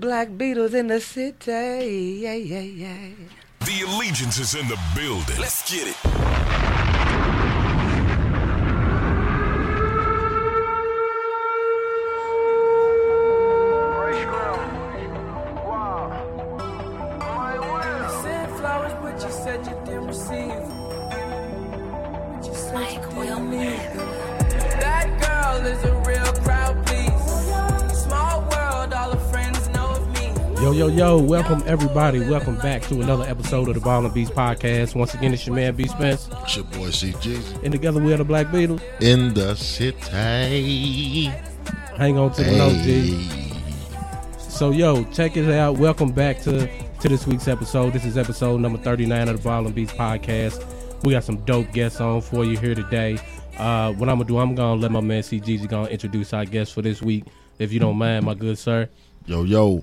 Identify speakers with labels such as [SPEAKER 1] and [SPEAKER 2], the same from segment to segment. [SPEAKER 1] Black Beatles in the city. Yeah, yeah, yeah.
[SPEAKER 2] The allegiance is in the building. Let's get it.
[SPEAKER 3] Send flowers, but you said you didn't receive. But you said you didn't need. That girl is a real crowd, please. Small world, all her friends know of me.
[SPEAKER 4] Yo, yo, yo, welcome everybody. Welcome back to another episode of the Ball and Beast podcast. Once again, it's your man, B Spence,
[SPEAKER 5] It's your boy CG
[SPEAKER 4] and together we are the Black Beatles.
[SPEAKER 5] in the city.
[SPEAKER 4] Hang on to the note, G. So, yo, check it out. Welcome back to, to this week's episode. This is episode number 39 of the Ball and Beast podcast. We got some dope guests on for you here today. Uh, what I'm going to do, I'm going to let my man CG's going to introduce our guest for this week, if you don't mind, my good sir.
[SPEAKER 5] Yo, yo,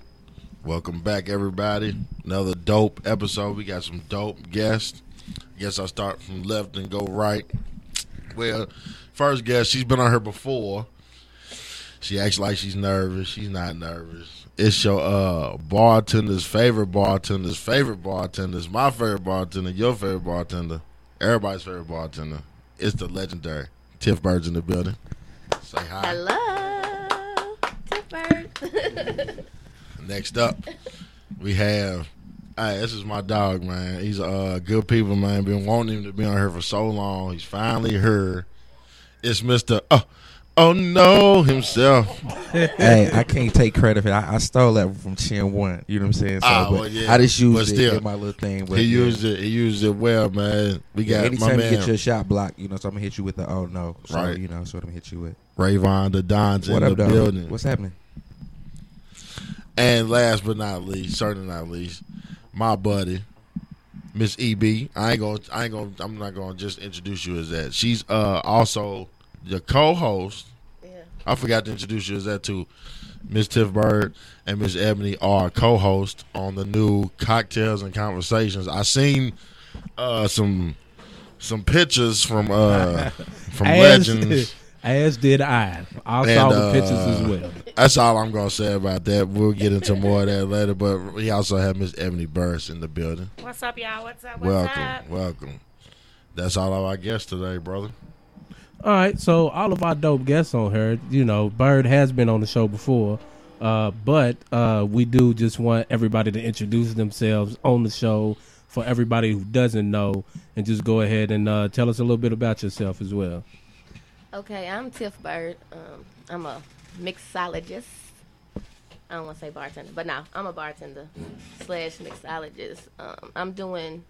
[SPEAKER 5] welcome back, everybody. Another dope episode. We got some dope guests. I guess I'll start from left and go right. Well, first guest, she's been on here before. She acts like she's nervous. She's not nervous. It's your uh bartender's favorite bartender's favorite bartender's my favorite bartender, your favorite bartender, everybody's favorite bartender. It's the legendary Tiff Bird's in the building. Say hi.
[SPEAKER 6] Hello, Tiffert.
[SPEAKER 5] Next up, we have. Hey, this is my dog, man. He's uh good people, man. Been wanting him to be on here for so long. He's finally here. It's Mister. Oh, oh no, himself.
[SPEAKER 7] hey, I can't take credit for it. I, I stole that from Chin One. You know what I'm saying? So,
[SPEAKER 5] Ah,
[SPEAKER 7] but
[SPEAKER 5] well, yeah.
[SPEAKER 7] I just used
[SPEAKER 5] But
[SPEAKER 7] it
[SPEAKER 5] still,
[SPEAKER 7] in my little thing. But
[SPEAKER 5] He
[SPEAKER 7] yeah.
[SPEAKER 5] used it. He used it well, man. We got
[SPEAKER 7] Yeah,
[SPEAKER 5] my
[SPEAKER 7] anytime you
[SPEAKER 5] man
[SPEAKER 7] get your shot blocked, you know, so I'm gonna hit you with the oh no, so,
[SPEAKER 5] Right.
[SPEAKER 7] You know, so I'm gonna hit you with
[SPEAKER 5] Rayvon the Don's in
[SPEAKER 7] what
[SPEAKER 5] the
[SPEAKER 7] up, dog?
[SPEAKER 5] building.
[SPEAKER 7] What's happening?
[SPEAKER 5] And last but not least, certainly not least, my buddy, Miss EB. I ain't gonna, I ain't gonna, I'm not gonna just introduce you as that. She's uh also your co-host.
[SPEAKER 6] Yeah.
[SPEAKER 5] I forgot to introduce you as that too. Miss Tiff Bird and Miss Ebony are co-host on the new Cocktails and Conversations. I seen uh some some pictures from uh from Legends.
[SPEAKER 4] as did I. I saw
[SPEAKER 5] And,
[SPEAKER 4] the
[SPEAKER 5] uh,
[SPEAKER 4] pictures as well.
[SPEAKER 5] That's all I'm gonna say about that. We'll get into more of that later. But we also have Miss Ebony Burris in the building.
[SPEAKER 6] What's up, y'all? What's up? What's
[SPEAKER 5] Welcome,
[SPEAKER 6] up?
[SPEAKER 5] welcome. That's all of our guests today, brother.
[SPEAKER 4] All right, so all of our dope guests on here, you know, Bird has been on the show before, uh, but uh, we do just want everybody to introduce themselves on the show for everybody who doesn't know, and just go ahead and uh, tell us a little bit about yourself as well.
[SPEAKER 6] Okay, I'm Tiff Bird. Um, I'm a mixologist. I don't want to say bartender, but no, I'm a bartender slash mixologist. Um, I'm doing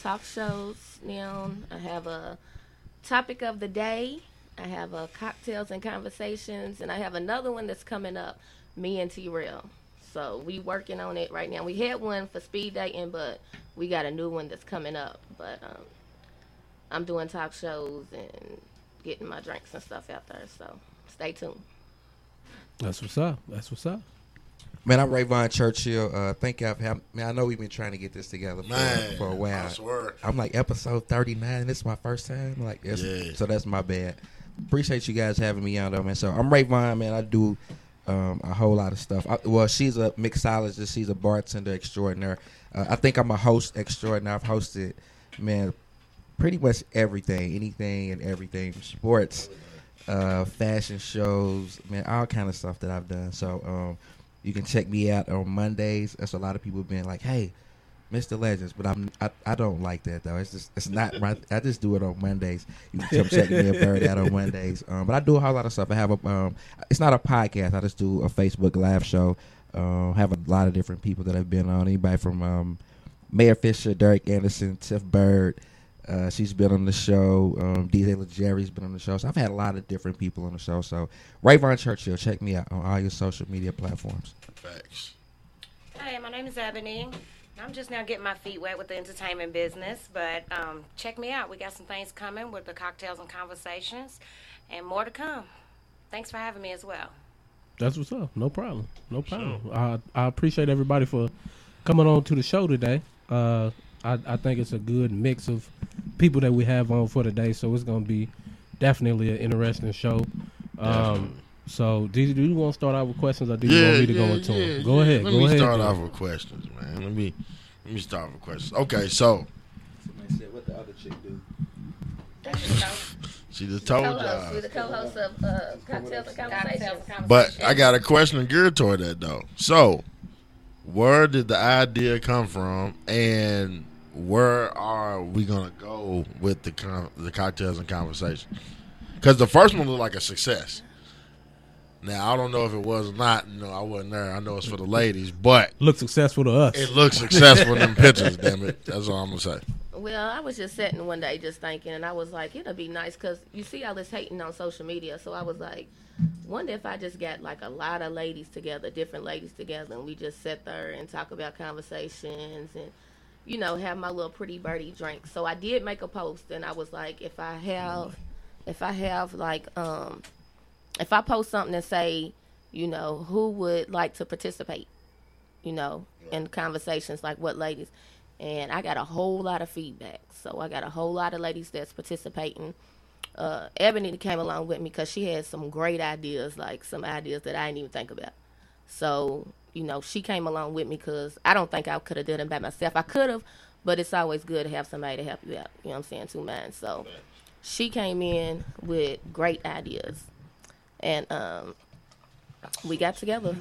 [SPEAKER 6] talk shows now. I have a topic of the day. I have a cocktails and conversations, and I have another one that's coming up. Me and T Real. So we working on it right now. We had one for speed dating, but we got a new one that's coming up. But um, I'm doing talk shows and getting my drinks and stuff out there. So stay tuned.
[SPEAKER 4] That's what's up. That's what's up.
[SPEAKER 7] Man, I'm Rayvon Churchill. Uh, thank y'all. for having- Man, I know we've been trying to get this together for,
[SPEAKER 5] Man,
[SPEAKER 7] for a while.
[SPEAKER 5] I swear.
[SPEAKER 7] I'm like episode 39. This is my first time. Like, that's,
[SPEAKER 5] Yeah.
[SPEAKER 7] so that's my bad. Appreciate you guys having me on though, man. So I'm Rayvon, man. I do um, a whole lot of stuff. I, well, she's a mixologist. She's a bartender extraordinaire. Uh, I think I'm a host extraordinaire. I've hosted, man, pretty much everything, anything and everything, sports, uh, fashion shows, man, all kind of stuff that I've done. So um, you can check me out on Mondays. That's a lot of people being like, hey. Mr. Legends, but I'm I, I don't like that though. It's just it's not my. I just do it on Mondays. You can come check me a bird out on Mondays. Um, but I do a whole lot of stuff. I have a um, it's not a podcast. I just do a Facebook live show. Um, have a lot of different people that have been on. Anybody from um, Mayor Fisher, Derek Anderson, Tiff Bird. Uh, she's been on the show. Um, DJ LeJerry's been on the show. So I've had a lot of different people on the show. So Rayvon Churchill, check me out on all your social media platforms.
[SPEAKER 5] Facts.
[SPEAKER 8] Hi, my name is Ebony. I'm just now getting my feet wet with the entertainment business, but um, check me out. We got some things coming with the cocktails and conversations, and more to come. Thanks for having me as well.
[SPEAKER 4] That's what's up. No problem. No problem. I I appreciate everybody for coming on to the show today. Uh, I I think it's a good mix of people that we have on for today, so it's gonna be definitely an interesting show. Um, So, do you, do you want to start out with questions, or do you
[SPEAKER 5] yeah,
[SPEAKER 4] want me to
[SPEAKER 5] yeah,
[SPEAKER 4] go into
[SPEAKER 5] yeah,
[SPEAKER 4] them? Go
[SPEAKER 5] yeah.
[SPEAKER 4] ahead.
[SPEAKER 5] Let
[SPEAKER 4] go
[SPEAKER 5] me
[SPEAKER 4] ahead.
[SPEAKER 5] start
[SPEAKER 4] do
[SPEAKER 5] off
[SPEAKER 4] it.
[SPEAKER 5] with questions, man. Let me let me start with questions. Okay, so
[SPEAKER 9] What the other chick do?
[SPEAKER 5] she just told
[SPEAKER 7] Co-host. You're
[SPEAKER 5] y'all,
[SPEAKER 7] the co-host of uh, Cocktails and Conversations.
[SPEAKER 5] but I got a question geared toward that though. So, where did the idea come from, and where are we gonna go with the con- the cocktails and conversation? Because the first one looked like a success. Now I don't know if it was or not. No, I wasn't there. I know it's for the ladies, but
[SPEAKER 4] Look successful to us.
[SPEAKER 5] it looks successful in them pictures. Damn it, that's all I'm gonna say.
[SPEAKER 7] Well, I was just sitting one day just thinking, and I was like, it'll be nice because you see all this hating on social media. So I was like, wonder if I just got like a lot of ladies together, different ladies together, and we just sit there and talk about conversations and, you know, have my little pretty birdie drink. So I did make a post, and I was like, if I have, if I have like, um, if I post something and say, you know, who would like to participate? you know, in conversations like what ladies. And I got a whole lot of feedback. So I got a whole lot of ladies that's participating. Uh, Ebony came along with me because she had some great ideas, like some ideas that I didn't even think about. So, you know, she came along with me because I don't think I could have done it by myself. I could have, but it's always good to have somebody to help you out. You know what I'm saying? Two minds. So she came in with great ideas. And um, we got together.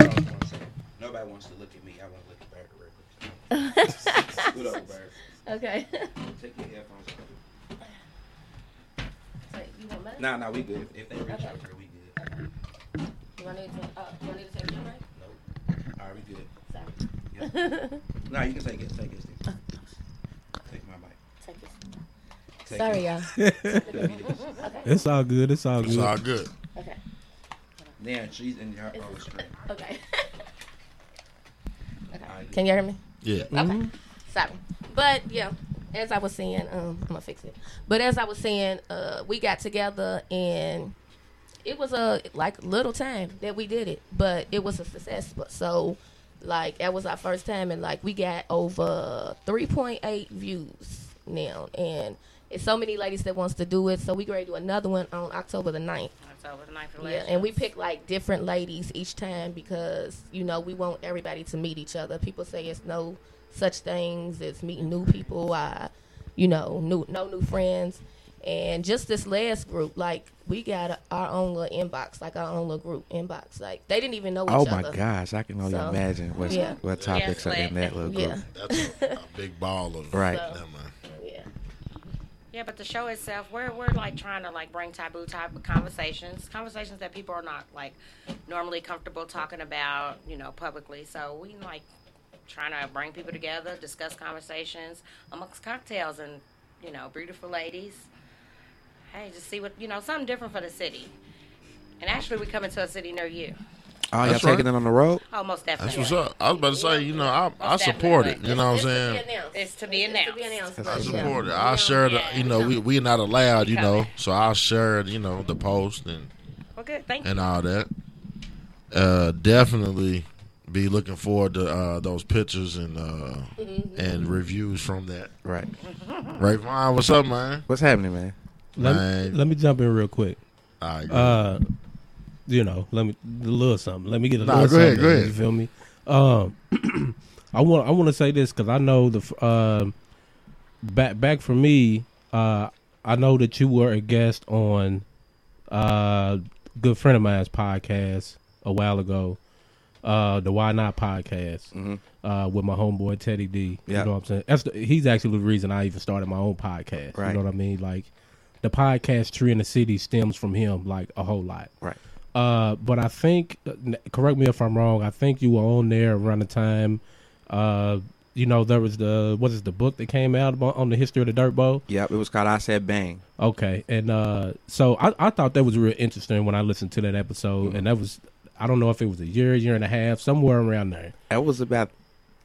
[SPEAKER 9] Nobody wants to look at me. I want to look at Barrett real
[SPEAKER 7] Okay.
[SPEAKER 9] Take your headphones off.
[SPEAKER 7] Wait, you want mine?
[SPEAKER 9] Nah, nah, we good. If they reach out here, we good.
[SPEAKER 7] You want me to, uh, you want me to take your break?
[SPEAKER 9] Nope. All right, we good.
[SPEAKER 7] Sorry.
[SPEAKER 9] Nah, you can take it. Take it. Take, it. take my mic.
[SPEAKER 7] Take it.
[SPEAKER 9] Take
[SPEAKER 7] Sorry,
[SPEAKER 9] it.
[SPEAKER 7] y'all.
[SPEAKER 4] It's all good. It's all
[SPEAKER 5] It's
[SPEAKER 4] good.
[SPEAKER 5] all good.
[SPEAKER 7] Okay.
[SPEAKER 9] Now she's in her own screen.
[SPEAKER 7] Okay.
[SPEAKER 9] All right,
[SPEAKER 7] Can you hear me?
[SPEAKER 5] Yeah.
[SPEAKER 7] Okay. Sorry. But yeah, as I was saying, um, I'm gonna fix it. But as I was saying, uh, we got together and it was a like little time that we did it, but it was a success. But so like that was our first time and like we got over 3.8 views now and it's so many ladies that wants to do it so we going to do another one on october the 9th
[SPEAKER 10] That's over the night for
[SPEAKER 7] Yeah, and we pick like different ladies each time because you know we want everybody to meet each other. People say it's no such things as meeting new people, uh, you know, new no new friends, and just this last group, like we got a, our own little inbox, like our own little group inbox. Like they didn't even know each
[SPEAKER 11] Oh
[SPEAKER 7] other.
[SPEAKER 11] my gosh, I can only
[SPEAKER 7] So,
[SPEAKER 11] imagine what
[SPEAKER 7] yeah.
[SPEAKER 11] what topics are in that little group.
[SPEAKER 7] Yeah,
[SPEAKER 5] That's a, a big ball of
[SPEAKER 11] Right.
[SPEAKER 5] Never mind.
[SPEAKER 7] yeah.
[SPEAKER 10] Yeah, but the show itself, we're we're like trying to like bring taboo type of conversations, conversations that people are not like normally comfortable talking about, you know, publicly. So we like trying to bring people together, discuss conversations amongst cocktails and you know, beautiful ladies. Hey, just see what you know, something different for the city. And actually, we coming to a city near you.
[SPEAKER 11] Oh, y'all
[SPEAKER 5] That's
[SPEAKER 11] taking
[SPEAKER 5] right.
[SPEAKER 11] it on the road?
[SPEAKER 10] Oh, most
[SPEAKER 5] That's
[SPEAKER 10] definitely.
[SPEAKER 5] what's up. I was about to say, you know, I, I
[SPEAKER 10] Most
[SPEAKER 5] support it.
[SPEAKER 10] definitely.
[SPEAKER 5] You know what I'm
[SPEAKER 7] It's to be
[SPEAKER 5] saying?
[SPEAKER 7] announced.
[SPEAKER 10] It's to be
[SPEAKER 7] It's to
[SPEAKER 10] announced.
[SPEAKER 7] be announced.
[SPEAKER 11] That's
[SPEAKER 5] I
[SPEAKER 7] but, yeah.
[SPEAKER 5] support it. I share the, you know, we we not allowed, you know, so I shared, you know, the post and
[SPEAKER 10] Well, good. Thank you.
[SPEAKER 5] and all that. Uh, definitely be looking forward to uh, those pictures and uh,
[SPEAKER 7] Mm-hmm.
[SPEAKER 5] and reviews from that.
[SPEAKER 11] Right.
[SPEAKER 5] Right, Vaughn, what's up, man?
[SPEAKER 11] What's happening, man?
[SPEAKER 4] Let,
[SPEAKER 5] Right.
[SPEAKER 4] me, let me jump in real quick.
[SPEAKER 5] All right,
[SPEAKER 4] Uh, you know, let me a little something. Let me get a
[SPEAKER 5] Nah,
[SPEAKER 4] little
[SPEAKER 5] go ahead,
[SPEAKER 4] something.
[SPEAKER 5] go ahead.
[SPEAKER 4] You feel me? Um, I want I want to say this because I know the f- um back back for me. Uh, I know that you were a guest on uh good friend of mine's podcast a while ago. Uh, the Why Not podcast uh, with my homeboy Teddy D.
[SPEAKER 11] Mm-hmm. Yeah.
[SPEAKER 4] You know what I'm saying? That's the, he's actually the reason I even started my own podcast.
[SPEAKER 11] Right.
[SPEAKER 4] You know what I mean? Like the podcast tree in the city stems from him like a whole lot.
[SPEAKER 11] Right.
[SPEAKER 4] Uh, but I think, correct me if I'm wrong. I think you were on there around the time. Uh, you know, there was the what is the book that came out about, on the history of the Dirt Bowl.
[SPEAKER 11] Yep, it was called I Said Bang.
[SPEAKER 4] Okay, and uh, so I, I thought that was real interesting when I listened to that episode,
[SPEAKER 11] Mm-hmm.
[SPEAKER 4] and that was I don't know if it was a year, year and a half, somewhere around there.
[SPEAKER 11] That was about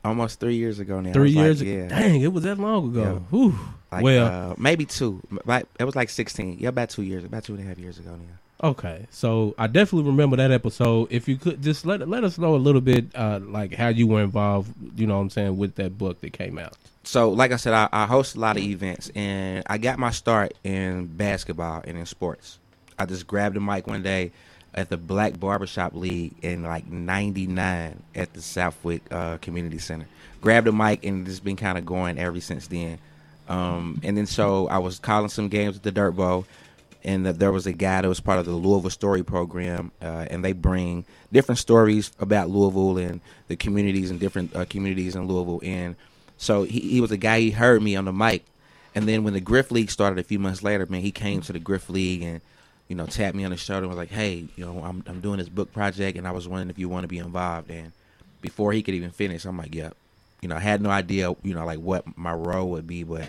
[SPEAKER 11] almost three years ago now. I
[SPEAKER 4] Three
[SPEAKER 11] was like,
[SPEAKER 4] years,
[SPEAKER 11] yeah.
[SPEAKER 4] dang, it was that long ago.
[SPEAKER 11] Yeah.
[SPEAKER 4] Whew.
[SPEAKER 11] Like,
[SPEAKER 4] well,
[SPEAKER 11] uh, maybe two. Like, it was like sixteen. Yeah, about two years, about two and a half years ago now.
[SPEAKER 4] okay, so I definitely remember that episode. If you could just let let us know a little bit, uh, like how you were involved. You know what I'm saying with that book that came out.
[SPEAKER 11] so like I said, I, I host a lot of events, and I got my start in basketball and in sports.
[SPEAKER 7] I just grabbed the mic one day at the Black Barbershop League in like '99 at the Southwick uh, Community Center. Grabbed the mic and just been kind of going ever since then. Um, and then so I was calling some games at the Dirt Bowl, and that there was a guy that was part of the Louisville Story Program, uh, and they bring different stories about Louisville and the communities and different uh, communities in Louisville. And so he, he was a guy. He heard me on the mic, and then when the Griff League started a few months later, man, he came to the Griff League and you know tapped me on the shoulder and was like, "Hey, you know, I'm I'm doing this book project, and I was wondering if you want to be involved." And before he could even finish, I'm like, "Yep." You know, I had no idea, you know, like what my role would be, but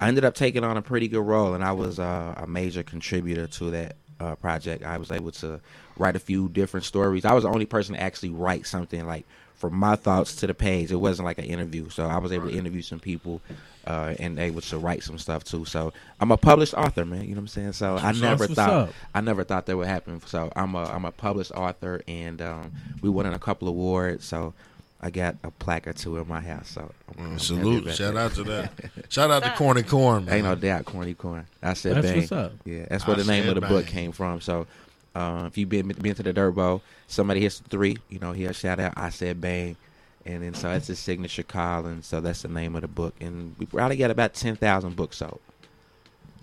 [SPEAKER 7] I ended up taking on a pretty good role, and I was uh, a major contributor to that uh, project. I was able to write a few different stories. I was the only person to actually write something like from my thoughts to the page. It wasn't like an interview, so I was able to interview some people uh, and able to write some stuff too. So I'm a published author, man. You know what I'm saying? So I
[SPEAKER 4] That's
[SPEAKER 7] never
[SPEAKER 4] what's
[SPEAKER 7] thought
[SPEAKER 4] up.
[SPEAKER 7] I never thought that would happen. So I'm a I'm a published author, and um, we won a couple awards. So. I got a plaque or two in my house, so I'm- I'm happy
[SPEAKER 5] Salute.
[SPEAKER 7] about
[SPEAKER 5] Shout
[SPEAKER 7] that.
[SPEAKER 5] out to that. Shout out to Corny Corn, man.
[SPEAKER 7] Ain't no doubt, corny corn. I said
[SPEAKER 4] That's
[SPEAKER 7] bang.
[SPEAKER 4] what's up.
[SPEAKER 7] Yeah, that's where
[SPEAKER 5] I
[SPEAKER 7] the name
[SPEAKER 5] said
[SPEAKER 7] of the book
[SPEAKER 5] bang.
[SPEAKER 7] came from. So, uh, if you've been been to the Dirt Bowl, somebody hits the three, you know, he'll shout out. I said bang, and then so that's his signature call, and so that's the name of the book. And we probably got about ten thousand books sold.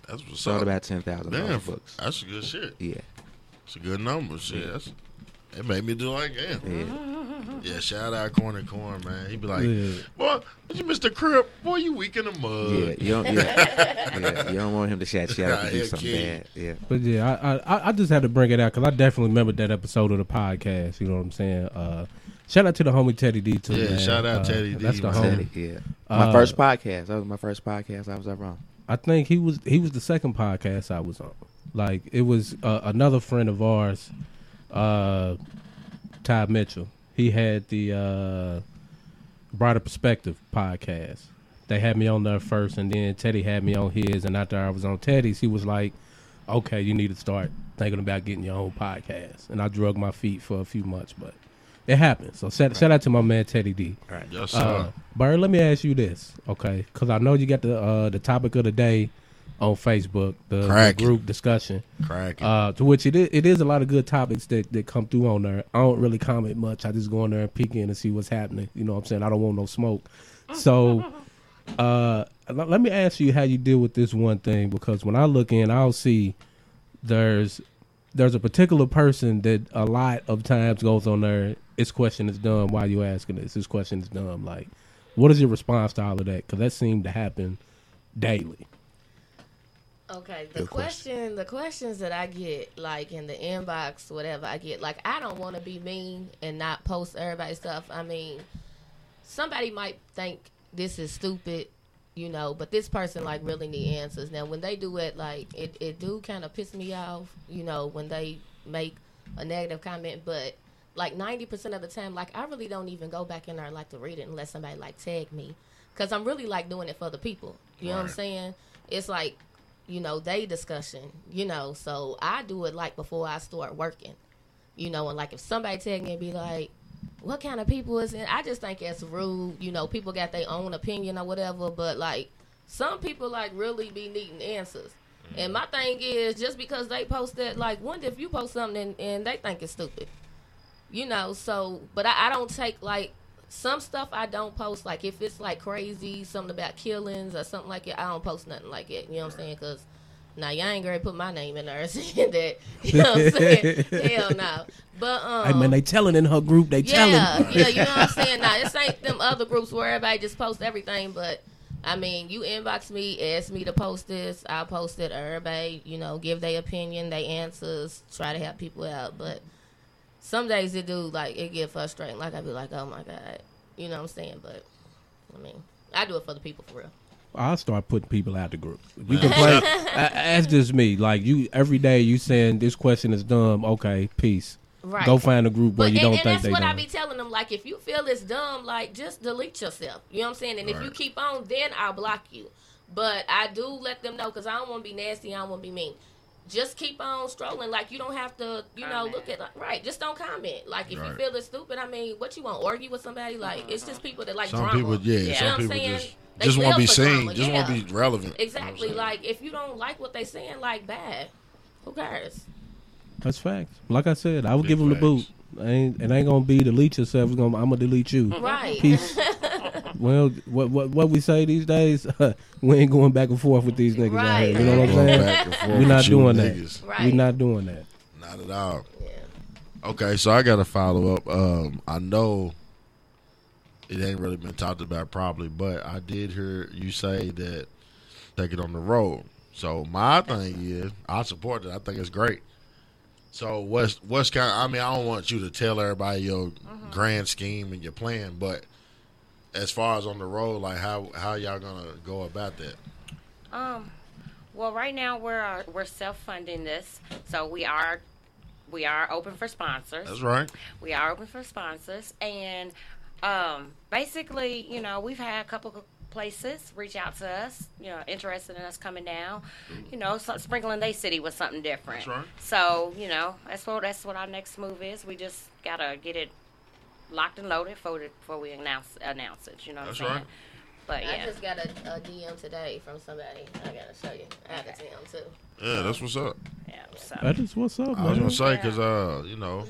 [SPEAKER 5] That's what's
[SPEAKER 7] Sold
[SPEAKER 5] up.
[SPEAKER 7] about ten thousand
[SPEAKER 5] Damn,
[SPEAKER 7] books.
[SPEAKER 5] that's a good shit.
[SPEAKER 7] Yeah,
[SPEAKER 5] It's a good number. Shit, that's, it made me do like damn.
[SPEAKER 7] yeah.
[SPEAKER 5] Yeah, shout out Corner Corn, man. He'd be like,
[SPEAKER 4] Yeah.
[SPEAKER 5] boy, did you miss the crib? Boy, you weak in the mud.
[SPEAKER 7] Yeah, you don't, yeah, yeah, you don't want him to shout shout out
[SPEAKER 5] Nah,
[SPEAKER 7] to do
[SPEAKER 5] he'll
[SPEAKER 7] something
[SPEAKER 5] kill you.
[SPEAKER 7] bad. Yeah,
[SPEAKER 4] But yeah, I, I- I I just had to bring it out because I definitely remembered that episode of the podcast. You know what I'm saying? Uh, shout out to the homie Teddy D too.
[SPEAKER 5] Yeah,
[SPEAKER 4] man.
[SPEAKER 5] shout out
[SPEAKER 4] Uh,
[SPEAKER 5] Teddy D,
[SPEAKER 4] That's the
[SPEAKER 5] man.
[SPEAKER 4] homie.
[SPEAKER 7] Teddy, yeah. My
[SPEAKER 4] Uh,
[SPEAKER 7] first podcast. That was my first podcast I was ever on.
[SPEAKER 4] I think he was he was the second podcast I was on. Like it was uh, another friend of ours, uh, Ty Mitchell. He had the uh, Brighter Perspective podcast. They had me on there first, and then Teddy had me on his. And after I was on Teddy's, he was like, "Okay, you need to start thinking about getting your own podcast." And I drug my feet for a few months, but it happened. So shout, shout out to my man Teddy D.
[SPEAKER 5] Yes, sir.
[SPEAKER 4] Uh, Bird, let me ask you this, okay? Because I know you got the uh, the topic of the day on Facebook, the, the
[SPEAKER 5] Cracking.
[SPEAKER 4] group discussion,
[SPEAKER 5] Crack it.
[SPEAKER 4] uh, to which it is, it is a lot of good topics that, that come through on there. I don't really comment much. I just go in there and peek in and see what's happening. You know what I'm saying? I don't want no smoke. So uh, l- let me ask you how you deal with this one thing because when I look in, I'll see there's there's a particular person that a lot of times goes on there. This question is dumb. Why you asking this? This question is dumb. Like, what is your response to all of that? Because that seemed to happen daily.
[SPEAKER 8] Okay, the
[SPEAKER 7] Good question.
[SPEAKER 8] question. the questions that I get, like in the inbox, whatever I get, like I don't want to be mean and not post everybody's stuff. I mean, somebody might think this is stupid, you know, but this person like really need answers. Now, when they do it, like it, it do kind of piss me off, you know, when they make a negative comment, but. Like ninety percent of the time, like I really don't even go back in there and like to read it unless somebody like tag me, cause I'm really like doing it for the people. You know what I'm saying? It's like you know, they discussion, you know. So I do it like before I start working, you know, and like if somebody tag me and be like, what kind of people is it? I just think it's rude, you know, people got their own opinion or whatever, but like some people like really be needing answers. And my thing is just because they post that, like, wonder if you post something and, and they think it's stupid you know so but I, I don't take like some stuff i don't post like if it's like crazy something about killings or something like it i don't post nothing like it you know what i'm saying because now y'all ain't gonna put my name in there saying that you know what i'm saying hell no but um
[SPEAKER 4] I mean, they telling in her group. They
[SPEAKER 8] yeah,
[SPEAKER 4] telling.
[SPEAKER 8] yeah, you know what I'm saying. Now this ain't them other groups where everybody just posts everything, but I mean, you inbox me, ask me to post this, I will post it. Everybody, you know, give their opinion, they answers, try to help people out. But some days it do like it get frustrating. Like I be like, oh my god, you know what I'm saying? But I mean, I do it for the people for real.
[SPEAKER 4] I'll start putting people out the group. You can play. I- That's just me. Like you, every day you saying this question is dumb. Okay, peace.
[SPEAKER 8] Right.
[SPEAKER 4] Go find a group where
[SPEAKER 8] But
[SPEAKER 4] you
[SPEAKER 8] and,
[SPEAKER 4] don't
[SPEAKER 8] and
[SPEAKER 4] think
[SPEAKER 8] that's
[SPEAKER 4] they
[SPEAKER 8] what I
[SPEAKER 4] dumb.
[SPEAKER 8] be telling them. Like, if you feel it's dumb, like just delete yourself. You know what I'm saying? And if you
[SPEAKER 5] Right.
[SPEAKER 8] keep on, then I'll block you. But I do let them know because I don't want to be nasty. I don't want to be mean. Just keep on strolling. Like you don't have to, you know,
[SPEAKER 12] Comment.
[SPEAKER 8] look at like, right. Just don't comment. Like if you
[SPEAKER 5] Right.
[SPEAKER 8] feel it's stupid, I mean, what you want argue with somebody? Like it's just people that like
[SPEAKER 5] some
[SPEAKER 8] drama.
[SPEAKER 5] people,
[SPEAKER 12] Yeah.
[SPEAKER 5] yeah, some
[SPEAKER 8] You know what I'm
[SPEAKER 5] people
[SPEAKER 8] saying?
[SPEAKER 5] just
[SPEAKER 8] They
[SPEAKER 5] just want to be
[SPEAKER 8] live for
[SPEAKER 5] seen,
[SPEAKER 8] drama,
[SPEAKER 5] just want to
[SPEAKER 8] yeah.
[SPEAKER 5] be relevant.
[SPEAKER 8] Exactly.
[SPEAKER 5] You know what I'm saying?
[SPEAKER 8] Like if you don't like what they saying, like bad. Who cares?
[SPEAKER 4] That's facts. Like I said, I would
[SPEAKER 5] Big
[SPEAKER 4] give him the boot.
[SPEAKER 5] facts.
[SPEAKER 4] I ain't, it ain't gonna be delete yourself. It's gonna, I'm gonna delete you.
[SPEAKER 8] Right.
[SPEAKER 4] Peace. well, what what what we say these days? we ain't going back and forth with these niggas out here. You know what I'm
[SPEAKER 5] Going
[SPEAKER 4] saying?
[SPEAKER 5] back and forth
[SPEAKER 4] We're not
[SPEAKER 5] with you
[SPEAKER 4] doing that.
[SPEAKER 5] niggas.
[SPEAKER 8] Right.
[SPEAKER 4] We're not doing that.
[SPEAKER 5] Not at all. Okay, so I got to follow up. Um, I know it ain't really been talked about properly, but I did hear you say that take it on the road. So my thing is, I support it. I think it's great. So what's what's kind? Of, I mean, I don't want you to tell everybody your grand scheme and your plan, but as far as on the road, like how how y'all gonna go about that?
[SPEAKER 12] Um, well, right now we're uh, we're self funding this, so we are we are open for sponsors.
[SPEAKER 5] That's right.
[SPEAKER 12] We are open for sponsors, and um, basically, you know, we've had a couple of places reach out to us, you know, interested in us coming down, you know, so sprinkling their city with something different.
[SPEAKER 5] That's right.
[SPEAKER 12] So, you know, that's what that's what our next move is. We just gotta get it locked and loaded before, it- before we announce announce it. You know what
[SPEAKER 5] That's
[SPEAKER 12] I'm saying?
[SPEAKER 5] right.
[SPEAKER 12] But yeah,
[SPEAKER 8] I just got a, a DM today from somebody. I gotta show you. I have a DM too.
[SPEAKER 5] Yeah, that's what's up.
[SPEAKER 12] yeah. So.
[SPEAKER 4] That is what's up,
[SPEAKER 5] I was
[SPEAKER 4] man.
[SPEAKER 5] gonna say because uh, you know,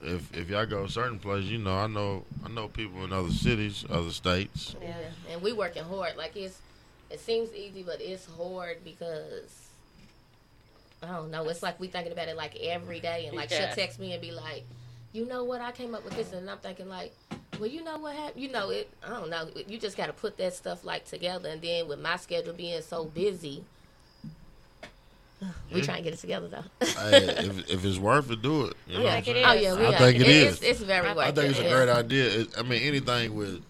[SPEAKER 5] if if y'all go certain places, you know, I know I know people in other cities, other states.
[SPEAKER 8] Yeah. And we working hard. Like it's, it seems easy, but it's hard because I don't know. It's like we thinking about it like every day, and like
[SPEAKER 12] Yeah.
[SPEAKER 8] she'll text me and be like, "You know what? I came up with this," and I'm thinking like. Well, you know what happened. You know it. I don't know. You just got to put that stuff like together, and then with my schedule being so busy, we try and get it together though.
[SPEAKER 5] hey, if if it's worth it, do it. You know what I'm
[SPEAKER 12] think it
[SPEAKER 5] saying?
[SPEAKER 12] is.
[SPEAKER 8] Oh yeah, we
[SPEAKER 5] I
[SPEAKER 8] got
[SPEAKER 5] think it
[SPEAKER 8] It's,
[SPEAKER 5] is.
[SPEAKER 8] it's very worth
[SPEAKER 5] I think it's a
[SPEAKER 8] it.
[SPEAKER 5] great idea. It, I mean, anything with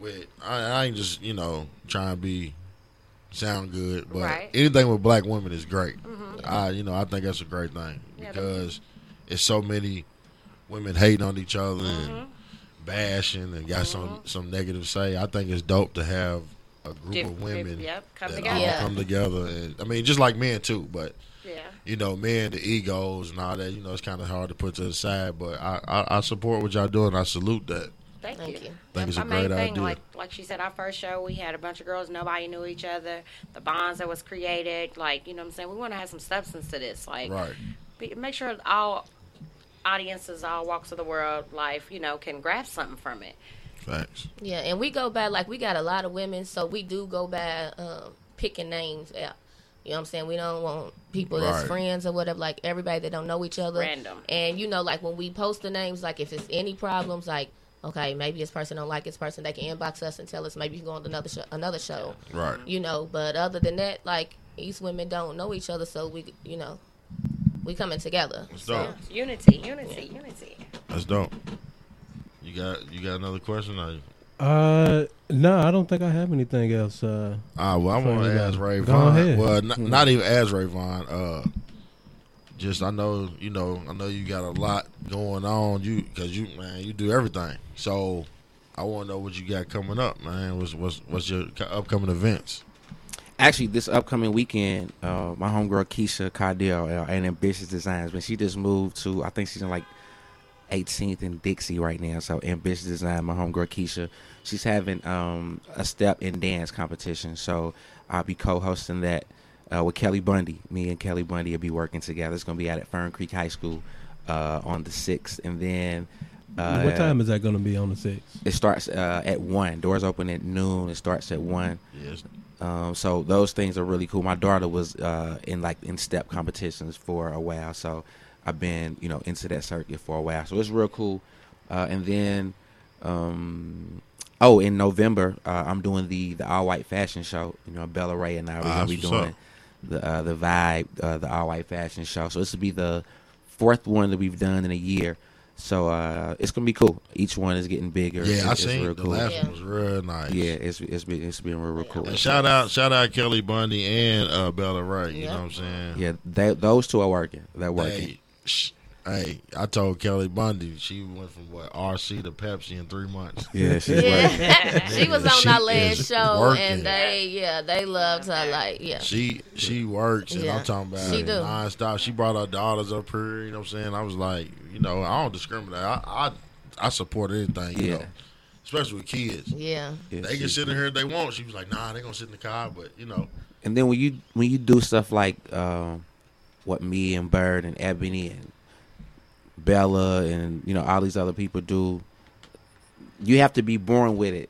[SPEAKER 5] with I, I ain't just you know trying to be sound good, but
[SPEAKER 12] Right. Mm-hmm.
[SPEAKER 5] anything with black women is great. I you know I think that's a great thing
[SPEAKER 12] Yeah, the-
[SPEAKER 5] because it's so many women hating on each other and
[SPEAKER 12] Mm-hmm.
[SPEAKER 5] bashing and got some some negative say. I think it's dope to have a group
[SPEAKER 12] Diff-
[SPEAKER 5] of women
[SPEAKER 12] yep, come
[SPEAKER 5] that
[SPEAKER 12] together.
[SPEAKER 5] all
[SPEAKER 8] Yeah.
[SPEAKER 5] come together. And, I mean, just like men too, but
[SPEAKER 12] Yeah.
[SPEAKER 5] you know, man, the egos and all that, you know, it's kind of hard to put to the side, but I, I, I support what y'all doing. I salute that.
[SPEAKER 12] Thank,
[SPEAKER 8] Thank
[SPEAKER 12] you.
[SPEAKER 8] you.
[SPEAKER 5] Think it's
[SPEAKER 12] My
[SPEAKER 5] a
[SPEAKER 12] main
[SPEAKER 5] great
[SPEAKER 12] thing,
[SPEAKER 5] idea.
[SPEAKER 12] like like she said, our first show we had a bunch of girls, nobody knew each other. The bonds that was created, like you know, what I'm saying we want to have some substance to this, like
[SPEAKER 5] Right.
[SPEAKER 12] be, make sure all audiences, all walks of the world, life, you know, can grab something from it.
[SPEAKER 5] Facts.
[SPEAKER 8] Yeah, and we go by like we got a lot of women, so we do go by um, picking names out. You know what I'm saying? We don't want people that's
[SPEAKER 5] Right.
[SPEAKER 8] friends or whatever, like everybody that don't know each other.
[SPEAKER 12] Random.
[SPEAKER 8] And you know, like when we post the names, like if it's any problems, like okay, maybe this person don't like this person, they can inbox us and tell us maybe you can go on to another show, another show.
[SPEAKER 5] Right.
[SPEAKER 8] You know, but other than that, like these women don't know each other, so we, you know, we coming together.
[SPEAKER 5] That's dope.
[SPEAKER 12] Unity, unity, unity.
[SPEAKER 5] That's dope. You got you got another question? Or you?
[SPEAKER 4] Uh, no, I don't think I have anything else. Uh,
[SPEAKER 5] Ah, well, I
[SPEAKER 4] Before you
[SPEAKER 5] want to Hmm.
[SPEAKER 4] go.
[SPEAKER 5] ask Ray
[SPEAKER 4] Go
[SPEAKER 5] Vaughn.
[SPEAKER 4] ahead.
[SPEAKER 5] Well, not, not even ask Ray Vaughn. Uh, just I know you know I know you got a lot going on. You because you man you do everything. So I want to know what you got coming up, man. What's what's what's your co- upcoming events?
[SPEAKER 7] Actually, this upcoming weekend, uh, my homegirl Keisha Cardell uh, and Ambitious Designs, when she just moved to, I think she's in like 18th in Dixie right now. So Ambitious Design, my homegirl Keisha, she's having um, a step and dance competition. So I'll be co-hosting that uh, with Kelly Bundy. Me and Kelly Bundy will be working together. It's gonna be out at Fern Creek High School uh, on the sixth, and then. Uh,
[SPEAKER 4] what time is that gonna be on the six?
[SPEAKER 7] It starts uh, at one. Doors open at noon. It starts at one.
[SPEAKER 5] Yes.
[SPEAKER 7] Um, so those things are really cool. My daughter was uh, in like in step competitions for a while, so I've been you know into that circuit for a while. So it's real cool. Uh, and then, um, oh, in November uh, I'm doing the the all white fashion show. You know, Bella Ray and I are
[SPEAKER 5] Ah,
[SPEAKER 7] gonna be
[SPEAKER 5] that's
[SPEAKER 7] doing
[SPEAKER 5] what's
[SPEAKER 7] the uh, the vibe, uh, the all white fashion show. So this will be the fourth one that we've done in a year. So uh, it's gonna be cool. Each one is getting bigger. It's-
[SPEAKER 5] Yeah, I
[SPEAKER 7] it's
[SPEAKER 5] seen
[SPEAKER 7] real
[SPEAKER 5] the
[SPEAKER 7] cool.
[SPEAKER 5] last
[SPEAKER 8] Yeah.
[SPEAKER 5] one was real nice.
[SPEAKER 7] Yeah, it's it's been it's been real, real cool.
[SPEAKER 5] And shout out, shout out Kelly Bundy and uh, Bella Wright. You
[SPEAKER 8] Yeah.
[SPEAKER 5] know what I'm saying?
[SPEAKER 7] Yeah, they, those two are working. They're working.
[SPEAKER 5] Hey, sh- hey, I told Kelly Bundy she went from what RC to Pepsi in three months.
[SPEAKER 7] Yeah, she's working.
[SPEAKER 8] Yeah, she was on
[SPEAKER 5] She
[SPEAKER 8] our last
[SPEAKER 5] is
[SPEAKER 8] show,
[SPEAKER 5] working.
[SPEAKER 8] and they yeah they loved her like yeah.
[SPEAKER 5] She she works, and
[SPEAKER 8] Yeah.
[SPEAKER 5] I'm talking about
[SPEAKER 8] She do.
[SPEAKER 5] nonstop. She brought her daughters up here. You know what I'm saying? I was like, you know, I don't discriminate. I I, I support anything. You
[SPEAKER 7] Yeah.
[SPEAKER 5] know, especially with kids.
[SPEAKER 8] Yeah.
[SPEAKER 7] Yeah,
[SPEAKER 5] They can
[SPEAKER 7] she's-
[SPEAKER 5] sit in here if they want. She was like, nah, they gonna sit in the car, but you know,
[SPEAKER 7] And then when you when you do stuff like um, what me and Bird and Ebony and Bella and you know all these other people do. You have to be born with it.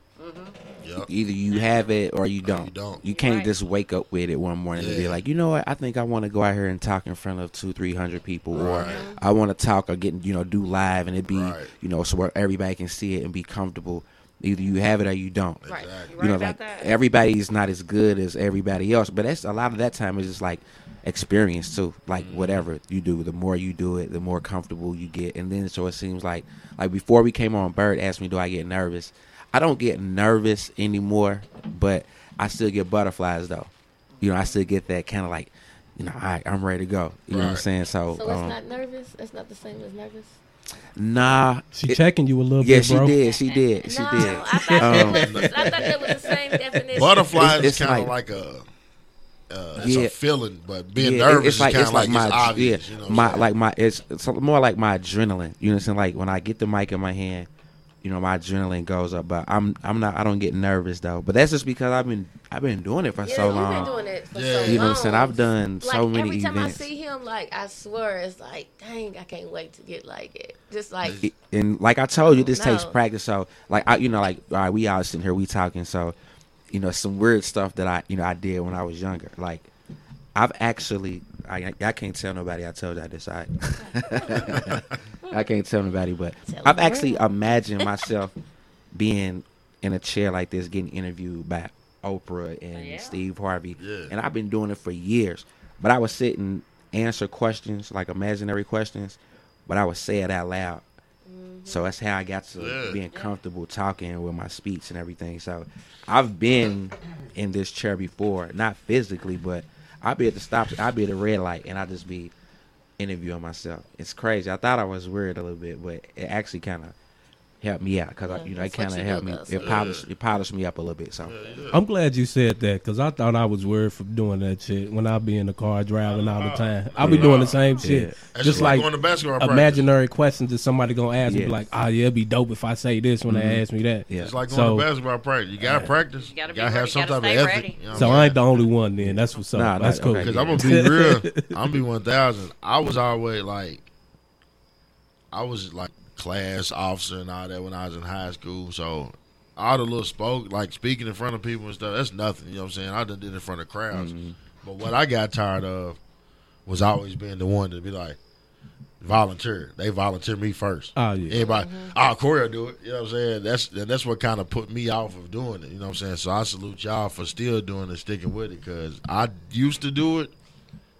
[SPEAKER 5] Yep.
[SPEAKER 7] Either you have it or you don't.
[SPEAKER 5] don't.
[SPEAKER 7] You can't
[SPEAKER 12] Right.
[SPEAKER 7] just wake up with it one morning and be
[SPEAKER 5] Yeah.
[SPEAKER 7] like, you know what? I think I want to go out here and talk in front of two, three hundred people,
[SPEAKER 5] Right.
[SPEAKER 7] or I want to talk or get you know do live and it be
[SPEAKER 5] Right.
[SPEAKER 7] you know so where everybody can see it and be comfortable. Either you have it or you don't
[SPEAKER 12] Right.
[SPEAKER 5] Exactly.
[SPEAKER 12] You
[SPEAKER 7] you
[SPEAKER 12] right
[SPEAKER 7] know,
[SPEAKER 12] about
[SPEAKER 7] like eh,
[SPEAKER 12] that.
[SPEAKER 7] everybody's not as good as everybody else. But that's a lot of that time is just like experience too. Like whatever you do, the more you do it, the more comfortable you get. And then so it seems like like before we came on, Bird asked me, "Do I get nervous?" I don't get nervous anymore, but I still get butterflies though. You know, I still get that kind of like, you know, all right, I'm ready to go. You know what I'm
[SPEAKER 5] Right.
[SPEAKER 7] saying? So,
[SPEAKER 8] So it's
[SPEAKER 7] um,
[SPEAKER 8] not nervous. It's not the same as nervous.
[SPEAKER 7] nah.
[SPEAKER 4] She
[SPEAKER 7] It-
[SPEAKER 4] checking you a little
[SPEAKER 7] yeah,
[SPEAKER 4] bit,
[SPEAKER 7] she
[SPEAKER 4] bro.
[SPEAKER 7] did. She did. She
[SPEAKER 8] no,
[SPEAKER 7] did.
[SPEAKER 8] I thought,
[SPEAKER 7] Um,
[SPEAKER 8] that was, I thought that was the same definition.
[SPEAKER 5] Butterfly
[SPEAKER 7] It's-
[SPEAKER 5] is
[SPEAKER 7] it's
[SPEAKER 5] kind of like, a. Uh, it's
[SPEAKER 7] Yeah.
[SPEAKER 5] a feeling, but being
[SPEAKER 7] Yeah, it-
[SPEAKER 5] nervous is kind of like, it's
[SPEAKER 7] my
[SPEAKER 5] obvious.
[SPEAKER 7] yeah,
[SPEAKER 5] you know what I'm
[SPEAKER 7] my
[SPEAKER 5] saying?
[SPEAKER 7] like my it's, it's more like my adrenaline. You know what I'm saying? Like when I get the mic in my hand, you know my adrenaline goes up. But I'm I'm not I don't get nervous though. But that's just because I've been I've been doing it for
[SPEAKER 8] yeah,
[SPEAKER 7] so
[SPEAKER 8] you've
[SPEAKER 7] long.
[SPEAKER 8] been doing it for
[SPEAKER 5] Yeah.
[SPEAKER 8] so long.
[SPEAKER 7] you know what I'm saying? I've done
[SPEAKER 8] like
[SPEAKER 7] so many
[SPEAKER 8] every time
[SPEAKER 7] events.
[SPEAKER 8] I see him, like I swear, it's like, dang, I can't wait to get like it. Just like
[SPEAKER 7] It- and like I told you, this
[SPEAKER 8] No.
[SPEAKER 7] takes practice. So like I, you know, like all right, we all sitting here, we talking. So, you know, some weird stuff that I, you know, I did when I was younger. Like I've actually, I, I can't tell nobody. I told you this. I, I can't tell nobody, but
[SPEAKER 8] Tell
[SPEAKER 7] I've
[SPEAKER 8] the world.
[SPEAKER 7] actually imagined myself being in a chair like this, getting interviewed by Oprah
[SPEAKER 8] Oh,
[SPEAKER 7] and
[SPEAKER 12] Yeah.
[SPEAKER 7] Steve Harvey,
[SPEAKER 5] Yeah.
[SPEAKER 7] and I've been doing it for years. But I would sit and answer questions, like imaginary questions, but I would say it out loud. So that's how I got to
[SPEAKER 5] Yeah.
[SPEAKER 7] being comfortable talking with my speech and everything. So I've been in this chair before, not physically, but I'd be at the stop, I'd be at the red light, and I'd just be interviewing myself. It's crazy. I thought I was weird a little bit, but it actually kind of helped me out because
[SPEAKER 8] Yeah,
[SPEAKER 7] you know it
[SPEAKER 8] that's what
[SPEAKER 7] kind of
[SPEAKER 8] you
[SPEAKER 7] helped
[SPEAKER 8] do,
[SPEAKER 7] me.
[SPEAKER 8] though, so-
[SPEAKER 7] It polished, it polished me up a little bit. So
[SPEAKER 4] I'm glad you said that because I thought I was worried for doing that shit when I be in the car driving all the time. I be doing the same shit.
[SPEAKER 5] That's
[SPEAKER 4] Just like
[SPEAKER 5] going to basketball practice.
[SPEAKER 4] imaginary questions that somebody gonna ask me,
[SPEAKER 7] Yeah. Mm-hmm.
[SPEAKER 4] like, oh yeah, it'd be dope if I say this when they ask me that.
[SPEAKER 7] Yeah.
[SPEAKER 5] It's like going
[SPEAKER 4] So-
[SPEAKER 5] to basketball practice. You got to practice. You got
[SPEAKER 12] gotta
[SPEAKER 5] to
[SPEAKER 12] be ready,
[SPEAKER 5] have some
[SPEAKER 12] gotta
[SPEAKER 5] type of
[SPEAKER 12] stay
[SPEAKER 5] ethic.
[SPEAKER 12] ready.
[SPEAKER 5] you know what
[SPEAKER 4] So
[SPEAKER 5] I'm
[SPEAKER 4] I
[SPEAKER 5] saying?
[SPEAKER 4] ain't the only one then. That's what's up.
[SPEAKER 7] Nah, nah,
[SPEAKER 4] That's cool.
[SPEAKER 7] okay.
[SPEAKER 5] Cause I'm gonna be real. I'm gonna be one thousand. I was always like, I was like class officer and all that when I was in high school. So all the little spoke like speaking in front of people and stuff. That's nothing. You know what I'm saying? I done did it in front of crowds.
[SPEAKER 7] Mm-hmm.
[SPEAKER 5] But what I got tired of was always being the one to be like volunteer. They volunteer me first.
[SPEAKER 7] Ah,
[SPEAKER 4] Oh, yeah.
[SPEAKER 5] Anybody? Oh, Corey will do it. You know what I'm saying? That's and that's what kind of put me off of doing it. You know what I'm saying? So I salute y'all for still doing it, sticking with it, because I used to do it,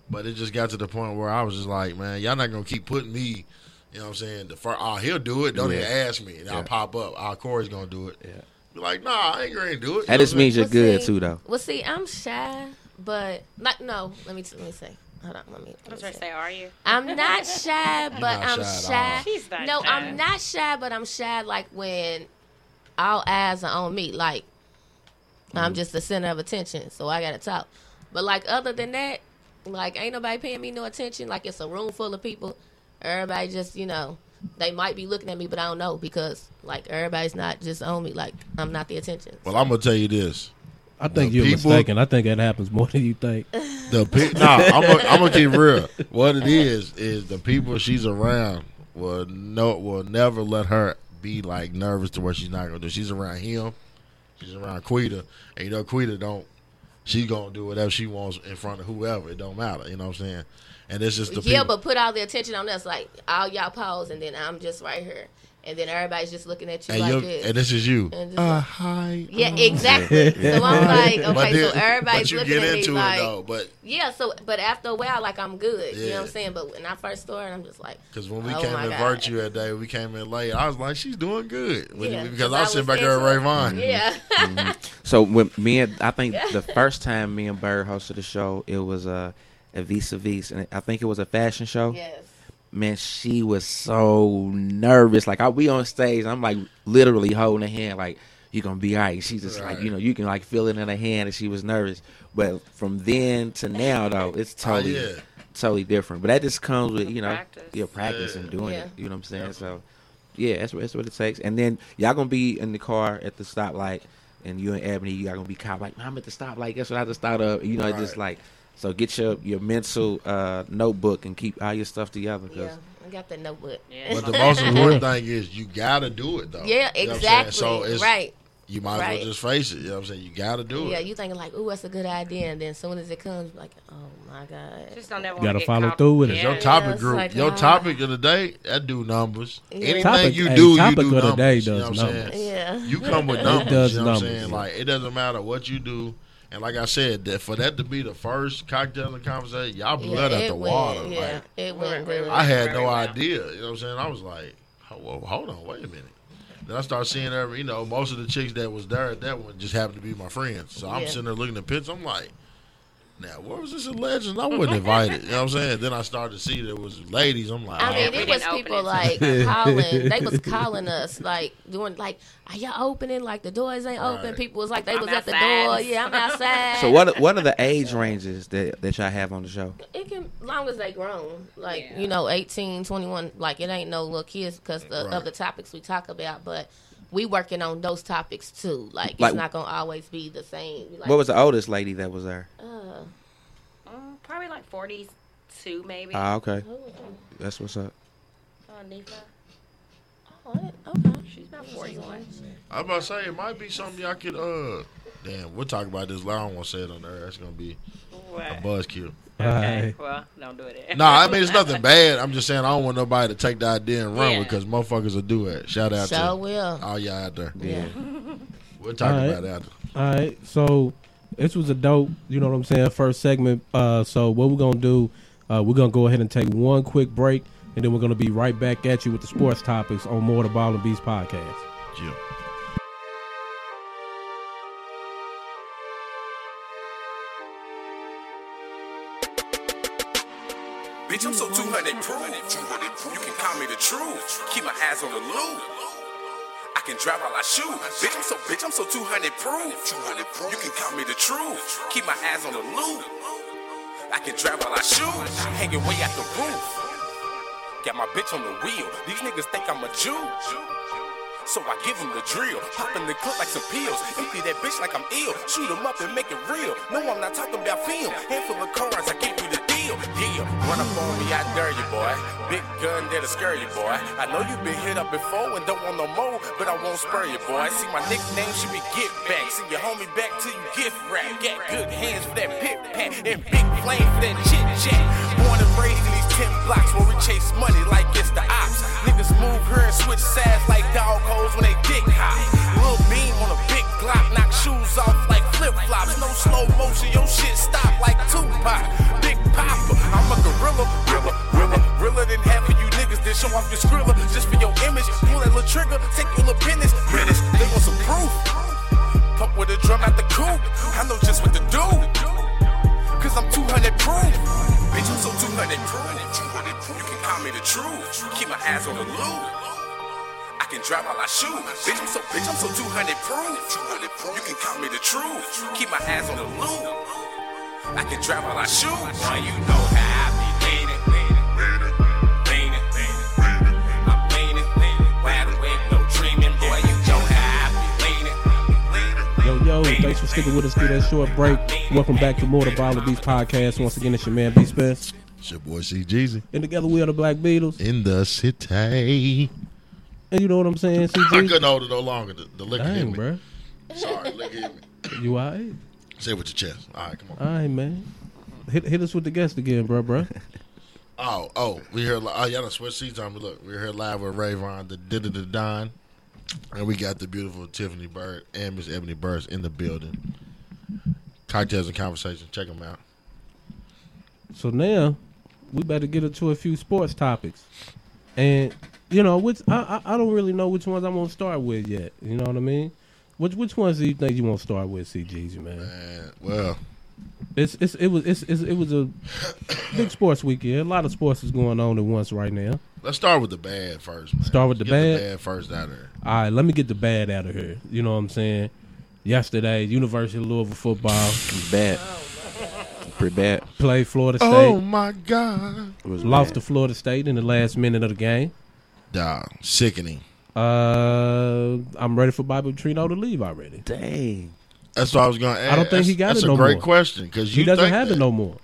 [SPEAKER 5] but it just got to the point where I was just like, man, y'all not gonna keep putting me. You know what I'm saying? The first, oh, he'll do it. Don't
[SPEAKER 7] Yeah.
[SPEAKER 5] even ask me. And I'll pop up. Oh, Corey's gonna do it.
[SPEAKER 7] Yeah.
[SPEAKER 5] Be like, nah, I ain't gonna do it.
[SPEAKER 7] that just means you're
[SPEAKER 8] Well,
[SPEAKER 7] good
[SPEAKER 8] see-
[SPEAKER 7] too, though.
[SPEAKER 8] Well, see, I'm shy, but like no. Let me let me say. Hold on. Let me.
[SPEAKER 12] I was trying
[SPEAKER 8] Let me
[SPEAKER 12] to
[SPEAKER 8] say.
[SPEAKER 12] say, are you?
[SPEAKER 8] I'm not shy, but
[SPEAKER 5] not
[SPEAKER 8] I'm
[SPEAKER 5] shy at all.
[SPEAKER 8] shy.
[SPEAKER 12] She's not
[SPEAKER 8] no,
[SPEAKER 12] shy.
[SPEAKER 8] I'm not shy, but I'm shy like when all eyes are on me. Like
[SPEAKER 5] Mm-hmm.
[SPEAKER 8] I'm just the center of attention, so I gotta talk. But like other than that, like ain't nobody paying me no attention. Like it's a room full of people. Everybody just you know they might be looking at me, but I don't know because like everybody's not just on me. Like I'm not the attention.
[SPEAKER 5] Well, I'm gonna tell you this.
[SPEAKER 4] I think
[SPEAKER 5] The
[SPEAKER 4] you're
[SPEAKER 5] people-
[SPEAKER 4] mistaken. I think that happens more than you think.
[SPEAKER 5] The pe- nah, I'm gonna I'm gonna keep real. What it is is the people she's around will no will never let her be like nervous to where she's not gonna do. She's around him, she's around Quita, and you know Quita don't. She's gonna do whatever she wants in front of whoever. It don't matter. You know what I'm saying? And it's just the
[SPEAKER 8] yeah,
[SPEAKER 5] people.
[SPEAKER 8] but put all the attention on us, like all y'all pause, and then I'm just right here, and then everybody's just looking at you
[SPEAKER 5] and,
[SPEAKER 8] like
[SPEAKER 5] you're-
[SPEAKER 8] this.
[SPEAKER 5] and this is you.
[SPEAKER 8] And just
[SPEAKER 5] Uh,
[SPEAKER 8] like-
[SPEAKER 5] hi.
[SPEAKER 8] yeah, exactly. So I'm like,
[SPEAKER 5] But
[SPEAKER 8] okay,
[SPEAKER 5] then-
[SPEAKER 8] so everybody's
[SPEAKER 5] but you
[SPEAKER 8] looking
[SPEAKER 5] get
[SPEAKER 8] at
[SPEAKER 5] into
[SPEAKER 8] me
[SPEAKER 5] it
[SPEAKER 8] like,
[SPEAKER 5] though, but
[SPEAKER 8] yeah. So, but after a while, like I'm good. You know
[SPEAKER 5] Yeah.
[SPEAKER 8] what I'm saying? But when I first started, I'm just like,
[SPEAKER 5] Because when we
[SPEAKER 8] Oh
[SPEAKER 5] came
[SPEAKER 8] my
[SPEAKER 5] in
[SPEAKER 8] God.
[SPEAKER 5] virtue that day, we came in late. I was like, she's doing good. When-
[SPEAKER 8] Yeah,
[SPEAKER 5] because I was sitting back
[SPEAKER 8] into
[SPEAKER 5] there with
[SPEAKER 8] it.
[SPEAKER 5] Rayvon.
[SPEAKER 8] Yeah,
[SPEAKER 7] So when me and I think the first time me and Bird hosted the show, it was uh, a vis a vis, and I think it was a fashion show.
[SPEAKER 8] yes.
[SPEAKER 7] Man, she was so nervous. Like I, we on stage, I'm like literally holding her hand, like you gonna be all right. She just like
[SPEAKER 5] Right.
[SPEAKER 7] you know you can like feel it in her hand, and she was nervous. But from then to now, though, it's totally
[SPEAKER 5] Oh, yeah.
[SPEAKER 7] totally different. But that just comes with you know
[SPEAKER 12] Practice.
[SPEAKER 7] your practice and doing
[SPEAKER 8] Yeah.
[SPEAKER 7] it. You know what I'm saying? So yeah, that's what that's what it takes. And then y'all gonna be in the car at the stoplight, and you and Ebony, y'all gonna be cop like, "Man, I'm at the stoplight. That's what I just thought of. You know, it's just
[SPEAKER 5] Right.
[SPEAKER 7] like So get your your mental uh, notebook and keep all your stuff together. 'cause-
[SPEAKER 8] Yeah, I got the notebook.
[SPEAKER 12] Yeah.
[SPEAKER 5] But the most important thing is you gotta do it though.
[SPEAKER 8] Yeah,
[SPEAKER 5] You know what I'm saying?
[SPEAKER 8] exactly.
[SPEAKER 5] So it's
[SPEAKER 8] right.
[SPEAKER 5] You might as
[SPEAKER 8] Right.
[SPEAKER 5] well just face it. You know what I'm saying? You gotta do
[SPEAKER 8] Yeah,
[SPEAKER 5] it.
[SPEAKER 8] you thinking like, ooh, that's a good idea, and then as soon as it comes, you're like, oh my god.
[SPEAKER 12] Just don't ever
[SPEAKER 4] Gotta
[SPEAKER 12] wanna get
[SPEAKER 4] follow
[SPEAKER 12] caught-
[SPEAKER 4] through with it.
[SPEAKER 12] Yeah.
[SPEAKER 5] Your topic
[SPEAKER 8] it's
[SPEAKER 5] group,
[SPEAKER 8] like,
[SPEAKER 5] your
[SPEAKER 8] ah.
[SPEAKER 5] topic of the day, that do numbers.
[SPEAKER 8] Yeah.
[SPEAKER 5] Anything
[SPEAKER 4] Topic-
[SPEAKER 5] you
[SPEAKER 4] hey,
[SPEAKER 5] do,
[SPEAKER 4] topic
[SPEAKER 5] you
[SPEAKER 4] of
[SPEAKER 5] do
[SPEAKER 4] the
[SPEAKER 5] numbers.
[SPEAKER 4] day
[SPEAKER 5] you know
[SPEAKER 4] does
[SPEAKER 5] what I'm saying?
[SPEAKER 8] Yeah.
[SPEAKER 5] You come with numbers.
[SPEAKER 4] It does
[SPEAKER 5] you know what I'm
[SPEAKER 4] numbers,
[SPEAKER 5] saying?
[SPEAKER 4] yeah.
[SPEAKER 5] Like it doesn't matter what you do. And like I said, that for that to be the first cocktail and conversation, y'all
[SPEAKER 8] Yeah,
[SPEAKER 5] blood out
[SPEAKER 8] it
[SPEAKER 5] the
[SPEAKER 8] went,
[SPEAKER 5] water.
[SPEAKER 8] Yeah,
[SPEAKER 5] Like,
[SPEAKER 8] it went
[SPEAKER 12] Right,
[SPEAKER 8] good.
[SPEAKER 12] right,
[SPEAKER 5] I had
[SPEAKER 12] Very
[SPEAKER 5] no
[SPEAKER 12] well.
[SPEAKER 5] idea. You know what I'm saying? I was like, oh, well, hold on, wait a minute. Then I started seeing every, you know, most of the chicks that was there at that one just happened to be my friends. So I'm
[SPEAKER 8] Yeah.
[SPEAKER 5] sitting there looking at pictures. I'm like, now where was this a legend? I wasn't invited. You know what I'm saying? Then I started to see there was ladies. I'm like,
[SPEAKER 8] I
[SPEAKER 5] oh,
[SPEAKER 8] mean,
[SPEAKER 12] we
[SPEAKER 8] it
[SPEAKER 12] didn't
[SPEAKER 8] was
[SPEAKER 12] open
[SPEAKER 8] people
[SPEAKER 12] it.
[SPEAKER 8] like calling. They was calling us, like doing like, "Are y'all opening? Like the doors ain't open."
[SPEAKER 5] Right.
[SPEAKER 8] People was like, "They
[SPEAKER 12] I'm
[SPEAKER 8] was at the
[SPEAKER 12] outside.
[SPEAKER 8] door." Yeah, I'm outside.
[SPEAKER 7] So what are- what are the age ranges that that y'all have on the show?
[SPEAKER 8] It can, long as they grown, like
[SPEAKER 12] Yeah.
[SPEAKER 8] you know, 18, 21, Like it ain't no little kids because the,
[SPEAKER 5] Right.
[SPEAKER 8] of the topics we talk about, but. We working on those topics too. Like it's
[SPEAKER 7] Like-
[SPEAKER 8] not gonna always be the same. Like,
[SPEAKER 7] What was the oldest lady that was there?
[SPEAKER 8] Uh,
[SPEAKER 12] Mm, probably like 42, maybe.
[SPEAKER 7] Ah, okay,
[SPEAKER 8] who was it?
[SPEAKER 7] that's what's up.
[SPEAKER 12] oh, Nifa.
[SPEAKER 8] What? Oh, Okay.
[SPEAKER 12] She's about 41.
[SPEAKER 5] I'm about to say it might be something y'all could. uh Damn, we'll talk about this. loud. I don't want to say it on there. That's gonna be a
[SPEAKER 12] What?
[SPEAKER 5] buzzkill.
[SPEAKER 12] Okay. Well, don't do it.
[SPEAKER 5] No, I mean it's nothing bad. I'm just saying I don't want nobody to take the idea and run
[SPEAKER 12] Yeah.
[SPEAKER 5] because motherfuckers will do it. Shout out
[SPEAKER 8] Sure
[SPEAKER 5] to
[SPEAKER 8] will.
[SPEAKER 5] all y'all out there.
[SPEAKER 7] Yeah.
[SPEAKER 5] We'll talk
[SPEAKER 4] All right.
[SPEAKER 5] about it after.
[SPEAKER 4] All right, so this was a dope, you know what I'm saying, first segment. Uh, so what we're gonna do, uh, we're gonna go ahead and take one quick break, and then we're gonna be right back at you with the sports topics on More the Ball and Beast podcast.
[SPEAKER 5] Yeah.
[SPEAKER 2] Bitch, I'm so 200 proof. You can call me the truth. Keep my eyes on the loop. I can drive while I shoot. Bitch, I'm so bitch, I'm so 200 proof. You can call me the truth. Keep my eyes on the loop. I can drive while I shoot. Hanging way out the roof. Got my bitch on the wheel. These niggas think I'm a Jew. So I give them the drill. Pop in the clip like some pills. Empty that bitch like I'm ill. Shoot 'em up and make it real. No, I'm not talking about film. Handful of cards, I gave you the deal. Yeah, run up on me, I dare you, boy. Big gun, that'll scare you, boy. I know you've been hit up before and don't want no more, but I won't spare you, boy. See, my nickname should be Get Back. See your homie back till you gift wrap. Got good hands for that pit pat and big flame for that chit chat. Born and raised in these 10 blocks where we chase money like it's the ops. Niggas move here and switch sides like dog holes when they dick hop. Lil Beam on a big Glock, knock shoes off like flip flops. No slow motion, your shit stop like Tupac. Big Papa, I'm a gorilla, gorilla, gorilla, realer than half of you niggas. Then show off your skrilla just for your image. Pull that little trigger, take your little business. Menace, they want some proof. Pump with a drum out the coop. I know just what to do. Cause I'm 200 proof. Bitch, I'm so 200 proof. You can call me the truth. Keep my eyes on the loop. I can drive while I shoot. Bitch, I'm so, bitch, I'm so 200 proof. You can call me the truth. Keep my eyes on the loop. I can drive while I shoot. Now you know how I be leaning. leaning, leaning, leaning. I'm leaning, wide awake, no dreaming. Boy, you know how I be leaning.
[SPEAKER 4] Yo, yo, thanks for sticking with us through that short break. Welcome back to More the Ball and Beast podcast. Once again, it's your man, Beast Spence.
[SPEAKER 5] It's your boy C Jeezy
[SPEAKER 4] And together we are the Black Beatles.
[SPEAKER 5] in the city.
[SPEAKER 4] And you know what I'm saying,
[SPEAKER 5] I
[SPEAKER 4] CG?
[SPEAKER 5] couldn't hold it no longer. The, the liquor hit
[SPEAKER 4] Dang,
[SPEAKER 5] me.
[SPEAKER 4] bro.
[SPEAKER 5] Sorry, liquor hit me.
[SPEAKER 4] You all right?
[SPEAKER 5] Say it with your chest. All right, come on.
[SPEAKER 4] All right, man. Hit, hit us with the guest again, bro, bro.
[SPEAKER 5] Oh, oh, we here. li- Oh, y'all done switched seats on me. Look, we're here live with Rayvon, the did the Don, and we got the beautiful Tiffany Bird and Miss Ebony Burris in the building. Cocktails and conversation. Check them out.
[SPEAKER 4] So now we better get into a few sports topics, and you know which I I, I don't really know which ones I'm gonna start with yet. You know what I mean? Which which ones do you think you want to start with, CGs, man?
[SPEAKER 5] And well,
[SPEAKER 4] It's it's it was it's, it's it was a big sports weekend. A lot of sports is going on at once right now.
[SPEAKER 5] let's start with the bad first. Man.
[SPEAKER 4] Start with the
[SPEAKER 5] Get
[SPEAKER 4] bad?
[SPEAKER 5] The bad first out of there.
[SPEAKER 4] All right, let me get the bad out of here. You know what I'm saying? Yesterday, University of Louisville football
[SPEAKER 7] It's bad. Pretty bad.
[SPEAKER 4] played Florida State,
[SPEAKER 5] Oh my God,
[SPEAKER 7] It was
[SPEAKER 4] lost to
[SPEAKER 7] bad.
[SPEAKER 4] Florida State in the last minute of the game.
[SPEAKER 5] dog, sickening.
[SPEAKER 4] Uh, I'm ready for Bobby Petrino to leave already.
[SPEAKER 7] Dang.
[SPEAKER 5] That's what I was gonna add.
[SPEAKER 4] don't think
[SPEAKER 5] that's,
[SPEAKER 4] he got
[SPEAKER 5] that's
[SPEAKER 4] it
[SPEAKER 5] a
[SPEAKER 4] no
[SPEAKER 5] great
[SPEAKER 4] more.
[SPEAKER 5] question because
[SPEAKER 4] He
[SPEAKER 5] you
[SPEAKER 4] doesn't
[SPEAKER 5] think
[SPEAKER 4] have
[SPEAKER 5] that.
[SPEAKER 4] it no more.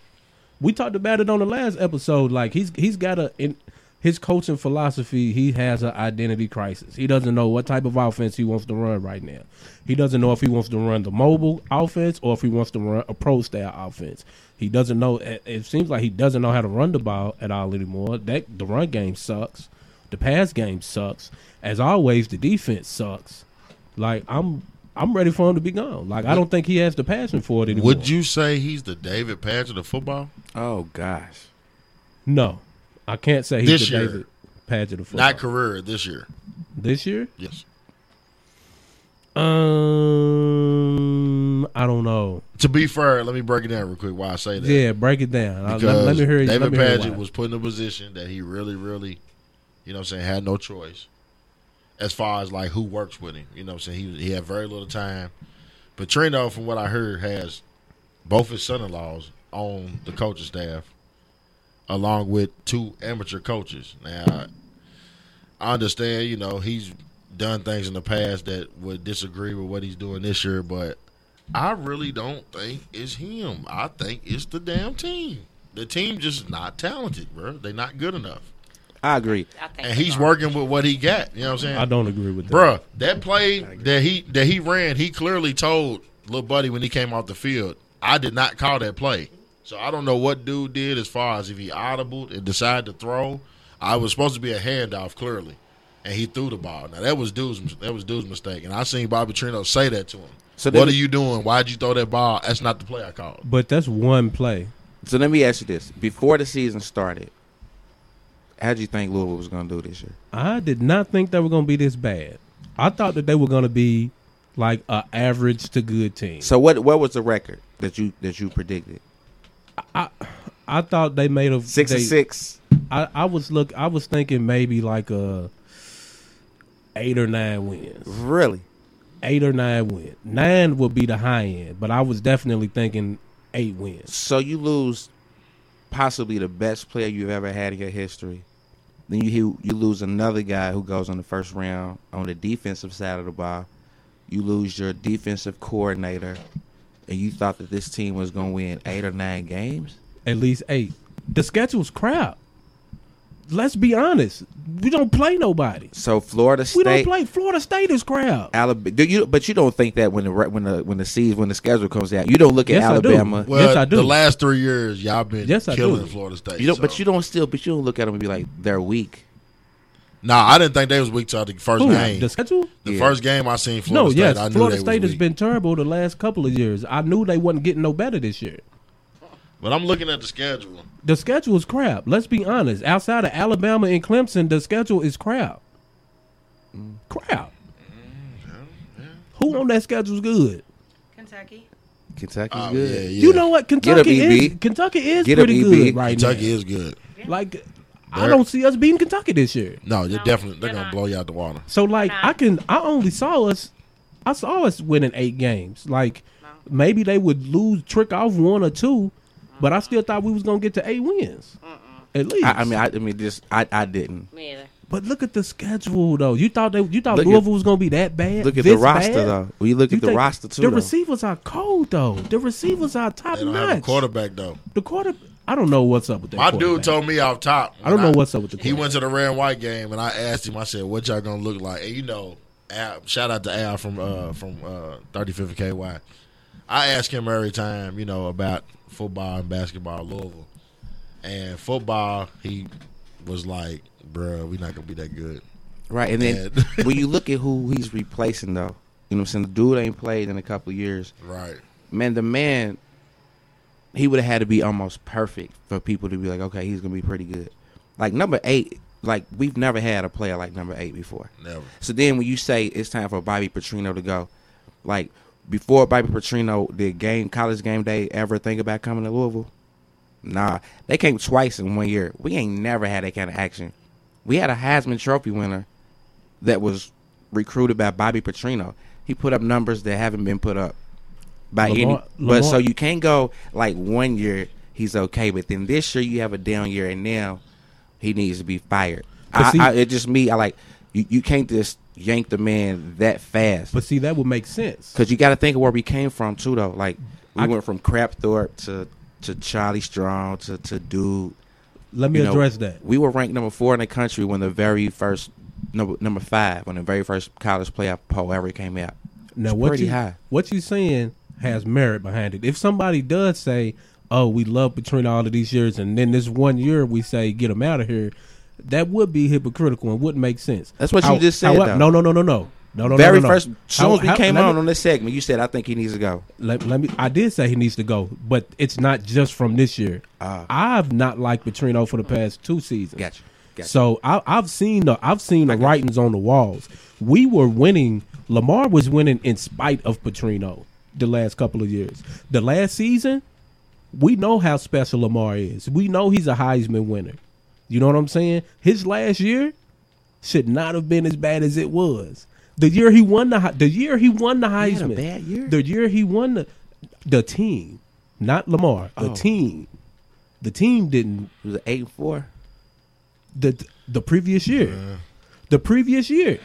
[SPEAKER 4] we talked about it on the last episode. Like he's he's got a in his coaching philosophy. He has an identity crisis. He doesn't know what type of offense he wants to run right now. He doesn't know if he wants to run the mobile offense or if he wants to run a pro style offense. He doesn't know. It it seems like he doesn't know how to run the ball at all anymore. That the run game sucks. The pass game sucks. As always, the defense sucks. Like I'm. I'm ready for him to be gone. Like I don't think he has the passion for it anymore.
[SPEAKER 5] Would you say he's the David Patrick of football?
[SPEAKER 7] Oh gosh.
[SPEAKER 4] No, I can't say he's
[SPEAKER 5] This
[SPEAKER 4] the
[SPEAKER 5] year.
[SPEAKER 4] David Paget of football.
[SPEAKER 5] Not career this year.
[SPEAKER 4] this year.
[SPEAKER 5] Yes.
[SPEAKER 4] Um, I don't know.
[SPEAKER 5] To be fair, let me break it down real quick why I say that.
[SPEAKER 4] Yeah, break it down. I-
[SPEAKER 5] Because
[SPEAKER 4] Let, let me hear.
[SPEAKER 5] David
[SPEAKER 4] let me hear
[SPEAKER 5] Paget
[SPEAKER 4] why.
[SPEAKER 5] was put in a position that he really, really, you know what I'm saying, had no choice as far as like who works with him. You know what I'm saying? He, he had very little time. But Trino, from what I heard, has both his son in laws on the coaching staff, along with two amateur coaches. Now, I understand, you know, he's done things in the past that would disagree with what he's doing this year, but I really don't think it's him. I think it's the damn team. The team just not talented, bro. They not good enough.
[SPEAKER 7] I agree.
[SPEAKER 12] I think
[SPEAKER 5] And
[SPEAKER 12] they
[SPEAKER 5] he's
[SPEAKER 12] are.
[SPEAKER 5] working with what he got. You know what I'm saying?
[SPEAKER 4] I don't agree with that.
[SPEAKER 5] Bruh, that play that he that he ran, he clearly told little buddy when he came off the field, I did not call that play. So I don't know what dude did as far as if he audibled and decided to throw. I was supposed to be a handoff clearly, and he threw the ball. Now that was dude's that was dude's mistake, and I seen Bobby Trino say that to him.
[SPEAKER 7] So
[SPEAKER 5] what
[SPEAKER 7] they-
[SPEAKER 5] are you doing? Why'd you throw that ball? That's not the play I called.
[SPEAKER 4] But that's one play.
[SPEAKER 7] So let me ask you this: Before the season started, how do you think Louisville was going to do this year?
[SPEAKER 4] I did not think they were going to be this bad. I thought that they were going to be like a average to good team.
[SPEAKER 7] So what what was the record that you that you predicted?
[SPEAKER 4] I thought they made a
[SPEAKER 7] Six
[SPEAKER 4] they,
[SPEAKER 7] and six.
[SPEAKER 4] I, I was look. I was thinking maybe like a eight or nine wins.
[SPEAKER 7] Really?
[SPEAKER 4] eight or nine win. Nine would be the high end, but I was definitely thinking eight wins.
[SPEAKER 7] So you lose possibly the best player you've ever had in your history. Then you you lose another guy who goes on the first round on the defensive side of the ball. You lose your defensive coordinator, and you thought that this team was going to win eight or nine games.
[SPEAKER 4] At least eight. The schedule's crap. Let's be honest. We don't play nobody.
[SPEAKER 7] So Florida
[SPEAKER 4] We
[SPEAKER 7] State,
[SPEAKER 4] don't play. Florida State is crap.
[SPEAKER 7] Alabama. Do you, but you don't think that when the re- when the when the season when the schedule comes out, you don't look at
[SPEAKER 4] Yes, I do.
[SPEAKER 7] Alabama.
[SPEAKER 5] Well,
[SPEAKER 4] Yes, I do.
[SPEAKER 5] the last three years y'all been
[SPEAKER 4] Yes, I
[SPEAKER 5] killing
[SPEAKER 4] do.
[SPEAKER 5] Florida State.
[SPEAKER 7] You don't,
[SPEAKER 5] so-
[SPEAKER 7] but you don't still, but you don't look at them and be like they're weak.
[SPEAKER 5] Nah, I didn't think they was weak till the first
[SPEAKER 4] Who?
[SPEAKER 5] game.
[SPEAKER 4] The schedule?
[SPEAKER 5] the
[SPEAKER 7] Yeah.
[SPEAKER 5] first game I seen Florida
[SPEAKER 4] no,
[SPEAKER 5] State,
[SPEAKER 4] yes.
[SPEAKER 5] I knew
[SPEAKER 4] Florida
[SPEAKER 5] they was
[SPEAKER 4] State has
[SPEAKER 5] weak.
[SPEAKER 4] been terrible the last couple of years. I knew they wasn't getting no better this year.
[SPEAKER 5] But I'm looking at the schedule.
[SPEAKER 4] The schedule is crap. Let's be honest. Outside of Alabama and Clemson, the schedule is crap.
[SPEAKER 5] Mm.
[SPEAKER 4] Crap. Who on that schedule's good?
[SPEAKER 12] Kentucky.
[SPEAKER 7] Kentucky's
[SPEAKER 5] Oh,
[SPEAKER 7] good.
[SPEAKER 5] yeah, yeah.
[SPEAKER 4] You know what?
[SPEAKER 7] Get 'em,
[SPEAKER 4] Kentucky is
[SPEAKER 7] EB.
[SPEAKER 4] Kentucky is
[SPEAKER 7] Get E 'em,
[SPEAKER 4] pretty
[SPEAKER 7] EB.
[SPEAKER 4] good right
[SPEAKER 5] Kentucky is good.
[SPEAKER 4] now. Like I
[SPEAKER 5] They're-
[SPEAKER 4] don't see us beating Kentucky this year.
[SPEAKER 5] No, they're
[SPEAKER 12] No,
[SPEAKER 5] definitely they're
[SPEAKER 12] they're
[SPEAKER 5] gonna
[SPEAKER 12] not.
[SPEAKER 5] blow you out the water.
[SPEAKER 4] So like
[SPEAKER 12] Nah.
[SPEAKER 4] I can I only saw us I saw us winning eight games. Like maybe they would lose trick off one or two, but I still thought we was gonna get to eight wins. At least.
[SPEAKER 7] I, I mean, I, I mean, just I, I didn't
[SPEAKER 12] Me either.
[SPEAKER 4] but look at the schedule though. You thought they you thought
[SPEAKER 7] Look at-
[SPEAKER 4] Louisville was gonna be that bad.
[SPEAKER 7] look at
[SPEAKER 4] this
[SPEAKER 7] the roster
[SPEAKER 4] bad?
[SPEAKER 7] though. We look
[SPEAKER 4] You
[SPEAKER 7] at the
[SPEAKER 4] think-
[SPEAKER 7] roster too.
[SPEAKER 4] The
[SPEAKER 7] though.
[SPEAKER 4] receivers are cold though. The receivers are top
[SPEAKER 5] They don't have a
[SPEAKER 4] notch.
[SPEAKER 5] quarterback though.
[SPEAKER 4] the quarter I don't know what's up with that.
[SPEAKER 5] My dude
[SPEAKER 4] quarterback.
[SPEAKER 5] told me off top.
[SPEAKER 4] I don't
[SPEAKER 5] when
[SPEAKER 4] know what's up with the
[SPEAKER 5] He went to the red and white game, and I asked him. I said, "What y'all gonna look like?" And you know, Al, shout out to Al from uh, from uh, 35th KY. I ask him every time, you know, about football and basketball, at Louisville, and football. He was like, "Bruh, we not gonna be that good."
[SPEAKER 7] right? And then
[SPEAKER 5] Yeah.
[SPEAKER 7] when you look at who he's replacing though, you know what I'm saying? The dude ain't played in a couple of years.
[SPEAKER 5] Right.
[SPEAKER 7] Man, the man, he would have had to be almost perfect for people to be like, okay, he's gonna be pretty good. Like number eight, like we've never had a player like number eight before.
[SPEAKER 5] Never.
[SPEAKER 7] So then when you say it's time for Bobby Petrino to go, like before Bobby Petrino did game college game day ever think about coming to Louisville? Nah. They came twice in one year. We ain't never had that kind of action. We had a Heisman Trophy winner that was recruited by Bobby Petrino. He put up numbers that haven't been put up by
[SPEAKER 4] Lamar-
[SPEAKER 7] any
[SPEAKER 4] Lamar-
[SPEAKER 7] but so you can't go like one year he's okay, but then this year you have a down year and now he needs to be fired.
[SPEAKER 4] But
[SPEAKER 7] I,
[SPEAKER 4] see-
[SPEAKER 7] I, it just me. I like you. You can't just yank the man that fast
[SPEAKER 4] But see that would make sense.
[SPEAKER 7] because you got to think of where we came from too. Though, like we went from Crapthorpe to to Charlie Strong to to Dude.
[SPEAKER 4] Let me
[SPEAKER 7] you know,
[SPEAKER 4] address that.
[SPEAKER 7] We were ranked number four in the country when the very first number number five when the very first college playoff poll ever came out.
[SPEAKER 4] Now
[SPEAKER 7] It's
[SPEAKER 4] what
[SPEAKER 7] pretty
[SPEAKER 4] you
[SPEAKER 7] high.
[SPEAKER 4] what you saying has merit behind it. If somebody does say, "Oh, we love between all of these years," and then this one year we say, "Get them out of here," that would be hypocritical and wouldn't make sense.
[SPEAKER 7] That's what you just said,
[SPEAKER 4] howew-
[SPEAKER 7] though.
[SPEAKER 4] no, no, no, no, no, Oh, no, no.
[SPEAKER 7] very
[SPEAKER 4] no, no, no.
[SPEAKER 7] first, soon as we
[SPEAKER 4] How- how-
[SPEAKER 7] came
[SPEAKER 4] let
[SPEAKER 7] on
[SPEAKER 4] me-
[SPEAKER 7] on this segment, you said I think he needs to go.
[SPEAKER 4] let, let me. I did say he needs to go, but it's not just from this year.
[SPEAKER 7] Ah.
[SPEAKER 4] I've not liked Petrino for the past two seasons.
[SPEAKER 7] Gotcha. Gotcha.
[SPEAKER 4] So I, I've seen the I've seen the writings on the walls. We were winning. Lamar was winning in spite of Petrino the last couple of years. The last season, we know how special Lamar is. We know he's a Heisman winner. You know what I'm saying? His last year should not have been as bad as it was. The year he won the Hei- the year he won the
[SPEAKER 7] He had a
[SPEAKER 4] Heisman,
[SPEAKER 7] bad year?
[SPEAKER 4] the year he won the the team, not Lamar, the
[SPEAKER 7] Oh.
[SPEAKER 4] team, the team didn't
[SPEAKER 7] It was an eight and four.
[SPEAKER 4] the the previous year, the previous year,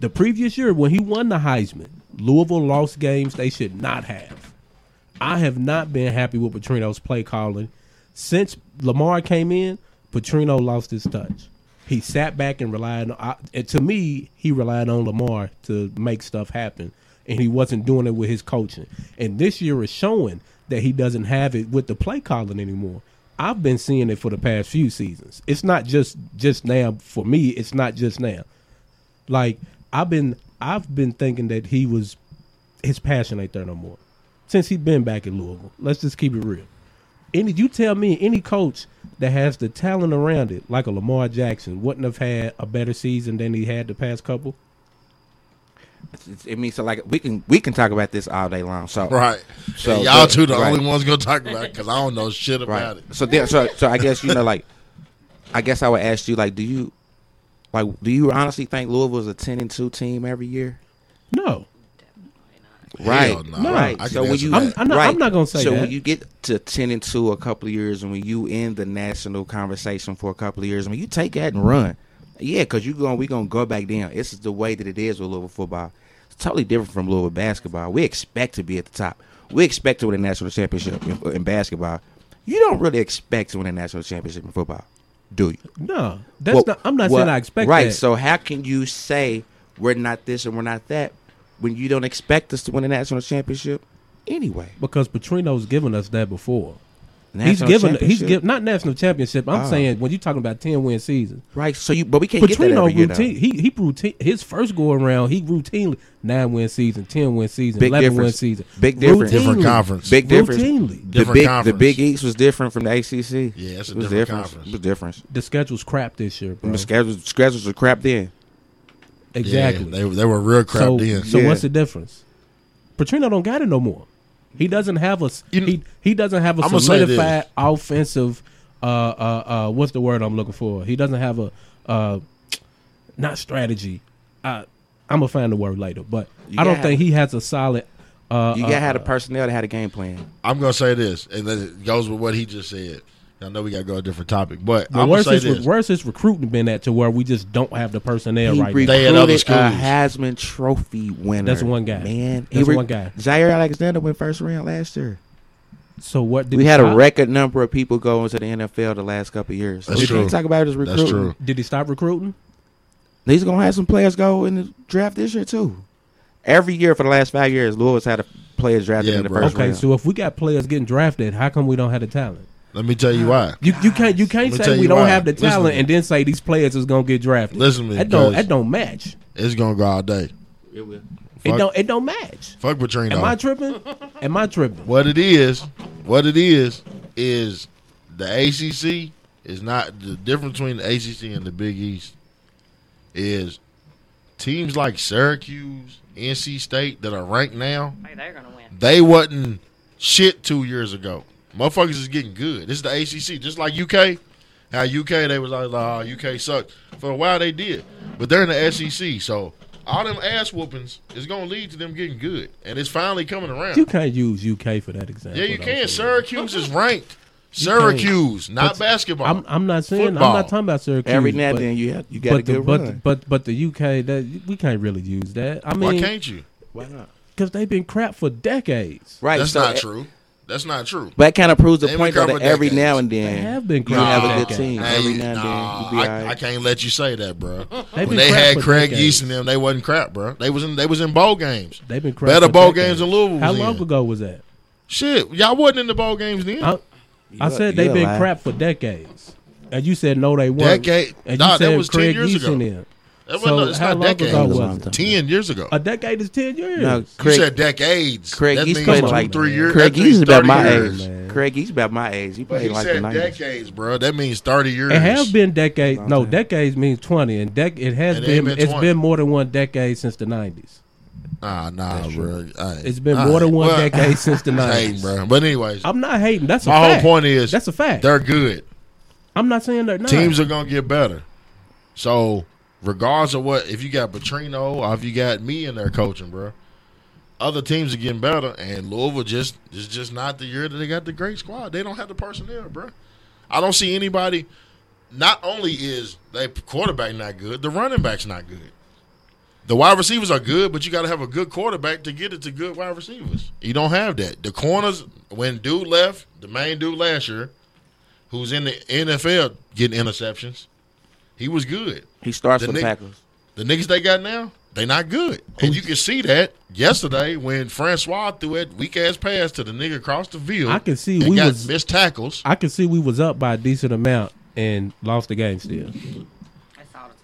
[SPEAKER 4] the previous year when he won the Heisman, Louisville lost games they should not have. I have not been happy with Petrino's play calling since Lamar came in. Petrino lost his touch. He sat back and relied on. I, and to me, he relied on Lamar to make stuff happen, and he wasn't doing it with his coaching. And this year is showing that he doesn't have it with the play calling anymore. I've been seeing it for the past few seasons. It's not just just now for me. It's not just now. Like I've been I've been thinking that he was his passion ain't there no more since he been back in Louisville. Let's just keep it real. Any you tell me any coach that has the talent around it, like a Lamar Jackson, wouldn't have had a better season than he had the past couple.
[SPEAKER 7] It's- it's- It means so like we can we can talk about this all day long. So
[SPEAKER 5] Right.
[SPEAKER 7] So
[SPEAKER 5] So y'all
[SPEAKER 7] the-
[SPEAKER 5] two the
[SPEAKER 7] right.
[SPEAKER 5] only ones gonna talk about it because I don't know shit about
[SPEAKER 7] right.
[SPEAKER 5] it.
[SPEAKER 7] So then, so so I guess you know, like, I guess I would ask you, like, do you, like, do you honestly think Louisville's a ten and two team every year?
[SPEAKER 4] No,
[SPEAKER 7] Right,
[SPEAKER 5] Hell no.
[SPEAKER 7] right.
[SPEAKER 5] I can
[SPEAKER 7] so when
[SPEAKER 5] answer
[SPEAKER 7] you,
[SPEAKER 5] that. I'm-
[SPEAKER 4] I'm not-
[SPEAKER 7] right.
[SPEAKER 4] I'm not gonna say
[SPEAKER 7] So
[SPEAKER 4] that.
[SPEAKER 7] when you get to ten and two a couple of years, and when you in the national conversation for a couple of years, I mean, you take that and run. Yeah, because you going we gonna go back down. This is the way that it is with Louisville football. It's totally different from Louisville basketball. We expect to be at the top. We expect to win a national championship in, in basketball. You don't really expect to win a national championship in football, do you?
[SPEAKER 4] no, that's
[SPEAKER 7] Well,
[SPEAKER 4] not. I'm not
[SPEAKER 7] well,
[SPEAKER 4] saying I expect
[SPEAKER 7] Right.
[SPEAKER 4] that.
[SPEAKER 7] So how can you say we're not this and we're not that when you don't expect us to win a national championship anyway?
[SPEAKER 4] because Petrino's given us that before.
[SPEAKER 7] National
[SPEAKER 4] he's given. He's
[SPEAKER 7] championship?
[SPEAKER 4] given not national championship. I'm
[SPEAKER 7] Ah.
[SPEAKER 4] saying when you're talking about ten win season.
[SPEAKER 7] right. So you, but we can't get that
[SPEAKER 4] Petrino
[SPEAKER 7] every year,
[SPEAKER 4] routine.
[SPEAKER 7] though.
[SPEAKER 4] He he routine. His first go around, he routinely nine win season, ten win season,
[SPEAKER 7] Big
[SPEAKER 4] eleven win
[SPEAKER 7] difference.
[SPEAKER 4] season.
[SPEAKER 7] Big difference.
[SPEAKER 5] Different
[SPEAKER 4] Routinely.
[SPEAKER 5] conference.
[SPEAKER 7] Big difference.
[SPEAKER 4] Routinely.
[SPEAKER 7] The
[SPEAKER 5] Different
[SPEAKER 7] big, the
[SPEAKER 5] conference.
[SPEAKER 7] Big East was different from the ACC.
[SPEAKER 5] Yeah, it's a
[SPEAKER 7] It was
[SPEAKER 5] different
[SPEAKER 7] different.
[SPEAKER 5] conference.
[SPEAKER 7] It was different.
[SPEAKER 4] The schedule's crap this year, bro.
[SPEAKER 7] The schedules, schedules were crap then.
[SPEAKER 4] exactly.
[SPEAKER 5] Yeah, they they were real crap
[SPEAKER 4] so
[SPEAKER 5] then.
[SPEAKER 4] so
[SPEAKER 7] Yeah.
[SPEAKER 4] what's the difference? Petrino don't got it no more. He doesn't have a s-
[SPEAKER 5] You kn-
[SPEAKER 4] he he doesn't have a
[SPEAKER 5] I'ma say this.
[SPEAKER 4] solidified offensive. Uh, uh, uh, what's the word I'm looking for? He doesn't have a uh, not strategy. I I'm gonna find the word later, but
[SPEAKER 7] You
[SPEAKER 4] I don't
[SPEAKER 7] gotta
[SPEAKER 4] think
[SPEAKER 7] have-
[SPEAKER 4] he has a solid. Uh,
[SPEAKER 7] You
[SPEAKER 4] uh,
[SPEAKER 7] got had
[SPEAKER 4] uh,
[SPEAKER 7] a
[SPEAKER 5] Uh-huh.
[SPEAKER 7] personnel that had a game plan.
[SPEAKER 5] I'm gonna say this, and then it goes with what he just said. I know we gotta go a different topic, but
[SPEAKER 4] The
[SPEAKER 5] I'm gonna
[SPEAKER 4] worst
[SPEAKER 5] say
[SPEAKER 4] is,
[SPEAKER 5] this.
[SPEAKER 4] worst is recruiting been at to where we just don't have the personnel
[SPEAKER 7] He
[SPEAKER 4] right now.
[SPEAKER 5] They
[SPEAKER 7] recruited
[SPEAKER 5] at other
[SPEAKER 7] a
[SPEAKER 5] schools.
[SPEAKER 7] Heisman Trophy winner.
[SPEAKER 4] That's one guy.
[SPEAKER 7] Man,
[SPEAKER 4] That's one guy.
[SPEAKER 7] Jair Alexander went first round last year.
[SPEAKER 4] So what did
[SPEAKER 7] We
[SPEAKER 4] he
[SPEAKER 7] had a
[SPEAKER 4] stop?
[SPEAKER 7] record number of people going to the NFL the last couple of years.
[SPEAKER 5] That's
[SPEAKER 7] we can't
[SPEAKER 5] true.
[SPEAKER 7] talk about his recruiting.
[SPEAKER 5] That's true.
[SPEAKER 4] Did he stop recruiting?
[SPEAKER 7] He's gonna have some players go in the draft this year too. Every year for the last five years, Louis had a player drafted
[SPEAKER 5] Yeah,
[SPEAKER 7] in the
[SPEAKER 5] bro.
[SPEAKER 7] first
[SPEAKER 4] Okay,
[SPEAKER 7] round.
[SPEAKER 4] so if we got players getting drafted, how come we don't have the talent?
[SPEAKER 5] Let me tell you why.
[SPEAKER 4] You, you can't you can't
[SPEAKER 5] Let me
[SPEAKER 4] say
[SPEAKER 5] tell
[SPEAKER 4] we
[SPEAKER 5] you
[SPEAKER 4] don't
[SPEAKER 5] why.
[SPEAKER 4] have the
[SPEAKER 5] Listen to
[SPEAKER 4] talent
[SPEAKER 5] me.
[SPEAKER 4] and then say these players is gonna get drafted.
[SPEAKER 5] Listen to me,
[SPEAKER 4] that don't
[SPEAKER 5] because-
[SPEAKER 4] that don't match.
[SPEAKER 5] It's gonna go all day.
[SPEAKER 4] It
[SPEAKER 5] Fuck.
[SPEAKER 4] don't it don't match.
[SPEAKER 5] Fuck Petrino.
[SPEAKER 4] Am I tripping? Am I tripping?
[SPEAKER 5] what it is, what it is, is the ACC is not the difference between the ACC and the Big East is teams like Syracuse, NC State that are ranked now.
[SPEAKER 12] Hey, they're gonna win.
[SPEAKER 5] They wasn't shit two years ago. Motherfuckers is getting good. This is the ACC, just like UK. How UK they was like, oh, UK sucked for a while. They did, but they're in the SEC, so all them ass whoopings is gonna lead to them getting good, and it's finally coming around.
[SPEAKER 4] You can't use UK for that example.
[SPEAKER 5] Yeah, you
[SPEAKER 4] though,
[SPEAKER 5] can.
[SPEAKER 4] so-
[SPEAKER 5] Syracuse is ranked. Syracuse, not basketball.
[SPEAKER 4] I'm I'm not saying I'm
[SPEAKER 5] Football.
[SPEAKER 4] not talking about Syracuse.
[SPEAKER 7] Every now and
[SPEAKER 4] but-
[SPEAKER 7] then you have, you got a
[SPEAKER 4] But
[SPEAKER 7] good
[SPEAKER 4] the, but,
[SPEAKER 7] run.
[SPEAKER 4] but but the UK that we can't really use that. I
[SPEAKER 5] Why
[SPEAKER 4] mean,
[SPEAKER 5] can't you?
[SPEAKER 7] Why not?
[SPEAKER 4] because they've been crap for decades.
[SPEAKER 7] Right.
[SPEAKER 5] That's
[SPEAKER 7] so
[SPEAKER 5] not
[SPEAKER 7] e-
[SPEAKER 5] true. That's not true.
[SPEAKER 7] But that kind of proves the
[SPEAKER 5] They
[SPEAKER 7] point though,
[SPEAKER 5] recovered
[SPEAKER 7] that every
[SPEAKER 5] decades.
[SPEAKER 7] now and then
[SPEAKER 4] They have been
[SPEAKER 7] you
[SPEAKER 4] crap
[SPEAKER 7] have
[SPEAKER 4] for
[SPEAKER 7] a good
[SPEAKER 4] decades.
[SPEAKER 7] team.
[SPEAKER 5] Hey,
[SPEAKER 7] every now and
[SPEAKER 5] nah,
[SPEAKER 7] then you be
[SPEAKER 5] I,
[SPEAKER 7] all
[SPEAKER 5] I
[SPEAKER 7] right.
[SPEAKER 5] can't let you say that, bro.
[SPEAKER 4] They've
[SPEAKER 5] when
[SPEAKER 4] been
[SPEAKER 5] they
[SPEAKER 4] crap
[SPEAKER 5] had
[SPEAKER 4] for
[SPEAKER 5] Craig
[SPEAKER 4] decades.
[SPEAKER 5] Yeast and them, they wasn't crap, bro. They was in they was in bowl games.
[SPEAKER 4] They've been crap
[SPEAKER 5] better
[SPEAKER 4] for
[SPEAKER 5] bowl
[SPEAKER 4] decades.
[SPEAKER 5] games than Louisville.
[SPEAKER 4] How
[SPEAKER 5] was
[SPEAKER 4] long
[SPEAKER 5] in.
[SPEAKER 4] ago was that?
[SPEAKER 5] Shit, y'all wasn't in the bowl games then.
[SPEAKER 4] I, I
[SPEAKER 7] You a-
[SPEAKER 4] said
[SPEAKER 7] you
[SPEAKER 4] they've
[SPEAKER 7] a
[SPEAKER 4] been
[SPEAKER 7] liar.
[SPEAKER 4] crap for decades, and you said no, they weren't.
[SPEAKER 5] Decade-
[SPEAKER 4] and you
[SPEAKER 5] nah, that
[SPEAKER 4] said
[SPEAKER 5] was 10
[SPEAKER 4] Craig
[SPEAKER 5] years
[SPEAKER 4] Yeast
[SPEAKER 5] ago.
[SPEAKER 4] in there.
[SPEAKER 5] That wasn't-
[SPEAKER 4] So
[SPEAKER 5] it's
[SPEAKER 4] how
[SPEAKER 5] not
[SPEAKER 4] long
[SPEAKER 5] decades.
[SPEAKER 4] ago
[SPEAKER 7] That was a
[SPEAKER 4] was
[SPEAKER 7] long
[SPEAKER 4] it? Uh,
[SPEAKER 7] time.
[SPEAKER 5] Ten years ago.
[SPEAKER 4] A decade is ten years.
[SPEAKER 7] No,
[SPEAKER 5] you
[SPEAKER 7] Craig-
[SPEAKER 5] said decades.
[SPEAKER 7] Craig
[SPEAKER 5] that
[SPEAKER 7] Yeast
[SPEAKER 5] means
[SPEAKER 7] played
[SPEAKER 5] two,
[SPEAKER 7] like-
[SPEAKER 5] three years.
[SPEAKER 7] Craig
[SPEAKER 5] that means
[SPEAKER 7] Yeast about
[SPEAKER 5] 30
[SPEAKER 7] my
[SPEAKER 5] years.
[SPEAKER 7] age. Craig Yeast about my age. He
[SPEAKER 5] But
[SPEAKER 7] played
[SPEAKER 5] he
[SPEAKER 7] like the
[SPEAKER 5] said
[SPEAKER 7] nineties.
[SPEAKER 5] decades, bro. That means thirty years.
[SPEAKER 4] It have been decades. No,
[SPEAKER 7] time.
[SPEAKER 4] decades means twenty, and dec- it has
[SPEAKER 5] It ain't
[SPEAKER 4] been.
[SPEAKER 5] been
[SPEAKER 4] It's
[SPEAKER 5] 20.
[SPEAKER 4] been more than one decade since the nineties.
[SPEAKER 5] Nah, nah, bro. I ain't-
[SPEAKER 4] It's been
[SPEAKER 5] I
[SPEAKER 4] more
[SPEAKER 5] ain't-
[SPEAKER 4] than one
[SPEAKER 5] well,
[SPEAKER 4] decade since the
[SPEAKER 5] I ain't,
[SPEAKER 4] nineties.
[SPEAKER 5] bro. But anyways,
[SPEAKER 4] I'm not hating. That's a
[SPEAKER 5] my whole
[SPEAKER 4] fact.
[SPEAKER 5] point is
[SPEAKER 4] that's a fact.
[SPEAKER 5] They're good.
[SPEAKER 4] I'm not saying they're not.
[SPEAKER 5] Teams are gonna get better. So regardless of what, if you got Petrino or if you got me in there coaching, bro, other teams are getting better, and Louisville just is just not the year that they got the great squad. They don't have the personnel, bro. I don't see anybody. Not only is they quarterback not good, the running back's not good. The wide receivers are good, but you got to have a good quarterback to get it to good wide receivers. You don't have that. The corners, when dude left, the main dude last year, who's in the NFL getting interceptions, he was good.
[SPEAKER 7] He starts
[SPEAKER 5] The
[SPEAKER 7] with
[SPEAKER 5] Nick-
[SPEAKER 7] tackles.
[SPEAKER 5] The niggas they got now, they not good. And you can see that yesterday when Francois threw that weak ass pass to the nigga across the field.
[SPEAKER 4] I can see
[SPEAKER 5] and
[SPEAKER 4] we
[SPEAKER 5] got
[SPEAKER 4] was-
[SPEAKER 5] missed tackles.
[SPEAKER 4] I could see we was up by a decent amount and lost the game still.
[SPEAKER 12] That's all the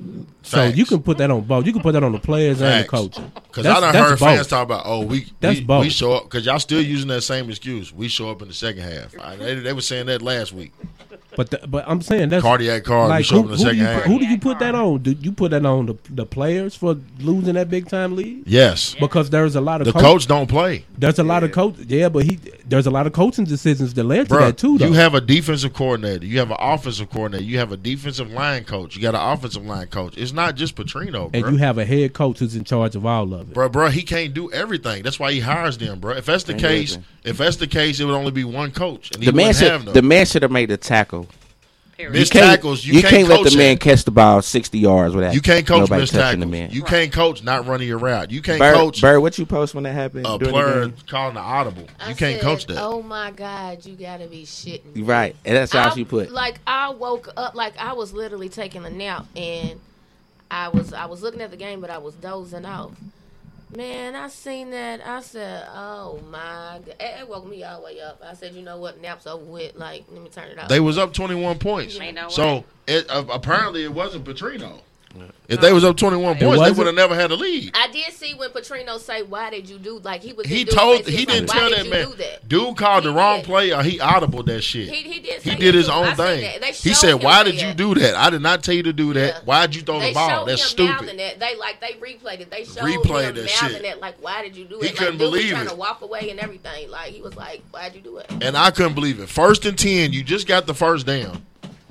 [SPEAKER 12] time.
[SPEAKER 4] So
[SPEAKER 5] Facts.
[SPEAKER 4] you can put that on both. You can put that on the players and the
[SPEAKER 5] Facts.
[SPEAKER 4] coach.
[SPEAKER 5] Because
[SPEAKER 4] That's-
[SPEAKER 5] I done
[SPEAKER 4] that's
[SPEAKER 5] heard
[SPEAKER 4] both.
[SPEAKER 5] fans talk about, oh, we
[SPEAKER 4] That's
[SPEAKER 5] we,
[SPEAKER 4] both.
[SPEAKER 5] we show up because y'all still using that same excuse. We show up in the second half. I- they, they were saying that last week.
[SPEAKER 4] But the, but I'm saying that's
[SPEAKER 5] Cardiac card. we
[SPEAKER 4] like
[SPEAKER 5] show
[SPEAKER 4] who,
[SPEAKER 5] up in the
[SPEAKER 4] who do
[SPEAKER 5] second
[SPEAKER 4] you,
[SPEAKER 5] half.
[SPEAKER 4] who do you put that on? Do you put that on the, the players for losing that big time lead?
[SPEAKER 5] yes,
[SPEAKER 4] Because there's a lot of
[SPEAKER 5] the
[SPEAKER 4] coach-
[SPEAKER 5] coach don't play,
[SPEAKER 4] There's a lot of coach. Yeah, but he there's a lot of coaching decisions that led to
[SPEAKER 5] bro.
[SPEAKER 4] that too. Though.
[SPEAKER 5] You have a defensive coordinator. You have an offensive coordinator. You have a defensive line coach. You got an offensive line coach. It's not just Petrino, bro.
[SPEAKER 4] and you have a head coach who's in charge of all of it.
[SPEAKER 5] Bro, bro, he can't do everything. That's why he hires them, bro. If that's the
[SPEAKER 7] Can't do
[SPEAKER 5] case,
[SPEAKER 7] everything.
[SPEAKER 5] if that's the case, it would only be one coach, and he
[SPEAKER 7] The man
[SPEAKER 5] wouldn't have
[SPEAKER 7] should
[SPEAKER 5] no
[SPEAKER 7] the man should have made the tackle.
[SPEAKER 12] Period.
[SPEAKER 5] missed
[SPEAKER 7] Can't-
[SPEAKER 5] tackles. You, can't,
[SPEAKER 7] let
[SPEAKER 5] coach
[SPEAKER 7] the man
[SPEAKER 5] that.
[SPEAKER 7] catch the ball sixty yards without
[SPEAKER 5] You can't coach
[SPEAKER 7] nobody
[SPEAKER 5] missed
[SPEAKER 7] touching the
[SPEAKER 5] tackles.
[SPEAKER 7] man.
[SPEAKER 5] You can't coach not running your route. You can't
[SPEAKER 7] Bird,
[SPEAKER 5] coach
[SPEAKER 7] Bird, what you post when that happened?
[SPEAKER 5] a
[SPEAKER 7] during the
[SPEAKER 5] player
[SPEAKER 7] game?
[SPEAKER 5] calling the audible.
[SPEAKER 8] I
[SPEAKER 5] You can't
[SPEAKER 8] said,
[SPEAKER 5] coach that.
[SPEAKER 8] Oh my God, you gotta be shitting. me."
[SPEAKER 7] You Right, and that's how
[SPEAKER 8] I-
[SPEAKER 7] she put.
[SPEAKER 8] Like I woke up, like I was literally taking a nap, and I was I was looking at the game, but I was dozing off. Man, I seen that. I said, "Oh my!" God. It, it woke me all the way up. I said, "You know what? Naps over with. Like, let me turn it off."
[SPEAKER 5] They was up twenty one points.
[SPEAKER 12] Ain't no
[SPEAKER 5] So it, uh, apparently it wasn't Petrino. If they was up twenty one points, they
[SPEAKER 4] wasn't?
[SPEAKER 5] would have never had a lead.
[SPEAKER 8] I did see when Patrino say, "Why did you do?" Like he was.
[SPEAKER 5] He
[SPEAKER 8] in dude's
[SPEAKER 5] told
[SPEAKER 8] face,
[SPEAKER 5] he
[SPEAKER 8] was like,
[SPEAKER 5] didn't
[SPEAKER 8] "Why
[SPEAKER 5] tell
[SPEAKER 8] did
[SPEAKER 5] that
[SPEAKER 8] you
[SPEAKER 5] man.
[SPEAKER 8] do that?"
[SPEAKER 5] Dude called the
[SPEAKER 8] He
[SPEAKER 5] wrong
[SPEAKER 8] did.
[SPEAKER 5] play or he audible that shit.
[SPEAKER 8] He, he did. Say
[SPEAKER 5] He
[SPEAKER 8] that
[SPEAKER 5] did his
[SPEAKER 8] too. I
[SPEAKER 5] own
[SPEAKER 8] seen
[SPEAKER 5] thing.
[SPEAKER 8] that. They
[SPEAKER 5] He
[SPEAKER 8] showed
[SPEAKER 5] said,
[SPEAKER 8] him
[SPEAKER 5] "Why did
[SPEAKER 8] that.
[SPEAKER 5] you do that? I did not tell you to do that.
[SPEAKER 8] Yeah.
[SPEAKER 5] Why'd you throw
[SPEAKER 8] They
[SPEAKER 5] the ball?
[SPEAKER 8] showed
[SPEAKER 5] That's
[SPEAKER 8] him
[SPEAKER 5] stupid."
[SPEAKER 8] mouthing that. They like they replayed it. They showed
[SPEAKER 5] Replayed
[SPEAKER 8] him
[SPEAKER 5] that
[SPEAKER 8] mouthing
[SPEAKER 5] shit.
[SPEAKER 8] it. Like, why did you do it?
[SPEAKER 5] He
[SPEAKER 8] like,
[SPEAKER 5] couldn't
[SPEAKER 8] dude was
[SPEAKER 5] believe
[SPEAKER 8] trying
[SPEAKER 5] it.
[SPEAKER 8] to walk away and everything. Like he was like, why'd you do it?
[SPEAKER 5] And I couldn't believe it. First and ten, you just got the first down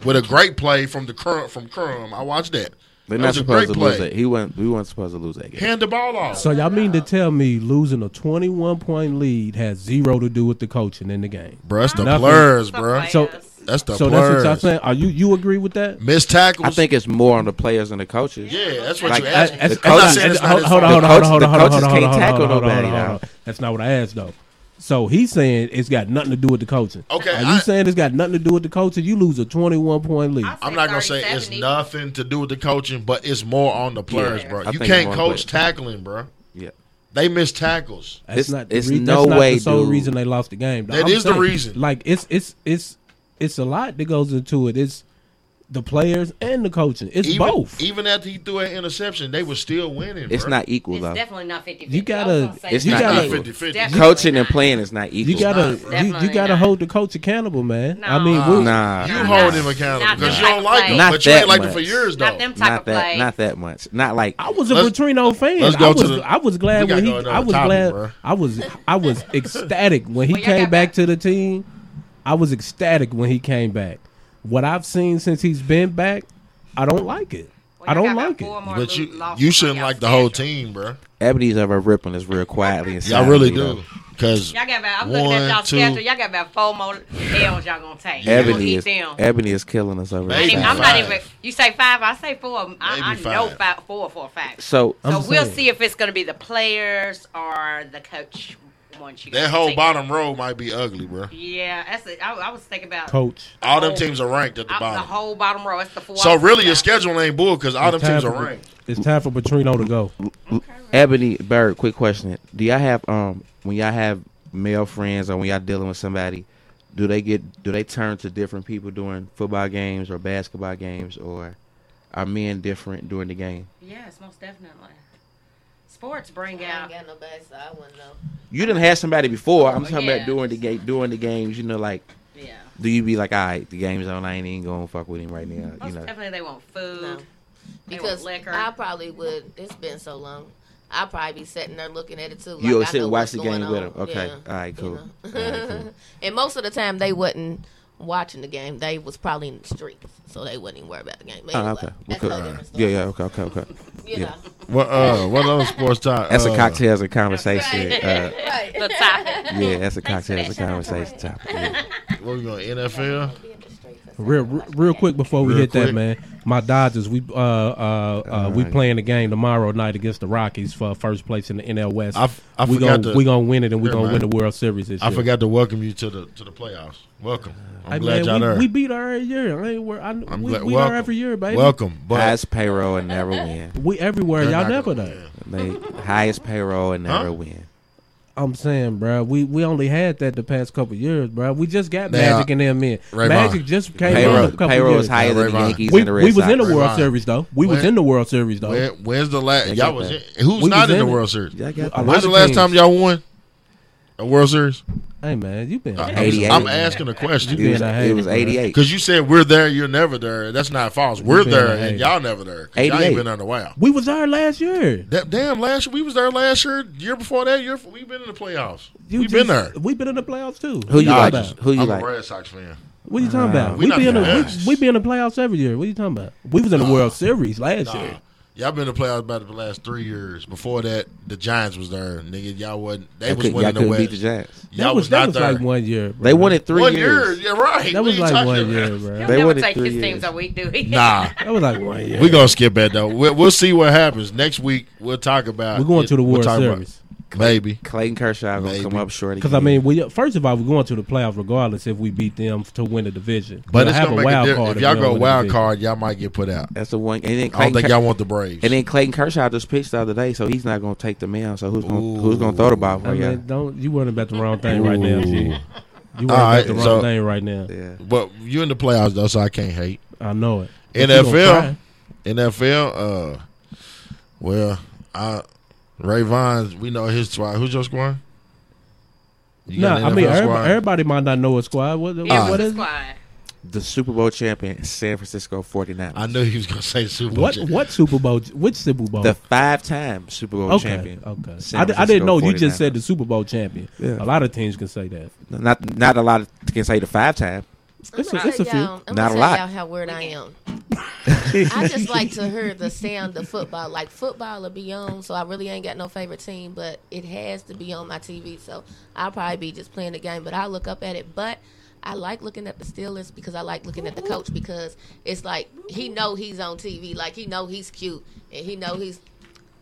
[SPEAKER 5] with a great play from the crumb from Crum. I watched that.
[SPEAKER 7] They're
[SPEAKER 5] that
[SPEAKER 7] not
[SPEAKER 5] was a
[SPEAKER 7] supposed
[SPEAKER 5] great
[SPEAKER 7] to lose
[SPEAKER 5] play.
[SPEAKER 7] it. He wasn't. We weren't supposed to lose that game.
[SPEAKER 5] Hand the ball off.
[SPEAKER 4] So y'all mean to tell me losing a 21 point lead has zero to do with the coaching in the game?
[SPEAKER 5] Bruh, that's the
[SPEAKER 4] Nothing.
[SPEAKER 5] players, bruh.
[SPEAKER 4] So
[SPEAKER 5] That's the
[SPEAKER 4] so that's what
[SPEAKER 5] players.
[SPEAKER 4] y'all saying. Are you you agree with that?
[SPEAKER 5] Missed tackles.
[SPEAKER 7] I think it's more on the players and the coaches.
[SPEAKER 5] Yeah, that's what
[SPEAKER 7] Like,
[SPEAKER 5] you
[SPEAKER 7] I-
[SPEAKER 5] asked. me. I'm
[SPEAKER 7] as a
[SPEAKER 5] not
[SPEAKER 7] coach-
[SPEAKER 5] saying it's not
[SPEAKER 4] hold,
[SPEAKER 5] his
[SPEAKER 4] hold
[SPEAKER 5] fault.
[SPEAKER 4] on, hold on, hold on, hold
[SPEAKER 7] The
[SPEAKER 4] on, hold on,
[SPEAKER 7] coaches
[SPEAKER 4] hold on,
[SPEAKER 7] can't
[SPEAKER 4] hold on,
[SPEAKER 7] tackle
[SPEAKER 4] hold on,
[SPEAKER 7] nobody
[SPEAKER 4] hold on, hold on. That's not what I asked though. So he's saying it's got nothing to do with the coaching.
[SPEAKER 5] Okay,
[SPEAKER 4] Are you
[SPEAKER 5] I-
[SPEAKER 4] saying it's got nothing to do with the coaching? You lose a 21 point lead.
[SPEAKER 12] I
[SPEAKER 5] I'm not gonna say
[SPEAKER 12] 30,
[SPEAKER 5] it's
[SPEAKER 12] 70.
[SPEAKER 5] nothing to do with the coaching, but it's more on the players,
[SPEAKER 7] Yeah,
[SPEAKER 5] bro.
[SPEAKER 7] I
[SPEAKER 5] You
[SPEAKER 7] think it's
[SPEAKER 5] can't
[SPEAKER 7] more on the
[SPEAKER 5] coach tackling, bro.
[SPEAKER 7] Yeah.
[SPEAKER 5] They miss tackles.
[SPEAKER 4] That's
[SPEAKER 7] It's-
[SPEAKER 4] not.
[SPEAKER 7] it's
[SPEAKER 4] the re-
[SPEAKER 7] no
[SPEAKER 4] that's not
[SPEAKER 7] way,
[SPEAKER 4] the sole
[SPEAKER 7] dude.
[SPEAKER 4] reason they lost the game. though.
[SPEAKER 5] That
[SPEAKER 4] I'm
[SPEAKER 5] is the reason.
[SPEAKER 4] Like it's it's it's it's a lot that goes into it. It's the players and the coaching. It's
[SPEAKER 5] Even,
[SPEAKER 4] both.
[SPEAKER 5] Even after he threw an interception, they were still winning.
[SPEAKER 7] It's
[SPEAKER 5] bruh.
[SPEAKER 7] not equal
[SPEAKER 12] It's
[SPEAKER 7] though.
[SPEAKER 12] definitely not 50
[SPEAKER 4] You gotta-
[SPEAKER 7] It's
[SPEAKER 4] You
[SPEAKER 7] not
[SPEAKER 4] gotta-
[SPEAKER 7] equal.
[SPEAKER 5] 50-50.
[SPEAKER 7] Coaching and playing is not equal.
[SPEAKER 4] you gotta
[SPEAKER 12] not,
[SPEAKER 4] you, you
[SPEAKER 12] definitely
[SPEAKER 4] gotta
[SPEAKER 12] not.
[SPEAKER 4] hold the coach accountable, man. I
[SPEAKER 12] No.
[SPEAKER 4] mean, we-
[SPEAKER 7] Nah.
[SPEAKER 5] You
[SPEAKER 12] Nah,
[SPEAKER 5] hold
[SPEAKER 12] nah.
[SPEAKER 5] him accountable
[SPEAKER 12] Not
[SPEAKER 5] because
[SPEAKER 12] them
[SPEAKER 5] you don't
[SPEAKER 12] type of
[SPEAKER 5] like him,
[SPEAKER 7] plays.
[SPEAKER 5] but you ain't
[SPEAKER 7] Not
[SPEAKER 5] like him
[SPEAKER 7] that
[SPEAKER 5] for years though.
[SPEAKER 12] Not them type
[SPEAKER 7] not
[SPEAKER 12] of
[SPEAKER 7] that.
[SPEAKER 12] play.
[SPEAKER 7] Not that much. Not like.
[SPEAKER 4] I was a
[SPEAKER 5] Let's-
[SPEAKER 4] Petrino fan.
[SPEAKER 5] let's
[SPEAKER 4] I
[SPEAKER 5] go to
[SPEAKER 4] was
[SPEAKER 5] the-
[SPEAKER 4] I was
[SPEAKER 5] we
[SPEAKER 4] glad
[SPEAKER 5] gotta
[SPEAKER 4] when he
[SPEAKER 5] go to
[SPEAKER 4] I was
[SPEAKER 5] another topic,
[SPEAKER 4] glad
[SPEAKER 5] bruh.
[SPEAKER 4] I was I was ecstatic when he
[SPEAKER 12] Well, y'all
[SPEAKER 4] came
[SPEAKER 12] got
[SPEAKER 4] back
[SPEAKER 12] back.
[SPEAKER 4] to the team. I was ecstatic when he came back. What I've seen since he's been back, I don't like it. I don't like it.
[SPEAKER 5] But you you shouldn't like the whole team, bro.
[SPEAKER 7] Ebony's ever ripping us real quietly and
[SPEAKER 5] Y'all
[SPEAKER 7] silently,
[SPEAKER 5] really
[SPEAKER 7] though.
[SPEAKER 5] do. Because
[SPEAKER 12] Y'all got about. I'm looking
[SPEAKER 5] One,
[SPEAKER 12] at y'all
[SPEAKER 5] two.
[SPEAKER 12] schedule. Y'all got about four more L's y'all gonna take. Y'all gonna
[SPEAKER 7] Ebony
[SPEAKER 12] eat
[SPEAKER 7] is
[SPEAKER 12] them.
[SPEAKER 7] Ebony is killing us over
[SPEAKER 12] I ain't
[SPEAKER 5] Maybe
[SPEAKER 12] even-
[SPEAKER 7] there.
[SPEAKER 12] I'm not
[SPEAKER 5] five.
[SPEAKER 12] even. You say five. I say four. I,
[SPEAKER 5] Maybe
[SPEAKER 12] I know
[SPEAKER 5] five.
[SPEAKER 12] five, four for a fact.
[SPEAKER 7] So
[SPEAKER 4] I'm
[SPEAKER 12] so
[SPEAKER 4] just
[SPEAKER 12] we'll
[SPEAKER 4] saying.
[SPEAKER 12] see if it's gonna be the players or the coach.
[SPEAKER 13] once you
[SPEAKER 5] That
[SPEAKER 13] got-
[SPEAKER 5] whole
[SPEAKER 13] take-
[SPEAKER 5] bottom row might be ugly, bro.
[SPEAKER 13] Yeah, that's it. I, I was thinking about
[SPEAKER 4] Coach.
[SPEAKER 5] All
[SPEAKER 12] Oh.
[SPEAKER 5] them teams are ranked at the
[SPEAKER 13] I- the
[SPEAKER 5] bottom.
[SPEAKER 13] whole bottom row. That's the four.
[SPEAKER 5] So
[SPEAKER 13] I was
[SPEAKER 5] really, your
[SPEAKER 13] thinking
[SPEAKER 5] schedule ain't bull because all them
[SPEAKER 4] It's time
[SPEAKER 5] teams are
[SPEAKER 4] for-
[SPEAKER 5] ranked.
[SPEAKER 4] It's time for Petrino to go.
[SPEAKER 7] Ebony Bird, quick question: Do y'all have um when y'all have male friends or when y'all dealing with somebody, do they get do they turn to different people during football games or basketball games or are men different during the game?
[SPEAKER 13] about. Yes, most definitely. Sports bring
[SPEAKER 8] I
[SPEAKER 13] out.
[SPEAKER 8] ain't got nobody, so I wouldn't know.
[SPEAKER 7] You didn't have somebody before. I'm talking
[SPEAKER 13] Yeah.
[SPEAKER 7] about during the game during the games. You know, like
[SPEAKER 13] Yeah.
[SPEAKER 7] do you be like, all right, the game's on. I ain't even gonna fuck with him right now.
[SPEAKER 13] Most
[SPEAKER 7] You know,
[SPEAKER 13] definitely, they want food.
[SPEAKER 8] No.
[SPEAKER 13] They
[SPEAKER 8] Because
[SPEAKER 13] want liquor.
[SPEAKER 8] I probably would. It's been so long. I will probably be sitting there looking at it too. Like
[SPEAKER 7] you'll
[SPEAKER 8] I
[SPEAKER 7] sit
[SPEAKER 8] know
[SPEAKER 7] and watch
[SPEAKER 8] what's
[SPEAKER 7] the game
[SPEAKER 8] going
[SPEAKER 7] with him.
[SPEAKER 8] on.
[SPEAKER 7] Okay,
[SPEAKER 8] Yeah,
[SPEAKER 7] all right,
[SPEAKER 8] you
[SPEAKER 7] cool.
[SPEAKER 8] know.
[SPEAKER 7] All right, cool.
[SPEAKER 8] and most of the time they wasn't watching the game. They was probably in the streets, so they wouldn't even worry about the game. But
[SPEAKER 7] Ah,
[SPEAKER 8] anyway,
[SPEAKER 7] okay. Well,
[SPEAKER 8] that's
[SPEAKER 7] cool.
[SPEAKER 8] a whole different story.
[SPEAKER 7] Yeah, yeah, okay, okay, okay.
[SPEAKER 8] You
[SPEAKER 7] yeah.
[SPEAKER 8] know.
[SPEAKER 5] What uh, what other sports talk?
[SPEAKER 7] That's
[SPEAKER 5] uh,
[SPEAKER 7] a
[SPEAKER 4] Oh.
[SPEAKER 7] cocktails and conversation. Uh,
[SPEAKER 8] Right.
[SPEAKER 13] the topic.
[SPEAKER 7] yeah, that's a cocktails and conversation topic. yeah.
[SPEAKER 5] What we going NFL?
[SPEAKER 4] Real, real real quick before we
[SPEAKER 5] Real
[SPEAKER 4] hit that,
[SPEAKER 5] quick.
[SPEAKER 4] man. My Dodgers, we uh uh, uh we
[SPEAKER 7] Alright.
[SPEAKER 4] playing the game tomorrow night against the Rockies for first place in the NL West.
[SPEAKER 5] I f- I
[SPEAKER 4] we
[SPEAKER 5] forgot
[SPEAKER 4] gonna
[SPEAKER 5] to-
[SPEAKER 4] we gonna win it and we
[SPEAKER 5] Never
[SPEAKER 4] gonna win
[SPEAKER 5] mind.
[SPEAKER 4] the World Series this
[SPEAKER 5] I
[SPEAKER 4] year.
[SPEAKER 5] forgot to welcome you to the to the playoffs. Welcome. I'm
[SPEAKER 4] Hey,
[SPEAKER 5] glad
[SPEAKER 4] man,
[SPEAKER 5] y'all
[SPEAKER 4] we,
[SPEAKER 5] there.
[SPEAKER 4] we beat her every year. I ain't wor- I,
[SPEAKER 5] I'm
[SPEAKER 4] we
[SPEAKER 5] glad-
[SPEAKER 4] beat
[SPEAKER 5] welcome.
[SPEAKER 4] her every year, baby.
[SPEAKER 5] Welcome, but
[SPEAKER 7] Highest payroll and never win.
[SPEAKER 4] We everywhere.
[SPEAKER 5] they're
[SPEAKER 4] Y'all
[SPEAKER 5] not
[SPEAKER 4] never
[SPEAKER 5] gonna
[SPEAKER 4] done.
[SPEAKER 5] win.
[SPEAKER 7] They highest payroll and never
[SPEAKER 5] Huh?
[SPEAKER 7] win.
[SPEAKER 4] I'm saying, bruh, we we only had that the past couple years, bruh. We just got
[SPEAKER 5] Now,
[SPEAKER 4] Magic and them in.
[SPEAKER 5] Rayvon,
[SPEAKER 4] Magic just came in
[SPEAKER 7] Payroll,
[SPEAKER 4] a couple
[SPEAKER 7] payroll
[SPEAKER 4] years.
[SPEAKER 7] is higher than the
[SPEAKER 5] Rayvon.
[SPEAKER 7] Yankees
[SPEAKER 4] we,
[SPEAKER 7] and the Red
[SPEAKER 4] we was in the
[SPEAKER 7] Sox.
[SPEAKER 4] World
[SPEAKER 5] Rayvon.
[SPEAKER 4] Series though. We was
[SPEAKER 5] Where-
[SPEAKER 4] in the World Series though.
[SPEAKER 5] Where, when's the last?
[SPEAKER 7] They
[SPEAKER 5] Y'all
[SPEAKER 7] got
[SPEAKER 5] was in,
[SPEAKER 7] that.
[SPEAKER 5] who's
[SPEAKER 4] We
[SPEAKER 5] not
[SPEAKER 4] was
[SPEAKER 5] in the
[SPEAKER 4] in it.
[SPEAKER 5] World Series?
[SPEAKER 7] Y'all got
[SPEAKER 4] A lot
[SPEAKER 5] When's the
[SPEAKER 4] of
[SPEAKER 5] last
[SPEAKER 4] teams.
[SPEAKER 5] time y'all won a World Series?
[SPEAKER 4] Hey man, you been.
[SPEAKER 5] I- I'm-
[SPEAKER 7] 88.
[SPEAKER 5] I'm asking a question
[SPEAKER 7] It was,
[SPEAKER 4] Yeah,
[SPEAKER 7] it was
[SPEAKER 4] bro.
[SPEAKER 7] 88.
[SPEAKER 5] because you said we're there, you're never there. That's not false. We're
[SPEAKER 4] been
[SPEAKER 5] there
[SPEAKER 4] in the
[SPEAKER 5] and
[SPEAKER 4] eighties.
[SPEAKER 5] y'all never there. 'Cause Y'all
[SPEAKER 7] 88.
[SPEAKER 5] ain't been there in a while.
[SPEAKER 4] we was there last year.
[SPEAKER 5] That, damn, last year we was there. Last year, year before that, year we've been in the playoffs.
[SPEAKER 4] You
[SPEAKER 5] we've
[SPEAKER 4] just-
[SPEAKER 5] been there.
[SPEAKER 4] We've been in the playoffs too.
[SPEAKER 7] Who you
[SPEAKER 5] Nah,
[SPEAKER 7] like?
[SPEAKER 4] talking about?
[SPEAKER 7] Who you
[SPEAKER 5] I'm
[SPEAKER 7] like?
[SPEAKER 5] a Red Sox fan.
[SPEAKER 4] What you talking about?
[SPEAKER 5] we
[SPEAKER 4] We
[SPEAKER 5] not
[SPEAKER 4] be in the
[SPEAKER 5] bad.
[SPEAKER 4] we, we be in the playoffs every year. What you talking about? We was in the World Series last year.
[SPEAKER 5] Y'all been in the playoffs about the last three years. Before that, the Giants was there, nigga. Y'all wasn't. They
[SPEAKER 7] Y'all
[SPEAKER 5] was
[SPEAKER 7] could-
[SPEAKER 5] winning
[SPEAKER 7] y'all
[SPEAKER 5] the
[SPEAKER 7] couldn't
[SPEAKER 5] West.
[SPEAKER 7] beat the Giants.
[SPEAKER 5] Y'all
[SPEAKER 4] that
[SPEAKER 5] was,
[SPEAKER 4] was, that
[SPEAKER 5] not
[SPEAKER 4] was
[SPEAKER 5] there.
[SPEAKER 4] like one year. Bro.
[SPEAKER 7] They won it three
[SPEAKER 5] one year.
[SPEAKER 7] years.
[SPEAKER 5] Yeah, right.
[SPEAKER 4] That
[SPEAKER 5] What
[SPEAKER 4] was
[SPEAKER 5] you
[SPEAKER 4] like
[SPEAKER 5] talking
[SPEAKER 4] one
[SPEAKER 5] about?
[SPEAKER 4] year, bro.
[SPEAKER 13] They
[SPEAKER 7] They
[SPEAKER 13] never
[SPEAKER 7] wanted
[SPEAKER 13] take
[SPEAKER 7] three
[SPEAKER 13] his
[SPEAKER 7] years.
[SPEAKER 13] teams a week, do we?
[SPEAKER 5] Nah,
[SPEAKER 4] That was like one year.
[SPEAKER 5] we gonna skip that though. We'll, we'll see what happens next week. We'll talk about.
[SPEAKER 4] We're going to the
[SPEAKER 5] we'll
[SPEAKER 4] World
[SPEAKER 5] talk about-
[SPEAKER 4] Series.
[SPEAKER 5] maybe.
[SPEAKER 7] Clayton Kershaw gonna
[SPEAKER 5] Maybe.
[SPEAKER 7] come up short
[SPEAKER 4] Because
[SPEAKER 7] again.
[SPEAKER 4] I mean, we first of all, we're going to the playoffs regardless if we beat them to win the division.
[SPEAKER 5] But
[SPEAKER 4] We'll
[SPEAKER 5] it's
[SPEAKER 4] have
[SPEAKER 5] gonna
[SPEAKER 4] a
[SPEAKER 5] make a
[SPEAKER 4] wild
[SPEAKER 5] difference.
[SPEAKER 4] card.
[SPEAKER 5] If y'all
[SPEAKER 4] we
[SPEAKER 5] go
[SPEAKER 4] don't win the
[SPEAKER 5] wild
[SPEAKER 4] division.
[SPEAKER 5] card, y'all might get put out.
[SPEAKER 7] that's the one. And then
[SPEAKER 5] I don't
[SPEAKER 7] Clayton,
[SPEAKER 5] think
[SPEAKER 7] Ker-
[SPEAKER 5] y'all want the Braves.
[SPEAKER 7] and then Clayton Kershaw just pitched the other day, so he's not gonna take the mound. So who's gonna who's gonna throw the ball
[SPEAKER 4] I
[SPEAKER 7] for
[SPEAKER 4] mean,
[SPEAKER 7] you?
[SPEAKER 4] don't you worrying about the wrong thing right now? G. You worrying
[SPEAKER 5] right,
[SPEAKER 4] about the wrong
[SPEAKER 5] so-
[SPEAKER 4] thing right now?
[SPEAKER 7] Yeah.
[SPEAKER 5] but you in the playoffs though, so I can't hate.
[SPEAKER 4] I know it. But you gonna
[SPEAKER 5] NFL,
[SPEAKER 4] try.
[SPEAKER 5] NFL. Uh, well, I Ray Vines. We know his squad. Who's your squad? You
[SPEAKER 4] No,
[SPEAKER 5] got
[SPEAKER 4] I
[SPEAKER 5] an
[SPEAKER 4] mean
[SPEAKER 5] NFL
[SPEAKER 4] everybody,
[SPEAKER 5] squad?
[SPEAKER 4] everybody might not know a squad. What,
[SPEAKER 13] Yeah,
[SPEAKER 4] what
[SPEAKER 13] what
[SPEAKER 4] is? it?
[SPEAKER 13] squad?
[SPEAKER 7] The Super Bowl champion, San Francisco 49ers.
[SPEAKER 5] I knew he was gonna say Super Bowl.
[SPEAKER 4] What
[SPEAKER 5] champ.
[SPEAKER 4] what Super Bowl? Which Super Bowl?
[SPEAKER 7] The five-time Super Bowl
[SPEAKER 4] okay,
[SPEAKER 7] champion.
[SPEAKER 4] okay.
[SPEAKER 7] San
[SPEAKER 4] I, di- I didn't know. You just
[SPEAKER 7] 49ers.
[SPEAKER 4] said the Super Bowl champion.
[SPEAKER 7] Yeah.
[SPEAKER 4] A lot of teams can say that.
[SPEAKER 7] Not not a lot of, can say the five-time.
[SPEAKER 4] It's
[SPEAKER 8] I'ma
[SPEAKER 4] a, it's a
[SPEAKER 8] tell
[SPEAKER 4] few.
[SPEAKER 8] y'all- I'ma
[SPEAKER 7] Not a
[SPEAKER 8] tell
[SPEAKER 7] lot.
[SPEAKER 8] Y'all how weird I am. I just like to hear the sound of football. Like football will be on, so I really ain't got no favorite team, but it has to be on my TV. So I'll probably be just playing the game, but I look up at it. But I like looking at the Steelers because I like looking at the coach because it's like he know he's on TV, like he know he's cute, and he know he's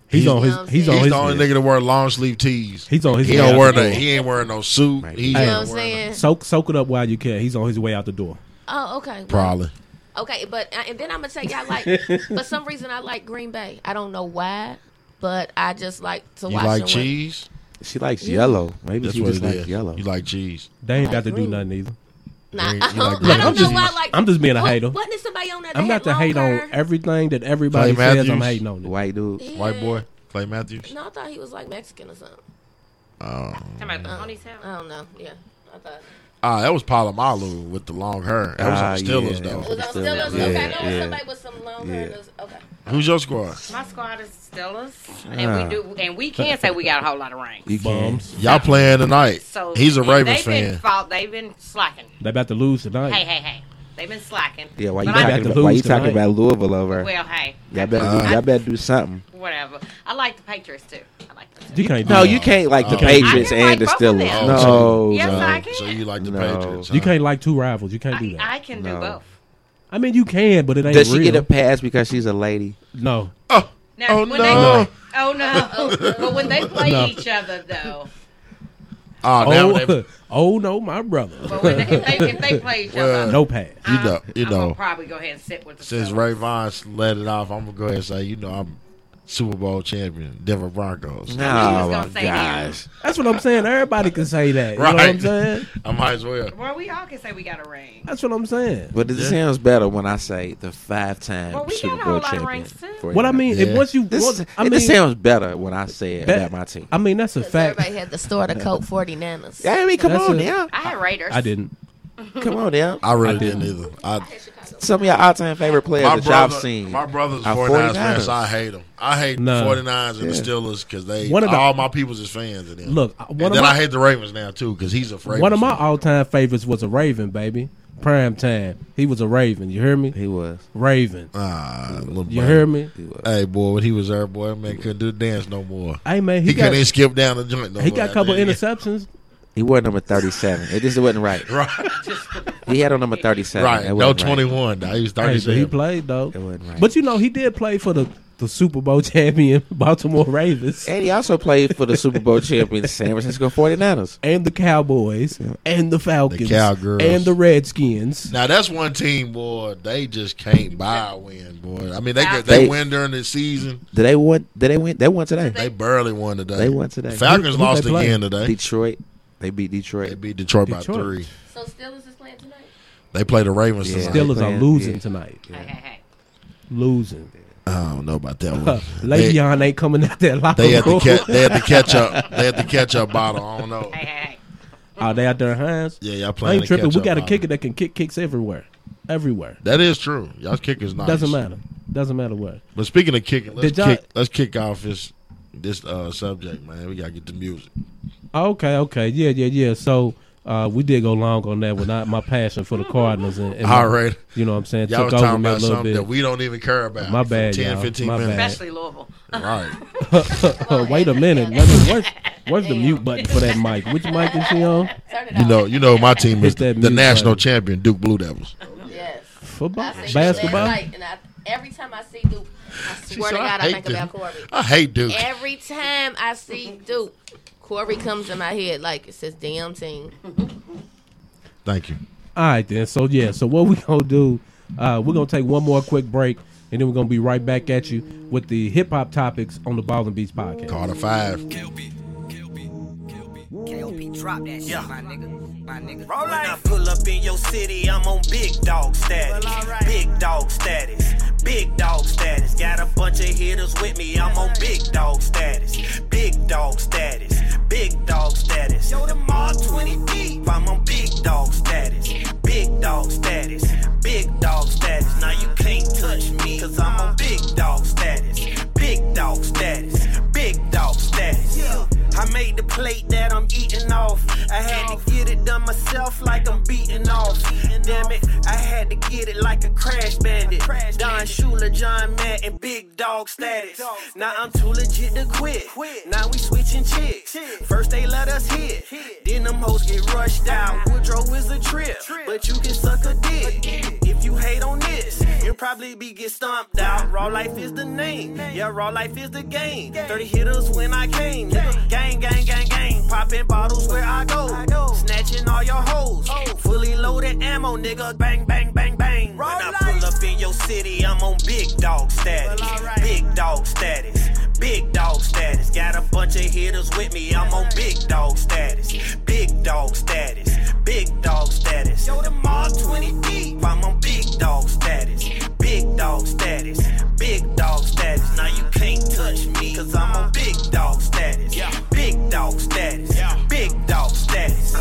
[SPEAKER 4] He's
[SPEAKER 5] He's-
[SPEAKER 4] on his.
[SPEAKER 8] Um,
[SPEAKER 4] He's on
[SPEAKER 5] He's
[SPEAKER 4] his.
[SPEAKER 5] the only nigga that wear long sleeve tees.
[SPEAKER 4] He's on his.
[SPEAKER 5] He
[SPEAKER 4] way out
[SPEAKER 5] don't wear
[SPEAKER 4] the
[SPEAKER 5] no.
[SPEAKER 4] door.
[SPEAKER 5] He ain't wearing no suit.
[SPEAKER 7] Right.
[SPEAKER 5] He's
[SPEAKER 8] you
[SPEAKER 5] not
[SPEAKER 8] know what I'm
[SPEAKER 5] wearing
[SPEAKER 8] saying.
[SPEAKER 4] Soak soak it up while you can. He's on his way out the door.
[SPEAKER 8] Oh, okay. Well,
[SPEAKER 5] no- Probably.
[SPEAKER 8] Okay, but uh, and then I'm gonna tell y'all like for some reason I like Green Bay. I don't know why, but I just like to
[SPEAKER 5] You
[SPEAKER 8] watch
[SPEAKER 5] like
[SPEAKER 8] them win.
[SPEAKER 5] cheese?
[SPEAKER 7] She likes yellow. Maybe
[SPEAKER 5] That's
[SPEAKER 7] she
[SPEAKER 5] what
[SPEAKER 7] just
[SPEAKER 5] it
[SPEAKER 7] likes
[SPEAKER 5] is.
[SPEAKER 7] yellow.
[SPEAKER 5] You like cheese?
[SPEAKER 4] They ain't got to do
[SPEAKER 8] Green.
[SPEAKER 4] nothing either.
[SPEAKER 8] Nah,
[SPEAKER 5] You
[SPEAKER 8] I
[SPEAKER 5] like
[SPEAKER 8] don't,
[SPEAKER 5] Green
[SPEAKER 8] I don't
[SPEAKER 5] Bay.
[SPEAKER 8] know
[SPEAKER 5] I'm
[SPEAKER 8] why. I
[SPEAKER 4] just-
[SPEAKER 8] Like
[SPEAKER 4] I'm just being a
[SPEAKER 8] What-
[SPEAKER 4] hater.
[SPEAKER 8] Wasn't there somebody on there? That
[SPEAKER 4] I'm
[SPEAKER 8] had
[SPEAKER 4] not to
[SPEAKER 8] long
[SPEAKER 4] hate on
[SPEAKER 8] hair?
[SPEAKER 4] everything that everybody
[SPEAKER 5] Clay
[SPEAKER 4] says. I'm
[SPEAKER 5] Matthews.
[SPEAKER 4] hating on it.
[SPEAKER 7] White dude.
[SPEAKER 8] Yeah.
[SPEAKER 5] White boy, Clay Matthews.
[SPEAKER 8] No, I thought he was like Mexican or something.
[SPEAKER 5] Oh,
[SPEAKER 13] Talking about the ponytail.
[SPEAKER 8] I don't know. Yeah, I thought.
[SPEAKER 5] ah, that was Palomalu with the long hair. That was
[SPEAKER 7] Ah,
[SPEAKER 5] on Steelers
[SPEAKER 8] It
[SPEAKER 7] yeah.
[SPEAKER 8] was on
[SPEAKER 5] though.
[SPEAKER 7] Still-
[SPEAKER 8] Steelers.
[SPEAKER 7] yeah,
[SPEAKER 8] okay, no, it was
[SPEAKER 7] yeah.
[SPEAKER 8] somebody with some long hair. and
[SPEAKER 7] Yeah.
[SPEAKER 8] it was- Okay.
[SPEAKER 5] Who's your squad?
[SPEAKER 13] My squad is Steelers,
[SPEAKER 7] Ah.
[SPEAKER 13] and we do, and we can say we got a whole lot of rank.
[SPEAKER 7] You can.
[SPEAKER 4] Bums.
[SPEAKER 5] Y'all playing tonight?
[SPEAKER 13] So
[SPEAKER 5] He's a
[SPEAKER 13] and they've
[SPEAKER 5] Ravens
[SPEAKER 13] Been
[SPEAKER 5] fan.
[SPEAKER 13] fault, they've been slacking.
[SPEAKER 4] They about to lose tonight.
[SPEAKER 13] Hey, hey, hey. They've been slacking.
[SPEAKER 7] Yeah, why you
[SPEAKER 13] But
[SPEAKER 4] got
[SPEAKER 13] I,
[SPEAKER 7] talking
[SPEAKER 4] to
[SPEAKER 7] about, why
[SPEAKER 4] lose
[SPEAKER 7] you talking
[SPEAKER 4] tonight. Uh,
[SPEAKER 7] about Louisville over? her?
[SPEAKER 13] Well, hey.
[SPEAKER 7] y'all better do, y'all better do something.
[SPEAKER 13] Whatever. I like the Patriots too. I like the Patriots.
[SPEAKER 4] You can't. Do
[SPEAKER 7] No,
[SPEAKER 4] that.
[SPEAKER 7] you can't like the
[SPEAKER 5] I
[SPEAKER 7] Patriots
[SPEAKER 13] can
[SPEAKER 7] and
[SPEAKER 13] like
[SPEAKER 7] the
[SPEAKER 13] both of them.
[SPEAKER 7] Steelers.
[SPEAKER 5] Oh,
[SPEAKER 7] No,
[SPEAKER 13] Yes,
[SPEAKER 7] no.
[SPEAKER 13] I
[SPEAKER 5] So
[SPEAKER 13] can.
[SPEAKER 5] you like the
[SPEAKER 7] No.
[SPEAKER 5] Patriots?
[SPEAKER 4] You
[SPEAKER 5] huh?
[SPEAKER 4] can't like two rivals. You can't do
[SPEAKER 13] I,
[SPEAKER 4] that.
[SPEAKER 13] I can do
[SPEAKER 7] No.
[SPEAKER 13] both.
[SPEAKER 4] I mean, you can, but it ain't
[SPEAKER 7] Does she
[SPEAKER 4] real.
[SPEAKER 7] get a pass because she's a lady?
[SPEAKER 4] no,
[SPEAKER 5] Oh,
[SPEAKER 13] Now,
[SPEAKER 5] oh
[SPEAKER 13] when
[SPEAKER 5] no!
[SPEAKER 13] They, oh no! but when they play
[SPEAKER 4] No.
[SPEAKER 13] each other, though,
[SPEAKER 5] Oh, now
[SPEAKER 4] Oh,
[SPEAKER 5] they-
[SPEAKER 4] oh no, my brother.
[SPEAKER 10] But when they, if, they, if they play each other,
[SPEAKER 4] no pass.
[SPEAKER 5] you know,
[SPEAKER 10] I'm-
[SPEAKER 5] you
[SPEAKER 10] I'm gonna
[SPEAKER 5] know.
[SPEAKER 10] probably go ahead and sit with the
[SPEAKER 5] Since
[SPEAKER 10] fellas.
[SPEAKER 5] Ray Vaughn's let it off, I'm gonna go ahead and say, you know, I'm Super Bowl champion, Denver
[SPEAKER 10] was
[SPEAKER 5] Broncos.
[SPEAKER 7] Oh
[SPEAKER 10] gonna
[SPEAKER 7] my
[SPEAKER 10] say that.
[SPEAKER 7] gosh.
[SPEAKER 4] That's what I'm saying. Everybody can say that. You know what I'm
[SPEAKER 5] Right.
[SPEAKER 4] saying?
[SPEAKER 5] I might as well.
[SPEAKER 10] Well, we all can say we got a ring.
[SPEAKER 4] That's what I'm saying.
[SPEAKER 7] But it sounds better when I say the five time
[SPEAKER 10] Well, we got
[SPEAKER 7] Super
[SPEAKER 10] a
[SPEAKER 7] Bowl
[SPEAKER 10] whole lot of
[SPEAKER 7] champion.
[SPEAKER 10] rings, too.
[SPEAKER 7] for
[SPEAKER 4] What I
[SPEAKER 7] y'all.
[SPEAKER 4] mean, if
[SPEAKER 5] Yeah.
[SPEAKER 4] once you,
[SPEAKER 7] This,
[SPEAKER 4] once, I
[SPEAKER 7] it
[SPEAKER 4] mean,
[SPEAKER 7] just sounds better when I say it
[SPEAKER 4] Bet-
[SPEAKER 7] about my team.
[SPEAKER 4] I mean that's a
[SPEAKER 8] Because
[SPEAKER 4] fact.
[SPEAKER 8] everybody had to store to Coke 40 nanas.
[SPEAKER 7] Yeah, I mean, come
[SPEAKER 4] That's
[SPEAKER 7] on
[SPEAKER 4] it.
[SPEAKER 7] now.
[SPEAKER 10] I had Raiders.
[SPEAKER 4] I didn't.
[SPEAKER 7] Come on now.
[SPEAKER 5] I really didn't either. I,
[SPEAKER 7] Some of your all time favorite players
[SPEAKER 5] my
[SPEAKER 7] that y'all
[SPEAKER 5] brother,
[SPEAKER 7] seen.
[SPEAKER 5] my brother's a
[SPEAKER 7] are
[SPEAKER 5] 49ers fan,
[SPEAKER 7] 49ers.
[SPEAKER 5] so I hate them. I hate
[SPEAKER 4] No.
[SPEAKER 5] 49ers and the Steelers because they
[SPEAKER 4] One of the-
[SPEAKER 5] all my people's is fans of them.
[SPEAKER 4] Look,
[SPEAKER 5] and
[SPEAKER 4] one of
[SPEAKER 5] then
[SPEAKER 4] my-
[SPEAKER 5] I hate the Ravens now too because he's afraid.
[SPEAKER 4] One of my all time favorites was a Raven, baby. Prime time. He was a Raven. You hear me?
[SPEAKER 7] He was.
[SPEAKER 4] Raven.
[SPEAKER 5] Ah, little
[SPEAKER 4] You
[SPEAKER 5] brother.
[SPEAKER 4] hear me?
[SPEAKER 5] Hey boy, when he was there, boy, that man couldn't do the dance no more.
[SPEAKER 4] Hey man,
[SPEAKER 5] he
[SPEAKER 4] he, got
[SPEAKER 5] couldn't skip down the joint. No
[SPEAKER 4] he
[SPEAKER 5] more
[SPEAKER 4] got a
[SPEAKER 5] after
[SPEAKER 4] couple
[SPEAKER 5] that.
[SPEAKER 4] interceptions.
[SPEAKER 7] He wore number 37. It just wasn't right.
[SPEAKER 5] Right,
[SPEAKER 7] He had on number 37.
[SPEAKER 5] right.
[SPEAKER 7] It
[SPEAKER 5] No
[SPEAKER 7] wasn't
[SPEAKER 5] twenty one. He was
[SPEAKER 4] Hey,
[SPEAKER 5] thirty
[SPEAKER 4] but he
[SPEAKER 5] seven.
[SPEAKER 4] played though.
[SPEAKER 7] It wasn't right.
[SPEAKER 4] But you know, he did play for the, the Super Bowl champion Baltimore Ravens
[SPEAKER 7] And he also played for the Super Bowl champion San Francisco 49ers.
[SPEAKER 4] and the Cowboys and the Falcons
[SPEAKER 5] Cowgirls.
[SPEAKER 4] and the Redskins.
[SPEAKER 5] Now that's one team, boy. They just can't buy a win, boy. I mean, they could,
[SPEAKER 7] They-
[SPEAKER 5] they win during the season.
[SPEAKER 7] Did they win? Did they win? They won today.
[SPEAKER 5] They barely won today.
[SPEAKER 7] They won today.
[SPEAKER 5] Falcons
[SPEAKER 4] Who- who
[SPEAKER 5] lost
[SPEAKER 4] they play?
[SPEAKER 5] again today.
[SPEAKER 7] Detroit. They beat
[SPEAKER 5] They
[SPEAKER 7] Detroit.
[SPEAKER 5] beat Detroit, by
[SPEAKER 4] Detroit.
[SPEAKER 5] three.
[SPEAKER 8] So Steelers is playing tonight?
[SPEAKER 5] They play the Ravens
[SPEAKER 7] Yeah.
[SPEAKER 5] tonight.
[SPEAKER 7] Still-
[SPEAKER 4] Steelers are
[SPEAKER 7] Yeah.
[SPEAKER 4] losing
[SPEAKER 7] Yeah.
[SPEAKER 4] tonight.
[SPEAKER 10] Hey, hey, hey.
[SPEAKER 4] Losing. Uh,
[SPEAKER 5] I don't know about that one. they,
[SPEAKER 4] Le'Veon ain't coming out that locker
[SPEAKER 5] they had to
[SPEAKER 4] room.
[SPEAKER 5] catch. They had to catch up. They had to catch up bottle. I don't know.
[SPEAKER 10] Hey, hey, hey.
[SPEAKER 4] Are Oh, they out there, Hines?
[SPEAKER 5] Yeah, y'all
[SPEAKER 4] I
[SPEAKER 5] playing.
[SPEAKER 4] ain't
[SPEAKER 5] the
[SPEAKER 4] tripping. We
[SPEAKER 5] catch-up
[SPEAKER 4] got a
[SPEAKER 5] bottle.
[SPEAKER 4] kicker that can kick kicks everywhere, everywhere.
[SPEAKER 5] That is true. Y'all kicker's nice.
[SPEAKER 4] Doesn't matter. Doesn't matter where.
[SPEAKER 5] But speaking of kicking, let's
[SPEAKER 4] Did y'all-
[SPEAKER 5] kick. Let's kick off this this uh, subject, man. We gotta get the music.
[SPEAKER 4] Oh, Okay, okay, yeah, yeah, yeah. So uh, we did go long on that with not my passion for the Cardinals and, and my-
[SPEAKER 5] All right.
[SPEAKER 4] you know what I'm saying.
[SPEAKER 5] Y'all
[SPEAKER 4] Took
[SPEAKER 5] was
[SPEAKER 4] over
[SPEAKER 5] talking
[SPEAKER 4] me a
[SPEAKER 5] about
[SPEAKER 4] little bit.
[SPEAKER 5] something that we don't even care about.
[SPEAKER 4] My
[SPEAKER 5] for
[SPEAKER 4] bad,
[SPEAKER 5] 10,
[SPEAKER 4] y'all.
[SPEAKER 5] 15
[SPEAKER 4] My
[SPEAKER 5] minutes.
[SPEAKER 10] Especially Louisville.
[SPEAKER 5] Right.
[SPEAKER 4] Wait a minute. Let me where's, where's the mute button for that mic? Which mic is she on?
[SPEAKER 8] Turn it
[SPEAKER 5] You
[SPEAKER 8] off.
[SPEAKER 5] know, you know, my team
[SPEAKER 4] Hit
[SPEAKER 5] is
[SPEAKER 4] that
[SPEAKER 5] the
[SPEAKER 4] mute
[SPEAKER 5] national
[SPEAKER 4] button.
[SPEAKER 5] champion, Duke Blue Devils.
[SPEAKER 8] Yes.
[SPEAKER 4] Football,
[SPEAKER 8] I seen Basketball?
[SPEAKER 4] basketball.
[SPEAKER 8] Last night, and I, every time I see Duke, I swear to
[SPEAKER 5] said, "I
[SPEAKER 8] God, I,
[SPEAKER 5] hate
[SPEAKER 8] think
[SPEAKER 5] Duke."
[SPEAKER 8] about Corey.
[SPEAKER 5] I hate Duke.
[SPEAKER 8] Every time I see Duke, Corey comes in my head like it says damn team.
[SPEAKER 5] Thank you.
[SPEAKER 4] All right then. So yeah. So what we gonna do? Uh, we're gonna take one more quick break, and then we're gonna be right back at you with the hip hop topics on the Ball and Beats podcast.
[SPEAKER 5] Carter five.
[SPEAKER 2] When I pull up in your city, I'm on big dog status. Big dog status. Big dog status. Got a bunch of hitters with me. I'm on big dog status. Big dog status. Big dog status. Yo, them all 20 deep. I'm on big dog status. Big dog status. Big dog status. Now you can't touch me, cause I'm on big dog status. Big dog status. Big dog status. I made the plate that I'm eating off. I had to get it done myself like I'm beating off. Damn it, I had to get it like a crash bandit. Don Shula, John Madden, big dog status. Now I'm too legit to quit. Now we switching chicks. First they let us hit, then them hoes get rushed out. Woodrow is a trip, but you can suck a dick. If you hate on this, you'll probably be get stomped out. Raw life is the name. Yeah, raw life is the game. 30 hitters when I came. Nigga, gang, gang, gang, gang. Popping bottles where I go. Oh. Snatching all your hoes. Fully loaded ammo, nigga. Bang, bang, bang, bang. When I pull up in your city, I'm on big dog status. Big dog status. Big dog status. Got a bunch of hitters with me. I'm on big dog status. Big dog status. Big dog status. Yo, them all 20 deep. I'm on big dog status. Big dog status. Big dog status. Now you can't touch me, cause I'm on big dog status. Big dog status. Big dog status.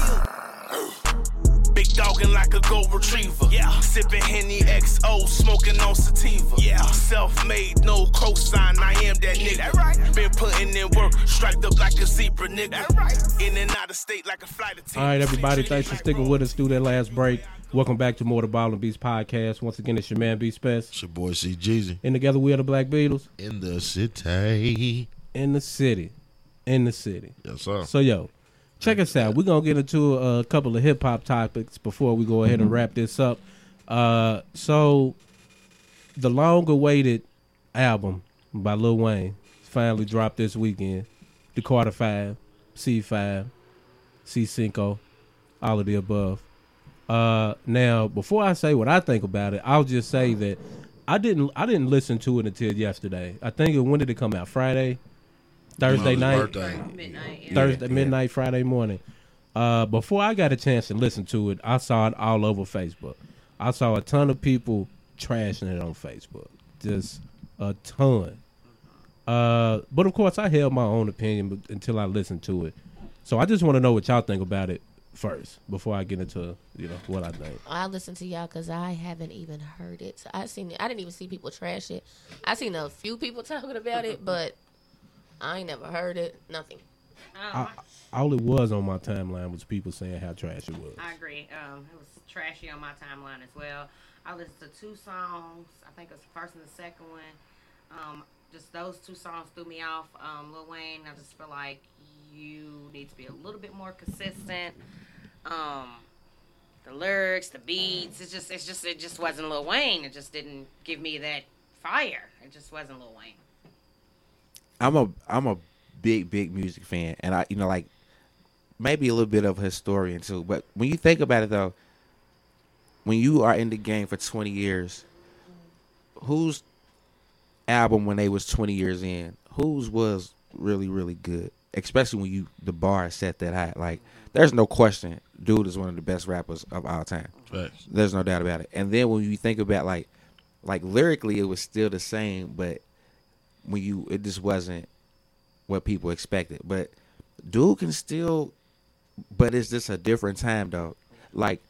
[SPEAKER 14] Big dogging like a gold retriever. Yeah. Sipping Henny XO, smoking on sativa. Yeah. Self made, no cosign. I am that nigga. That right. Been putting in work, striped up like a zebra nigga. That right. In and out of state like a flight attendant.
[SPEAKER 4] All right, everybody, thanks for sticking with us through that last break. Welcome back to more of the Ball and Beats podcast. Once again, it's your man Beast Best,
[SPEAKER 5] It's your boy C Jeezy
[SPEAKER 4] and together we are the Black Beatles
[SPEAKER 5] in the city.
[SPEAKER 4] in the city, in the city.
[SPEAKER 5] Yes, sir.
[SPEAKER 4] So yo, check us out. We're gonna get into a couple of hip hop topics before we go ahead and wrap this up. Uh, so the long awaited album by Lil Wayne finally dropped this weekend. The Carter Five, C Five, C Cinco, all of the above. Uh, now, before I say what I think about it, I'll just say that I didn't I didn't listen to it until yesterday. I think it when did it come out? Friday, Thursday
[SPEAKER 5] Mother's
[SPEAKER 4] night,
[SPEAKER 5] birthday.
[SPEAKER 13] Midnight, yeah.
[SPEAKER 4] Thursday
[SPEAKER 13] Yeah.
[SPEAKER 4] midnight, Friday morning. Uh, before I got a chance to listen to it, I saw it all over Facebook. I saw a ton of people trashing it on Facebook, just a ton. Uh, but of course, I held my own opinion but- until I listened to it. So I just want to know what y'all think about it first before I get into you know what I think.
[SPEAKER 8] I listen to y'all because I haven't even heard it. I seen it. I didn't even see people trash it. I seen a few people talking about it, but I ain't never heard it. Nothing.
[SPEAKER 13] Oh,
[SPEAKER 4] I, all it was on my timeline was people saying how trash it was.
[SPEAKER 13] I agree. Um, it was trashy on my timeline as well. I listened to two songs. I think it was the first and the second one. Um, just those two songs threw me off. Um, Lil Wayne, I just feel like you need to be a little bit more consistent. Um, the lyrics, the beats, it's just, it's just, it just wasn't Lil Wayne. It just didn't give me that fire. It just wasn't Lil Wayne.
[SPEAKER 7] I'm a I'm a big big music fan, and I you know like maybe a little bit of a historian too. But when you think about it though, when you are in the game for 20 years, whose album when they was 20 years in, whose was really really good, especially when you the bar is set that high. Like there's no question, dude is one of the best rappers of all time.
[SPEAKER 5] Facts.
[SPEAKER 7] There's no doubt about it. And then when you think about like like lyrically, it was still the same, but when you it just wasn't what people expected. But dude can still, but it's just a different time though. Like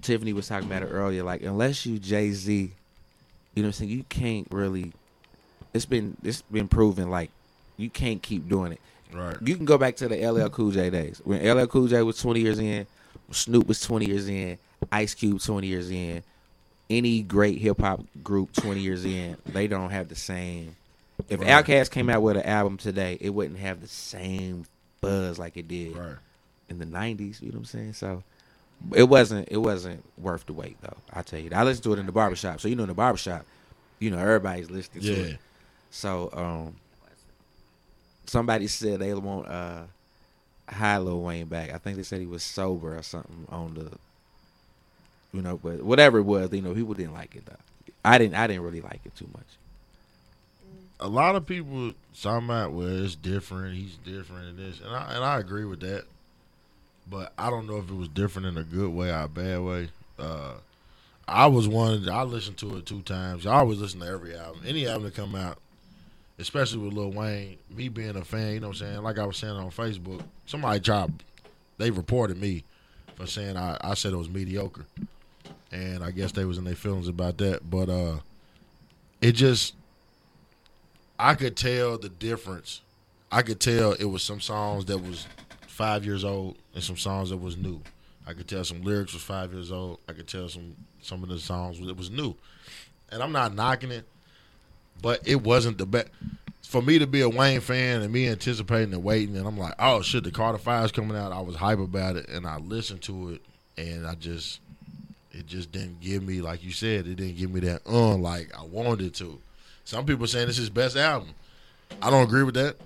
[SPEAKER 7] Tiffany was talking about it earlier. Like unless you Jay Z, you know what I'm saying. You can't really. It's been it's been proven like you can't keep doing it.
[SPEAKER 5] Right.
[SPEAKER 7] You can go back to the LL Cool J days when LL Cool J was 20 years in, Snoop was 20 years in, Ice Cube 20 years in. Any great hip hop group 20 years in, they don't have the same. If
[SPEAKER 5] Right.
[SPEAKER 7] Outkast came out with an album today, it wouldn't have the same buzz like it did
[SPEAKER 5] Right.
[SPEAKER 7] in the '90s. You know what I'm saying? So it wasn't it wasn't worth the wait though. I tell you, that. I listened to it in the barbershop. So you know, in the barbershop, you know everybody's listening to
[SPEAKER 5] Yeah.
[SPEAKER 7] it. So um, somebody said they want uh, high Lil Wayne back. I think they said he was sober or something on the, you know, but whatever it was, you know, people didn't like it though. I didn't I didn't really like it too much.
[SPEAKER 5] a lot of people talking about well, it's different. He's different and this, and I and I agree with that. But I don't know if it was different in a good way or a bad way. Uh, I was one. I listened to it two times. I always listen to every album, any album that come out, especially with Lil Wayne. Me being a fan, you know what I'm saying. Like I was saying on Facebook, somebody tried. They reported me for saying I, I said it was mediocre, and I guess they was in their feelings about that. But uh, it just I could tell the difference. I could tell it was some songs that was five years old and some songs that was new. I could tell some lyrics was five years old. I could tell some some of the songs that was new. And I'm not knocking it, but it wasn't the best. For me to be a Wayne fan and me anticipating and waiting, and I'm like, oh shit, the Carter Five's coming out. I was hype about it, and I listened to it, and I just, it just didn't give me, like you said, it didn't give me that un like I wanted it to. Some people saying this is his best album. I don't agree with that.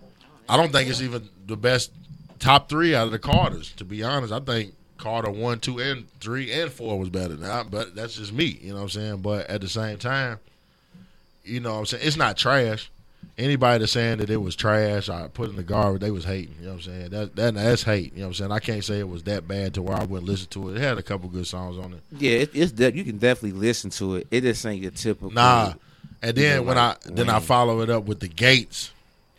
[SPEAKER 5] I don't think it's even the best top three out of the Carters. To be honest, I think Carter one, two, and three, and four was better. Now, but that's just me. You know what I'm saying? But at the same time, you know what I'm saying it's not trash. Anybody that's saying that it was trash, I put in the garbage. They was hating. You know what I'm saying? That, that that's hate. You know what I'm saying? I can't say it was that bad to where I wouldn't listen to it. It had a couple good songs on it.
[SPEAKER 7] Yeah, it, it's de- you can definitely listen to it. It just ain't your typical.
[SPEAKER 5] Nah. And
[SPEAKER 7] You
[SPEAKER 5] then
[SPEAKER 7] know,
[SPEAKER 5] when I
[SPEAKER 7] like
[SPEAKER 5] then I
[SPEAKER 7] Wayne.
[SPEAKER 5] follow it up with the Gates,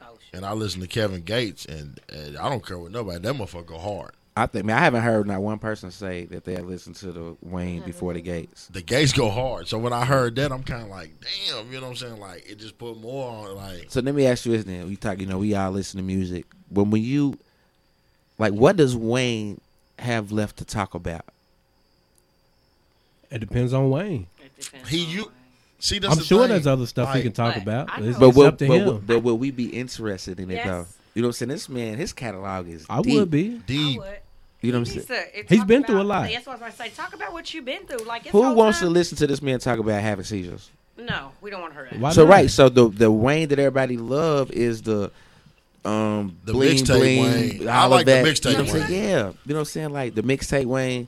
[SPEAKER 13] Oh, shit.
[SPEAKER 5] and I listen to Kevin Gates, and, and I don't care what nobody. That motherfucker go hard.
[SPEAKER 7] I think man, I haven't heard not one person say that they had listened to the Wayne before the Gates.
[SPEAKER 5] The Gates go hard. So when I heard that, I'm kind of like, damn, you know what I'm saying? Like it just put more on. Like
[SPEAKER 7] So let me ask you this: Then we talk, you know, we all listen to music, but when you like, what does Wayne have left to talk about?
[SPEAKER 4] It depends on Wayne.
[SPEAKER 13] It depends
[SPEAKER 5] he
[SPEAKER 13] on
[SPEAKER 5] you
[SPEAKER 13] Wayne.
[SPEAKER 5] see that's
[SPEAKER 4] I'm
[SPEAKER 5] the
[SPEAKER 4] sure
[SPEAKER 5] thing.
[SPEAKER 4] there's other stuff he
[SPEAKER 5] Like,
[SPEAKER 4] can talk
[SPEAKER 13] But
[SPEAKER 4] about.
[SPEAKER 13] I
[SPEAKER 4] It's,
[SPEAKER 13] know-
[SPEAKER 7] But
[SPEAKER 4] it's
[SPEAKER 7] will,
[SPEAKER 4] up to
[SPEAKER 7] but,
[SPEAKER 4] him.
[SPEAKER 7] will- but will we be interested in it
[SPEAKER 13] Yes.
[SPEAKER 7] though? You know what I'm saying? This man, his catalog is.
[SPEAKER 4] I
[SPEAKER 7] deep.
[SPEAKER 4] would be.
[SPEAKER 13] I
[SPEAKER 5] deep.
[SPEAKER 13] would.
[SPEAKER 7] You know what I'm saying?
[SPEAKER 13] He's, a,
[SPEAKER 4] He's been through a lot.
[SPEAKER 13] That's what I was about to say. Talk about what you've been through. Like it's
[SPEAKER 7] Who
[SPEAKER 13] whole
[SPEAKER 7] wants to
[SPEAKER 13] time-
[SPEAKER 7] listen to this man talk about having seizures?
[SPEAKER 13] No, we don't want to hear that.
[SPEAKER 4] Why
[SPEAKER 7] so
[SPEAKER 4] not?
[SPEAKER 7] right, so the the Wayne that everybody love is the um,
[SPEAKER 5] The
[SPEAKER 7] bling
[SPEAKER 5] mixtape
[SPEAKER 7] bling,
[SPEAKER 5] Wayne. I
[SPEAKER 7] all
[SPEAKER 5] like
[SPEAKER 7] of
[SPEAKER 5] the
[SPEAKER 7] that.
[SPEAKER 5] mixtape
[SPEAKER 7] You know what I'm saying?
[SPEAKER 5] Wayne.
[SPEAKER 7] Yeah, you know what I'm saying? Like the mixtape Wayne.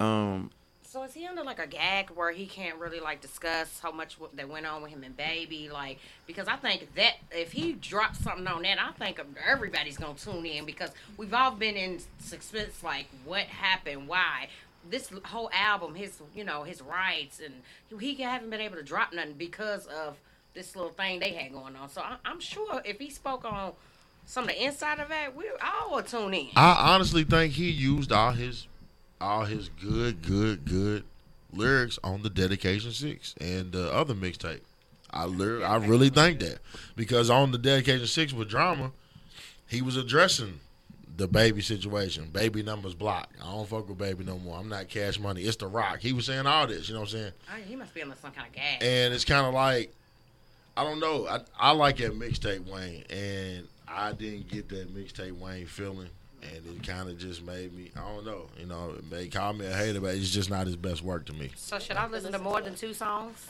[SPEAKER 7] Um,
[SPEAKER 13] So is he under like a gag where he can't really like discuss how much what that went on with him and baby? Like because I think that if he drops something on that, I think everybody's gonna tune in because we've all been in suspense. Like what happened? Why? This whole album, his you know his rights, and he haven't been able to drop nothing because of this little thing they had going on. So I, I'm sure if he spoke on some of the inside of that, we all will tune in.
[SPEAKER 5] I honestly think he used all his all his good, good, good lyrics on the Dedication Six and the other mixtape. I lir- I really think that because on the Dedication Six with drama, he was addressing the baby situation. Baby numbers block. I don't fuck with baby no more. I'm not cash money. It's the rock. He was saying all this. You know what I'm saying?
[SPEAKER 13] I, he must be under some kind of gag.
[SPEAKER 5] and it's kind of like I don't know. I I like that mixtape Wayne, and I didn't get that mixtape Wayne feeling, and it kind of just made me. I don't know. You know, they call me a hater, but it's just not his best work to me.
[SPEAKER 13] So should I listen to more than two songs?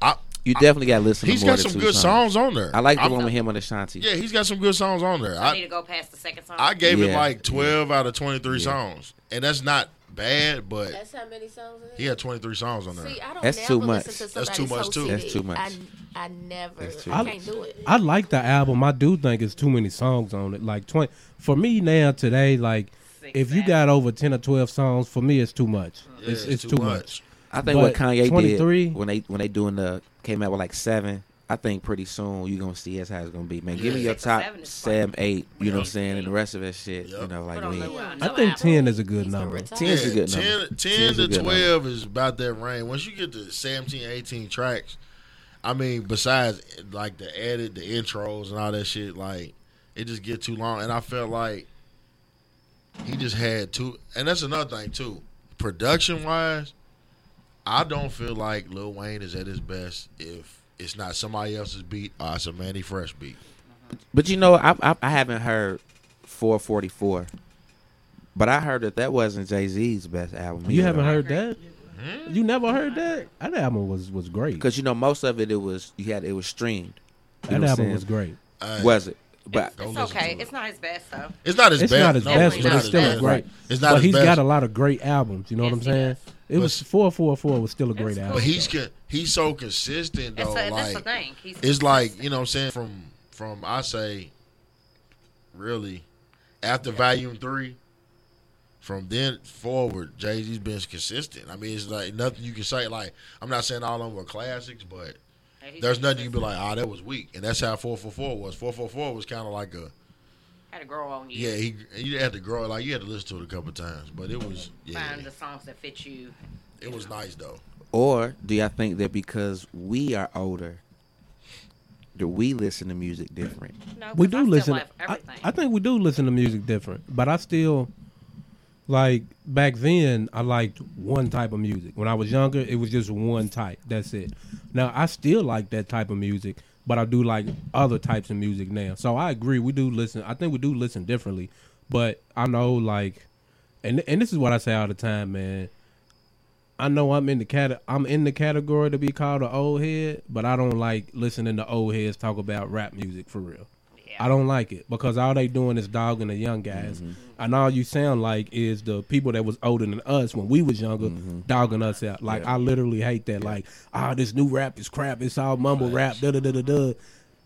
[SPEAKER 5] I,
[SPEAKER 7] you definitely got to listen.
[SPEAKER 5] He's
[SPEAKER 7] to more
[SPEAKER 5] got
[SPEAKER 7] than
[SPEAKER 5] some
[SPEAKER 7] two
[SPEAKER 5] good songs on there.
[SPEAKER 7] I like the
[SPEAKER 5] I'm-
[SPEAKER 7] one with him on Ashanti.
[SPEAKER 5] Yeah, he's got some good songs on there.
[SPEAKER 13] I, need
[SPEAKER 5] I
[SPEAKER 13] to go past the second song.
[SPEAKER 5] I gave it
[SPEAKER 7] Yeah.
[SPEAKER 5] like twelve out of twenty three
[SPEAKER 7] Yeah.
[SPEAKER 5] songs, and that's not bad, but
[SPEAKER 8] That's how many songs it is?
[SPEAKER 5] he had twenty three songs on there.
[SPEAKER 8] See, I don't
[SPEAKER 7] That's
[SPEAKER 8] never
[SPEAKER 7] too
[SPEAKER 8] listen
[SPEAKER 7] much.
[SPEAKER 8] to somebody's
[SPEAKER 7] That's
[SPEAKER 5] too much,
[SPEAKER 8] whole
[SPEAKER 5] too.
[SPEAKER 8] CD.
[SPEAKER 7] That's too much.
[SPEAKER 8] I, I never.
[SPEAKER 7] That's too
[SPEAKER 8] I
[SPEAKER 7] much.
[SPEAKER 8] can't do it.
[SPEAKER 4] I like the album. I do think it's too many songs on it. Like twenty for me now today. Like if you got over ten or twelve songs, for me it's too much.
[SPEAKER 5] Yeah,
[SPEAKER 4] it's, it's, too much.
[SPEAKER 7] I think what
[SPEAKER 4] But
[SPEAKER 7] Kanye
[SPEAKER 4] 23
[SPEAKER 7] did when they when they doing the came out with like seven. I think pretty soon you gonna see that's how it's gonna be, man. Give me your
[SPEAKER 13] Six or
[SPEAKER 7] top
[SPEAKER 13] seven is
[SPEAKER 7] seven, eight. You know what I'm saying, and the rest of that shit. You know, like
[SPEAKER 13] Put on
[SPEAKER 7] we.
[SPEAKER 13] the one.
[SPEAKER 4] I think ten is a good number.
[SPEAKER 7] Ten is a good number.
[SPEAKER 5] 10, 10
[SPEAKER 7] Ten's
[SPEAKER 5] to
[SPEAKER 7] a good number.
[SPEAKER 5] 12 is about that range. Once you get to 17, 18 tracks, I mean, besides like the added, the intros and all that shit, like it just get too long. And I felt like he just had too. And that's another thing too. Production wise, I don't feel like Lil Wayne is at his best if it's not somebody else's beat or it's a Manny Fresh beat.
[SPEAKER 7] But you know, I I, I haven't heard 444, but I heard that that wasn't Jay Z's best album.
[SPEAKER 4] You haven't heard that? You never heard that? That album was was great.
[SPEAKER 7] because you know most of it. It was you had it was streamed. You know
[SPEAKER 4] That
[SPEAKER 7] what I'm
[SPEAKER 4] album
[SPEAKER 7] saying?
[SPEAKER 4] was great.
[SPEAKER 5] Uh,
[SPEAKER 7] Was it? But
[SPEAKER 5] Go
[SPEAKER 13] It's
[SPEAKER 5] listen
[SPEAKER 13] okay.
[SPEAKER 5] to it.
[SPEAKER 13] It's not his best though.
[SPEAKER 5] It's not his
[SPEAKER 4] It's
[SPEAKER 5] best.
[SPEAKER 4] not his
[SPEAKER 5] No,
[SPEAKER 4] best,
[SPEAKER 5] it's
[SPEAKER 4] but
[SPEAKER 5] not
[SPEAKER 4] it's
[SPEAKER 5] his
[SPEAKER 4] still
[SPEAKER 5] best.
[SPEAKER 4] great.
[SPEAKER 5] It's not
[SPEAKER 4] but
[SPEAKER 5] his
[SPEAKER 4] he's
[SPEAKER 5] best.
[SPEAKER 4] got a lot of great albums. You know what I'm
[SPEAKER 13] Yes, he
[SPEAKER 4] saying? It
[SPEAKER 5] But-
[SPEAKER 4] was four four four was still a great
[SPEAKER 13] cool.
[SPEAKER 4] album.
[SPEAKER 5] But he's con- he's so consistent
[SPEAKER 13] That's,
[SPEAKER 5] though.
[SPEAKER 13] a, that's the
[SPEAKER 5] like
[SPEAKER 13] thing. He's
[SPEAKER 5] it's like you know what I'm saying from from I say really after volume three from then forward Jay Z's been consistent. I mean it's like nothing you can say like I'm not saying all of them were classics, but
[SPEAKER 13] he's
[SPEAKER 5] there's nothing you be like oh that was weak, and that's how four four four was. Four four four was kind of like a
[SPEAKER 13] had to grow on you.
[SPEAKER 5] yeah he you had to grow it like you had to listen to it a couple times, but it was yeah
[SPEAKER 13] Find the songs that fit you.
[SPEAKER 5] it was nice though.
[SPEAKER 7] Or do y'all think that because we are older, do we listen to music different?
[SPEAKER 13] No, 'cause
[SPEAKER 4] we
[SPEAKER 13] I
[SPEAKER 4] do
[SPEAKER 13] still
[SPEAKER 4] listen.
[SPEAKER 13] love
[SPEAKER 4] I,
[SPEAKER 13] everything.
[SPEAKER 4] I think we do listen to music different, but I still like back then. I liked one type of music. When I was younger, it was just one type. That's it. Now I still like that type of music, but I do like other types of music now. So I agree. We do listen. I think we do listen differently, but I know like, and and this is what I say all the time, man. I know I'm in the cat I'm in the category to be called an old head, but I don't like listening to old heads talk about rap music for real. I don't like it because all they doing is dogging the young guys, and all you sound like is the people that was older than us when we was younger, dogging us out. Like I literally hate that. Like ah, this new rap is crap. It's all mumble rap. Da da da da da.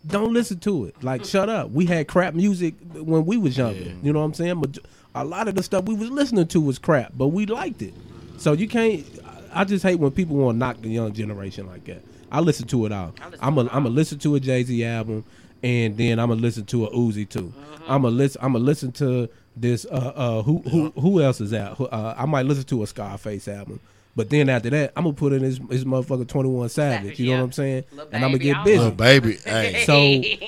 [SPEAKER 4] Don't listen to it. Like shut up. We had crap music when we was younger. You know what I'm saying? But a lot of the stuff we was listening to was crap, but we liked it. So you can't. I- I just hate when people want to knock the young generation like that. I listen to it all. I'm a I'm a listen to a Jay Z album, and then I'm a listen to a Uzi too. I'm a listen I'm a listen to this. Uh, uh, who who who else is out? Who- Uh, I might listen to a Scarface album, but then after that, I'm gonna put in his his motherfucker Twenty One Savage. You know
[SPEAKER 13] yeah.
[SPEAKER 4] what I'm saying?
[SPEAKER 13] Lil
[SPEAKER 4] and I'm gonna
[SPEAKER 13] Baby,
[SPEAKER 4] get
[SPEAKER 13] all
[SPEAKER 5] Little
[SPEAKER 4] busy.
[SPEAKER 5] baby, hey,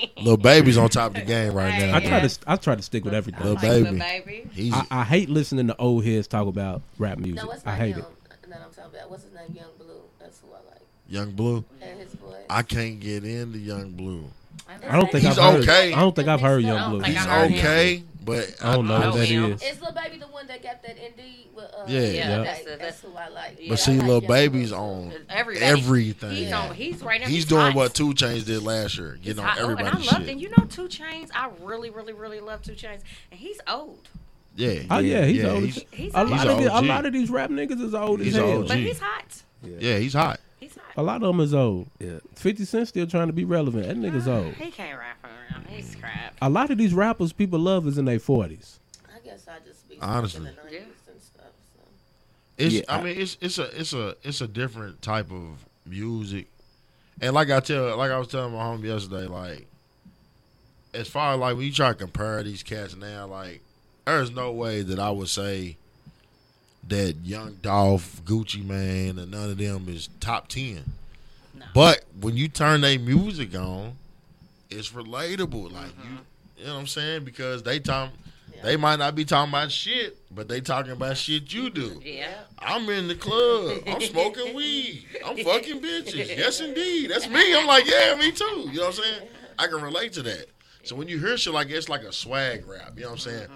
[SPEAKER 4] So
[SPEAKER 5] little baby's on top of the game right now.
[SPEAKER 4] I try to I try to stick with everything.
[SPEAKER 5] Lil
[SPEAKER 13] Like Lil
[SPEAKER 5] Baby.
[SPEAKER 13] baby.
[SPEAKER 5] He's
[SPEAKER 4] I, I hate listening to old heads talk about rap music.
[SPEAKER 8] No, what's
[SPEAKER 4] I
[SPEAKER 8] not
[SPEAKER 4] hate
[SPEAKER 8] young?
[SPEAKER 4] it.
[SPEAKER 8] That I'm talking about. What's his name? Young Blue. That's who I like.
[SPEAKER 5] Young Blue.
[SPEAKER 8] And his voice.
[SPEAKER 5] I can't get into Young Blue.
[SPEAKER 4] I don't think
[SPEAKER 5] He's
[SPEAKER 4] I've heard.
[SPEAKER 5] okay.
[SPEAKER 4] I don't think I've heard Young Blue.
[SPEAKER 13] I
[SPEAKER 5] He's
[SPEAKER 13] heard him.
[SPEAKER 5] okay, But
[SPEAKER 4] I don't know who that is.
[SPEAKER 8] Is Lil Baby the one that got that Indeed? With, uh,
[SPEAKER 5] Yeah. Yeah,
[SPEAKER 8] okay,
[SPEAKER 5] that's
[SPEAKER 8] That's, who I like.
[SPEAKER 5] But see, little baby's on
[SPEAKER 8] Everybody.
[SPEAKER 5] everything.
[SPEAKER 8] He's on-
[SPEAKER 12] he's right now,
[SPEAKER 5] He's
[SPEAKER 12] he's
[SPEAKER 5] doing
[SPEAKER 12] hot.
[SPEAKER 5] what Two Chains did last year, getting on
[SPEAKER 12] I, oh, and I
[SPEAKER 5] everybody's
[SPEAKER 12] loved
[SPEAKER 5] shit.
[SPEAKER 12] and you know Two Chains. I really, really, really love Two Chains, and he's old.
[SPEAKER 5] Yeah.
[SPEAKER 4] Oh yeah, he's old.
[SPEAKER 5] He's,
[SPEAKER 4] as- a, lot of
[SPEAKER 5] he's
[SPEAKER 4] the- a
[SPEAKER 5] OG.
[SPEAKER 4] lot of these rap niggas is old
[SPEAKER 5] He's
[SPEAKER 4] as hell.
[SPEAKER 5] OG. But he's
[SPEAKER 12] hot.
[SPEAKER 5] Yeah. he's hot.
[SPEAKER 12] He's hot.
[SPEAKER 4] A lot of them is old. Yeah. Fifty Cent still trying to be relevant. That nigga's old.
[SPEAKER 12] He can't rap around. He's crap.
[SPEAKER 4] A lot of these rappers people love is in their forties.
[SPEAKER 8] I guess I just be
[SPEAKER 5] Honestly.
[SPEAKER 8] in the 90s and stuff. So.
[SPEAKER 5] It's
[SPEAKER 4] Yeah,
[SPEAKER 5] I,
[SPEAKER 4] I-
[SPEAKER 5] mean it's it's a it's a it's a different type of music. And like I tell like I was telling my homie yesterday, like as far as like when you try to compare these cats now, like there's no way that I would say that Young Dolph, Gucci Man, and none of them is top ten. But when you turn their music on, it's relatable. Like you, you know what I'm saying? Because they talk, they might not be talking about shit, but they talking about shit you do.
[SPEAKER 12] Yeah.
[SPEAKER 5] I'm in the club. I'm smoking weed. I'm fucking bitches. Yes, indeed. That's me. I'm like, yeah, me too. You know what I'm saying? I can relate to that. So when you hear shit like that, it's like a swag rap. You know what I'm saying?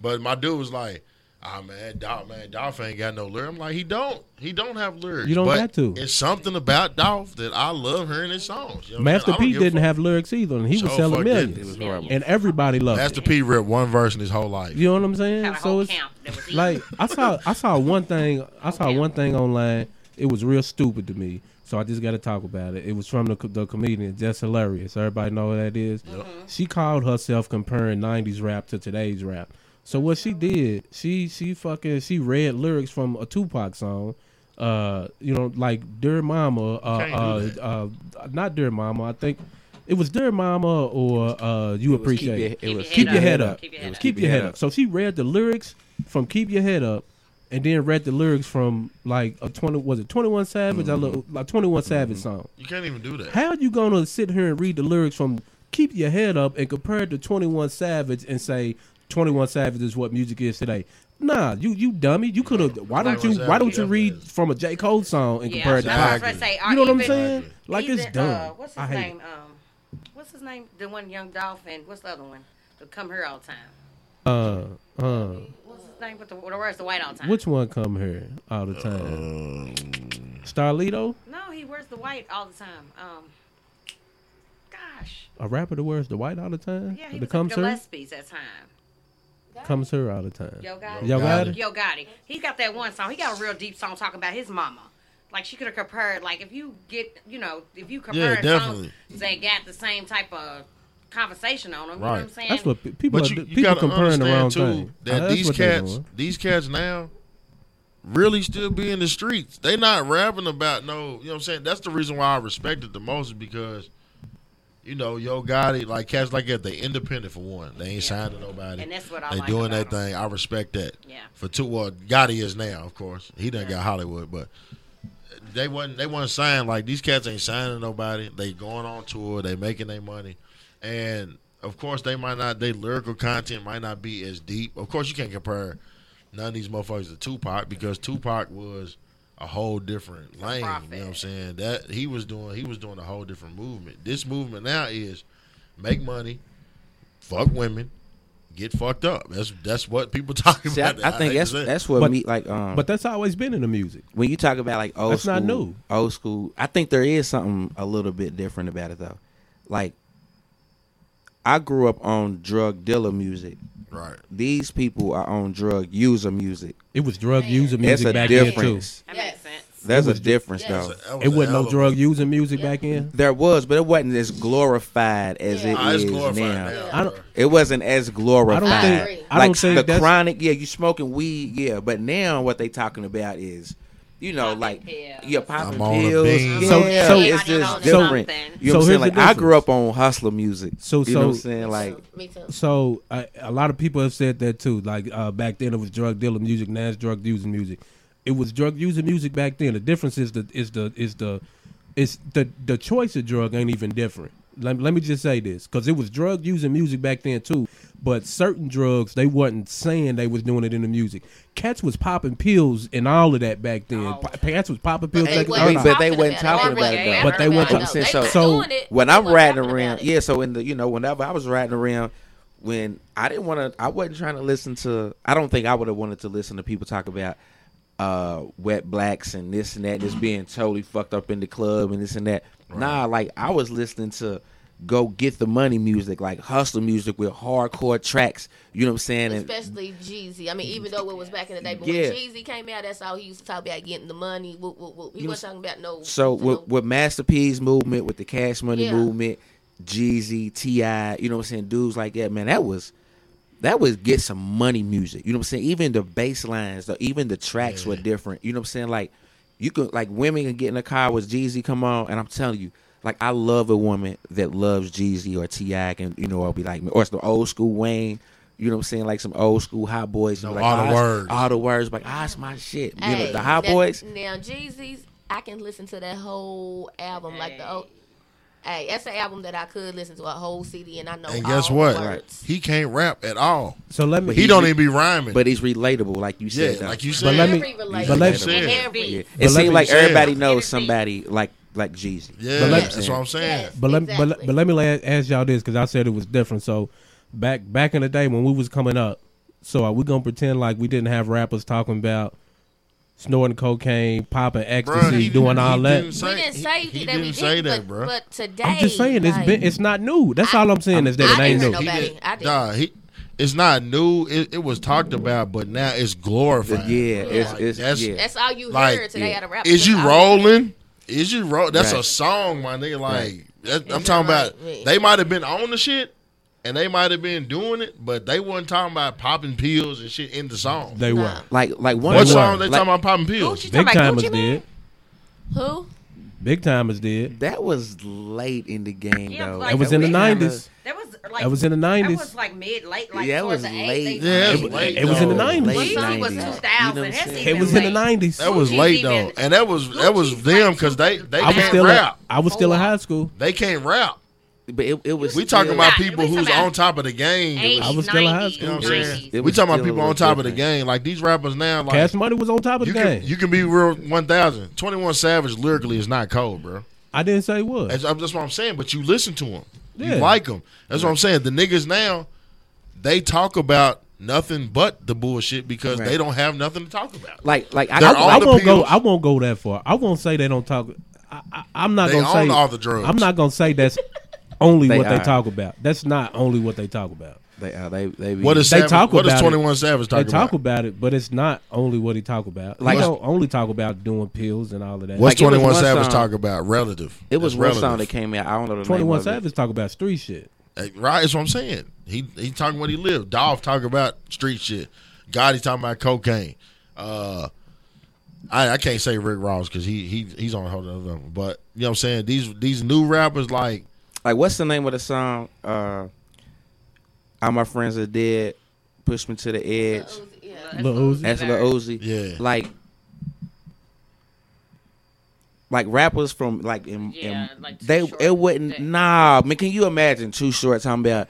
[SPEAKER 5] But my dude was like, ah man, Dolph man, Dolph ain't got no lyrics. I'm like, he don't. He don't have lyrics.
[SPEAKER 4] You don't
[SPEAKER 5] but
[SPEAKER 4] got to.
[SPEAKER 5] It's something about Dolph that I love hearing his songs. You know what I'm
[SPEAKER 4] Master
[SPEAKER 5] saying? I don't
[SPEAKER 4] P
[SPEAKER 5] give a
[SPEAKER 4] didn't
[SPEAKER 5] fuck.
[SPEAKER 4] have lyrics either, and he
[SPEAKER 5] Sure
[SPEAKER 4] was selling
[SPEAKER 5] fuck didn't.
[SPEAKER 4] millions.
[SPEAKER 5] It was horrible.
[SPEAKER 4] and everybody loved
[SPEAKER 5] Master
[SPEAKER 4] it.
[SPEAKER 5] P read one verse in his whole life.
[SPEAKER 4] You know what I'm saying? So it's like I saw I saw one thing I saw one thing online. It was real stupid to me, so I just got to talk about it. It was from the co- the comedian Jess Hilarious. Everybody know who that is.
[SPEAKER 5] Uh-huh.
[SPEAKER 4] She called herself comparing '90s rap to today's rap. So what
[SPEAKER 5] Oh.
[SPEAKER 4] she did, she she fucking she read lyrics from a Tupac song. Uh, you know, like "Dear Mama," uh,
[SPEAKER 5] can't do
[SPEAKER 4] uh, uh, not "Dear Mama." I think it was "Dear Mama" or uh, "You
[SPEAKER 7] It was Keep
[SPEAKER 4] Appreciate."
[SPEAKER 7] Your-
[SPEAKER 4] It,
[SPEAKER 7] it was
[SPEAKER 4] keep your head up. It was
[SPEAKER 7] Keep Your Head Up.
[SPEAKER 4] So she read the lyrics from "Keep Your Head Up," and then read the lyrics from like a twenty was it Twenty One Savage? I look like Twenty Savage song.
[SPEAKER 5] You can't even do that.
[SPEAKER 4] How you gonna sit here and read the lyrics from "Keep Your Head Up" and compare it to Twenty One Savage and say Twenty One Savage is what music is today? Nah, you you dummy. You could have. Why don't you?
[SPEAKER 5] 21
[SPEAKER 4] Why don't you
[SPEAKER 5] Savage
[SPEAKER 4] read from a J Cole song and
[SPEAKER 12] Yeah,
[SPEAKER 4] compare it to?
[SPEAKER 12] that's what I was
[SPEAKER 4] Pac?
[SPEAKER 12] about to say. Or
[SPEAKER 4] You know what I'm
[SPEAKER 12] even-
[SPEAKER 4] saying? Like it's
[SPEAKER 12] even,
[SPEAKER 4] dumb.
[SPEAKER 12] Uh, what's his
[SPEAKER 4] I hate it.
[SPEAKER 12] name? Um, what's his name? The one Young Dolphin. What's the other one? The Come Here All the Time.
[SPEAKER 4] Uh, uh,
[SPEAKER 12] What's his name? With the, the words the white all the time.
[SPEAKER 4] which one come here all the time? Starlito,
[SPEAKER 12] No, he wears the white all the time. Um, gosh,
[SPEAKER 4] a rapper that wears the white all the time.
[SPEAKER 12] yeah, he was
[SPEAKER 4] the
[SPEAKER 12] at
[SPEAKER 4] comes her,
[SPEAKER 12] Gillespie's that time.
[SPEAKER 4] comes her all the time.
[SPEAKER 12] Yo Gotti.
[SPEAKER 4] Yo Gotti.
[SPEAKER 12] Yo Gotti. He got that one song. He got a real deep song talking about his mama. Like she could have compared. Like if you get, you know, if you compare
[SPEAKER 5] Yeah,
[SPEAKER 12] songs
[SPEAKER 5] definitely.
[SPEAKER 12] that got the same type of conversation on them, you know what I'm
[SPEAKER 5] Right.
[SPEAKER 12] saying?
[SPEAKER 4] That's what pe- people
[SPEAKER 5] But
[SPEAKER 4] are,
[SPEAKER 5] you,
[SPEAKER 4] do-
[SPEAKER 5] you
[SPEAKER 4] people
[SPEAKER 5] gotta
[SPEAKER 4] comparing the wrong
[SPEAKER 5] understand
[SPEAKER 4] thing.
[SPEAKER 5] too that
[SPEAKER 4] That's
[SPEAKER 5] these
[SPEAKER 4] what they
[SPEAKER 5] cats,
[SPEAKER 4] doing.
[SPEAKER 5] these cats now, really still be in the streets. They not rapping about no. You know what I'm saying? That's the reason why I respect it the most is because, you know, Yo Gotti, like cats like that, they independent for one. They ain't signed to nobody.
[SPEAKER 12] And that's what I
[SPEAKER 5] they
[SPEAKER 12] like
[SPEAKER 5] doing
[SPEAKER 12] about
[SPEAKER 5] that thing. I respect that.
[SPEAKER 12] Yeah.
[SPEAKER 5] For two, well, Gotti is now, of course. He done got Hollywood, but they wasn't they wasn't signed like these cats ain't signing nobody. They going on tour, they making their money, and of course they might not. They lyrical content might not be as deep. Of course you can't compare none of these motherfuckers to Tupac because Tupac was a whole different lane. You know what I'm saying? That he was doing he was doing a whole different movement. This movement now is make money, fuck women. Get fucked up. That's that's what people talking
[SPEAKER 7] See, I,
[SPEAKER 5] about.
[SPEAKER 7] I
[SPEAKER 5] hate
[SPEAKER 7] think
[SPEAKER 5] to
[SPEAKER 7] that's
[SPEAKER 5] say it.
[SPEAKER 7] that's what
[SPEAKER 4] But-
[SPEAKER 7] me like. Um,
[SPEAKER 4] But that's always been in the music.
[SPEAKER 7] when you talk about like old
[SPEAKER 4] That's
[SPEAKER 7] school,
[SPEAKER 4] not new.
[SPEAKER 7] old school, I think there is something a little bit different about it though. Like, I grew up on drug dealer music.
[SPEAKER 5] right.
[SPEAKER 7] These people are on drug user music.
[SPEAKER 4] It was drug user
[SPEAKER 7] That's
[SPEAKER 4] music
[SPEAKER 7] a
[SPEAKER 4] back
[SPEAKER 7] difference.
[SPEAKER 12] That makes sense.
[SPEAKER 7] There's a difference though.
[SPEAKER 5] That
[SPEAKER 4] then too. It wasn't no
[SPEAKER 5] a hell of a-
[SPEAKER 4] drug user music back then.
[SPEAKER 7] There was, but it wasn't as glorified as it is
[SPEAKER 5] Ah, it's glorified
[SPEAKER 7] now.
[SPEAKER 5] now.
[SPEAKER 4] I don't.
[SPEAKER 7] It wasn't as glorified.
[SPEAKER 4] I don't
[SPEAKER 8] think-
[SPEAKER 4] I
[SPEAKER 7] like
[SPEAKER 4] don't think
[SPEAKER 7] the
[SPEAKER 4] that's-
[SPEAKER 7] chronic. Yeah, you smoking weed. Yeah, but now what they talking about is, you know,
[SPEAKER 12] Popping
[SPEAKER 7] like
[SPEAKER 12] pills.
[SPEAKER 7] you're popping
[SPEAKER 5] I'm on a
[SPEAKER 7] pills.
[SPEAKER 5] bean.
[SPEAKER 4] So-
[SPEAKER 7] Yeah,
[SPEAKER 4] so-
[SPEAKER 7] it's
[SPEAKER 12] Everybody
[SPEAKER 7] just
[SPEAKER 12] on
[SPEAKER 7] different.
[SPEAKER 12] something.
[SPEAKER 7] You
[SPEAKER 4] So
[SPEAKER 7] know what I'm saying?
[SPEAKER 4] here's
[SPEAKER 7] Like
[SPEAKER 4] the
[SPEAKER 7] I grew
[SPEAKER 4] difference.
[SPEAKER 7] up on hustler music.
[SPEAKER 4] So-
[SPEAKER 7] you know what I'm
[SPEAKER 4] so-
[SPEAKER 7] saying? Like
[SPEAKER 8] Me too.
[SPEAKER 4] So I, a lot of people have said that too. Like uh, back then, it was drug dealer music. Now it's drug user music. It was drug user music back then. The difference is the is the is the is the the choice of drug ain't even different. Let, let me just say this because it was drug using music back then too. But certain drugs they wasn't saying they was doing it in the music. Cats was popping pills and all of that back then. Pa- Cats was popping pills.
[SPEAKER 7] They
[SPEAKER 4] back
[SPEAKER 7] wasn't
[SPEAKER 4] then.
[SPEAKER 7] Oh, but they wasn't talking about it, though.
[SPEAKER 4] But they
[SPEAKER 8] went to
[SPEAKER 4] wasn't talking-
[SPEAKER 7] so-
[SPEAKER 8] so
[SPEAKER 4] so
[SPEAKER 8] doing it,
[SPEAKER 7] when
[SPEAKER 8] they
[SPEAKER 7] I'm
[SPEAKER 8] wasn't
[SPEAKER 7] riding
[SPEAKER 8] talking
[SPEAKER 7] around,
[SPEAKER 8] about it.
[SPEAKER 7] yeah. So in the you know whenever I was riding around, when I didn't want to, I wasn't trying to listen to. I don't think I would have wanted to listen to people talk about uh wet blacks and this and that,
[SPEAKER 8] Mm-hmm.
[SPEAKER 7] just being totally fucked up in the club and this and that. Nah, like I was listening to go get the money music, like hustle music with hardcore tracks. You know what I'm saying? And-
[SPEAKER 8] Especially Jeezy. I mean, even though it was back in the day, but
[SPEAKER 7] Yeah.
[SPEAKER 8] when Jeezy came out, that's all he used to talk about getting the money. Whoop, whoop, whoop. He
[SPEAKER 7] You
[SPEAKER 8] wasn't talking about no.
[SPEAKER 7] So with, with Master P's movement, with the Cash Money
[SPEAKER 8] Yeah.
[SPEAKER 7] movement, Jeezy, Ti, you know what I'm saying, dudes like that, man, that was that was get some money music. You know what I'm saying? Even the bass lines, the, even the tracks were different. You know what I'm saying? Like you could like women can get in the car with Jeezy, come on, and I'm telling you. Like I love a woman that loves Jeezy or Ti, and you know I'll be like, or it's the old school Wayne, you know what I'm saying, like some old school hot boys,
[SPEAKER 5] No,
[SPEAKER 7] like,
[SPEAKER 5] all the
[SPEAKER 7] "Ah, it's-
[SPEAKER 5] words."
[SPEAKER 7] all the words, like ah, it's my shit, you know,
[SPEAKER 8] Hey,
[SPEAKER 7] the hot
[SPEAKER 8] that-
[SPEAKER 7] boys,
[SPEAKER 8] Now Jeezy's, I can listen to that whole album like the old. Hey, that's an album that I could listen to a whole CD, and I know.
[SPEAKER 5] And guess
[SPEAKER 8] all
[SPEAKER 5] what?
[SPEAKER 8] The words.
[SPEAKER 5] He can't rap at all.
[SPEAKER 4] So let me.
[SPEAKER 5] He don't even be rhyming.
[SPEAKER 7] but he's relatable, like you said, uh,
[SPEAKER 5] yeah,
[SPEAKER 7] though.
[SPEAKER 5] like you
[SPEAKER 4] But
[SPEAKER 5] said.
[SPEAKER 4] let me.
[SPEAKER 8] Very
[SPEAKER 4] But
[SPEAKER 8] relatable.
[SPEAKER 4] let,
[SPEAKER 5] Said.
[SPEAKER 8] And every-
[SPEAKER 7] Yeah.
[SPEAKER 4] But
[SPEAKER 7] It
[SPEAKER 4] let me
[SPEAKER 7] seems like
[SPEAKER 4] say-
[SPEAKER 7] everybody knows somebody like like Jeezy.
[SPEAKER 5] yeah,
[SPEAKER 4] But let-
[SPEAKER 5] that's what I'm saying.
[SPEAKER 8] Yes,
[SPEAKER 4] But let but, let-
[SPEAKER 8] exactly.
[SPEAKER 4] but let me la- ask y'all this because I said it was different. So back back in the day when we was coming up, so are we gonna pretend like we didn't have rappers talking about snorting cocaine, popping ecstasy,
[SPEAKER 5] he
[SPEAKER 4] doing
[SPEAKER 5] didn't-
[SPEAKER 4] all
[SPEAKER 5] he
[SPEAKER 4] that?
[SPEAKER 5] didn't
[SPEAKER 8] we
[SPEAKER 5] say-
[SPEAKER 8] didn't
[SPEAKER 5] he-
[SPEAKER 8] say
[SPEAKER 5] he
[SPEAKER 8] that we
[SPEAKER 5] didn't say that,
[SPEAKER 8] but,
[SPEAKER 5] bro.
[SPEAKER 8] But today,
[SPEAKER 4] I'm just saying it's
[SPEAKER 8] like,
[SPEAKER 4] been it's not new. That's all I'm saying is that
[SPEAKER 8] I
[SPEAKER 4] it
[SPEAKER 8] didn't
[SPEAKER 4] ain't
[SPEAKER 8] hear
[SPEAKER 4] new.
[SPEAKER 8] no
[SPEAKER 5] He
[SPEAKER 8] Nobody.
[SPEAKER 5] did-
[SPEAKER 8] I didn't.
[SPEAKER 5] Nah, he, it's not new. It, it was talked about, but now it's glorified.
[SPEAKER 7] Yeah, it's
[SPEAKER 5] Like,
[SPEAKER 7] it's
[SPEAKER 5] that's-
[SPEAKER 7] yeah.
[SPEAKER 8] That's all you
[SPEAKER 5] Like,
[SPEAKER 8] hear today out of rap.
[SPEAKER 5] Is you
[SPEAKER 8] That's all hear.
[SPEAKER 5] rolling? Is you roll? That's a
[SPEAKER 7] Right.
[SPEAKER 5] song, my nigga. Like that, I'm
[SPEAKER 8] Is
[SPEAKER 5] talking
[SPEAKER 8] you roll-
[SPEAKER 5] about.
[SPEAKER 8] yeah.
[SPEAKER 5] They might have been on the shit, and they might have been doing it, but they wasn't talking about popping pills and shit in the song.
[SPEAKER 4] They
[SPEAKER 8] Nah.
[SPEAKER 4] were.
[SPEAKER 7] Like like one
[SPEAKER 5] what
[SPEAKER 4] they
[SPEAKER 5] song
[SPEAKER 4] were.
[SPEAKER 5] they
[SPEAKER 7] like,
[SPEAKER 5] talking about popping pills?
[SPEAKER 12] Gucci- You talking about
[SPEAKER 4] Big timers
[SPEAKER 12] Gucci Mane?
[SPEAKER 4] did.
[SPEAKER 8] Who? Oh,
[SPEAKER 4] Big timers did.
[SPEAKER 7] That was late in the game
[SPEAKER 13] Yeah,
[SPEAKER 7] though.
[SPEAKER 13] like-
[SPEAKER 4] It was in the
[SPEAKER 13] Big
[SPEAKER 4] nineties.
[SPEAKER 13] That was like
[SPEAKER 4] That was in the
[SPEAKER 13] That
[SPEAKER 4] 90s.
[SPEAKER 13] was like mid late. Like
[SPEAKER 7] yeah, it
[SPEAKER 13] towards
[SPEAKER 7] was
[SPEAKER 13] the
[SPEAKER 7] late.
[SPEAKER 13] eight,
[SPEAKER 5] Yeah, it
[SPEAKER 7] it
[SPEAKER 5] was late,
[SPEAKER 7] It was in the
[SPEAKER 5] though.
[SPEAKER 7] nineties.
[SPEAKER 13] Late
[SPEAKER 7] Late
[SPEAKER 13] 90s.
[SPEAKER 7] 90s.
[SPEAKER 13] You know what I'm
[SPEAKER 7] That's
[SPEAKER 13] saying?
[SPEAKER 4] It was in the
[SPEAKER 13] Late.
[SPEAKER 4] nineties.
[SPEAKER 5] That was
[SPEAKER 13] Gucci
[SPEAKER 5] late
[SPEAKER 13] even-
[SPEAKER 5] though, and that was that was
[SPEAKER 13] Gucci's
[SPEAKER 5] them
[SPEAKER 13] like
[SPEAKER 5] because they they
[SPEAKER 4] I was
[SPEAKER 5] can't
[SPEAKER 4] still
[SPEAKER 5] rap.
[SPEAKER 4] a, I was still in high school.
[SPEAKER 5] they can't rap.
[SPEAKER 7] But it, it was
[SPEAKER 5] We talking
[SPEAKER 7] still-
[SPEAKER 5] about
[SPEAKER 13] Yeah,
[SPEAKER 5] people
[SPEAKER 13] we talking
[SPEAKER 5] who's
[SPEAKER 13] about
[SPEAKER 5] on top of the game.
[SPEAKER 13] Eighties,
[SPEAKER 4] I was still in high
[SPEAKER 13] 90s,
[SPEAKER 4] school.
[SPEAKER 5] You know what I'm saying?
[SPEAKER 13] nineties.
[SPEAKER 7] It
[SPEAKER 5] We
[SPEAKER 7] was
[SPEAKER 5] talking about
[SPEAKER 7] still a
[SPEAKER 5] people on
[SPEAKER 7] little
[SPEAKER 5] top of the
[SPEAKER 7] different.
[SPEAKER 5] game. Like these rappers now, like
[SPEAKER 4] Cash Money was on top of the
[SPEAKER 5] you
[SPEAKER 4] game.
[SPEAKER 5] can you can be real one thousand. Twenty one Savage lyrically is not cold, bro.
[SPEAKER 4] I didn't say it was.
[SPEAKER 5] That's, that's what I'm saying. But you listen to him.
[SPEAKER 4] Yeah.
[SPEAKER 5] You like him. That's what I'm saying. The niggas now, they talk about nothing but the bullshit because
[SPEAKER 7] Right.
[SPEAKER 5] they don't have nothing to talk about.
[SPEAKER 7] Like like
[SPEAKER 5] They're
[SPEAKER 7] I,
[SPEAKER 5] all
[SPEAKER 4] I
[SPEAKER 5] the
[SPEAKER 4] won't go.
[SPEAKER 5] pills.
[SPEAKER 4] I won't go that far. I won't say they don't talk. I, I, I'm not
[SPEAKER 5] They
[SPEAKER 4] gonna say
[SPEAKER 5] own all the drugs.
[SPEAKER 4] I'm not gonna say that's only
[SPEAKER 7] They
[SPEAKER 4] what they
[SPEAKER 7] are.
[SPEAKER 4] talk about. That's not only what they talk about.
[SPEAKER 7] they uh, they they be-
[SPEAKER 5] What is
[SPEAKER 4] They
[SPEAKER 5] Savage,
[SPEAKER 4] talk
[SPEAKER 5] What
[SPEAKER 4] about
[SPEAKER 5] does
[SPEAKER 4] it.
[SPEAKER 5] Twenty One Savage
[SPEAKER 4] They
[SPEAKER 5] talk,
[SPEAKER 4] talk about it, but it's not only what he talk about. Like
[SPEAKER 7] Like-
[SPEAKER 4] don't only talk about doing pills and all of that.
[SPEAKER 5] What's
[SPEAKER 7] Like, it was
[SPEAKER 5] Twenty One
[SPEAKER 7] one
[SPEAKER 5] Savage
[SPEAKER 7] song-
[SPEAKER 5] talk about? Relative.
[SPEAKER 7] it was
[SPEAKER 5] It's
[SPEAKER 7] one
[SPEAKER 5] relative.
[SPEAKER 7] song that came out. I don't know the
[SPEAKER 4] Twenty One
[SPEAKER 7] name of it.
[SPEAKER 4] Savage talk about street shit.
[SPEAKER 5] Hey, Right, that's what I'm saying. He he talking what he lived. Dolph talking about street shit. God, he talking about cocaine. Uh, I I can't say Rick Ross because he he he's on a whole other level. But you know what I'm saying. These these new rappers like
[SPEAKER 7] Like what's the name of the song? Uh, all my friends are dead. Push me to the edge.
[SPEAKER 8] Yeah.
[SPEAKER 4] Lil Uzi.
[SPEAKER 7] That's Lil Uzi.
[SPEAKER 5] Yeah.
[SPEAKER 7] Like, like rappers from like, in,
[SPEAKER 13] Yeah,
[SPEAKER 7] in-
[SPEAKER 13] like Too
[SPEAKER 7] they
[SPEAKER 13] Short
[SPEAKER 7] it wouldn't.
[SPEAKER 13] and-
[SPEAKER 7] Nah, man, can you imagine too short talking about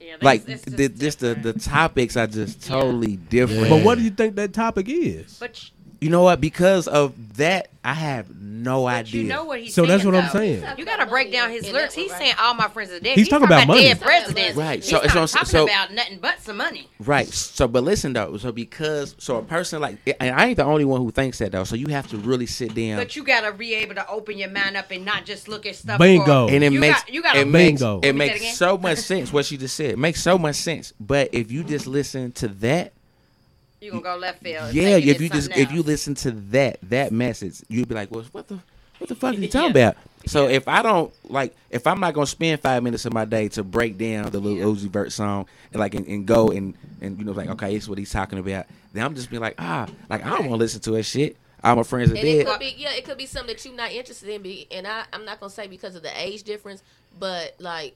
[SPEAKER 13] Yeah, that's-
[SPEAKER 7] like
[SPEAKER 13] it's
[SPEAKER 7] the,
[SPEAKER 13] just
[SPEAKER 7] this the the
[SPEAKER 13] different.
[SPEAKER 7] topics are just totally different.
[SPEAKER 5] Yeah.
[SPEAKER 4] But what do you think that topic is?
[SPEAKER 13] But you-
[SPEAKER 7] You know what? Because of that, I have no
[SPEAKER 13] but
[SPEAKER 7] idea.
[SPEAKER 13] you know what he's
[SPEAKER 4] So that's
[SPEAKER 13] saying,
[SPEAKER 4] what I'm
[SPEAKER 13] though.
[SPEAKER 4] saying.
[SPEAKER 13] You gotta break down his
[SPEAKER 8] In that
[SPEAKER 13] lyrics.
[SPEAKER 8] one,
[SPEAKER 13] He's
[SPEAKER 8] right.
[SPEAKER 13] saying all my friends are dead.
[SPEAKER 4] He's talking about money.
[SPEAKER 13] dead presidents.
[SPEAKER 7] Right,
[SPEAKER 13] He's
[SPEAKER 7] so
[SPEAKER 13] not
[SPEAKER 7] it's on-
[SPEAKER 13] talking
[SPEAKER 7] so-
[SPEAKER 13] about nothing but some money.
[SPEAKER 7] Right. So, but listen though. So because so a person like and I ain't the only one who thinks that though. So you have to really sit down.
[SPEAKER 13] But you gotta be able to open your mind up and not just look at stuff.
[SPEAKER 4] Bingo.
[SPEAKER 13] for-
[SPEAKER 7] and it
[SPEAKER 13] you
[SPEAKER 7] makes
[SPEAKER 13] got, you gotta
[SPEAKER 7] it makes
[SPEAKER 4] Bingo.
[SPEAKER 7] it
[SPEAKER 13] Say that again?
[SPEAKER 7] makes so much sense what she just said. It makes so much sense. But if you just listen to that,
[SPEAKER 13] You gonna go left field. and
[SPEAKER 7] yeah,
[SPEAKER 13] think it
[SPEAKER 7] if
[SPEAKER 13] is
[SPEAKER 7] you just
[SPEAKER 13] something
[SPEAKER 7] if you
[SPEAKER 13] else.
[SPEAKER 7] listen to that that message, you'd be like, well, what the what the fuck are you talking
[SPEAKER 13] Yeah.
[SPEAKER 7] about? So if I don't like, if I'm not gonna spend five minutes of my day to break down the little Uzi Vert song and like and, and go and and you know like okay, it's what he's talking about. Then I'm just being like ah, like I don't want to listen to that shit. All my friends are
[SPEAKER 8] And it
[SPEAKER 7] dead.
[SPEAKER 8] could be yeah, it could be something that you're not interested in. Be and I, I'm not gonna say because of the age difference, but like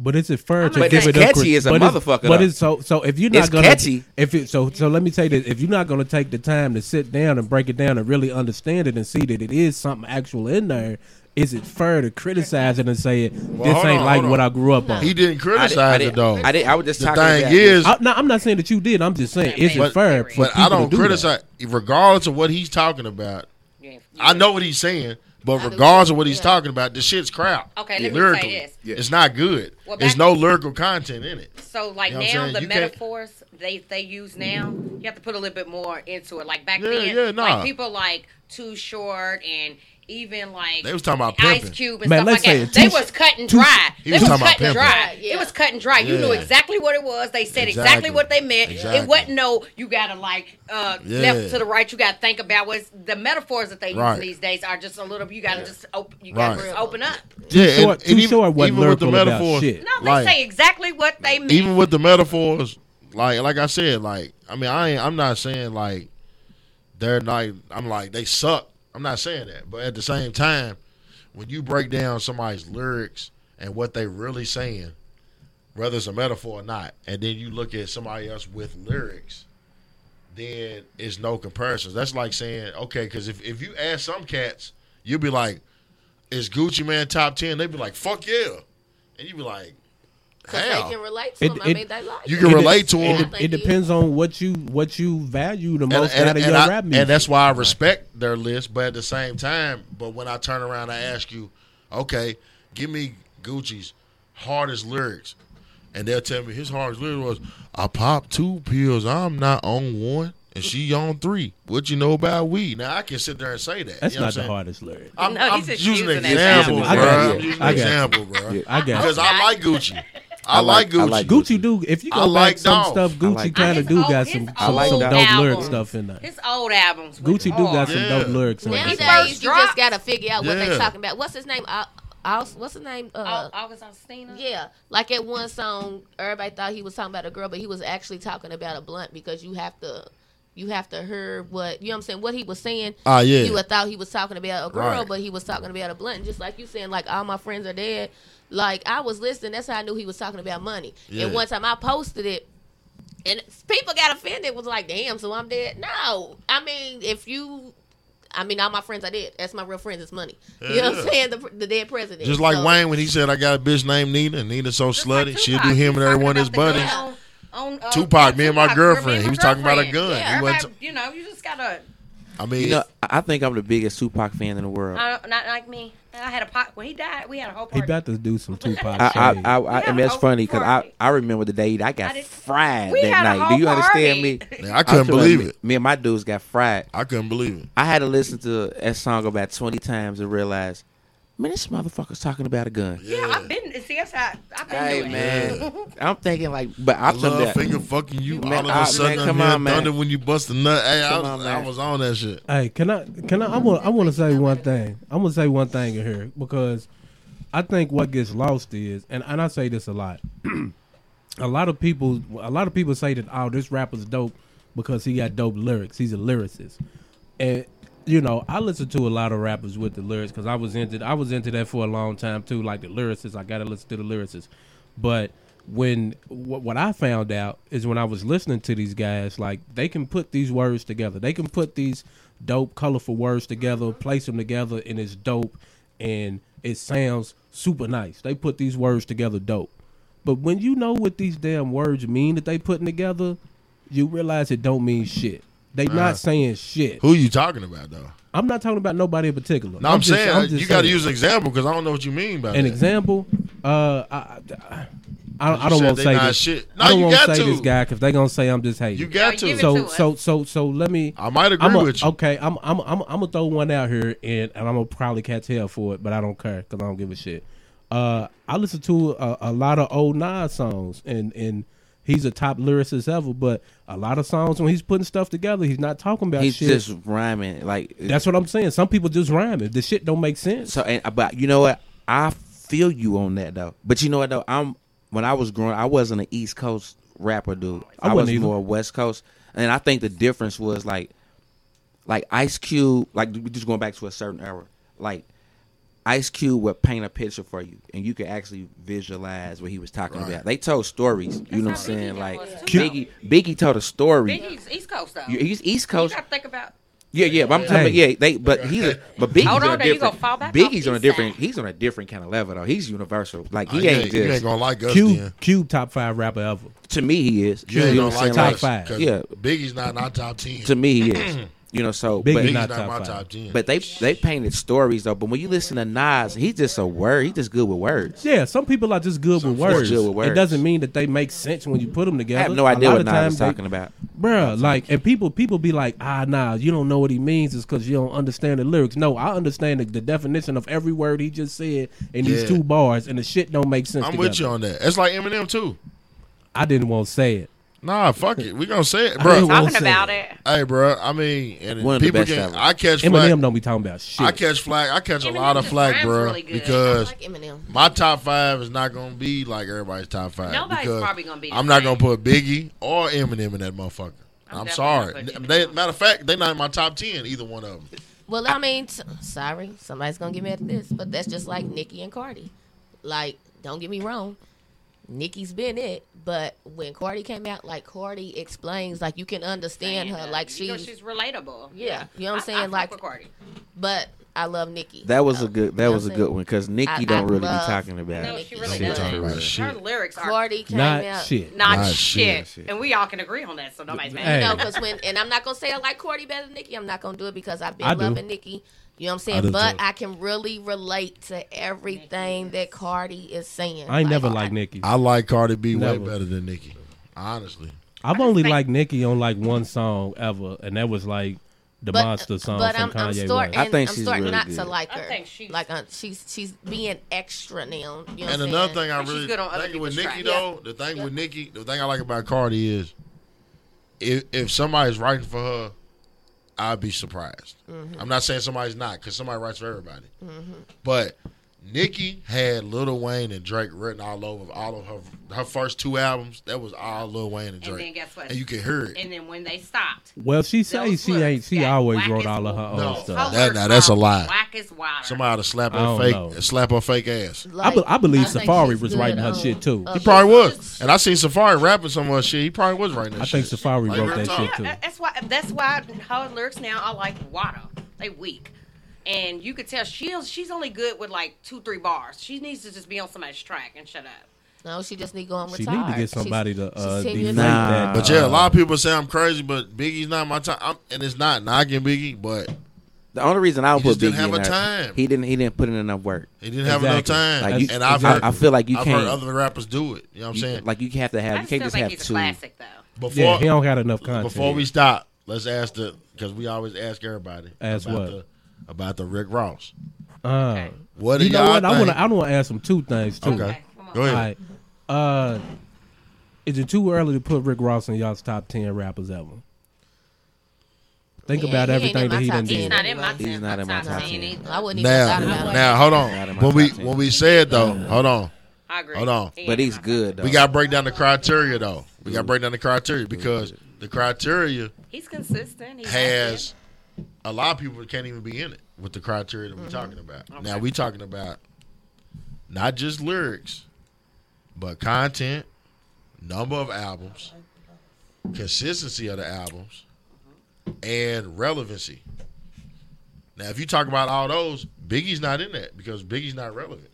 [SPEAKER 4] But is it fair to
[SPEAKER 7] But
[SPEAKER 4] give
[SPEAKER 7] it's
[SPEAKER 4] it up?
[SPEAKER 7] catchy as a
[SPEAKER 4] but it's-
[SPEAKER 7] motherfucker,
[SPEAKER 4] But
[SPEAKER 7] though.
[SPEAKER 4] it's so so if you're not
[SPEAKER 7] It's
[SPEAKER 4] gonna
[SPEAKER 7] catchy.
[SPEAKER 4] if it so so let me tell you this: if you're not gonna take the time to sit down and break it down and really understand it and see that it is something actual in there, is it fair to criticize it and say it? this
[SPEAKER 5] hold
[SPEAKER 4] ain't
[SPEAKER 5] on,
[SPEAKER 4] like
[SPEAKER 5] hold
[SPEAKER 4] what
[SPEAKER 5] on.
[SPEAKER 4] I grew up on.
[SPEAKER 5] he didn't
[SPEAKER 7] I
[SPEAKER 5] criticize
[SPEAKER 7] did, I
[SPEAKER 5] it though.
[SPEAKER 7] did, I did. I was just
[SPEAKER 5] the
[SPEAKER 7] talking
[SPEAKER 5] thing
[SPEAKER 7] about
[SPEAKER 5] is,
[SPEAKER 4] I, no, I'm not saying that you did. I'm just saying, is it
[SPEAKER 5] But-
[SPEAKER 4] fair? for
[SPEAKER 5] but
[SPEAKER 4] people
[SPEAKER 5] I
[SPEAKER 4] to
[SPEAKER 5] don't
[SPEAKER 4] do that?
[SPEAKER 5] criticize regardless of what he's talking about.
[SPEAKER 13] You ain't-
[SPEAKER 5] I know what he's saying, But regardless of what he's talking about, the shit's crap.
[SPEAKER 10] Okay, let me say
[SPEAKER 5] Lyrically,
[SPEAKER 10] this. Yeah.
[SPEAKER 5] it's not good.
[SPEAKER 10] Well,
[SPEAKER 5] There's
[SPEAKER 10] back-
[SPEAKER 5] no lyrical content in it.
[SPEAKER 10] So like
[SPEAKER 5] You know what I'm
[SPEAKER 10] now
[SPEAKER 5] saying?
[SPEAKER 10] the
[SPEAKER 5] You can't-
[SPEAKER 10] metaphors they they use now, you have to put a little bit more into it. Like back
[SPEAKER 5] Yeah,
[SPEAKER 10] then,
[SPEAKER 5] yeah, nah.
[SPEAKER 10] like people like too short and even like
[SPEAKER 5] They was talking about
[SPEAKER 10] Ice
[SPEAKER 5] pimping.
[SPEAKER 10] Cube and
[SPEAKER 5] Man,
[SPEAKER 10] stuff
[SPEAKER 5] let's
[SPEAKER 10] like
[SPEAKER 5] say
[SPEAKER 10] that.
[SPEAKER 5] it.
[SPEAKER 10] They
[SPEAKER 5] Too-
[SPEAKER 10] was cut and
[SPEAKER 5] too-
[SPEAKER 10] dry.
[SPEAKER 5] He
[SPEAKER 10] they
[SPEAKER 5] was
[SPEAKER 10] was,
[SPEAKER 5] talking about
[SPEAKER 10] cut and
[SPEAKER 5] pimping.
[SPEAKER 10] dry. It was cut and dry. You knew
[SPEAKER 5] Yeah.
[SPEAKER 10] exactly what it was. They said exactly,
[SPEAKER 5] Exactly.
[SPEAKER 10] what they meant.
[SPEAKER 5] Exactly.
[SPEAKER 10] It wasn't no you gotta like uh
[SPEAKER 5] Yeah.
[SPEAKER 10] left to the right. You gotta think about what's the metaphors that they
[SPEAKER 5] Right.
[SPEAKER 10] use these days are just a little. You gotta just open. You
[SPEAKER 5] Right.
[SPEAKER 10] gotta just open up.
[SPEAKER 5] Yeah,
[SPEAKER 4] Too short- too short wasn't lyrical about shit.
[SPEAKER 10] No, they say exactly what they meant.
[SPEAKER 5] even with the metaphors, like like I said, like I mean, I ain't, I'm not saying like they're not. I'm like they suck. I'm not saying that, but at the same time, when you break down somebody's lyrics and what they really saying, whether it's a metaphor or not, and then you look at somebody else with lyrics, then it's no comparisons. That's like saying okay, because if if you ask some cats, you'll be like, "Is Gucci Man top 10? They'd be like, "Fuck yeah," and you'd be like.
[SPEAKER 8] Because
[SPEAKER 5] Hell.
[SPEAKER 8] they can relate to
[SPEAKER 4] It-
[SPEAKER 8] them. I
[SPEAKER 4] it-
[SPEAKER 8] mean, they like
[SPEAKER 5] You
[SPEAKER 8] it.
[SPEAKER 5] can relate to
[SPEAKER 4] It,
[SPEAKER 5] them.
[SPEAKER 4] de- it depends on what you what you value the
[SPEAKER 5] and,
[SPEAKER 4] most
[SPEAKER 5] and-
[SPEAKER 4] out of
[SPEAKER 5] and
[SPEAKER 4] your
[SPEAKER 5] I-
[SPEAKER 4] rap
[SPEAKER 5] and
[SPEAKER 4] music.
[SPEAKER 5] that's why I respect their list. But at the same time, but when I turn around, I ask you, okay, give me Gucci's hardest lyrics, and they'll tell me his hardest lyric was, "I popped two pills. I'm not on one, and she on three. What you know about weed?" Now I can sit there and say that.
[SPEAKER 4] That's
[SPEAKER 5] You know
[SPEAKER 4] not
[SPEAKER 5] what I'm
[SPEAKER 4] the
[SPEAKER 5] saying?
[SPEAKER 4] hardest lyric.
[SPEAKER 5] I'm,
[SPEAKER 10] No,
[SPEAKER 5] I'm
[SPEAKER 10] he's just
[SPEAKER 5] using an
[SPEAKER 10] using an
[SPEAKER 5] example, bro.
[SPEAKER 4] example. I got
[SPEAKER 5] I'm
[SPEAKER 4] you.
[SPEAKER 5] using
[SPEAKER 4] I got
[SPEAKER 5] an
[SPEAKER 4] you.
[SPEAKER 5] example, bro.
[SPEAKER 4] I got you.
[SPEAKER 5] because I like Gucci. I,
[SPEAKER 7] I
[SPEAKER 5] like
[SPEAKER 7] like-
[SPEAKER 5] Gucci.
[SPEAKER 7] I like
[SPEAKER 4] Gucci do if you
[SPEAKER 5] I
[SPEAKER 4] go
[SPEAKER 5] like
[SPEAKER 4] back some
[SPEAKER 5] Dolph.
[SPEAKER 4] stuff,
[SPEAKER 7] I
[SPEAKER 4] Gucci
[SPEAKER 7] like
[SPEAKER 4] kind of
[SPEAKER 10] His
[SPEAKER 4] do
[SPEAKER 10] old-
[SPEAKER 4] got
[SPEAKER 10] his
[SPEAKER 4] some some,
[SPEAKER 10] old
[SPEAKER 4] some dope lyric
[SPEAKER 10] albums.
[SPEAKER 4] stuff in there.
[SPEAKER 10] His old albums. were
[SPEAKER 4] Gucci do got
[SPEAKER 10] hard.
[SPEAKER 4] some
[SPEAKER 5] Yeah.
[SPEAKER 4] dope lyrics. in there.
[SPEAKER 8] Nowadays, you
[SPEAKER 10] dropped.
[SPEAKER 8] just gotta figure out what
[SPEAKER 5] Yeah.
[SPEAKER 8] they talking about. What's his name? Al- Al- what's his name? Uh,
[SPEAKER 10] Au- August Alsina.
[SPEAKER 8] yeah, like at one song, everybody thought he was talking about a girl, but he was actually talking about a blunt because you have to, you have to hear what you know. what I'm saying what he was saying.
[SPEAKER 5] Ah, yeah.
[SPEAKER 8] You would thought he was talking about a girl,
[SPEAKER 5] Right.
[SPEAKER 8] but he was talking about a blunt. Just like you saying, like all my friends are dead. Like I was listening, that's how I knew he was talking about money.
[SPEAKER 5] Yeah.
[SPEAKER 8] And one time I posted it. And people got offended. Was like, damn, so I'm dead. No, I mean, if you, I mean, all my friends I did. That's my real friends. It's money. You know what
[SPEAKER 5] Yeah.
[SPEAKER 8] I'm saying? The, the dead president.
[SPEAKER 5] Just like
[SPEAKER 8] So-
[SPEAKER 5] Wayne when he said, "I got a bitch named Nina. Nina so slutty,
[SPEAKER 10] Tupac.
[SPEAKER 5] she'll do him and every one of his
[SPEAKER 10] Talking about the
[SPEAKER 5] buddies."
[SPEAKER 10] gun on- on, uh,
[SPEAKER 5] Tupac, me and my
[SPEAKER 10] Tupac,
[SPEAKER 5] girlfriend.
[SPEAKER 10] me and
[SPEAKER 5] He
[SPEAKER 10] my
[SPEAKER 5] was talking about a
[SPEAKER 10] girlfriend.
[SPEAKER 5] gun.
[SPEAKER 10] Yeah,
[SPEAKER 5] He wasn't
[SPEAKER 10] everybody- you know, you just gotta.
[SPEAKER 5] I mean,
[SPEAKER 7] You know, I I think I'm the biggest Tupac fan in the world.
[SPEAKER 10] I don't- uh, not like me. I had a pot when he died. We had a whole
[SPEAKER 4] He
[SPEAKER 10] party.
[SPEAKER 4] about to do some Tupac
[SPEAKER 7] I,
[SPEAKER 4] shade.
[SPEAKER 7] I, I, I, and that's
[SPEAKER 10] whole
[SPEAKER 7] funny because I,
[SPEAKER 10] party.
[SPEAKER 7] I remember the day I
[SPEAKER 10] I
[SPEAKER 7] got
[SPEAKER 10] did-
[SPEAKER 7] fried
[SPEAKER 10] We had
[SPEAKER 7] that
[SPEAKER 10] a
[SPEAKER 7] night.
[SPEAKER 10] whole
[SPEAKER 7] Do you understand
[SPEAKER 10] party.
[SPEAKER 7] me?
[SPEAKER 5] man, I couldn't
[SPEAKER 7] I'm sure
[SPEAKER 5] believe
[SPEAKER 7] me-
[SPEAKER 5] it.
[SPEAKER 7] Me and my dudes got fried.
[SPEAKER 5] I couldn't believe it.
[SPEAKER 7] I had to listen to that song about 20 times and realize, man, this motherfucker's talking about a gun.
[SPEAKER 10] yeah, I've been. See, that's how I've been
[SPEAKER 7] Hey,
[SPEAKER 10] doing
[SPEAKER 7] man.
[SPEAKER 5] Yeah.
[SPEAKER 7] I'm thinking, like, but
[SPEAKER 5] I
[SPEAKER 7] I'm
[SPEAKER 5] love
[SPEAKER 7] that.
[SPEAKER 5] finger fucking you.
[SPEAKER 7] Man,
[SPEAKER 5] all
[SPEAKER 7] I-
[SPEAKER 5] of a sudden,
[SPEAKER 7] man,
[SPEAKER 5] I'm
[SPEAKER 7] come
[SPEAKER 5] hearing
[SPEAKER 7] on, man.
[SPEAKER 5] thunder when you bust a nut. Hey, I
[SPEAKER 7] Come
[SPEAKER 5] was,
[SPEAKER 7] on,
[SPEAKER 5] I
[SPEAKER 7] man.
[SPEAKER 5] was on that shit.
[SPEAKER 4] Hey, can I can I I want I want to say one thing. I'm gonna say one thing in here because I think what gets lost is, and, and I say this a lot. a lot of people, a lot of people say that oh, this rapper's dope because he got dope lyrics. He's a lyricist, and you know I listen to a lot of rappers with the lyrics because I was into I was into that for a long time too. Like the lyricists, I gotta listen to the lyricists. But when what, what I found out is when I was listening to these guys, like they can put these words together. They can put these dope, colorful words together, place them together, and it's dope, and it sounds super nice. They put these words together, dope. But when you know what these damn words mean that they putting together, you realize it don't mean shit. They not saying shit.
[SPEAKER 5] Who you talking about though?
[SPEAKER 4] I'm not talking about nobody in particular.
[SPEAKER 5] No, I'm,
[SPEAKER 4] just-
[SPEAKER 5] saying uh,
[SPEAKER 4] I'm
[SPEAKER 5] you
[SPEAKER 4] just
[SPEAKER 5] got to
[SPEAKER 4] saying.
[SPEAKER 5] use an example because I don't know what you mean by
[SPEAKER 4] an
[SPEAKER 5] that.
[SPEAKER 4] example. Uh, I, I, I, I
[SPEAKER 5] You
[SPEAKER 4] don't
[SPEAKER 5] said
[SPEAKER 4] want
[SPEAKER 5] they
[SPEAKER 4] to say
[SPEAKER 5] not
[SPEAKER 4] this.
[SPEAKER 5] shit.
[SPEAKER 4] I
[SPEAKER 5] No,
[SPEAKER 4] don't
[SPEAKER 5] you
[SPEAKER 4] want
[SPEAKER 5] got
[SPEAKER 4] to say
[SPEAKER 5] to.
[SPEAKER 4] this guy because they gonna say I'm just hating.
[SPEAKER 5] You got
[SPEAKER 10] No, you give it
[SPEAKER 5] to.
[SPEAKER 4] so
[SPEAKER 10] us.
[SPEAKER 4] so so so let me.
[SPEAKER 5] I might agree
[SPEAKER 4] I'm a,
[SPEAKER 5] with you.
[SPEAKER 4] Okay, I'm I'm I'm I'm gonna throw one out here and, and I'm gonna probably catch hell for it, but I don't care because I don't give a shit. Uh, I listen to a, a lot of old Nas songs and and he's a top lyricist ever, but a lot of songs when he's putting stuff together, he's not talking about
[SPEAKER 7] He's
[SPEAKER 4] shit.
[SPEAKER 7] just rhyming. Like,
[SPEAKER 4] That's what I'm saying. Some people just rhyming. The shit don't make sense.
[SPEAKER 7] So, and uh, but you know what? I feel you on that though. But you know what though? I'm when I was growing, I wasn't an East Coast rapper dude.
[SPEAKER 4] I
[SPEAKER 7] I,
[SPEAKER 4] wasn't
[SPEAKER 7] was
[SPEAKER 4] either.
[SPEAKER 7] more West Coast, and I think the difference was like, like Ice Cube, like we just going back to a certain era, like. Ice Cube would paint a picture for you, and you could actually visualize what he was talking about. They told stories, you know
[SPEAKER 10] That's
[SPEAKER 7] what I'm
[SPEAKER 10] how Biggie
[SPEAKER 7] saying?
[SPEAKER 10] did
[SPEAKER 7] Like
[SPEAKER 10] was, too, though.
[SPEAKER 7] Biggie, Biggie told a story.
[SPEAKER 10] Biggie's East Coast though.
[SPEAKER 7] You- He's East
[SPEAKER 10] You
[SPEAKER 7] Coast.
[SPEAKER 10] gotta think about.
[SPEAKER 7] Yeah, yeah, but I'm talking about yeah, they but he's a, but Biggie's
[SPEAKER 10] Hold on,
[SPEAKER 7] on a
[SPEAKER 10] there you
[SPEAKER 7] different
[SPEAKER 10] gonna fall back off
[SPEAKER 7] Biggie's on a
[SPEAKER 10] East
[SPEAKER 7] different
[SPEAKER 10] Side.
[SPEAKER 7] he's on a different kind of level though. He's universal. Like
[SPEAKER 5] I-
[SPEAKER 7] he
[SPEAKER 5] Ah, you
[SPEAKER 7] ain't
[SPEAKER 5] Oh, you ain't
[SPEAKER 7] just
[SPEAKER 5] gonna like us.
[SPEAKER 4] Cube
[SPEAKER 5] then.
[SPEAKER 4] Cube top five rapper ever.
[SPEAKER 7] to me he is.
[SPEAKER 5] You ain't
[SPEAKER 7] know
[SPEAKER 5] gonna
[SPEAKER 7] what I'm
[SPEAKER 5] like
[SPEAKER 7] saying?
[SPEAKER 4] top
[SPEAKER 5] us.
[SPEAKER 4] five.
[SPEAKER 5] 'cause
[SPEAKER 7] Yeah.
[SPEAKER 5] Biggie's not in our top ten.
[SPEAKER 7] To me he is. You know, so
[SPEAKER 4] Biggie's
[SPEAKER 7] but,
[SPEAKER 4] not Biggie's not top my five. top ten.
[SPEAKER 7] But they they painted stories though. But when you listen to Nas, he's just a word. He's just good with words.
[SPEAKER 4] Yeah, some people are just good with
[SPEAKER 7] folks
[SPEAKER 4] words.
[SPEAKER 7] good with
[SPEAKER 4] It
[SPEAKER 7] words.
[SPEAKER 4] doesn't mean that they make sense when you put them together.
[SPEAKER 7] no
[SPEAKER 4] A
[SPEAKER 7] idea
[SPEAKER 4] lot
[SPEAKER 7] what
[SPEAKER 4] of
[SPEAKER 7] Nas
[SPEAKER 4] times
[SPEAKER 7] is
[SPEAKER 4] they-
[SPEAKER 7] talking about.
[SPEAKER 4] Bruh, like, and people people be like, ah, nah, you don't know what he means is because you don't understand the lyrics. No, I understand the, the definition of every word he just said in
[SPEAKER 5] Yeah.
[SPEAKER 4] these two bars, and the shit don't make sense.
[SPEAKER 5] I'm with
[SPEAKER 4] together.
[SPEAKER 5] you on that. It's like Eminem too.
[SPEAKER 4] I didn't want to say it.
[SPEAKER 5] Nah, fuck it. We gonna say it,
[SPEAKER 4] I
[SPEAKER 5] bro.
[SPEAKER 4] ain't Talking gonna about say
[SPEAKER 12] it.
[SPEAKER 5] Hey, bro. I mean, and
[SPEAKER 4] One of the
[SPEAKER 5] people
[SPEAKER 4] best
[SPEAKER 5] get.
[SPEAKER 4] ever.
[SPEAKER 5] I catch flack.
[SPEAKER 4] Eminem don't be talking about shit.
[SPEAKER 5] I catch flack. I catch a lot of
[SPEAKER 12] just
[SPEAKER 5] flack,
[SPEAKER 12] rhymes
[SPEAKER 5] bro,
[SPEAKER 12] really good.
[SPEAKER 5] because
[SPEAKER 12] I like Eminem.
[SPEAKER 5] my top five is not gonna be like everybody's top five.
[SPEAKER 12] Nobody's
[SPEAKER 5] because
[SPEAKER 12] probably gonna be the
[SPEAKER 5] I'm not gonna put Biggie or Eminem in that motherfucker. I'm, sorry. They, matter of fact, they not in my top ten. Either one of them.
[SPEAKER 8] Well, I mean, t- sorry, somebody's gonna get mad at this, but that's just like Nicki and Cardi. Like, don't get me wrong, Nicki's been it, but when Cardi came out, like Cardi explains, like you can understand her, like
[SPEAKER 10] you know,
[SPEAKER 8] she's,
[SPEAKER 10] she's relatable.
[SPEAKER 8] yeah, you know what I'm saying,
[SPEAKER 10] I, I fuck
[SPEAKER 8] like,
[SPEAKER 10] with Cardi.
[SPEAKER 8] but I love Nicki.
[SPEAKER 7] That was a good. That
[SPEAKER 8] You know
[SPEAKER 7] was a
[SPEAKER 8] what I'm
[SPEAKER 7] good one because Nikki
[SPEAKER 8] I- I
[SPEAKER 7] don't really
[SPEAKER 8] love-
[SPEAKER 7] be talking about.
[SPEAKER 8] No,
[SPEAKER 7] it.
[SPEAKER 8] she
[SPEAKER 10] really
[SPEAKER 7] Shit.
[SPEAKER 10] doesn't.
[SPEAKER 7] Right.
[SPEAKER 10] Her lyrics are
[SPEAKER 8] Cardi came
[SPEAKER 7] Not
[SPEAKER 8] out
[SPEAKER 7] shit.
[SPEAKER 10] Not,
[SPEAKER 7] Not
[SPEAKER 10] shit.
[SPEAKER 7] shit.
[SPEAKER 10] and we all can agree on that, so nobody's mad.
[SPEAKER 8] You know, because when and I'm not gonna say I like Cordy better than Nikki. I'm not gonna do it because I've been
[SPEAKER 10] I do.
[SPEAKER 8] loving Nikki. You know what I'm
[SPEAKER 4] I do
[SPEAKER 8] saying? But
[SPEAKER 4] too.
[SPEAKER 8] I can really relate to everything that Cardi is saying.
[SPEAKER 4] I ain't never liked Nicki.
[SPEAKER 5] I like Cardi B
[SPEAKER 4] Never.
[SPEAKER 5] way better than Nicki. Honestly.
[SPEAKER 4] I've only liked Nicki on like one song ever, and that was like the monster song
[SPEAKER 8] but
[SPEAKER 4] from
[SPEAKER 8] I'm, I'm
[SPEAKER 4] Kanye
[SPEAKER 8] starting.
[SPEAKER 4] West.
[SPEAKER 8] I am starting not to like her. like uh, she's she's being extra now. You know what I'm
[SPEAKER 5] And
[SPEAKER 8] saying?
[SPEAKER 5] another thing I really think with Nikki though, the thing with Nikki, the thing I like about Cardi is, if if somebody's writing for her, I'd be surprised.
[SPEAKER 2] Mhm.
[SPEAKER 5] I'm not saying somebody's not because somebody writes for everybody,
[SPEAKER 2] Mhm.
[SPEAKER 5] but Nikki had Lil Wayne and Drake written all over all of her her first two albums. That was all Lil Wayne and Drake,
[SPEAKER 10] And then guess what?
[SPEAKER 5] you can hear it.
[SPEAKER 10] And then when they stopped,
[SPEAKER 4] Well, she say she ain't. She always wrote all of her own
[SPEAKER 5] No,
[SPEAKER 4] stuff.
[SPEAKER 5] that, now that's a lie.
[SPEAKER 10] whack is water.
[SPEAKER 5] Somebody ought to slap
[SPEAKER 4] I
[SPEAKER 5] her
[SPEAKER 4] don't
[SPEAKER 5] fake,
[SPEAKER 4] know.
[SPEAKER 5] slap her fake ass.
[SPEAKER 4] I, be- I believe Safari was writing her
[SPEAKER 8] um,
[SPEAKER 4] shit too.
[SPEAKER 8] Uh,
[SPEAKER 5] He probably was, and I seen Safari rapping some of her shit. He probably was writing that
[SPEAKER 4] I
[SPEAKER 5] shit.
[SPEAKER 4] think Safari
[SPEAKER 5] Like,
[SPEAKER 4] wrote
[SPEAKER 5] real
[SPEAKER 4] that
[SPEAKER 5] talk.
[SPEAKER 4] shit too.
[SPEAKER 10] Uh, That's why. That's why her lyrics now are like water. They weak, and you could tell she's she's only good with like two three bars. She needs to just be on somebody's track and shut up.
[SPEAKER 8] No, she just need to go on
[SPEAKER 4] She
[SPEAKER 8] retire.
[SPEAKER 4] need to get somebody
[SPEAKER 8] She's-
[SPEAKER 4] to uh,
[SPEAKER 8] she's 10
[SPEAKER 4] deflate
[SPEAKER 8] years
[SPEAKER 5] Nah.
[SPEAKER 4] that.
[SPEAKER 8] uh,
[SPEAKER 5] But
[SPEAKER 7] Uh,
[SPEAKER 5] yeah, a lot of people say I'm crazy, but Biggie's not my time. I'm, and it's not knocking Biggie, but
[SPEAKER 7] The only reason I would
[SPEAKER 5] He just
[SPEAKER 7] put
[SPEAKER 5] didn't
[SPEAKER 7] Biggie
[SPEAKER 5] have
[SPEAKER 7] in
[SPEAKER 5] a
[SPEAKER 7] there,
[SPEAKER 5] time.
[SPEAKER 7] He didn't. He didn't put in enough work.
[SPEAKER 5] he didn't have enough time.
[SPEAKER 7] Like you-
[SPEAKER 5] and I've
[SPEAKER 7] I,
[SPEAKER 5] heard,
[SPEAKER 7] I feel like you
[SPEAKER 5] I've
[SPEAKER 7] can't.
[SPEAKER 5] heard other rappers do it. You know what I'm
[SPEAKER 7] you-
[SPEAKER 5] saying?
[SPEAKER 7] Like you have to have.
[SPEAKER 5] I
[SPEAKER 7] You can't
[SPEAKER 5] still
[SPEAKER 7] just
[SPEAKER 5] think
[SPEAKER 7] have
[SPEAKER 5] he's a
[SPEAKER 7] two.
[SPEAKER 5] classic, though.
[SPEAKER 7] Before
[SPEAKER 4] yeah, he don't got enough content.
[SPEAKER 5] Before we stop, let's ask the because we always ask everybody.
[SPEAKER 4] Ask
[SPEAKER 5] about
[SPEAKER 4] what?
[SPEAKER 5] the, about the Rick Ross?
[SPEAKER 4] Uh,
[SPEAKER 5] What do
[SPEAKER 4] you know
[SPEAKER 5] y'all
[SPEAKER 4] what? I
[SPEAKER 5] think?
[SPEAKER 4] want to. I want to ask some two things too.
[SPEAKER 5] Okay, go
[SPEAKER 4] All
[SPEAKER 5] ahead.
[SPEAKER 4] right. Uh, is it too early to put Rick Ross in y'all's top ten rappers ever? Think
[SPEAKER 8] Yeah,
[SPEAKER 4] about
[SPEAKER 8] he ain't
[SPEAKER 4] everything
[SPEAKER 8] in
[SPEAKER 4] that
[SPEAKER 8] my
[SPEAKER 4] he
[SPEAKER 8] top 10.
[SPEAKER 4] done did.
[SPEAKER 8] He's not in my
[SPEAKER 7] He's not in my top ten.
[SPEAKER 8] I wouldn't even
[SPEAKER 5] Now,
[SPEAKER 8] thought about it.
[SPEAKER 5] now hold on. When we when we said though, hold on.
[SPEAKER 10] I agree.
[SPEAKER 5] Hold on.
[SPEAKER 7] But he's good. Though.
[SPEAKER 5] We got to break down the criteria though. We got to break down the criteria because the criteria
[SPEAKER 10] He's consistent. He's
[SPEAKER 5] has a lot of people that can't even be in it with the criteria that we're talking about. Now we talking about not just lyrics, but content, number of albums, consistency of the albums, and relevancy. Now, if you talk about all those, Biggie's not in that because Biggie's not relevant.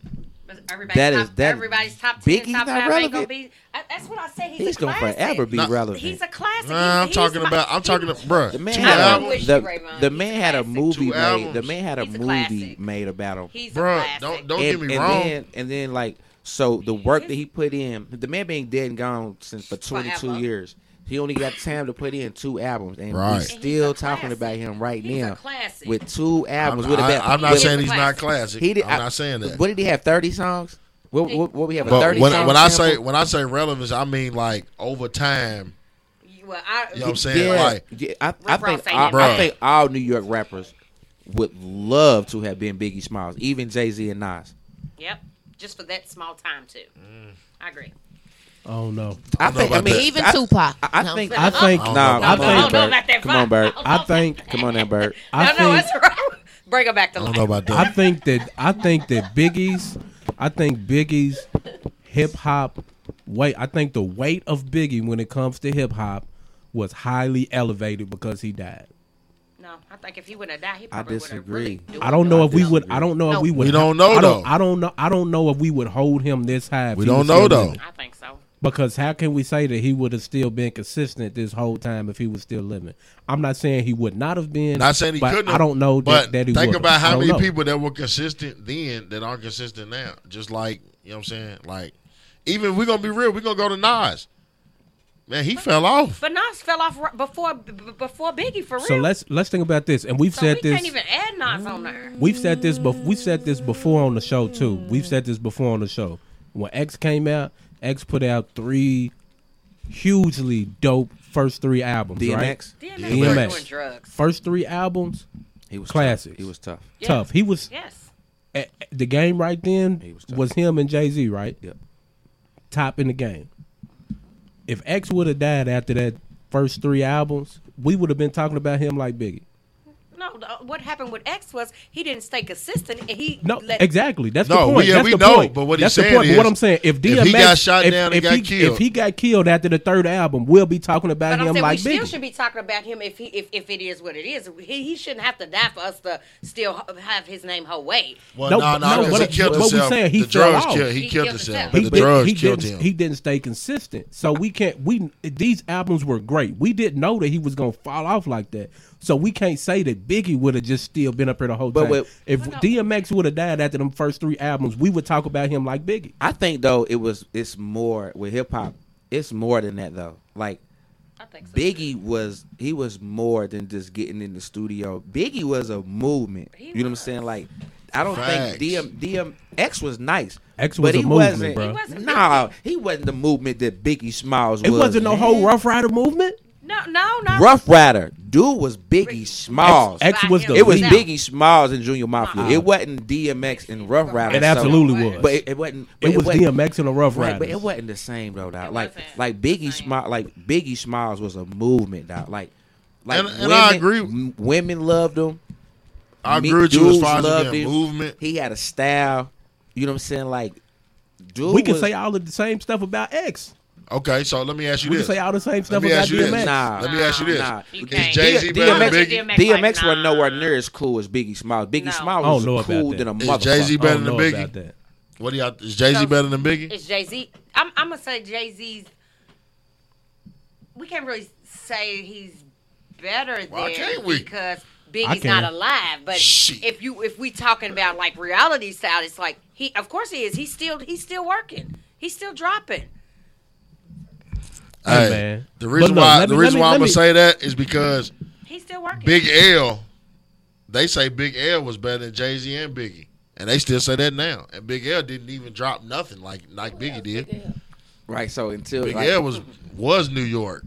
[SPEAKER 10] But everybody's
[SPEAKER 7] That
[SPEAKER 10] top,
[SPEAKER 7] is- that-
[SPEAKER 10] everybody's top ten,
[SPEAKER 7] Biggie's
[SPEAKER 10] top
[SPEAKER 7] not
[SPEAKER 10] five ain't gonna
[SPEAKER 7] relevant.
[SPEAKER 10] be. I, that's what I say. He's,
[SPEAKER 7] He's
[SPEAKER 10] a
[SPEAKER 7] gonna
[SPEAKER 10] classic.
[SPEAKER 7] forever be relevant.
[SPEAKER 10] He's a classic.
[SPEAKER 5] Nah, I'm
[SPEAKER 10] he's,
[SPEAKER 5] talking
[SPEAKER 10] he's
[SPEAKER 5] about. I'm talking about, bruh.
[SPEAKER 7] The man
[SPEAKER 5] two
[SPEAKER 7] had
[SPEAKER 5] albums.
[SPEAKER 7] a, the, the man had a movie
[SPEAKER 5] Two
[SPEAKER 7] made. The
[SPEAKER 5] albums.
[SPEAKER 7] man had a
[SPEAKER 5] He's a
[SPEAKER 7] movie made about him.
[SPEAKER 10] He's
[SPEAKER 5] Bruh, don't don't
[SPEAKER 7] and,
[SPEAKER 5] get me
[SPEAKER 7] and
[SPEAKER 5] wrong.
[SPEAKER 7] Then, and then like so the work that he put in, the man being dead and gone since for 22
[SPEAKER 10] Forever.
[SPEAKER 7] years. He only got time to put in two albums, and
[SPEAKER 5] Right.
[SPEAKER 7] we're still talking about him right now
[SPEAKER 10] classic.
[SPEAKER 7] with two albums.
[SPEAKER 5] I'm-
[SPEAKER 7] with about-
[SPEAKER 5] I- I'm not
[SPEAKER 7] with-
[SPEAKER 5] saying he's not classic.
[SPEAKER 7] He did,
[SPEAKER 5] I'm not saying that.
[SPEAKER 7] What did he have? Thirty songs. What, what, what we have? a
[SPEAKER 5] But
[SPEAKER 7] thirty.
[SPEAKER 5] when,
[SPEAKER 7] song
[SPEAKER 5] when I
[SPEAKER 7] sample?
[SPEAKER 5] say when I say relevance, I mean like over time.
[SPEAKER 10] he's- well, I,
[SPEAKER 5] You know what I'm saying? Like,
[SPEAKER 7] yeah, I, I
[SPEAKER 5] Rick Ross
[SPEAKER 7] think
[SPEAKER 5] ain't
[SPEAKER 7] all,
[SPEAKER 5] in
[SPEAKER 7] I
[SPEAKER 5] it.
[SPEAKER 7] think all New York rappers would love to have been Biggie Smalls, even Jay Z and Nas.
[SPEAKER 10] Yep, just for that small time too.
[SPEAKER 5] Mm.
[SPEAKER 10] I agree.
[SPEAKER 4] Oh no!
[SPEAKER 7] I think- I mean,
[SPEAKER 8] Even
[SPEAKER 7] I-
[SPEAKER 8] Tupac.
[SPEAKER 7] I
[SPEAKER 8] No, I'm saying-
[SPEAKER 7] think.
[SPEAKER 5] Oh,
[SPEAKER 4] I think-
[SPEAKER 7] No,
[SPEAKER 4] I
[SPEAKER 7] I
[SPEAKER 4] don't know
[SPEAKER 7] think.
[SPEAKER 4] about
[SPEAKER 7] Bert.
[SPEAKER 10] that.
[SPEAKER 7] Come on, Bert.
[SPEAKER 4] I think.
[SPEAKER 7] Come on, now, Bert.
[SPEAKER 4] I
[SPEAKER 10] no, no,
[SPEAKER 4] think-
[SPEAKER 10] that's right. Bring him back to life.
[SPEAKER 4] I think that I think that Biggie's I think Biggie's hip hop weight I think the weight of Biggie when it comes to hip hop was highly elevated because he died.
[SPEAKER 10] No, I think if he would have died, he
[SPEAKER 7] I
[SPEAKER 10] probably would have really.
[SPEAKER 7] disagree.
[SPEAKER 4] I don't know if we would I don't know if we would
[SPEAKER 5] We don't know,
[SPEAKER 4] I
[SPEAKER 5] though.
[SPEAKER 4] don't, I don't know I don't know if we would hold him this high. if
[SPEAKER 5] We
[SPEAKER 4] he
[SPEAKER 5] don't
[SPEAKER 4] was
[SPEAKER 5] know
[SPEAKER 4] still
[SPEAKER 5] though.
[SPEAKER 4] living.
[SPEAKER 10] I think so.
[SPEAKER 4] Because how can we say that he would have still been consistent this whole time if he was still living? I'm not saying he would not have been.
[SPEAKER 5] Not saying he
[SPEAKER 4] but
[SPEAKER 5] couldn't.
[SPEAKER 4] I don't know that,
[SPEAKER 5] But
[SPEAKER 4] that he
[SPEAKER 5] think
[SPEAKER 4] would've.
[SPEAKER 5] about
[SPEAKER 4] I
[SPEAKER 5] how
[SPEAKER 4] don't
[SPEAKER 5] many
[SPEAKER 4] know.
[SPEAKER 5] people that were consistent then that aren't consistent now. Just like you know what I'm saying. Like even if we're gonna be real, we're gonna go to Nas. Man, he fell off.
[SPEAKER 12] But Nas fell off ri- before b- b- before Biggie for real.
[SPEAKER 4] So let's let's think about this, and we've
[SPEAKER 12] So
[SPEAKER 4] said
[SPEAKER 12] we
[SPEAKER 4] this.
[SPEAKER 12] can't even add Nas on there.
[SPEAKER 5] Mm.
[SPEAKER 4] We've said this before. We've said this before on the show too. We've said this before on the show. When X came out, X put out three hugely dope first three albums. Right?
[SPEAKER 7] DMX? DMX
[SPEAKER 4] E
[SPEAKER 7] was doing drugs.
[SPEAKER 4] First three albums.
[SPEAKER 7] He was tough.
[SPEAKER 4] classics.
[SPEAKER 7] He was tough.
[SPEAKER 10] Yes.
[SPEAKER 4] Tough. He was.
[SPEAKER 10] Yes.
[SPEAKER 4] a- a- the game right then was, him and Jay Z. Right.
[SPEAKER 7] Yep.
[SPEAKER 4] Top in the game. If X would have died after that first three albums, we would have been talking about him like Biggie.
[SPEAKER 12] No, uh, what happened with X was he didn't stay consistent, and he
[SPEAKER 4] No,
[SPEAKER 12] let
[SPEAKER 4] exactly. That's
[SPEAKER 5] No,
[SPEAKER 4] the point.
[SPEAKER 5] yeah,
[SPEAKER 4] That's
[SPEAKER 5] we
[SPEAKER 4] the
[SPEAKER 5] know,
[SPEAKER 4] point.
[SPEAKER 5] but what he's
[SPEAKER 4] That's
[SPEAKER 5] saying
[SPEAKER 4] the point. But
[SPEAKER 5] is,
[SPEAKER 4] what I'm saying, if
[SPEAKER 5] if he
[SPEAKER 4] DMX
[SPEAKER 5] got shot
[SPEAKER 4] if,
[SPEAKER 5] down and
[SPEAKER 4] if
[SPEAKER 5] got
[SPEAKER 4] he,
[SPEAKER 5] killed.
[SPEAKER 4] if he got killed after the third album, we'll be talking about
[SPEAKER 10] But I'm
[SPEAKER 4] him
[SPEAKER 10] saying
[SPEAKER 4] like
[SPEAKER 10] we still
[SPEAKER 4] Biggie.
[SPEAKER 10] should be talking about him if he if, if it is what it is. He, he shouldn't have to die for us to still h- have his name whole way.
[SPEAKER 5] Well,
[SPEAKER 4] No, no,
[SPEAKER 5] no, no, because
[SPEAKER 4] what-
[SPEAKER 5] he killed
[SPEAKER 4] what we
[SPEAKER 5] himself.
[SPEAKER 4] saying, he
[SPEAKER 5] the
[SPEAKER 4] fell
[SPEAKER 5] drugs
[SPEAKER 4] off.
[SPEAKER 5] killed. He,
[SPEAKER 10] He
[SPEAKER 5] killed
[SPEAKER 10] killed
[SPEAKER 5] himself.
[SPEAKER 10] himself.
[SPEAKER 5] But
[SPEAKER 4] He
[SPEAKER 5] the
[SPEAKER 4] didn't-
[SPEAKER 5] drugs
[SPEAKER 4] he
[SPEAKER 5] killed
[SPEAKER 4] didn't,
[SPEAKER 5] him.
[SPEAKER 4] He didn't stay consistent. So we can't. We these albums were great. We didn't know that he was gonna fall off like that. So we can't say that Biggie would have just still been up here the whole
[SPEAKER 7] But
[SPEAKER 4] time.
[SPEAKER 7] wait-
[SPEAKER 4] if DMX would have died after them first three albums, we would talk about him like Biggie.
[SPEAKER 7] I think though it was it's more with hip hop. It's more than that though. Like
[SPEAKER 12] I think so.
[SPEAKER 7] Biggie was he was more than just getting in the studio. Biggie was a movement. you know what I'm saying? Like I don't
[SPEAKER 5] Facts.
[SPEAKER 7] think DM DMX was nice.
[SPEAKER 4] X
[SPEAKER 7] but
[SPEAKER 4] was a
[SPEAKER 7] he
[SPEAKER 4] movement,
[SPEAKER 7] wasn't,
[SPEAKER 4] bro. He
[SPEAKER 7] Nah, he wasn't the movement that Biggie Smiles was.
[SPEAKER 4] It wasn't no whole Rough Rider movement.
[SPEAKER 12] no, no, no.
[SPEAKER 7] Rough Rider. Dude was Biggie Smalls.
[SPEAKER 4] X was the
[SPEAKER 7] it was
[SPEAKER 4] lead.
[SPEAKER 7] Biggie Smalls and Junior Mafia. It wasn't DMX and Rough Rider.
[SPEAKER 4] It absolutely was.
[SPEAKER 7] But it, it wasn't. but
[SPEAKER 4] It was
[SPEAKER 7] wasn't-
[SPEAKER 4] DMX and the Rough
[SPEAKER 7] Right, but
[SPEAKER 4] Riders.
[SPEAKER 7] it wasn't the same though. Dog. Like like Biggie Smiles. Like Biggie Smiles was a movement. Dog. Like like
[SPEAKER 5] And- and I agree-
[SPEAKER 7] m- Women loved him.
[SPEAKER 5] I
[SPEAKER 7] Me-
[SPEAKER 5] agree with you as
[SPEAKER 7] dudes
[SPEAKER 5] far as it
[SPEAKER 7] loved
[SPEAKER 5] being
[SPEAKER 7] him.
[SPEAKER 5] movement.
[SPEAKER 7] He had a style. You know what I'm saying? Like dude,
[SPEAKER 4] we can
[SPEAKER 7] was-
[SPEAKER 4] say all of the same stuff about X.
[SPEAKER 5] Okay, so let me ask you
[SPEAKER 4] We can
[SPEAKER 5] this.
[SPEAKER 4] say all the same
[SPEAKER 5] Let
[SPEAKER 4] stuff
[SPEAKER 5] me
[SPEAKER 4] about
[SPEAKER 5] ask you this.
[SPEAKER 4] DMX.
[SPEAKER 7] Nah.
[SPEAKER 5] Let me ask you this.
[SPEAKER 7] Nah.
[SPEAKER 5] Is
[SPEAKER 10] Okay.
[SPEAKER 5] Jay Z
[SPEAKER 7] D-
[SPEAKER 5] better than
[SPEAKER 7] DMX,
[SPEAKER 5] Biggie?
[SPEAKER 10] DMX,
[SPEAKER 7] DMX
[SPEAKER 10] like,
[SPEAKER 7] wasn't
[SPEAKER 10] nah.
[SPEAKER 7] nowhere near as cool as Biggie Smiles. Biggie
[SPEAKER 10] No.
[SPEAKER 4] I
[SPEAKER 7] Smiles
[SPEAKER 4] don't know
[SPEAKER 7] was
[SPEAKER 4] about
[SPEAKER 7] cool
[SPEAKER 4] that.
[SPEAKER 7] than a
[SPEAKER 5] Is
[SPEAKER 7] motherfucker.
[SPEAKER 5] Jay-Z
[SPEAKER 4] I
[SPEAKER 5] better
[SPEAKER 4] don't
[SPEAKER 5] than
[SPEAKER 4] know
[SPEAKER 5] Biggie?
[SPEAKER 4] about that.
[SPEAKER 5] What do y'all? Is Jay Z better than Biggie?
[SPEAKER 10] It's Jay Z. I'm I'm gonna say Jay Z's. We can't really say he's better than
[SPEAKER 5] Why can't we?
[SPEAKER 10] because
[SPEAKER 4] I
[SPEAKER 10] Biggie's
[SPEAKER 4] can.
[SPEAKER 10] not alive. But
[SPEAKER 5] Shit.
[SPEAKER 10] if you if we talking about like reality style, it's like he of course he is. He's still he's still working. He's still dropping.
[SPEAKER 4] Hey,
[SPEAKER 5] Hey,
[SPEAKER 4] man.
[SPEAKER 5] The
[SPEAKER 4] But
[SPEAKER 5] reason
[SPEAKER 4] look,
[SPEAKER 5] why
[SPEAKER 4] let me-
[SPEAKER 5] the
[SPEAKER 4] let
[SPEAKER 5] reason
[SPEAKER 4] me-
[SPEAKER 5] why I'm
[SPEAKER 4] let
[SPEAKER 5] gonna
[SPEAKER 4] me-
[SPEAKER 5] say that is because
[SPEAKER 10] He's still working.
[SPEAKER 5] Big L, they say Big L was better than Jay Z and Biggie, and they still say that now. And Big L didn't even drop nothing like like Biggie did.
[SPEAKER 7] Right. So until
[SPEAKER 5] Big
[SPEAKER 7] like,
[SPEAKER 5] L was was New York.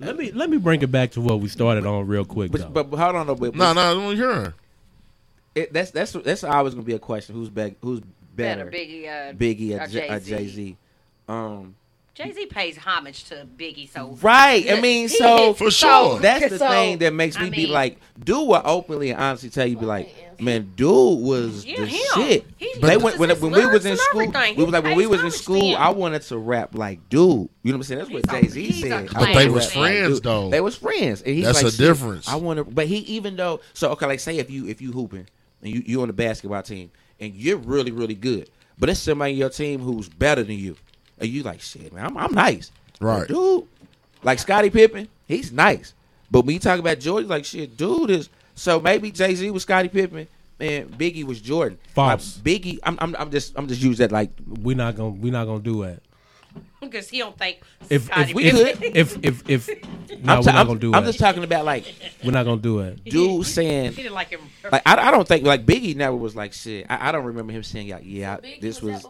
[SPEAKER 4] Let me let me bring it back to what we started on real quick. though.
[SPEAKER 7] But, but hold on, though. But,
[SPEAKER 5] No, no, I don't hear her.
[SPEAKER 7] it, that's that's that's always gonna be a question. Who's back? Who's better,
[SPEAKER 10] better Biggie uh,
[SPEAKER 7] Biggie or,
[SPEAKER 10] or
[SPEAKER 7] J- or Jay
[SPEAKER 10] Jay-Z.
[SPEAKER 7] Z? Um,
[SPEAKER 10] Jay Z pays homage to Biggie, so
[SPEAKER 7] right. I mean, so
[SPEAKER 5] For sure.
[SPEAKER 7] that's the
[SPEAKER 10] So,
[SPEAKER 7] thing that makes me
[SPEAKER 10] I
[SPEAKER 7] be
[SPEAKER 10] mean-
[SPEAKER 7] like, dude will openly and honestly tell you, be like, man, dude was
[SPEAKER 10] Yeah,
[SPEAKER 7] the
[SPEAKER 10] him.
[SPEAKER 7] shit.
[SPEAKER 10] He
[SPEAKER 7] they
[SPEAKER 10] uses
[SPEAKER 7] went when,
[SPEAKER 10] his
[SPEAKER 7] when we was
[SPEAKER 10] lyrics
[SPEAKER 7] in
[SPEAKER 10] and
[SPEAKER 7] school.
[SPEAKER 10] everything.
[SPEAKER 7] We
[SPEAKER 10] He
[SPEAKER 7] was like when
[SPEAKER 10] pays
[SPEAKER 7] we was in
[SPEAKER 10] homage to
[SPEAKER 7] school.
[SPEAKER 10] him.
[SPEAKER 7] I wanted to rap like dude. You know what I'm saying? That's what
[SPEAKER 10] He's
[SPEAKER 7] Jay
[SPEAKER 10] a-
[SPEAKER 7] Z
[SPEAKER 10] he's a
[SPEAKER 7] said.
[SPEAKER 10] But
[SPEAKER 5] they
[SPEAKER 7] I wanna
[SPEAKER 5] was
[SPEAKER 7] rap like
[SPEAKER 5] friends,
[SPEAKER 7] dude.
[SPEAKER 5] though.
[SPEAKER 7] They was friends, and he's
[SPEAKER 5] That's
[SPEAKER 7] like,
[SPEAKER 5] a
[SPEAKER 7] shit,
[SPEAKER 5] difference.
[SPEAKER 7] I want to, but he even though so okay, like say if you if you hooping and you you on the basketball team and you're really really good, but it's somebody on your team who's better than you, and you like shit, man, I'm, I'm nice,
[SPEAKER 5] Right.
[SPEAKER 7] But dude? Like Scottie Pippen, he's nice, but when you talk about Jordan, like shit, dude is so maybe Jay Z was Scottie Pippen. and Biggie was Jordan.
[SPEAKER 4] False.
[SPEAKER 7] Like, Biggie, I'm, I'm, I'm just, I'm just use that like
[SPEAKER 4] we not gonna we not gonna do that.
[SPEAKER 10] because he don't think
[SPEAKER 4] If
[SPEAKER 10] Scottie
[SPEAKER 4] if we
[SPEAKER 10] Pippen-
[SPEAKER 4] if if if, if no,
[SPEAKER 7] I'm,
[SPEAKER 4] we're
[SPEAKER 7] ta-
[SPEAKER 4] not
[SPEAKER 7] I'm-
[SPEAKER 4] gonna do
[SPEAKER 7] I'm
[SPEAKER 4] that.
[SPEAKER 7] just talking about like
[SPEAKER 4] we're not gonna do it.
[SPEAKER 7] dude saying
[SPEAKER 10] he didn't like him.
[SPEAKER 7] Like I, I don't think like Biggie never was like shit. I, I don't remember him saying like yeah I- this was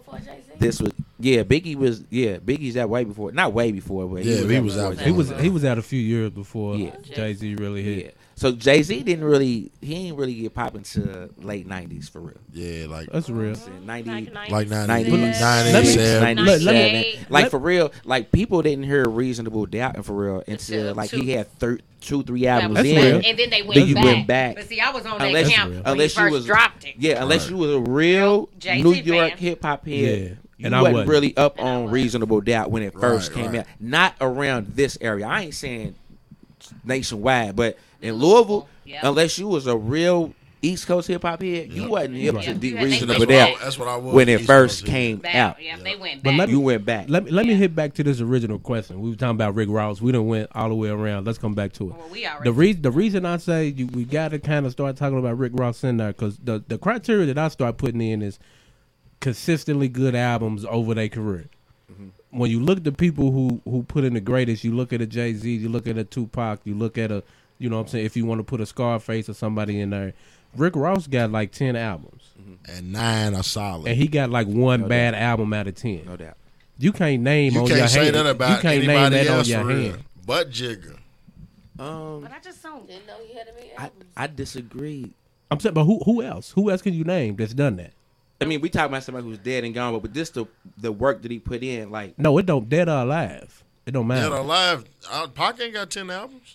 [SPEAKER 7] this was yeah Biggie was yeah Biggie's that way before not way before but
[SPEAKER 5] Yeah, he
[SPEAKER 7] that
[SPEAKER 5] was
[SPEAKER 7] before
[SPEAKER 5] out
[SPEAKER 7] Jay-Z.
[SPEAKER 4] He was he was out a few years before
[SPEAKER 7] Yeah.
[SPEAKER 4] Jay Z really hit.
[SPEAKER 7] yeah. So Jay Z didn't really he didn't really get popping to late nineties for real.
[SPEAKER 5] Yeah, like
[SPEAKER 4] That's real.
[SPEAKER 7] Ninety
[SPEAKER 5] like nine
[SPEAKER 4] Let
[SPEAKER 5] nine
[SPEAKER 7] Ninety-
[SPEAKER 4] me-
[SPEAKER 5] eighty seven.
[SPEAKER 7] 97,
[SPEAKER 4] let- let me-
[SPEAKER 7] like
[SPEAKER 4] let-
[SPEAKER 7] for real, like people didn't hear reasonable doubt and for real until
[SPEAKER 10] Until
[SPEAKER 7] like
[SPEAKER 10] two-
[SPEAKER 7] he had thir- two three
[SPEAKER 10] That
[SPEAKER 7] albums
[SPEAKER 10] was
[SPEAKER 4] That's
[SPEAKER 7] in.
[SPEAKER 4] real.
[SPEAKER 10] it. and then they
[SPEAKER 7] Then
[SPEAKER 10] went,
[SPEAKER 7] you
[SPEAKER 10] back.
[SPEAKER 7] went back.
[SPEAKER 10] But see, I was on
[SPEAKER 7] Unless-
[SPEAKER 10] that camp
[SPEAKER 4] unless
[SPEAKER 10] when he first
[SPEAKER 7] was
[SPEAKER 10] dropped it.
[SPEAKER 7] Yeah, unless
[SPEAKER 5] Right.
[SPEAKER 7] you was a real
[SPEAKER 10] Jay-Z
[SPEAKER 7] New York
[SPEAKER 10] fan.
[SPEAKER 7] hip hop
[SPEAKER 4] Yeah,
[SPEAKER 7] head,
[SPEAKER 4] and
[SPEAKER 7] you
[SPEAKER 4] I
[SPEAKER 7] wasn't
[SPEAKER 4] wasn't.
[SPEAKER 7] really up on Reasonable Doubt when it first
[SPEAKER 5] Right,
[SPEAKER 7] came
[SPEAKER 5] right.
[SPEAKER 7] out. Not around this area. I ain't saying nationwide, but in Louisville,
[SPEAKER 10] Yeah.
[SPEAKER 7] unless you was a real East Coast hip hop head, you wasn't hip
[SPEAKER 5] Right.
[SPEAKER 7] to Deep
[SPEAKER 5] Yeah, they
[SPEAKER 7] Reason
[SPEAKER 5] went
[SPEAKER 7] over there
[SPEAKER 5] back. That's what I was,
[SPEAKER 7] when it
[SPEAKER 5] East
[SPEAKER 7] first
[SPEAKER 5] Coast hip
[SPEAKER 7] came
[SPEAKER 5] hop.
[SPEAKER 7] out.
[SPEAKER 10] Yeah, they went
[SPEAKER 4] But let me,
[SPEAKER 7] you went back.
[SPEAKER 4] Let me let me hit back to this original question. We were talking about Rick Ross. We done went all the way around. Let's come back to it.
[SPEAKER 10] Oh, Well, we already-
[SPEAKER 4] the reason the reason I say you, we got to kind of start talking about Rick Ross in there because the the criteria that I start putting in is consistently good albums over their career.
[SPEAKER 5] Mm-hmm.
[SPEAKER 4] When you look at the people who who put in the greatest, you look at a Jay Z, you look at a Tupac, you look at a you know what I'm saying. If you want to put a Scarface or somebody in there, Rick Ross got like ten albums.
[SPEAKER 5] And nine are solid.
[SPEAKER 4] And he got like one
[SPEAKER 5] No
[SPEAKER 4] bad
[SPEAKER 5] doubt.
[SPEAKER 4] album out of ten. No
[SPEAKER 7] doubt.
[SPEAKER 4] You can't name
[SPEAKER 5] you
[SPEAKER 4] on
[SPEAKER 5] can't
[SPEAKER 4] your
[SPEAKER 5] say
[SPEAKER 4] hand.
[SPEAKER 5] that about
[SPEAKER 4] you can't name
[SPEAKER 5] anybody
[SPEAKER 4] that on
[SPEAKER 5] else
[SPEAKER 4] your
[SPEAKER 5] for real.
[SPEAKER 4] hand.
[SPEAKER 5] But Jigger.
[SPEAKER 7] Um,
[SPEAKER 10] I just don't. Didn't
[SPEAKER 8] know you had a big
[SPEAKER 7] I, I disagree.
[SPEAKER 4] I'm saying, but who who else? Who else can you name that's done that?
[SPEAKER 7] I mean, we talking about somebody who's dead and gone, but, but this the the work that he put in, like
[SPEAKER 4] No, it don't. Dead or alive, it don't matter.
[SPEAKER 5] Dead or Alive. Uh, Pac ain't got 10 albums.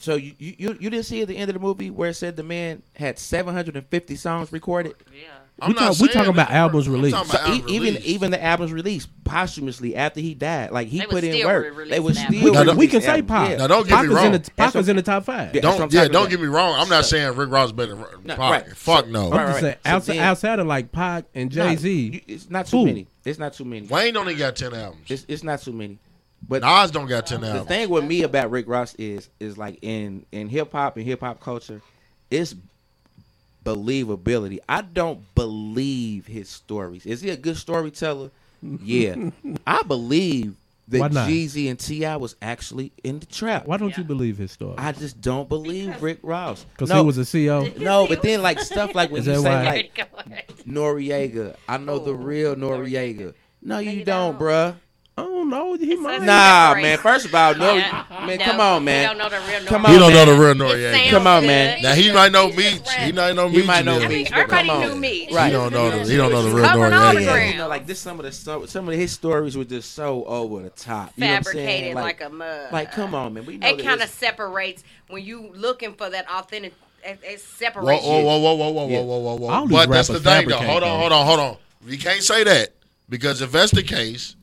[SPEAKER 7] So you, you you you didn't see at the end of the movie where it said the man had 750 songs recorded.
[SPEAKER 10] Yeah,
[SPEAKER 5] I'm
[SPEAKER 4] we
[SPEAKER 5] not
[SPEAKER 4] talk, we
[SPEAKER 5] saying
[SPEAKER 4] talking
[SPEAKER 5] that.
[SPEAKER 4] about albums released.
[SPEAKER 5] talking
[SPEAKER 7] So
[SPEAKER 5] about
[SPEAKER 7] e-
[SPEAKER 5] album
[SPEAKER 7] even
[SPEAKER 5] release.
[SPEAKER 7] even the albums released posthumously after he died, like he
[SPEAKER 10] They was
[SPEAKER 7] put in
[SPEAKER 10] still
[SPEAKER 7] work.
[SPEAKER 10] re-releasing
[SPEAKER 7] They were
[SPEAKER 10] the album.
[SPEAKER 7] still.
[SPEAKER 5] Now, don't-
[SPEAKER 4] we can say
[SPEAKER 7] releasing
[SPEAKER 4] Pac.
[SPEAKER 7] albums.
[SPEAKER 5] Now, don't get
[SPEAKER 4] Pac
[SPEAKER 5] me
[SPEAKER 4] is in
[SPEAKER 5] wrong.
[SPEAKER 4] the, Pac
[SPEAKER 7] That's
[SPEAKER 4] is
[SPEAKER 7] what-
[SPEAKER 4] in the top five.
[SPEAKER 7] Yeah.
[SPEAKER 5] Don't
[SPEAKER 7] what I'm
[SPEAKER 5] yeah,
[SPEAKER 7] talking
[SPEAKER 5] don't
[SPEAKER 7] about.
[SPEAKER 5] get me wrong. I'm not
[SPEAKER 7] So-
[SPEAKER 5] saying Rick Ross better than
[SPEAKER 7] No,
[SPEAKER 5] Pac.
[SPEAKER 7] right.
[SPEAKER 5] Fuck
[SPEAKER 7] So-
[SPEAKER 5] no.
[SPEAKER 4] I'm
[SPEAKER 7] right,
[SPEAKER 4] just
[SPEAKER 7] right.
[SPEAKER 4] saying,
[SPEAKER 7] So
[SPEAKER 4] outside,
[SPEAKER 7] then-
[SPEAKER 4] outside of like Pac and
[SPEAKER 7] Yeah.
[SPEAKER 4] Jay Z,
[SPEAKER 7] No, you- it's not too
[SPEAKER 4] Who?
[SPEAKER 7] many. It's not too many.
[SPEAKER 5] Wayne don't even got ten albums.
[SPEAKER 7] It's it's not too many. But
[SPEAKER 5] Nas don't got ten
[SPEAKER 7] the
[SPEAKER 5] albums.
[SPEAKER 7] thing with me about Rick Ross is is like in in hip hop and hip hop culture, it's believability. I don't believe his stories. Is he a good storyteller? Yeah, I believe that
[SPEAKER 4] Why not?
[SPEAKER 7] Jeezy and Ti was actually in the trap.
[SPEAKER 4] why don't
[SPEAKER 10] Yeah.
[SPEAKER 4] you believe his story?
[SPEAKER 7] I just don't believe Rick Ross
[SPEAKER 4] Because
[SPEAKER 7] No,
[SPEAKER 4] he was a E CEO.
[SPEAKER 7] no, but then like stuff like when
[SPEAKER 4] Is
[SPEAKER 7] you say
[SPEAKER 4] that why?
[SPEAKER 7] like
[SPEAKER 10] Go ahead.
[SPEAKER 7] Noriega, I know
[SPEAKER 10] Oh.
[SPEAKER 7] the real Noriega. No, you, don't, bruh.
[SPEAKER 4] I don't know. He might.
[SPEAKER 10] sounds
[SPEAKER 7] Nah,
[SPEAKER 10] great.
[SPEAKER 7] man. First of all, Nori, man,
[SPEAKER 10] No,
[SPEAKER 7] come on,
[SPEAKER 10] we
[SPEAKER 7] man.
[SPEAKER 10] don't know the real
[SPEAKER 7] Come
[SPEAKER 10] Noriega.
[SPEAKER 7] on,
[SPEAKER 5] He don't know
[SPEAKER 7] man.
[SPEAKER 5] the real
[SPEAKER 8] It
[SPEAKER 5] Noriega.
[SPEAKER 8] sounds
[SPEAKER 7] Come on,
[SPEAKER 8] good.
[SPEAKER 7] man.
[SPEAKER 5] Now he
[SPEAKER 8] He's
[SPEAKER 5] might know
[SPEAKER 8] just- he's just
[SPEAKER 5] me. He
[SPEAKER 8] rapping.
[SPEAKER 5] might know
[SPEAKER 7] He
[SPEAKER 5] me.
[SPEAKER 7] might know
[SPEAKER 5] Janelle.
[SPEAKER 7] me.
[SPEAKER 10] mean, everybody
[SPEAKER 7] Come on.
[SPEAKER 10] knew Meech.
[SPEAKER 5] He
[SPEAKER 7] Right.
[SPEAKER 5] don't know. The, he don't know the real
[SPEAKER 10] Covering all the
[SPEAKER 5] Noriega.
[SPEAKER 10] ground.
[SPEAKER 7] You know, like this, some of the stuff, some of his stories were just so over the top, you know what I'm
[SPEAKER 10] fabricated
[SPEAKER 7] saying?
[SPEAKER 10] like,
[SPEAKER 7] Like,
[SPEAKER 10] a mug.
[SPEAKER 7] like, come on, man. We know
[SPEAKER 10] It
[SPEAKER 7] that
[SPEAKER 10] kind of
[SPEAKER 7] it's-
[SPEAKER 10] separates when you looking for that authentic. It, it
[SPEAKER 5] Whoa,
[SPEAKER 10] separates.
[SPEAKER 5] whoa,
[SPEAKER 10] you.
[SPEAKER 5] whoa, whoa, whoa, whoa,
[SPEAKER 7] Yeah.
[SPEAKER 5] whoa, whoa, whoa,
[SPEAKER 4] All
[SPEAKER 5] whoa.
[SPEAKER 4] these
[SPEAKER 5] But that's the
[SPEAKER 4] rappers
[SPEAKER 5] thing, though.
[SPEAKER 4] fabricate
[SPEAKER 5] Hold on,
[SPEAKER 4] that.
[SPEAKER 5] hold on, hold on. You can't say that because if that's the case,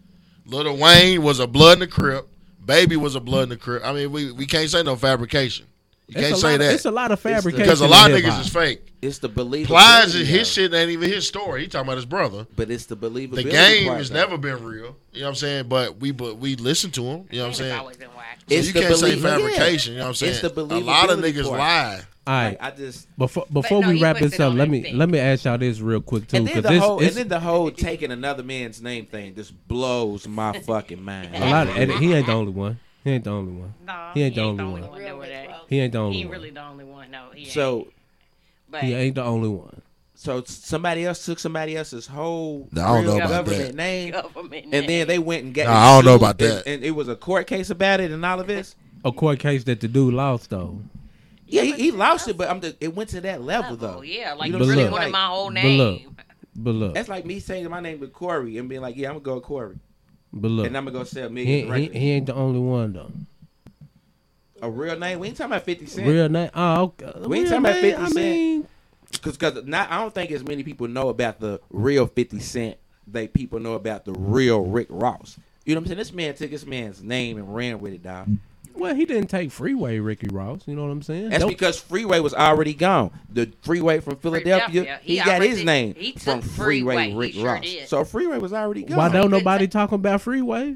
[SPEAKER 5] Little Wayne was a blood in the crib. Baby was a blood in the crib. I mean, we, we can't say no fabrication. You
[SPEAKER 4] It's
[SPEAKER 5] can't
[SPEAKER 4] a
[SPEAKER 5] say
[SPEAKER 4] lot,
[SPEAKER 5] that
[SPEAKER 4] It's a lot of
[SPEAKER 7] the-
[SPEAKER 4] fabrication.
[SPEAKER 5] because a lot of
[SPEAKER 4] in
[SPEAKER 5] niggas
[SPEAKER 4] hip-hop.
[SPEAKER 5] is fake.
[SPEAKER 7] It's the believability.
[SPEAKER 5] Plies is his
[SPEAKER 7] though.
[SPEAKER 5] shit ain't even his story. He talking about his brother.
[SPEAKER 7] but it's the believability.
[SPEAKER 5] The game
[SPEAKER 7] part,
[SPEAKER 5] has
[SPEAKER 7] though.
[SPEAKER 5] never been real. You know what I'm saying? But we but we listen to him. You know what I'm
[SPEAKER 10] It's
[SPEAKER 5] saying?
[SPEAKER 10] always been whack.
[SPEAKER 5] So
[SPEAKER 7] It's
[SPEAKER 5] you
[SPEAKER 7] the
[SPEAKER 5] can't say
[SPEAKER 7] believability.
[SPEAKER 5] fabrication. You know what I'm saying?
[SPEAKER 7] It's the
[SPEAKER 5] a lot of
[SPEAKER 7] believability
[SPEAKER 5] niggas
[SPEAKER 7] part.
[SPEAKER 5] lie.
[SPEAKER 4] All right.
[SPEAKER 7] Like, I just
[SPEAKER 4] Before before
[SPEAKER 10] no,
[SPEAKER 4] we
[SPEAKER 10] you
[SPEAKER 4] wrap
[SPEAKER 10] put
[SPEAKER 4] this
[SPEAKER 10] it
[SPEAKER 4] up,
[SPEAKER 10] on
[SPEAKER 4] let me
[SPEAKER 10] everything.
[SPEAKER 4] let me ask y'all this real quick too,
[SPEAKER 7] and then
[SPEAKER 4] because
[SPEAKER 7] the
[SPEAKER 4] this
[SPEAKER 7] whole
[SPEAKER 4] it's-
[SPEAKER 7] and then the whole taking another man's name thing just blows my fucking mind.
[SPEAKER 4] a lot. Of, and he ain't the only one. He ain't the only one.
[SPEAKER 10] No,
[SPEAKER 4] He ain't the only one.
[SPEAKER 10] doing that.
[SPEAKER 4] He ain't the only
[SPEAKER 10] He ain't
[SPEAKER 4] one.
[SPEAKER 10] really the only one. No, he ain't.
[SPEAKER 7] so
[SPEAKER 10] but
[SPEAKER 4] He ain't the only one.
[SPEAKER 7] so somebody else took somebody else's whole
[SPEAKER 5] No, I don't
[SPEAKER 7] real
[SPEAKER 5] know about
[SPEAKER 7] government
[SPEAKER 5] that.
[SPEAKER 7] name,
[SPEAKER 10] government
[SPEAKER 7] and then they went and got.
[SPEAKER 5] No, I don't know
[SPEAKER 7] sued,
[SPEAKER 5] about that.
[SPEAKER 7] And, and it was a court case about it and all of this.
[SPEAKER 4] A court case that the dude lost though.
[SPEAKER 7] Yeah, he, he lost it, but I'm the, it went to that level though.
[SPEAKER 10] Oh yeah, like
[SPEAKER 7] You know
[SPEAKER 4] But
[SPEAKER 7] what I'm
[SPEAKER 10] really
[SPEAKER 7] saying?
[SPEAKER 4] look,
[SPEAKER 10] wanted my whole
[SPEAKER 4] but
[SPEAKER 10] name.
[SPEAKER 4] look. But look,
[SPEAKER 7] That's like me saying my name to Corey and being like, "Yeah, I'm gonna go with Corey,
[SPEAKER 4] but look,
[SPEAKER 7] and I'm gonna go sell
[SPEAKER 4] he,
[SPEAKER 7] millions of
[SPEAKER 4] he,
[SPEAKER 7] records."
[SPEAKER 4] he ain't the only one though.
[SPEAKER 7] a real name? We ain't talking about Fifty Cent.
[SPEAKER 4] Real name. Oh, okay.
[SPEAKER 7] We ain't
[SPEAKER 4] Real
[SPEAKER 7] talking about
[SPEAKER 4] name,
[SPEAKER 7] 50
[SPEAKER 4] I
[SPEAKER 7] Cent.
[SPEAKER 4] mean,
[SPEAKER 7] Cause, cause not, I don't think as many people know about the real Fifty Cent. They people know about the real Rick Ross. You know what I'm saying? This man took this man's name and ran with it, dog.
[SPEAKER 4] well, he didn't take freeway, Ricky Ross. You know what I'm saying?
[SPEAKER 7] That's
[SPEAKER 4] Nope.
[SPEAKER 7] because Freeway was already gone. The Freeway from Philadelphia,
[SPEAKER 10] Philadelphia,
[SPEAKER 7] he,
[SPEAKER 10] he
[SPEAKER 7] got his
[SPEAKER 10] already-
[SPEAKER 7] name
[SPEAKER 10] he
[SPEAKER 7] from
[SPEAKER 10] took
[SPEAKER 7] Freeway,
[SPEAKER 10] Freeway, he
[SPEAKER 7] Rick
[SPEAKER 10] sure
[SPEAKER 7] Ross.
[SPEAKER 10] did.
[SPEAKER 7] So Freeway was already gone.
[SPEAKER 4] Why don't nobody talking about freeway?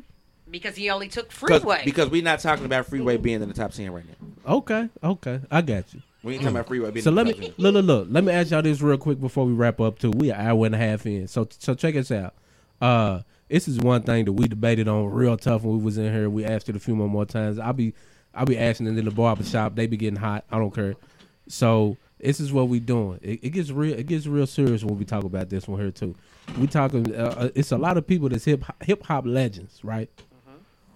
[SPEAKER 10] because he only took
[SPEAKER 7] Cause,
[SPEAKER 10] freeway.
[SPEAKER 7] Because we're not talking about Freeway being in the top ten right now.
[SPEAKER 4] Okay, okay, I got you.
[SPEAKER 7] We ain't talking about Freeway being
[SPEAKER 4] So
[SPEAKER 7] in the
[SPEAKER 4] let
[SPEAKER 7] top
[SPEAKER 4] me
[SPEAKER 7] 10.
[SPEAKER 4] look, look, look. Let me ask y'all this real quick before we wrap up. Too, we an hour and a half in. So, so check us out. Uh, this is one thing that we debated on real tough when we was in here. We asked it a few more more times. I'll be, I'll be asking it in the barber shop. They be getting hot. I don't care. So this is what we doing. It, it gets real. It gets real serious when we talk about this one here too. We talking. Uh, uh, it's a lot of people that's hip hip hop legends, right?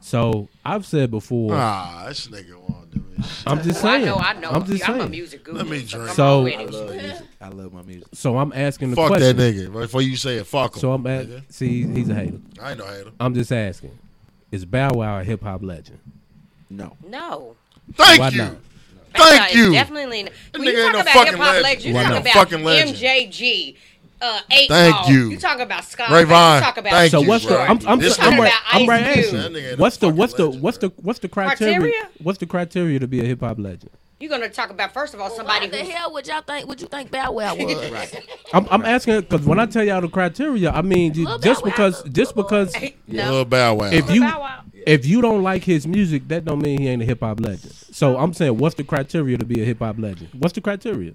[SPEAKER 4] So I've said before.
[SPEAKER 5] Ah, this nigga won't do it.
[SPEAKER 4] I'm just
[SPEAKER 10] I
[SPEAKER 4] saying.
[SPEAKER 10] know, I know.
[SPEAKER 4] I'm just
[SPEAKER 10] I'm
[SPEAKER 4] saying.
[SPEAKER 10] a music guru.
[SPEAKER 5] Let me
[SPEAKER 10] so
[SPEAKER 5] drink.
[SPEAKER 10] come
[SPEAKER 4] So-
[SPEAKER 10] on with
[SPEAKER 7] I
[SPEAKER 10] it.
[SPEAKER 7] love music. I love my music.
[SPEAKER 4] So I'm asking the
[SPEAKER 5] Fuck
[SPEAKER 4] question.
[SPEAKER 5] that nigga. Before you say it, fuck him.
[SPEAKER 4] So I'm at,
[SPEAKER 5] nigga.
[SPEAKER 4] see, he's a hater.
[SPEAKER 5] I ain't no hater.
[SPEAKER 4] I'm just asking, is Bow Wow a hip hop legend?
[SPEAKER 7] No.
[SPEAKER 10] No,
[SPEAKER 5] Thank
[SPEAKER 4] Why
[SPEAKER 5] you.
[SPEAKER 4] not?
[SPEAKER 10] No,
[SPEAKER 5] Thank
[SPEAKER 10] it's
[SPEAKER 5] you.
[SPEAKER 10] Definitely. Not. When
[SPEAKER 5] nigga
[SPEAKER 10] you
[SPEAKER 5] ain't
[SPEAKER 10] talk
[SPEAKER 5] no
[SPEAKER 10] about
[SPEAKER 5] fucking
[SPEAKER 10] hip hop
[SPEAKER 5] legend.
[SPEAKER 10] legends, you
[SPEAKER 4] Why
[SPEAKER 10] talk
[SPEAKER 4] not?
[SPEAKER 10] about
[SPEAKER 5] Fucking legend.
[SPEAKER 10] MJG, uh, Eight
[SPEAKER 5] Thank
[SPEAKER 10] Ball.
[SPEAKER 5] you.
[SPEAKER 10] You talk about Scott.
[SPEAKER 5] Ray Vaughn.
[SPEAKER 10] You talk about
[SPEAKER 5] Thank
[SPEAKER 4] So
[SPEAKER 5] you,
[SPEAKER 4] what's the?
[SPEAKER 5] bro.
[SPEAKER 4] I'm, I'm,
[SPEAKER 5] This
[SPEAKER 4] I'm,
[SPEAKER 5] nigga-
[SPEAKER 4] right- I'm
[SPEAKER 10] Ice
[SPEAKER 4] right
[SPEAKER 10] Cube.
[SPEAKER 4] asking.
[SPEAKER 5] That nigga ain't a
[SPEAKER 4] What's the
[SPEAKER 5] fucking
[SPEAKER 4] what's the
[SPEAKER 5] legend,
[SPEAKER 4] what's the what's the criteria?
[SPEAKER 10] Criteria?
[SPEAKER 4] What's the criteria to be a hip hop legend?
[SPEAKER 10] You're gonna talk about first of all somebody
[SPEAKER 8] Why the
[SPEAKER 10] who's
[SPEAKER 8] hell would y'all think? Would you think Bow Wow was?
[SPEAKER 4] I'm, I'm asking because when I tell y'all the criteria, I mean ju-
[SPEAKER 8] Lil Bow
[SPEAKER 4] just
[SPEAKER 8] Wow.
[SPEAKER 4] because just because
[SPEAKER 5] Yeah. Lil Bow Wow.
[SPEAKER 4] If
[SPEAKER 5] Lil
[SPEAKER 4] you
[SPEAKER 5] Bow Wow.
[SPEAKER 4] if you don't like his music, that don't mean he ain't a hip hop legend. So I'm saying, what's the criteria to be a hip hop legend? What's the criteria?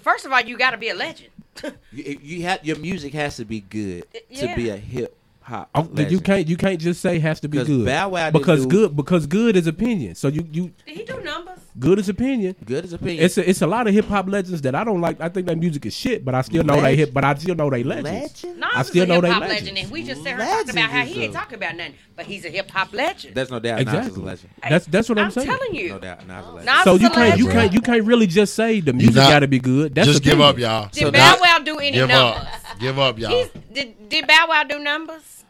[SPEAKER 10] first of all you gotta be a legend.
[SPEAKER 7] You, if you have your music has to be good to be
[SPEAKER 10] yeah.
[SPEAKER 7] a hip hop.
[SPEAKER 4] Oh,
[SPEAKER 7] legend.
[SPEAKER 4] you can't you can't just say has to be
[SPEAKER 7] 'Cause
[SPEAKER 4] good
[SPEAKER 7] Bow Wow didn't
[SPEAKER 4] because
[SPEAKER 7] do-
[SPEAKER 4] good because good is opinion. So you you
[SPEAKER 10] Did he do numbers?
[SPEAKER 4] good is opinion.
[SPEAKER 7] Good is opinion.
[SPEAKER 4] It's a, it's a lot of hip hop legends that I don't like. I think their music is shit, but I still know they
[SPEAKER 7] Legend.
[SPEAKER 4] hip. But I still know they legends.
[SPEAKER 7] Legend?
[SPEAKER 4] I still know they
[SPEAKER 10] hip hop
[SPEAKER 4] legends.
[SPEAKER 10] legend, and we just sat here talking about how he ain't
[SPEAKER 7] Legends is a-
[SPEAKER 10] talking about nothing, but he's a hip hop legend.
[SPEAKER 7] There's no doubt. Nas is a
[SPEAKER 4] Exactly.
[SPEAKER 7] legend.
[SPEAKER 4] That's that's what I'm,
[SPEAKER 10] I'm
[SPEAKER 4] saying.
[SPEAKER 10] telling you.
[SPEAKER 7] No doubt. Nas is a legend.
[SPEAKER 10] Nas
[SPEAKER 4] so
[SPEAKER 10] is
[SPEAKER 4] you
[SPEAKER 10] a
[SPEAKER 4] can't you
[SPEAKER 10] legend.
[SPEAKER 4] can't you can't really just say the music
[SPEAKER 5] not-
[SPEAKER 4] got to be good. That's
[SPEAKER 5] just give
[SPEAKER 4] opinion.
[SPEAKER 5] up, y'all.
[SPEAKER 10] Did Bow Wow do any
[SPEAKER 5] give
[SPEAKER 10] numbers?
[SPEAKER 5] up. Give up, y'all.
[SPEAKER 10] He's, did did Bow Wow do numbers?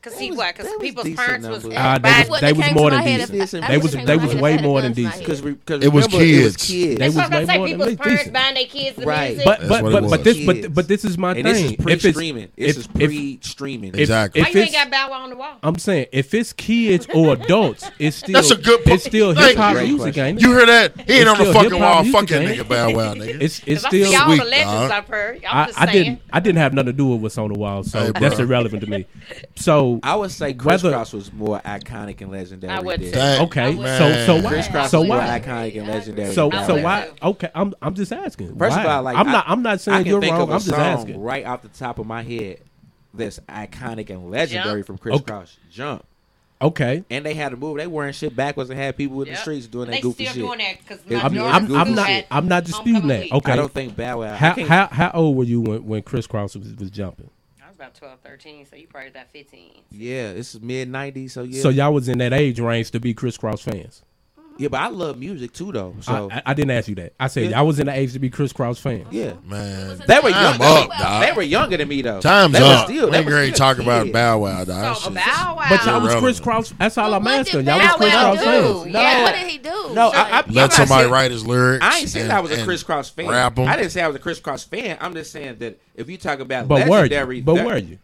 [SPEAKER 10] Cause he what? Cause people's
[SPEAKER 7] decent
[SPEAKER 10] parents was
[SPEAKER 7] numbers.
[SPEAKER 4] Ah, they was,
[SPEAKER 8] What
[SPEAKER 4] they
[SPEAKER 8] came
[SPEAKER 4] was
[SPEAKER 8] to
[SPEAKER 4] more
[SPEAKER 8] my
[SPEAKER 4] than
[SPEAKER 8] head
[SPEAKER 4] decent.
[SPEAKER 8] is- I- I
[SPEAKER 4] They was
[SPEAKER 8] came to
[SPEAKER 4] they
[SPEAKER 8] my
[SPEAKER 4] was
[SPEAKER 8] head
[SPEAKER 4] way
[SPEAKER 8] is
[SPEAKER 4] more than
[SPEAKER 8] guns,
[SPEAKER 4] decent.
[SPEAKER 8] like-
[SPEAKER 7] Because
[SPEAKER 5] It was
[SPEAKER 7] It was
[SPEAKER 5] kids.
[SPEAKER 7] kids.
[SPEAKER 4] They
[SPEAKER 10] That's
[SPEAKER 4] was
[SPEAKER 10] what I'm
[SPEAKER 4] way
[SPEAKER 10] gonna say.
[SPEAKER 4] more than
[SPEAKER 10] People's parents
[SPEAKER 4] decent.
[SPEAKER 10] buying their kids the
[SPEAKER 7] Right.
[SPEAKER 10] music.
[SPEAKER 4] But
[SPEAKER 5] That's
[SPEAKER 4] but
[SPEAKER 5] what it
[SPEAKER 4] but, but
[SPEAKER 5] was.
[SPEAKER 4] this but but this is my
[SPEAKER 7] and
[SPEAKER 4] thing.
[SPEAKER 7] this is
[SPEAKER 4] If it's-
[SPEAKER 7] pre-streaming. This
[SPEAKER 4] if-
[SPEAKER 7] is
[SPEAKER 4] if-
[SPEAKER 7] pre-streaming.
[SPEAKER 4] if-
[SPEAKER 5] Exactly.
[SPEAKER 10] Why
[SPEAKER 4] if
[SPEAKER 10] you ain't
[SPEAKER 4] it's-
[SPEAKER 10] got Bow Wow on the wall?
[SPEAKER 4] I'm saying if it's kids or adults, it's still
[SPEAKER 5] That's a good point.
[SPEAKER 4] It's still
[SPEAKER 5] Thank
[SPEAKER 4] hip hop
[SPEAKER 7] you.
[SPEAKER 4] music, ain't it?
[SPEAKER 5] You hear that? He ain't
[SPEAKER 4] It's
[SPEAKER 5] on the
[SPEAKER 4] still
[SPEAKER 5] fucking
[SPEAKER 4] hip-hop
[SPEAKER 5] wall.
[SPEAKER 4] music,
[SPEAKER 5] Fucking
[SPEAKER 4] ain't it?
[SPEAKER 5] nigga, Bow Wow, nigga.
[SPEAKER 4] It's it's
[SPEAKER 10] 'Cause I see
[SPEAKER 4] still.
[SPEAKER 10] y'all
[SPEAKER 5] weak,
[SPEAKER 10] the legends
[SPEAKER 5] dog.
[SPEAKER 10] I've heard. I'm
[SPEAKER 4] I,
[SPEAKER 10] just
[SPEAKER 4] I
[SPEAKER 10] saying.
[SPEAKER 4] didn't I didn't have nothing to do with what's on the wall, so
[SPEAKER 5] Hey,
[SPEAKER 4] that's
[SPEAKER 5] bro.
[SPEAKER 4] irrelevant to me. So
[SPEAKER 7] I would say
[SPEAKER 4] Whether-
[SPEAKER 7] Crisscross was more iconic and legendary.
[SPEAKER 10] I would
[SPEAKER 7] than-
[SPEAKER 10] say.
[SPEAKER 5] That-
[SPEAKER 4] okay, so
[SPEAKER 5] Man.
[SPEAKER 4] so why
[SPEAKER 7] Crisscross
[SPEAKER 4] so
[SPEAKER 7] was more
[SPEAKER 4] why
[SPEAKER 7] iconic and legendary.
[SPEAKER 4] so
[SPEAKER 7] than
[SPEAKER 4] so
[SPEAKER 7] Bow Wow.
[SPEAKER 4] why okay I'm I'm just asking.
[SPEAKER 7] First
[SPEAKER 4] why?
[SPEAKER 7] of all, like
[SPEAKER 4] I'm not
[SPEAKER 7] I-
[SPEAKER 4] I'm not
[SPEAKER 7] I
[SPEAKER 4] saying
[SPEAKER 7] can
[SPEAKER 4] you're
[SPEAKER 7] think
[SPEAKER 4] wrong.
[SPEAKER 7] Of a
[SPEAKER 4] I'm just
[SPEAKER 7] song
[SPEAKER 4] asking.
[SPEAKER 7] right off the top of my head. That's iconic and legendary
[SPEAKER 10] Jump.
[SPEAKER 7] from Crisscross Jump,
[SPEAKER 4] Okay,
[SPEAKER 7] and they had a move. They wearing shit backwards and had people in the
[SPEAKER 10] Yep.
[SPEAKER 7] streets doing
[SPEAKER 10] And
[SPEAKER 7] that
[SPEAKER 10] they
[SPEAKER 7] goofy
[SPEAKER 10] still
[SPEAKER 7] shit.
[SPEAKER 10] doing that because
[SPEAKER 7] It's
[SPEAKER 4] I'm
[SPEAKER 7] doing
[SPEAKER 4] I'm,
[SPEAKER 7] goofy
[SPEAKER 4] I'm not
[SPEAKER 7] shit.
[SPEAKER 4] I'm not disputing
[SPEAKER 10] Homecoming
[SPEAKER 4] that.
[SPEAKER 10] week.
[SPEAKER 4] Okay,
[SPEAKER 7] I don't think Bow Wow. I
[SPEAKER 4] how
[SPEAKER 7] can't-
[SPEAKER 4] how how old were you when when Crisscross was, was jumping?
[SPEAKER 10] I was about 12, 13, so you probably about 15.
[SPEAKER 7] yeah, it's mid '90s, so yeah.
[SPEAKER 4] So y'all was in that age range to be crisscross fans.
[SPEAKER 7] yeah, but I love music too, though. So
[SPEAKER 4] I, I, I didn't ask you that. I said
[SPEAKER 7] Yeah.
[SPEAKER 4] I was in the age to be crisscross fans.
[SPEAKER 7] yeah,
[SPEAKER 5] Man,
[SPEAKER 7] they were
[SPEAKER 5] Time
[SPEAKER 7] younger.
[SPEAKER 5] up,
[SPEAKER 7] They
[SPEAKER 5] dog.
[SPEAKER 7] were younger than me though.
[SPEAKER 5] Time's
[SPEAKER 7] They were
[SPEAKER 5] up.
[SPEAKER 7] still-
[SPEAKER 5] We
[SPEAKER 7] they
[SPEAKER 5] ain't
[SPEAKER 7] were
[SPEAKER 5] ready to
[SPEAKER 7] still
[SPEAKER 5] talk about
[SPEAKER 7] kids.
[SPEAKER 5] Bow Wow, dog.
[SPEAKER 10] So
[SPEAKER 5] Shit.
[SPEAKER 10] Bow Wow.
[SPEAKER 4] But y'all was
[SPEAKER 5] Irrelevant.
[SPEAKER 4] crisscross. That's all I'm
[SPEAKER 8] What did
[SPEAKER 4] asking. Y'all was
[SPEAKER 8] Bow Wow
[SPEAKER 4] crisscross
[SPEAKER 8] do?
[SPEAKER 4] fans.
[SPEAKER 7] No.
[SPEAKER 8] Yeah, what did he do?
[SPEAKER 7] No, I- I-
[SPEAKER 8] Like,
[SPEAKER 5] Let
[SPEAKER 7] I'm not
[SPEAKER 5] somebody
[SPEAKER 7] saying-
[SPEAKER 5] write his lyrics.
[SPEAKER 7] I ain't saying
[SPEAKER 5] and-
[SPEAKER 7] I was a
[SPEAKER 5] and
[SPEAKER 7] crisscross fan.
[SPEAKER 5] Rap 'em.
[SPEAKER 7] I didn't say I was a crisscross fan. I'm just saying that if you talk about
[SPEAKER 4] But were
[SPEAKER 7] legendary,
[SPEAKER 4] you? But
[SPEAKER 7] that-
[SPEAKER 4] were you?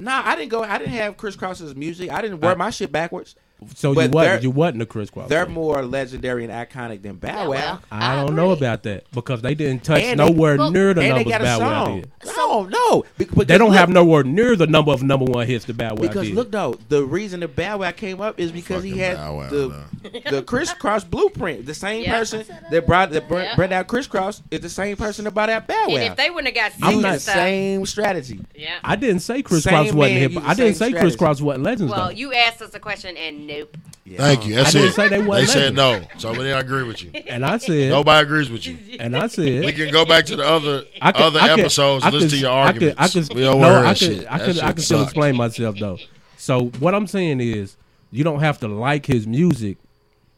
[SPEAKER 7] Nah, I didn't go. I didn't have crisscross's music. I didn't wear
[SPEAKER 4] I-
[SPEAKER 7] my shit backwards.
[SPEAKER 4] So you
[SPEAKER 7] But they're-
[SPEAKER 4] wasn't. You wasn't a crisscross.
[SPEAKER 7] They're
[SPEAKER 4] fan.
[SPEAKER 7] more legendary and iconic than Bow
[SPEAKER 8] Bow
[SPEAKER 7] Wow.
[SPEAKER 8] Wow.
[SPEAKER 4] I
[SPEAKER 8] I
[SPEAKER 4] don't know
[SPEAKER 8] agree.
[SPEAKER 4] about that because they didn't touch
[SPEAKER 7] And they-
[SPEAKER 4] nowhere
[SPEAKER 8] Well,
[SPEAKER 4] near the
[SPEAKER 7] and they
[SPEAKER 4] numbers
[SPEAKER 7] got a
[SPEAKER 4] Bow Wow
[SPEAKER 7] song.
[SPEAKER 4] did.
[SPEAKER 7] No, no. Be- Because
[SPEAKER 4] They don't
[SPEAKER 7] look-
[SPEAKER 4] have nowhere near the number of number one hits that Bow Wow
[SPEAKER 7] Because
[SPEAKER 4] did.
[SPEAKER 7] look though, the reason that Bow Wow came up is because he
[SPEAKER 5] Fucking
[SPEAKER 7] had
[SPEAKER 5] Bow Wow,
[SPEAKER 7] the the crisscross blueprint. The same
[SPEAKER 10] Yeah.
[SPEAKER 7] person that brought that br-
[SPEAKER 10] Yeah.
[SPEAKER 7] brought out crisscross is the same person that brought out Bow
[SPEAKER 10] And
[SPEAKER 7] Wow.
[SPEAKER 10] if they wouldn't have got
[SPEAKER 7] Used
[SPEAKER 10] singing
[SPEAKER 7] the
[SPEAKER 10] stuff,
[SPEAKER 7] same strategy.
[SPEAKER 10] yeah.
[SPEAKER 4] I didn't say
[SPEAKER 7] Same
[SPEAKER 4] crisscross
[SPEAKER 7] man
[SPEAKER 4] wasn't hip.
[SPEAKER 7] used the
[SPEAKER 4] I didn't
[SPEAKER 7] same
[SPEAKER 4] say
[SPEAKER 7] strategy.
[SPEAKER 4] crisscross wasn't legends
[SPEAKER 10] Well,
[SPEAKER 4] though.
[SPEAKER 10] you asked us a question and nope.
[SPEAKER 5] Thank you. That's
[SPEAKER 4] I didn't
[SPEAKER 5] it.
[SPEAKER 4] say they
[SPEAKER 5] They
[SPEAKER 4] wasn't
[SPEAKER 5] said
[SPEAKER 4] legends.
[SPEAKER 5] no. So we didn't agree with you.
[SPEAKER 4] And I said.
[SPEAKER 5] Nobody agrees with you.
[SPEAKER 4] And I
[SPEAKER 5] We
[SPEAKER 4] said.
[SPEAKER 5] can go back to the other
[SPEAKER 4] I could,
[SPEAKER 5] other
[SPEAKER 4] I could,
[SPEAKER 5] episodes.
[SPEAKER 4] I
[SPEAKER 5] and listen
[SPEAKER 4] could-
[SPEAKER 5] to your
[SPEAKER 4] I could-
[SPEAKER 5] arguments.
[SPEAKER 4] I could,
[SPEAKER 5] we don't
[SPEAKER 4] no,
[SPEAKER 5] worry
[SPEAKER 4] I
[SPEAKER 5] that
[SPEAKER 4] could,
[SPEAKER 5] shit.
[SPEAKER 4] I
[SPEAKER 5] That
[SPEAKER 4] could,
[SPEAKER 5] shit
[SPEAKER 4] I could still
[SPEAKER 5] sucked.
[SPEAKER 4] explain myself though. So what I'm saying is, you don't have to like his music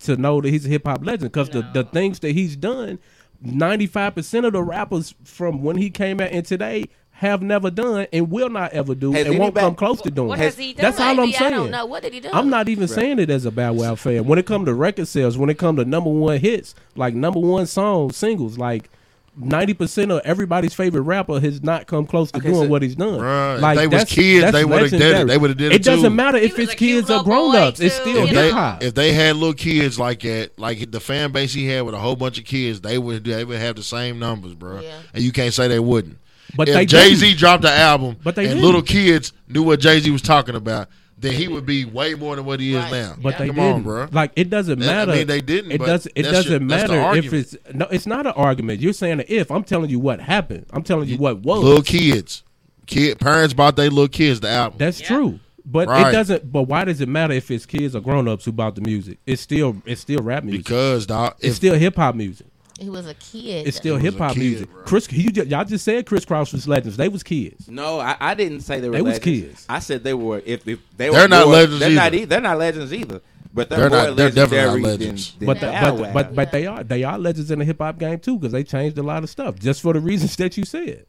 [SPEAKER 4] to know that he's a hip hop legend because the, the things that he's done, 95 percent of the rappers from when he came out and today have never done and will not ever do
[SPEAKER 7] Has
[SPEAKER 4] and won't
[SPEAKER 7] anybody-
[SPEAKER 4] come close to doing.
[SPEAKER 10] What
[SPEAKER 7] Has-
[SPEAKER 10] has he done?
[SPEAKER 4] That's all I'm
[SPEAKER 8] maybe I
[SPEAKER 4] saying.
[SPEAKER 8] don't know. What did he do?
[SPEAKER 4] I'm not even saying it as a Bow Wow fan. When it comes to record sales, when it comes to number one hits, like number one songs, singles, like ninety percent of everybody's favorite rapper has not come close to
[SPEAKER 7] Okay,
[SPEAKER 4] doing
[SPEAKER 7] so-
[SPEAKER 4] what he's done.
[SPEAKER 5] Bruh, if
[SPEAKER 4] like
[SPEAKER 5] they was kids, they would've did it.
[SPEAKER 4] legendary.
[SPEAKER 5] They would've did it too.
[SPEAKER 4] doesn't matter if
[SPEAKER 10] was
[SPEAKER 4] it's
[SPEAKER 10] a cute
[SPEAKER 4] kids or
[SPEAKER 10] little boy
[SPEAKER 4] grown ups. It's
[SPEAKER 10] too,
[SPEAKER 4] still
[SPEAKER 5] If
[SPEAKER 10] you
[SPEAKER 4] hip
[SPEAKER 10] know.
[SPEAKER 4] hop.
[SPEAKER 5] they if they had little kids like that, like the fan base he had with a whole bunch of kids, they would they would have the same numbers, bro.
[SPEAKER 8] Yeah.
[SPEAKER 5] And you can't say they wouldn't.
[SPEAKER 4] But
[SPEAKER 5] if
[SPEAKER 4] they
[SPEAKER 5] Jay Z
[SPEAKER 4] didn't.
[SPEAKER 5] dropped the album,
[SPEAKER 4] But they
[SPEAKER 5] and
[SPEAKER 4] didn't.
[SPEAKER 5] little kids knew what Jay Z was talking about, then he would be way more than what he is
[SPEAKER 8] Right.
[SPEAKER 5] now.
[SPEAKER 4] But they
[SPEAKER 5] come
[SPEAKER 4] didn't.
[SPEAKER 5] on, bro.
[SPEAKER 4] Like it doesn't
[SPEAKER 5] That- I
[SPEAKER 4] matter.
[SPEAKER 5] mean, they didn't,
[SPEAKER 4] It
[SPEAKER 5] but
[SPEAKER 4] does. It
[SPEAKER 5] that's your-
[SPEAKER 4] doesn't
[SPEAKER 5] that's the
[SPEAKER 4] matter if
[SPEAKER 5] argument.
[SPEAKER 4] it's no. It's not an argument. You're saying an if. I'm telling you what happened. I'm telling you what was.
[SPEAKER 5] little kids, kid parents bought their little kids the album.
[SPEAKER 4] That's true. But
[SPEAKER 5] Right.
[SPEAKER 4] it doesn't. But why does it matter if it's kids or grown ups who bought the music? It's still it's still rap music.
[SPEAKER 5] because dog,
[SPEAKER 4] it's
[SPEAKER 5] if
[SPEAKER 4] still hip hop music.
[SPEAKER 8] He was a kid.
[SPEAKER 4] It's still
[SPEAKER 5] was a
[SPEAKER 4] hip hop
[SPEAKER 5] kid,
[SPEAKER 4] music.
[SPEAKER 5] bro.
[SPEAKER 4] Chris, you just, y'all just said Chris Cross was legends. They was kids.
[SPEAKER 7] No, I, I didn't say they were.
[SPEAKER 4] They was
[SPEAKER 7] legends.
[SPEAKER 4] kids.
[SPEAKER 7] I said they were. If, if they were,
[SPEAKER 5] They're not
[SPEAKER 7] more-
[SPEAKER 5] legends
[SPEAKER 7] They're not.
[SPEAKER 5] either.
[SPEAKER 7] e- They're not legends either. But they're,
[SPEAKER 5] They're
[SPEAKER 7] more
[SPEAKER 5] not- they're definitely not
[SPEAKER 7] legendary
[SPEAKER 5] legends.
[SPEAKER 7] Than, than
[SPEAKER 4] But, the,
[SPEAKER 7] Bow
[SPEAKER 4] but,
[SPEAKER 7] Wow.
[SPEAKER 4] but but they are they are legends in the hip hop game too because they changed a lot of stuff just for the reasons that you said.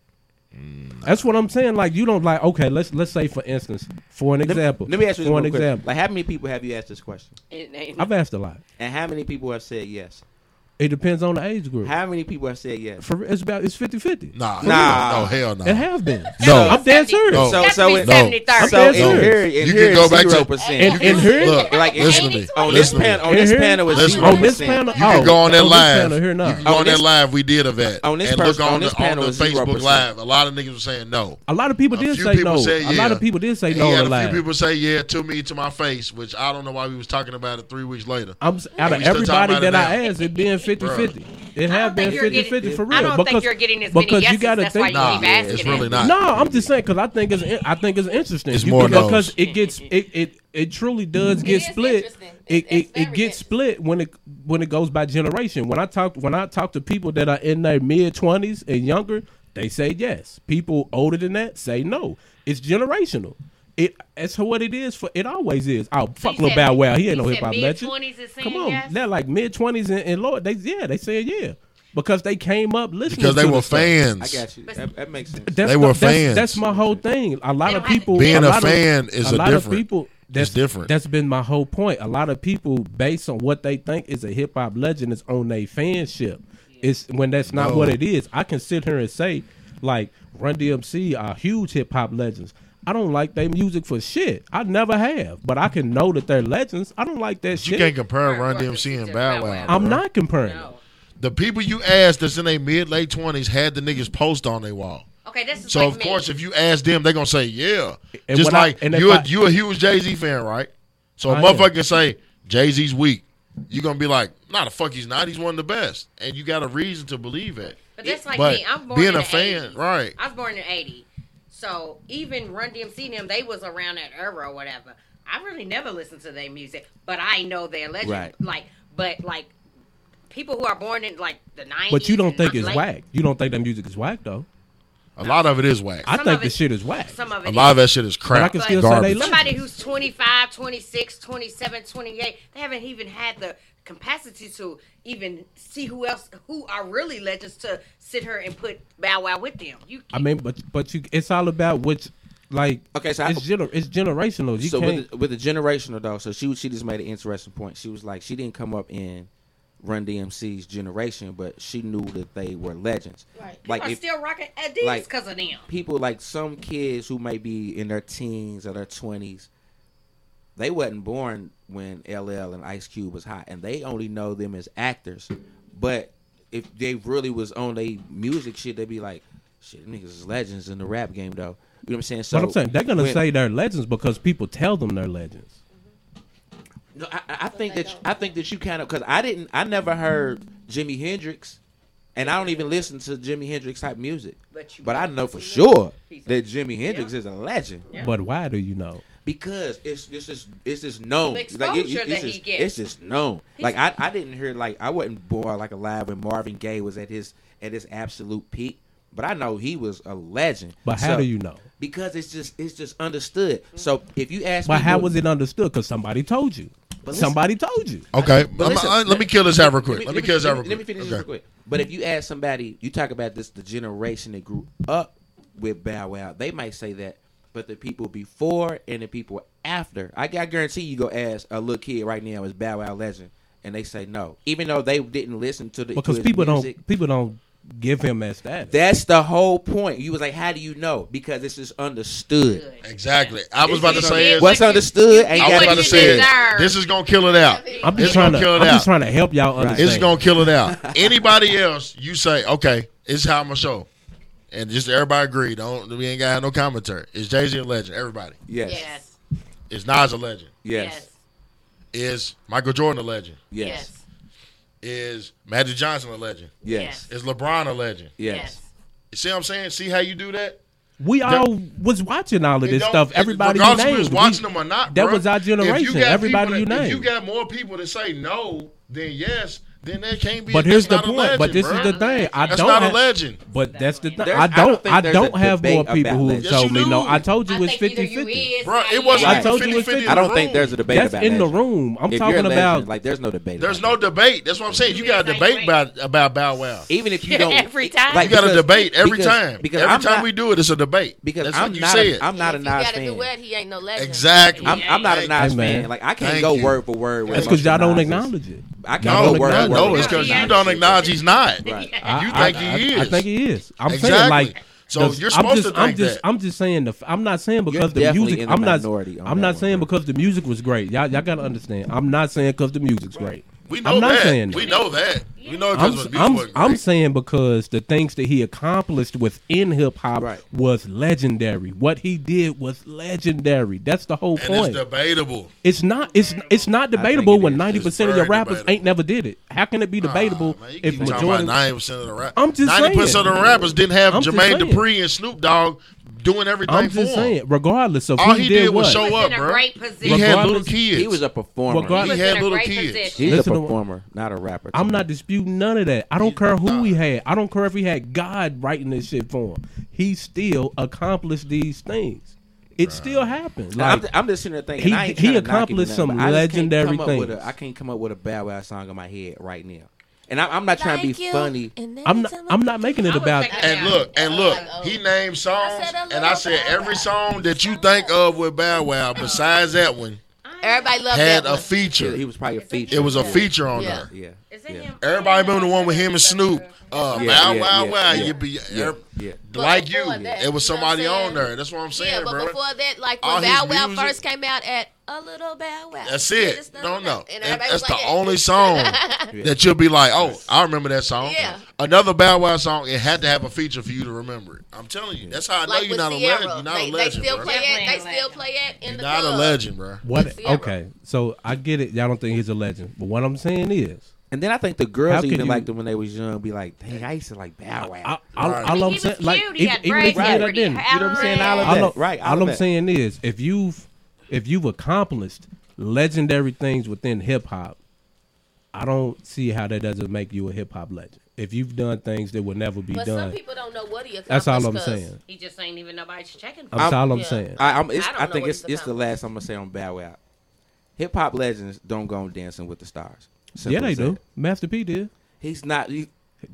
[SPEAKER 7] Mm.
[SPEAKER 4] That's what I'm saying. Like you don't like okay. Let's let's say for instance, for an
[SPEAKER 7] Let me-
[SPEAKER 4] example,
[SPEAKER 7] Let me ask you this
[SPEAKER 4] for an
[SPEAKER 7] real quick.
[SPEAKER 4] example.
[SPEAKER 7] Like, how many people have you asked this question,
[SPEAKER 10] It- it-
[SPEAKER 4] I've asked a lot.
[SPEAKER 7] and how many people have said yes?
[SPEAKER 4] It depends on the age group.
[SPEAKER 7] How many people have said yes?
[SPEAKER 4] For it's about it's 50 50.
[SPEAKER 5] Nah,
[SPEAKER 7] Nah. no, hell no.
[SPEAKER 4] It have been.
[SPEAKER 7] No.
[SPEAKER 4] I'm dead serious.
[SPEAKER 7] No. So- so it-
[SPEAKER 4] I'm
[SPEAKER 7] No.
[SPEAKER 4] dead
[SPEAKER 7] Oh. So in
[SPEAKER 4] serious.
[SPEAKER 7] here- in You can here go it's back to- 0%.
[SPEAKER 4] And, and here,
[SPEAKER 7] Look, Like, listen to me. on this pan- on this
[SPEAKER 4] In here-
[SPEAKER 7] panel, it's
[SPEAKER 5] Listen,
[SPEAKER 4] on this panel.
[SPEAKER 5] You can
[SPEAKER 4] oh,
[SPEAKER 5] go on that
[SPEAKER 4] this
[SPEAKER 5] live.
[SPEAKER 4] panel,
[SPEAKER 5] you
[SPEAKER 4] here
[SPEAKER 5] can
[SPEAKER 4] not.
[SPEAKER 5] go on that live we did of that.
[SPEAKER 4] on this
[SPEAKER 5] and
[SPEAKER 4] person-
[SPEAKER 5] look on,
[SPEAKER 4] on this
[SPEAKER 5] the,
[SPEAKER 4] panel,
[SPEAKER 5] on the
[SPEAKER 4] it's 0%.
[SPEAKER 5] Facebook live. A lot of niggas were saying no.
[SPEAKER 4] A lot of people
[SPEAKER 5] A
[SPEAKER 4] did
[SPEAKER 5] few
[SPEAKER 4] say
[SPEAKER 5] people
[SPEAKER 4] no.
[SPEAKER 5] said
[SPEAKER 4] A lot
[SPEAKER 5] yeah.
[SPEAKER 4] of people did say
[SPEAKER 5] And
[SPEAKER 4] no
[SPEAKER 5] he
[SPEAKER 4] on
[SPEAKER 5] had
[SPEAKER 4] the
[SPEAKER 5] a
[SPEAKER 4] live.
[SPEAKER 5] few people say yeah to me to my face, which I don't know why we was talking about it three weeks later.
[SPEAKER 4] I'm s- out
[SPEAKER 5] And
[SPEAKER 4] of
[SPEAKER 5] we still talking
[SPEAKER 4] everybody
[SPEAKER 5] about it
[SPEAKER 4] that I
[SPEAKER 5] now.
[SPEAKER 4] asked, it being 50 50. It have been
[SPEAKER 5] think you're
[SPEAKER 4] 50 50
[SPEAKER 5] getting-
[SPEAKER 4] for real.
[SPEAKER 5] I don't think
[SPEAKER 4] because,
[SPEAKER 5] you're getting as many
[SPEAKER 4] because you
[SPEAKER 5] yeses,
[SPEAKER 4] gotta
[SPEAKER 5] that's why
[SPEAKER 4] think,
[SPEAKER 5] you Nah, keep yeah, asking it's it. really not.
[SPEAKER 4] No, I'm just saying because I think it's in- I think it's interesting.
[SPEAKER 5] It's
[SPEAKER 4] You
[SPEAKER 5] more
[SPEAKER 4] can- because
[SPEAKER 5] no's.
[SPEAKER 4] it gets it it it truly does
[SPEAKER 5] It
[SPEAKER 4] get
[SPEAKER 5] is
[SPEAKER 4] split. It it, it gets split when it when it goes by generation. When I talk when I talk to people that are in their mid twenties and younger, they say yes. People older than that say no. It's generational. It that's what it is for. It always is. Oh fuck,
[SPEAKER 10] you
[SPEAKER 4] Lil
[SPEAKER 10] said-
[SPEAKER 4] Bow Wow, he ain't
[SPEAKER 10] you
[SPEAKER 4] no
[SPEAKER 10] said
[SPEAKER 4] hip hop legend.
[SPEAKER 10] mid-twenties is saying
[SPEAKER 4] Come on,
[SPEAKER 10] yes?
[SPEAKER 4] they're like mid twenties and, and Lord, they yeah, they said yeah because they came up listening
[SPEAKER 5] Because they
[SPEAKER 4] to the
[SPEAKER 5] were
[SPEAKER 4] stuff.
[SPEAKER 5] fans.
[SPEAKER 7] I got you. That, that makes sense.
[SPEAKER 4] That's
[SPEAKER 5] They were
[SPEAKER 4] the- that's-
[SPEAKER 5] fans.
[SPEAKER 4] That's my whole thing. A lot of people
[SPEAKER 5] Being a
[SPEAKER 4] lot of-
[SPEAKER 5] fan is a
[SPEAKER 4] lot
[SPEAKER 5] different-
[SPEAKER 4] Of people, that's
[SPEAKER 5] different.
[SPEAKER 4] That's been my whole point. A lot of people, based on what they think is a hip hop legend, is on their fanship. It's when that's not
[SPEAKER 5] No.
[SPEAKER 4] what it is. I can sit here and say, like Run DMC are huge hip hop legends. I don't like their music for shit. I never have, but I can know that they're legends. I don't like that shit.
[SPEAKER 5] You can't compare Run DMC and Bow Wow.
[SPEAKER 4] I'm
[SPEAKER 5] bro.
[SPEAKER 4] not comparing.
[SPEAKER 5] The people you asked that's in their mid late twenties had the niggas post on their wall.
[SPEAKER 10] Okay, this is
[SPEAKER 5] So
[SPEAKER 10] like
[SPEAKER 5] of
[SPEAKER 10] me.
[SPEAKER 5] course, if you ask them, they're gonna say yeah.
[SPEAKER 4] And
[SPEAKER 5] Just
[SPEAKER 4] when I-
[SPEAKER 5] like
[SPEAKER 4] and if
[SPEAKER 5] you,
[SPEAKER 4] I-
[SPEAKER 5] a, you a huge Jay Z fan, right? So a
[SPEAKER 4] I am.
[SPEAKER 5] motherfucker can say Jay Z's weak. You're gonna be like, nah, the fuck he's not. He's one of the best, and you got a reason to believe it.
[SPEAKER 10] But that's like
[SPEAKER 5] But
[SPEAKER 10] me. I'm born
[SPEAKER 5] being
[SPEAKER 10] in
[SPEAKER 5] a
[SPEAKER 10] the
[SPEAKER 5] fan,
[SPEAKER 10] 80s.
[SPEAKER 5] right.
[SPEAKER 10] I was born in '80, so even Run DMC and them, they was around that era or whatever. I really never listened to their music, but I know their legend.
[SPEAKER 4] Right.
[SPEAKER 10] Like, but like people who are born in like the '90s.
[SPEAKER 4] But you don't
[SPEAKER 10] and
[SPEAKER 4] think
[SPEAKER 10] late-
[SPEAKER 4] it's whack. You don't think that music is whack though.
[SPEAKER 5] A lot of it is whack.
[SPEAKER 4] I
[SPEAKER 10] Some
[SPEAKER 4] think
[SPEAKER 10] of
[SPEAKER 4] the
[SPEAKER 10] it-
[SPEAKER 4] shit is whack.
[SPEAKER 10] Some of
[SPEAKER 5] A
[SPEAKER 10] it
[SPEAKER 5] lot of
[SPEAKER 10] is.
[SPEAKER 5] that shit is crap.
[SPEAKER 4] But I can still say they
[SPEAKER 5] Garbage.
[SPEAKER 4] love
[SPEAKER 10] somebody who's 25, 26, 27, 28, they haven't even had the capacity to even see who else who are really legends to sit here and put Bow Wow with them. You
[SPEAKER 4] I mean, but but you, it's all about which, like,
[SPEAKER 7] Okay, so I-
[SPEAKER 4] it's, gener- it's generational. You
[SPEAKER 7] so
[SPEAKER 4] can't.
[SPEAKER 7] with the, with the generational though, so she she just made an interesting point. She was like she didn't come up in Run DMC's generation, but she knew that they were legends.
[SPEAKER 10] Right.
[SPEAKER 7] Like
[SPEAKER 10] People are
[SPEAKER 7] if-
[SPEAKER 10] still rocking Adidas
[SPEAKER 7] like,
[SPEAKER 10] 'cause of them.
[SPEAKER 7] People like some kids who may be in their teens or their twenties, they wasn't born when LL and Ice Cube was hot, and they only know them as actors. But if they really was on their music shit, they'd be like, "Shit, them niggas is legends in the rap game, though." You know what I'm saying? So
[SPEAKER 4] but I'm saying they're gonna
[SPEAKER 7] when-
[SPEAKER 4] say they're legends because people tell them they're legends.
[SPEAKER 7] No, I, I I think that I think that you kind of because I didn't I never heard Jimi Hendrix, and I don't even listen to Jimi Hendrix type music. But, I know for sure that Jimi Hendrix is a legend.
[SPEAKER 4] But why do you know?
[SPEAKER 7] because it's this is it's just known.
[SPEAKER 4] The
[SPEAKER 7] Like it- it-
[SPEAKER 4] exposure
[SPEAKER 7] it's,
[SPEAKER 4] that he
[SPEAKER 7] just,
[SPEAKER 4] gets.
[SPEAKER 7] it's just known. Like I, I didn't hear like I wasn't born like alive when Marvin Gaye was at his at his absolute peak, but I know he was a legend.
[SPEAKER 4] But how
[SPEAKER 7] So-
[SPEAKER 4] do you know?
[SPEAKER 7] Because it's just it's just understood. So if you ask,
[SPEAKER 4] But
[SPEAKER 7] me
[SPEAKER 4] how
[SPEAKER 7] what-
[SPEAKER 4] was it understood? Because somebody told you.
[SPEAKER 7] But listen-
[SPEAKER 4] somebody told you.
[SPEAKER 5] Okay,
[SPEAKER 7] But
[SPEAKER 5] I'm-
[SPEAKER 7] listen,
[SPEAKER 5] I- let me kill this out real quick. Let me kill this out
[SPEAKER 7] me-
[SPEAKER 5] real
[SPEAKER 7] Let me
[SPEAKER 5] quick.
[SPEAKER 7] finish this
[SPEAKER 5] Okay.
[SPEAKER 7] real quick. But if you ask somebody, you talk about this the generation that grew up with Bow Wow, they might say that. But the people before and the people after, I, I guarantee you go ask a little kid right now is Bow Wow legend, and they say no, even though they didn't listen to the
[SPEAKER 4] Because
[SPEAKER 7] to his
[SPEAKER 4] people
[SPEAKER 7] music.
[SPEAKER 4] don't people don't give him that status.
[SPEAKER 7] That's the whole point. You was like, how do you know? Because it's just understood.
[SPEAKER 5] Exactly. I was
[SPEAKER 7] It's
[SPEAKER 5] about to
[SPEAKER 7] just
[SPEAKER 5] say it.
[SPEAKER 7] what's understood ain't
[SPEAKER 5] I
[SPEAKER 7] got
[SPEAKER 5] was about to say it. This is gonna kill it out.
[SPEAKER 4] I'm just
[SPEAKER 5] This is
[SPEAKER 4] trying
[SPEAKER 5] gonna
[SPEAKER 4] to.
[SPEAKER 5] kill it
[SPEAKER 4] I'm
[SPEAKER 5] out.
[SPEAKER 4] just trying to help y'all understand.
[SPEAKER 5] It's gonna kill it out. Anybody else, you say, okay, it's how I'm gonna show. And just everybody agree. Don't we ain't got no commentary. Is Jay Z a legend? Everybody.
[SPEAKER 7] Yes.
[SPEAKER 10] Yes.
[SPEAKER 5] Is Nas a legend?
[SPEAKER 7] Yes.
[SPEAKER 5] Is Michael Jordan a legend?
[SPEAKER 7] Yes.
[SPEAKER 5] Is Magic Johnson a legend?
[SPEAKER 7] Yes.
[SPEAKER 5] Is LeBron a legend?
[SPEAKER 7] Yes.
[SPEAKER 5] You see what I'm saying? See how you do that?
[SPEAKER 4] We all was watching all of
[SPEAKER 5] It
[SPEAKER 4] this
[SPEAKER 5] don't-
[SPEAKER 4] stuff.
[SPEAKER 5] it-
[SPEAKER 4] Everybody you
[SPEAKER 5] regardless
[SPEAKER 4] named,
[SPEAKER 5] of who's
[SPEAKER 4] we-
[SPEAKER 5] watching them or not.
[SPEAKER 4] That
[SPEAKER 5] bruh,
[SPEAKER 4] was our
[SPEAKER 5] if you got
[SPEAKER 4] generation.
[SPEAKER 5] people
[SPEAKER 4] Everybody
[SPEAKER 5] that-
[SPEAKER 4] you
[SPEAKER 5] If you
[SPEAKER 4] named.
[SPEAKER 5] got more people that say no than yes, then that can't be.
[SPEAKER 4] But
[SPEAKER 5] that's
[SPEAKER 4] here's the
[SPEAKER 5] not a
[SPEAKER 4] point. but
[SPEAKER 5] legend,
[SPEAKER 4] this
[SPEAKER 5] bruh.
[SPEAKER 4] is the thing. I
[SPEAKER 5] that's
[SPEAKER 4] don't
[SPEAKER 5] not
[SPEAKER 4] have-
[SPEAKER 5] a legend.
[SPEAKER 4] But that's the thing.
[SPEAKER 5] There's-
[SPEAKER 4] I don't.
[SPEAKER 5] think
[SPEAKER 4] I
[SPEAKER 5] there's a
[SPEAKER 4] don't have more
[SPEAKER 5] debate
[SPEAKER 4] people
[SPEAKER 5] about
[SPEAKER 4] who
[SPEAKER 5] legends.
[SPEAKER 4] told
[SPEAKER 5] Yes,
[SPEAKER 4] me
[SPEAKER 5] you
[SPEAKER 4] no.
[SPEAKER 5] do.
[SPEAKER 4] I told you
[SPEAKER 5] I
[SPEAKER 4] it's
[SPEAKER 5] think either
[SPEAKER 4] 50
[SPEAKER 5] you
[SPEAKER 4] 50.
[SPEAKER 5] is Bruh, it or you wasn't ain't.
[SPEAKER 4] I told you it's
[SPEAKER 5] 50-50 in
[SPEAKER 4] 50
[SPEAKER 5] the I don't room. think
[SPEAKER 7] there's a debate
[SPEAKER 4] That's
[SPEAKER 7] about
[SPEAKER 4] in the
[SPEAKER 7] legend.
[SPEAKER 4] room. I'm
[SPEAKER 7] If
[SPEAKER 4] talking
[SPEAKER 7] you're a legend,
[SPEAKER 4] about.
[SPEAKER 7] like there's no debate. about
[SPEAKER 5] There's no debate. That's what I'm saying. You got to debate about about Bow Wow.
[SPEAKER 7] Even if you don't
[SPEAKER 10] Every time.
[SPEAKER 5] you got to
[SPEAKER 7] because-
[SPEAKER 5] debate every
[SPEAKER 7] because-
[SPEAKER 5] time.
[SPEAKER 7] because
[SPEAKER 5] every
[SPEAKER 7] I'm
[SPEAKER 5] time
[SPEAKER 7] not-
[SPEAKER 5] we do it, it's a debate.
[SPEAKER 7] Because
[SPEAKER 5] That's
[SPEAKER 7] I'm
[SPEAKER 5] what you
[SPEAKER 7] not
[SPEAKER 5] said.
[SPEAKER 7] A, I'm not a Nas
[SPEAKER 8] Got a
[SPEAKER 7] fan.
[SPEAKER 8] duet, he ain't no legend.
[SPEAKER 5] Exactly.
[SPEAKER 7] I'm, I'm not a Nas
[SPEAKER 4] Hey, man.
[SPEAKER 7] fan. Like I can't
[SPEAKER 5] Thank
[SPEAKER 7] go
[SPEAKER 5] you.
[SPEAKER 7] word for word. with
[SPEAKER 4] That's because
[SPEAKER 7] most
[SPEAKER 4] y'all
[SPEAKER 7] of
[SPEAKER 4] don't
[SPEAKER 7] Nas.
[SPEAKER 4] acknowledge it.
[SPEAKER 7] I can't
[SPEAKER 5] No,
[SPEAKER 7] go word
[SPEAKER 5] no,
[SPEAKER 7] for
[SPEAKER 5] know it's because you don't acknowledge he's not.
[SPEAKER 4] I-
[SPEAKER 5] You
[SPEAKER 4] I-
[SPEAKER 5] think
[SPEAKER 4] I-
[SPEAKER 5] he is.
[SPEAKER 4] I think he is. I'm
[SPEAKER 5] Exactly.
[SPEAKER 4] saying like.
[SPEAKER 5] So
[SPEAKER 4] the-
[SPEAKER 5] you're
[SPEAKER 4] I'm
[SPEAKER 5] supposed
[SPEAKER 4] just,
[SPEAKER 5] to
[SPEAKER 4] I'm
[SPEAKER 5] think
[SPEAKER 4] just,
[SPEAKER 5] that.
[SPEAKER 4] I'm just saying the. f- I'm not saying
[SPEAKER 7] You're
[SPEAKER 4] because the
[SPEAKER 7] definitely
[SPEAKER 4] music.
[SPEAKER 7] in the
[SPEAKER 4] I'm not.
[SPEAKER 7] minority on
[SPEAKER 4] I'm
[SPEAKER 7] that
[SPEAKER 4] not saying because the music was great. Y'all, y'all gotta understand. I'm not saying because the music's great.
[SPEAKER 5] We
[SPEAKER 4] I'm
[SPEAKER 5] know
[SPEAKER 4] not
[SPEAKER 5] that.
[SPEAKER 4] saying that.
[SPEAKER 5] We know that. We know it
[SPEAKER 4] I'm,
[SPEAKER 5] because
[SPEAKER 4] I'm, I'm saying because the things that he accomplished within hip hop was legendary. What he did was legendary. That's the whole
[SPEAKER 5] And
[SPEAKER 4] point.
[SPEAKER 5] it's debatable.
[SPEAKER 4] It's not. It's it's not
[SPEAKER 5] I think
[SPEAKER 4] debatable
[SPEAKER 5] it
[SPEAKER 4] when
[SPEAKER 5] is.
[SPEAKER 4] ninety
[SPEAKER 5] It's
[SPEAKER 4] percent of your
[SPEAKER 5] very
[SPEAKER 4] rappers ain't never did it. How can it be debatable if
[SPEAKER 5] Talking about
[SPEAKER 4] majority?
[SPEAKER 5] 90% of the rap-
[SPEAKER 4] I'm just
[SPEAKER 5] 90%
[SPEAKER 4] saying.
[SPEAKER 5] of the rappers didn't have
[SPEAKER 4] I'm just
[SPEAKER 5] Jermaine
[SPEAKER 4] saying.
[SPEAKER 5] Dupri and Snoop Dogg doing everything
[SPEAKER 4] I'm
[SPEAKER 5] for
[SPEAKER 4] just
[SPEAKER 5] him.
[SPEAKER 4] saying, regardless of
[SPEAKER 5] All
[SPEAKER 4] who
[SPEAKER 5] he did was
[SPEAKER 4] what.
[SPEAKER 5] show He was up, in a bro. great position. He had little
[SPEAKER 4] Regardless-
[SPEAKER 5] kids. He was a
[SPEAKER 7] performer.
[SPEAKER 4] Regardless-
[SPEAKER 5] He had little kids.
[SPEAKER 7] He's
[SPEAKER 4] Listen
[SPEAKER 7] a
[SPEAKER 4] to what-
[SPEAKER 7] performer, not a rapper.
[SPEAKER 4] I'm not disputing none of that. I don't care who he had. I don't care if he had God writing this shit for him. He still accomplished these things. It still happened.
[SPEAKER 7] And I'm,
[SPEAKER 4] Like,
[SPEAKER 7] I'm just sitting there thinking.
[SPEAKER 4] he,
[SPEAKER 7] I ain't
[SPEAKER 4] he
[SPEAKER 7] trying to knock him
[SPEAKER 4] accomplished
[SPEAKER 7] or
[SPEAKER 4] some
[SPEAKER 7] nothing, but I just can't
[SPEAKER 4] legendary
[SPEAKER 7] come up with
[SPEAKER 4] things.
[SPEAKER 7] a- I can't come up with a Bow Wow song in my head right now, and I, I'm not trying to be funny.
[SPEAKER 4] I'm not. I'm not making it about.
[SPEAKER 5] And look,
[SPEAKER 8] Oh
[SPEAKER 5] and look, he named songs, and I said every song that you think of with Bow Wow, besides that one,
[SPEAKER 8] Everybody loved
[SPEAKER 5] had
[SPEAKER 8] that
[SPEAKER 5] a
[SPEAKER 8] one.
[SPEAKER 5] feature.
[SPEAKER 7] He was probably a feature.
[SPEAKER 5] It was a
[SPEAKER 7] Yeah.
[SPEAKER 5] feature on
[SPEAKER 8] Yeah.
[SPEAKER 5] there.
[SPEAKER 7] Yeah.
[SPEAKER 5] Everybody remember the one with him and Snoop. Uh,
[SPEAKER 7] Yeah,
[SPEAKER 5] Bow
[SPEAKER 7] yeah,
[SPEAKER 5] Wow
[SPEAKER 7] yeah,
[SPEAKER 5] Wow,
[SPEAKER 7] yeah,
[SPEAKER 5] you be
[SPEAKER 7] yeah,
[SPEAKER 5] er-
[SPEAKER 7] yeah.
[SPEAKER 8] But
[SPEAKER 5] like you.
[SPEAKER 8] before that,
[SPEAKER 5] It was
[SPEAKER 8] you know what I'm
[SPEAKER 5] somebody on
[SPEAKER 8] saying?
[SPEAKER 5] there. That's what I'm saying,
[SPEAKER 8] yeah, but
[SPEAKER 5] brother.
[SPEAKER 8] before that, like
[SPEAKER 5] All
[SPEAKER 8] when
[SPEAKER 5] his
[SPEAKER 8] Bow Wow
[SPEAKER 5] music-
[SPEAKER 8] first came out at a little Bow Wow.
[SPEAKER 5] That's
[SPEAKER 8] Yeah,
[SPEAKER 5] it.
[SPEAKER 8] just nothing
[SPEAKER 5] Don't know.
[SPEAKER 8] else. And everybody
[SPEAKER 5] That's
[SPEAKER 8] was
[SPEAKER 5] the
[SPEAKER 8] like,
[SPEAKER 5] only song that you'll be like, oh, I remember that song.
[SPEAKER 8] Yeah.
[SPEAKER 5] Another Bow Wow song, it had to have a feature for you to remember it. I'm telling you. That's how I know
[SPEAKER 8] Like
[SPEAKER 5] you're
[SPEAKER 8] with
[SPEAKER 5] not a
[SPEAKER 8] Sierra,
[SPEAKER 5] legend. You're not
[SPEAKER 8] they,
[SPEAKER 5] a legend,
[SPEAKER 8] they still
[SPEAKER 5] bro.
[SPEAKER 8] play it. They still play it in the
[SPEAKER 5] You're not a
[SPEAKER 8] club.
[SPEAKER 5] legend, bro.
[SPEAKER 4] What?
[SPEAKER 8] Zero.
[SPEAKER 4] Okay, so I get it. Y'all don't think he's a legend, but what I'm saying is,
[SPEAKER 7] And then I think the
[SPEAKER 4] How
[SPEAKER 7] girls
[SPEAKER 4] could
[SPEAKER 7] even
[SPEAKER 4] you-
[SPEAKER 7] liked him when they was young. Be like, dang, I used to like Bow Wow.
[SPEAKER 4] I, I, all I'm saying, like,
[SPEAKER 7] cute, he
[SPEAKER 4] even,
[SPEAKER 7] had
[SPEAKER 4] even if you
[SPEAKER 7] braids,
[SPEAKER 4] did,
[SPEAKER 7] he
[SPEAKER 4] I
[SPEAKER 7] had
[SPEAKER 4] didn't.
[SPEAKER 7] pretty You know what I'm saying? All of
[SPEAKER 4] I
[SPEAKER 7] that.
[SPEAKER 4] know-
[SPEAKER 7] Right, all
[SPEAKER 4] All
[SPEAKER 7] of
[SPEAKER 4] I'm
[SPEAKER 7] that.
[SPEAKER 4] saying is, if you've, if you've accomplished legendary things within hip hop, I don't see how that doesn't make you a hip hop legend. If you've done things that would never be
[SPEAKER 8] But
[SPEAKER 4] done,
[SPEAKER 8] some people don't know what he
[SPEAKER 4] That's all I'm
[SPEAKER 8] accomplished 'cause
[SPEAKER 4] saying.
[SPEAKER 13] He just ain't even nobody's checking.
[SPEAKER 4] I'm- That's all I'm saying.
[SPEAKER 7] I, I'm, it's,
[SPEAKER 13] I don't
[SPEAKER 7] I,
[SPEAKER 13] know
[SPEAKER 7] think
[SPEAKER 13] what
[SPEAKER 7] it's
[SPEAKER 13] he's
[SPEAKER 7] it's the last I'm gonna say on Bow Wow. Hip hop legends don't go on Dancing with the Stars. Simple
[SPEAKER 4] yeah, they
[SPEAKER 7] as
[SPEAKER 4] do.
[SPEAKER 7] that.
[SPEAKER 4] Master P did.
[SPEAKER 7] He's not. He,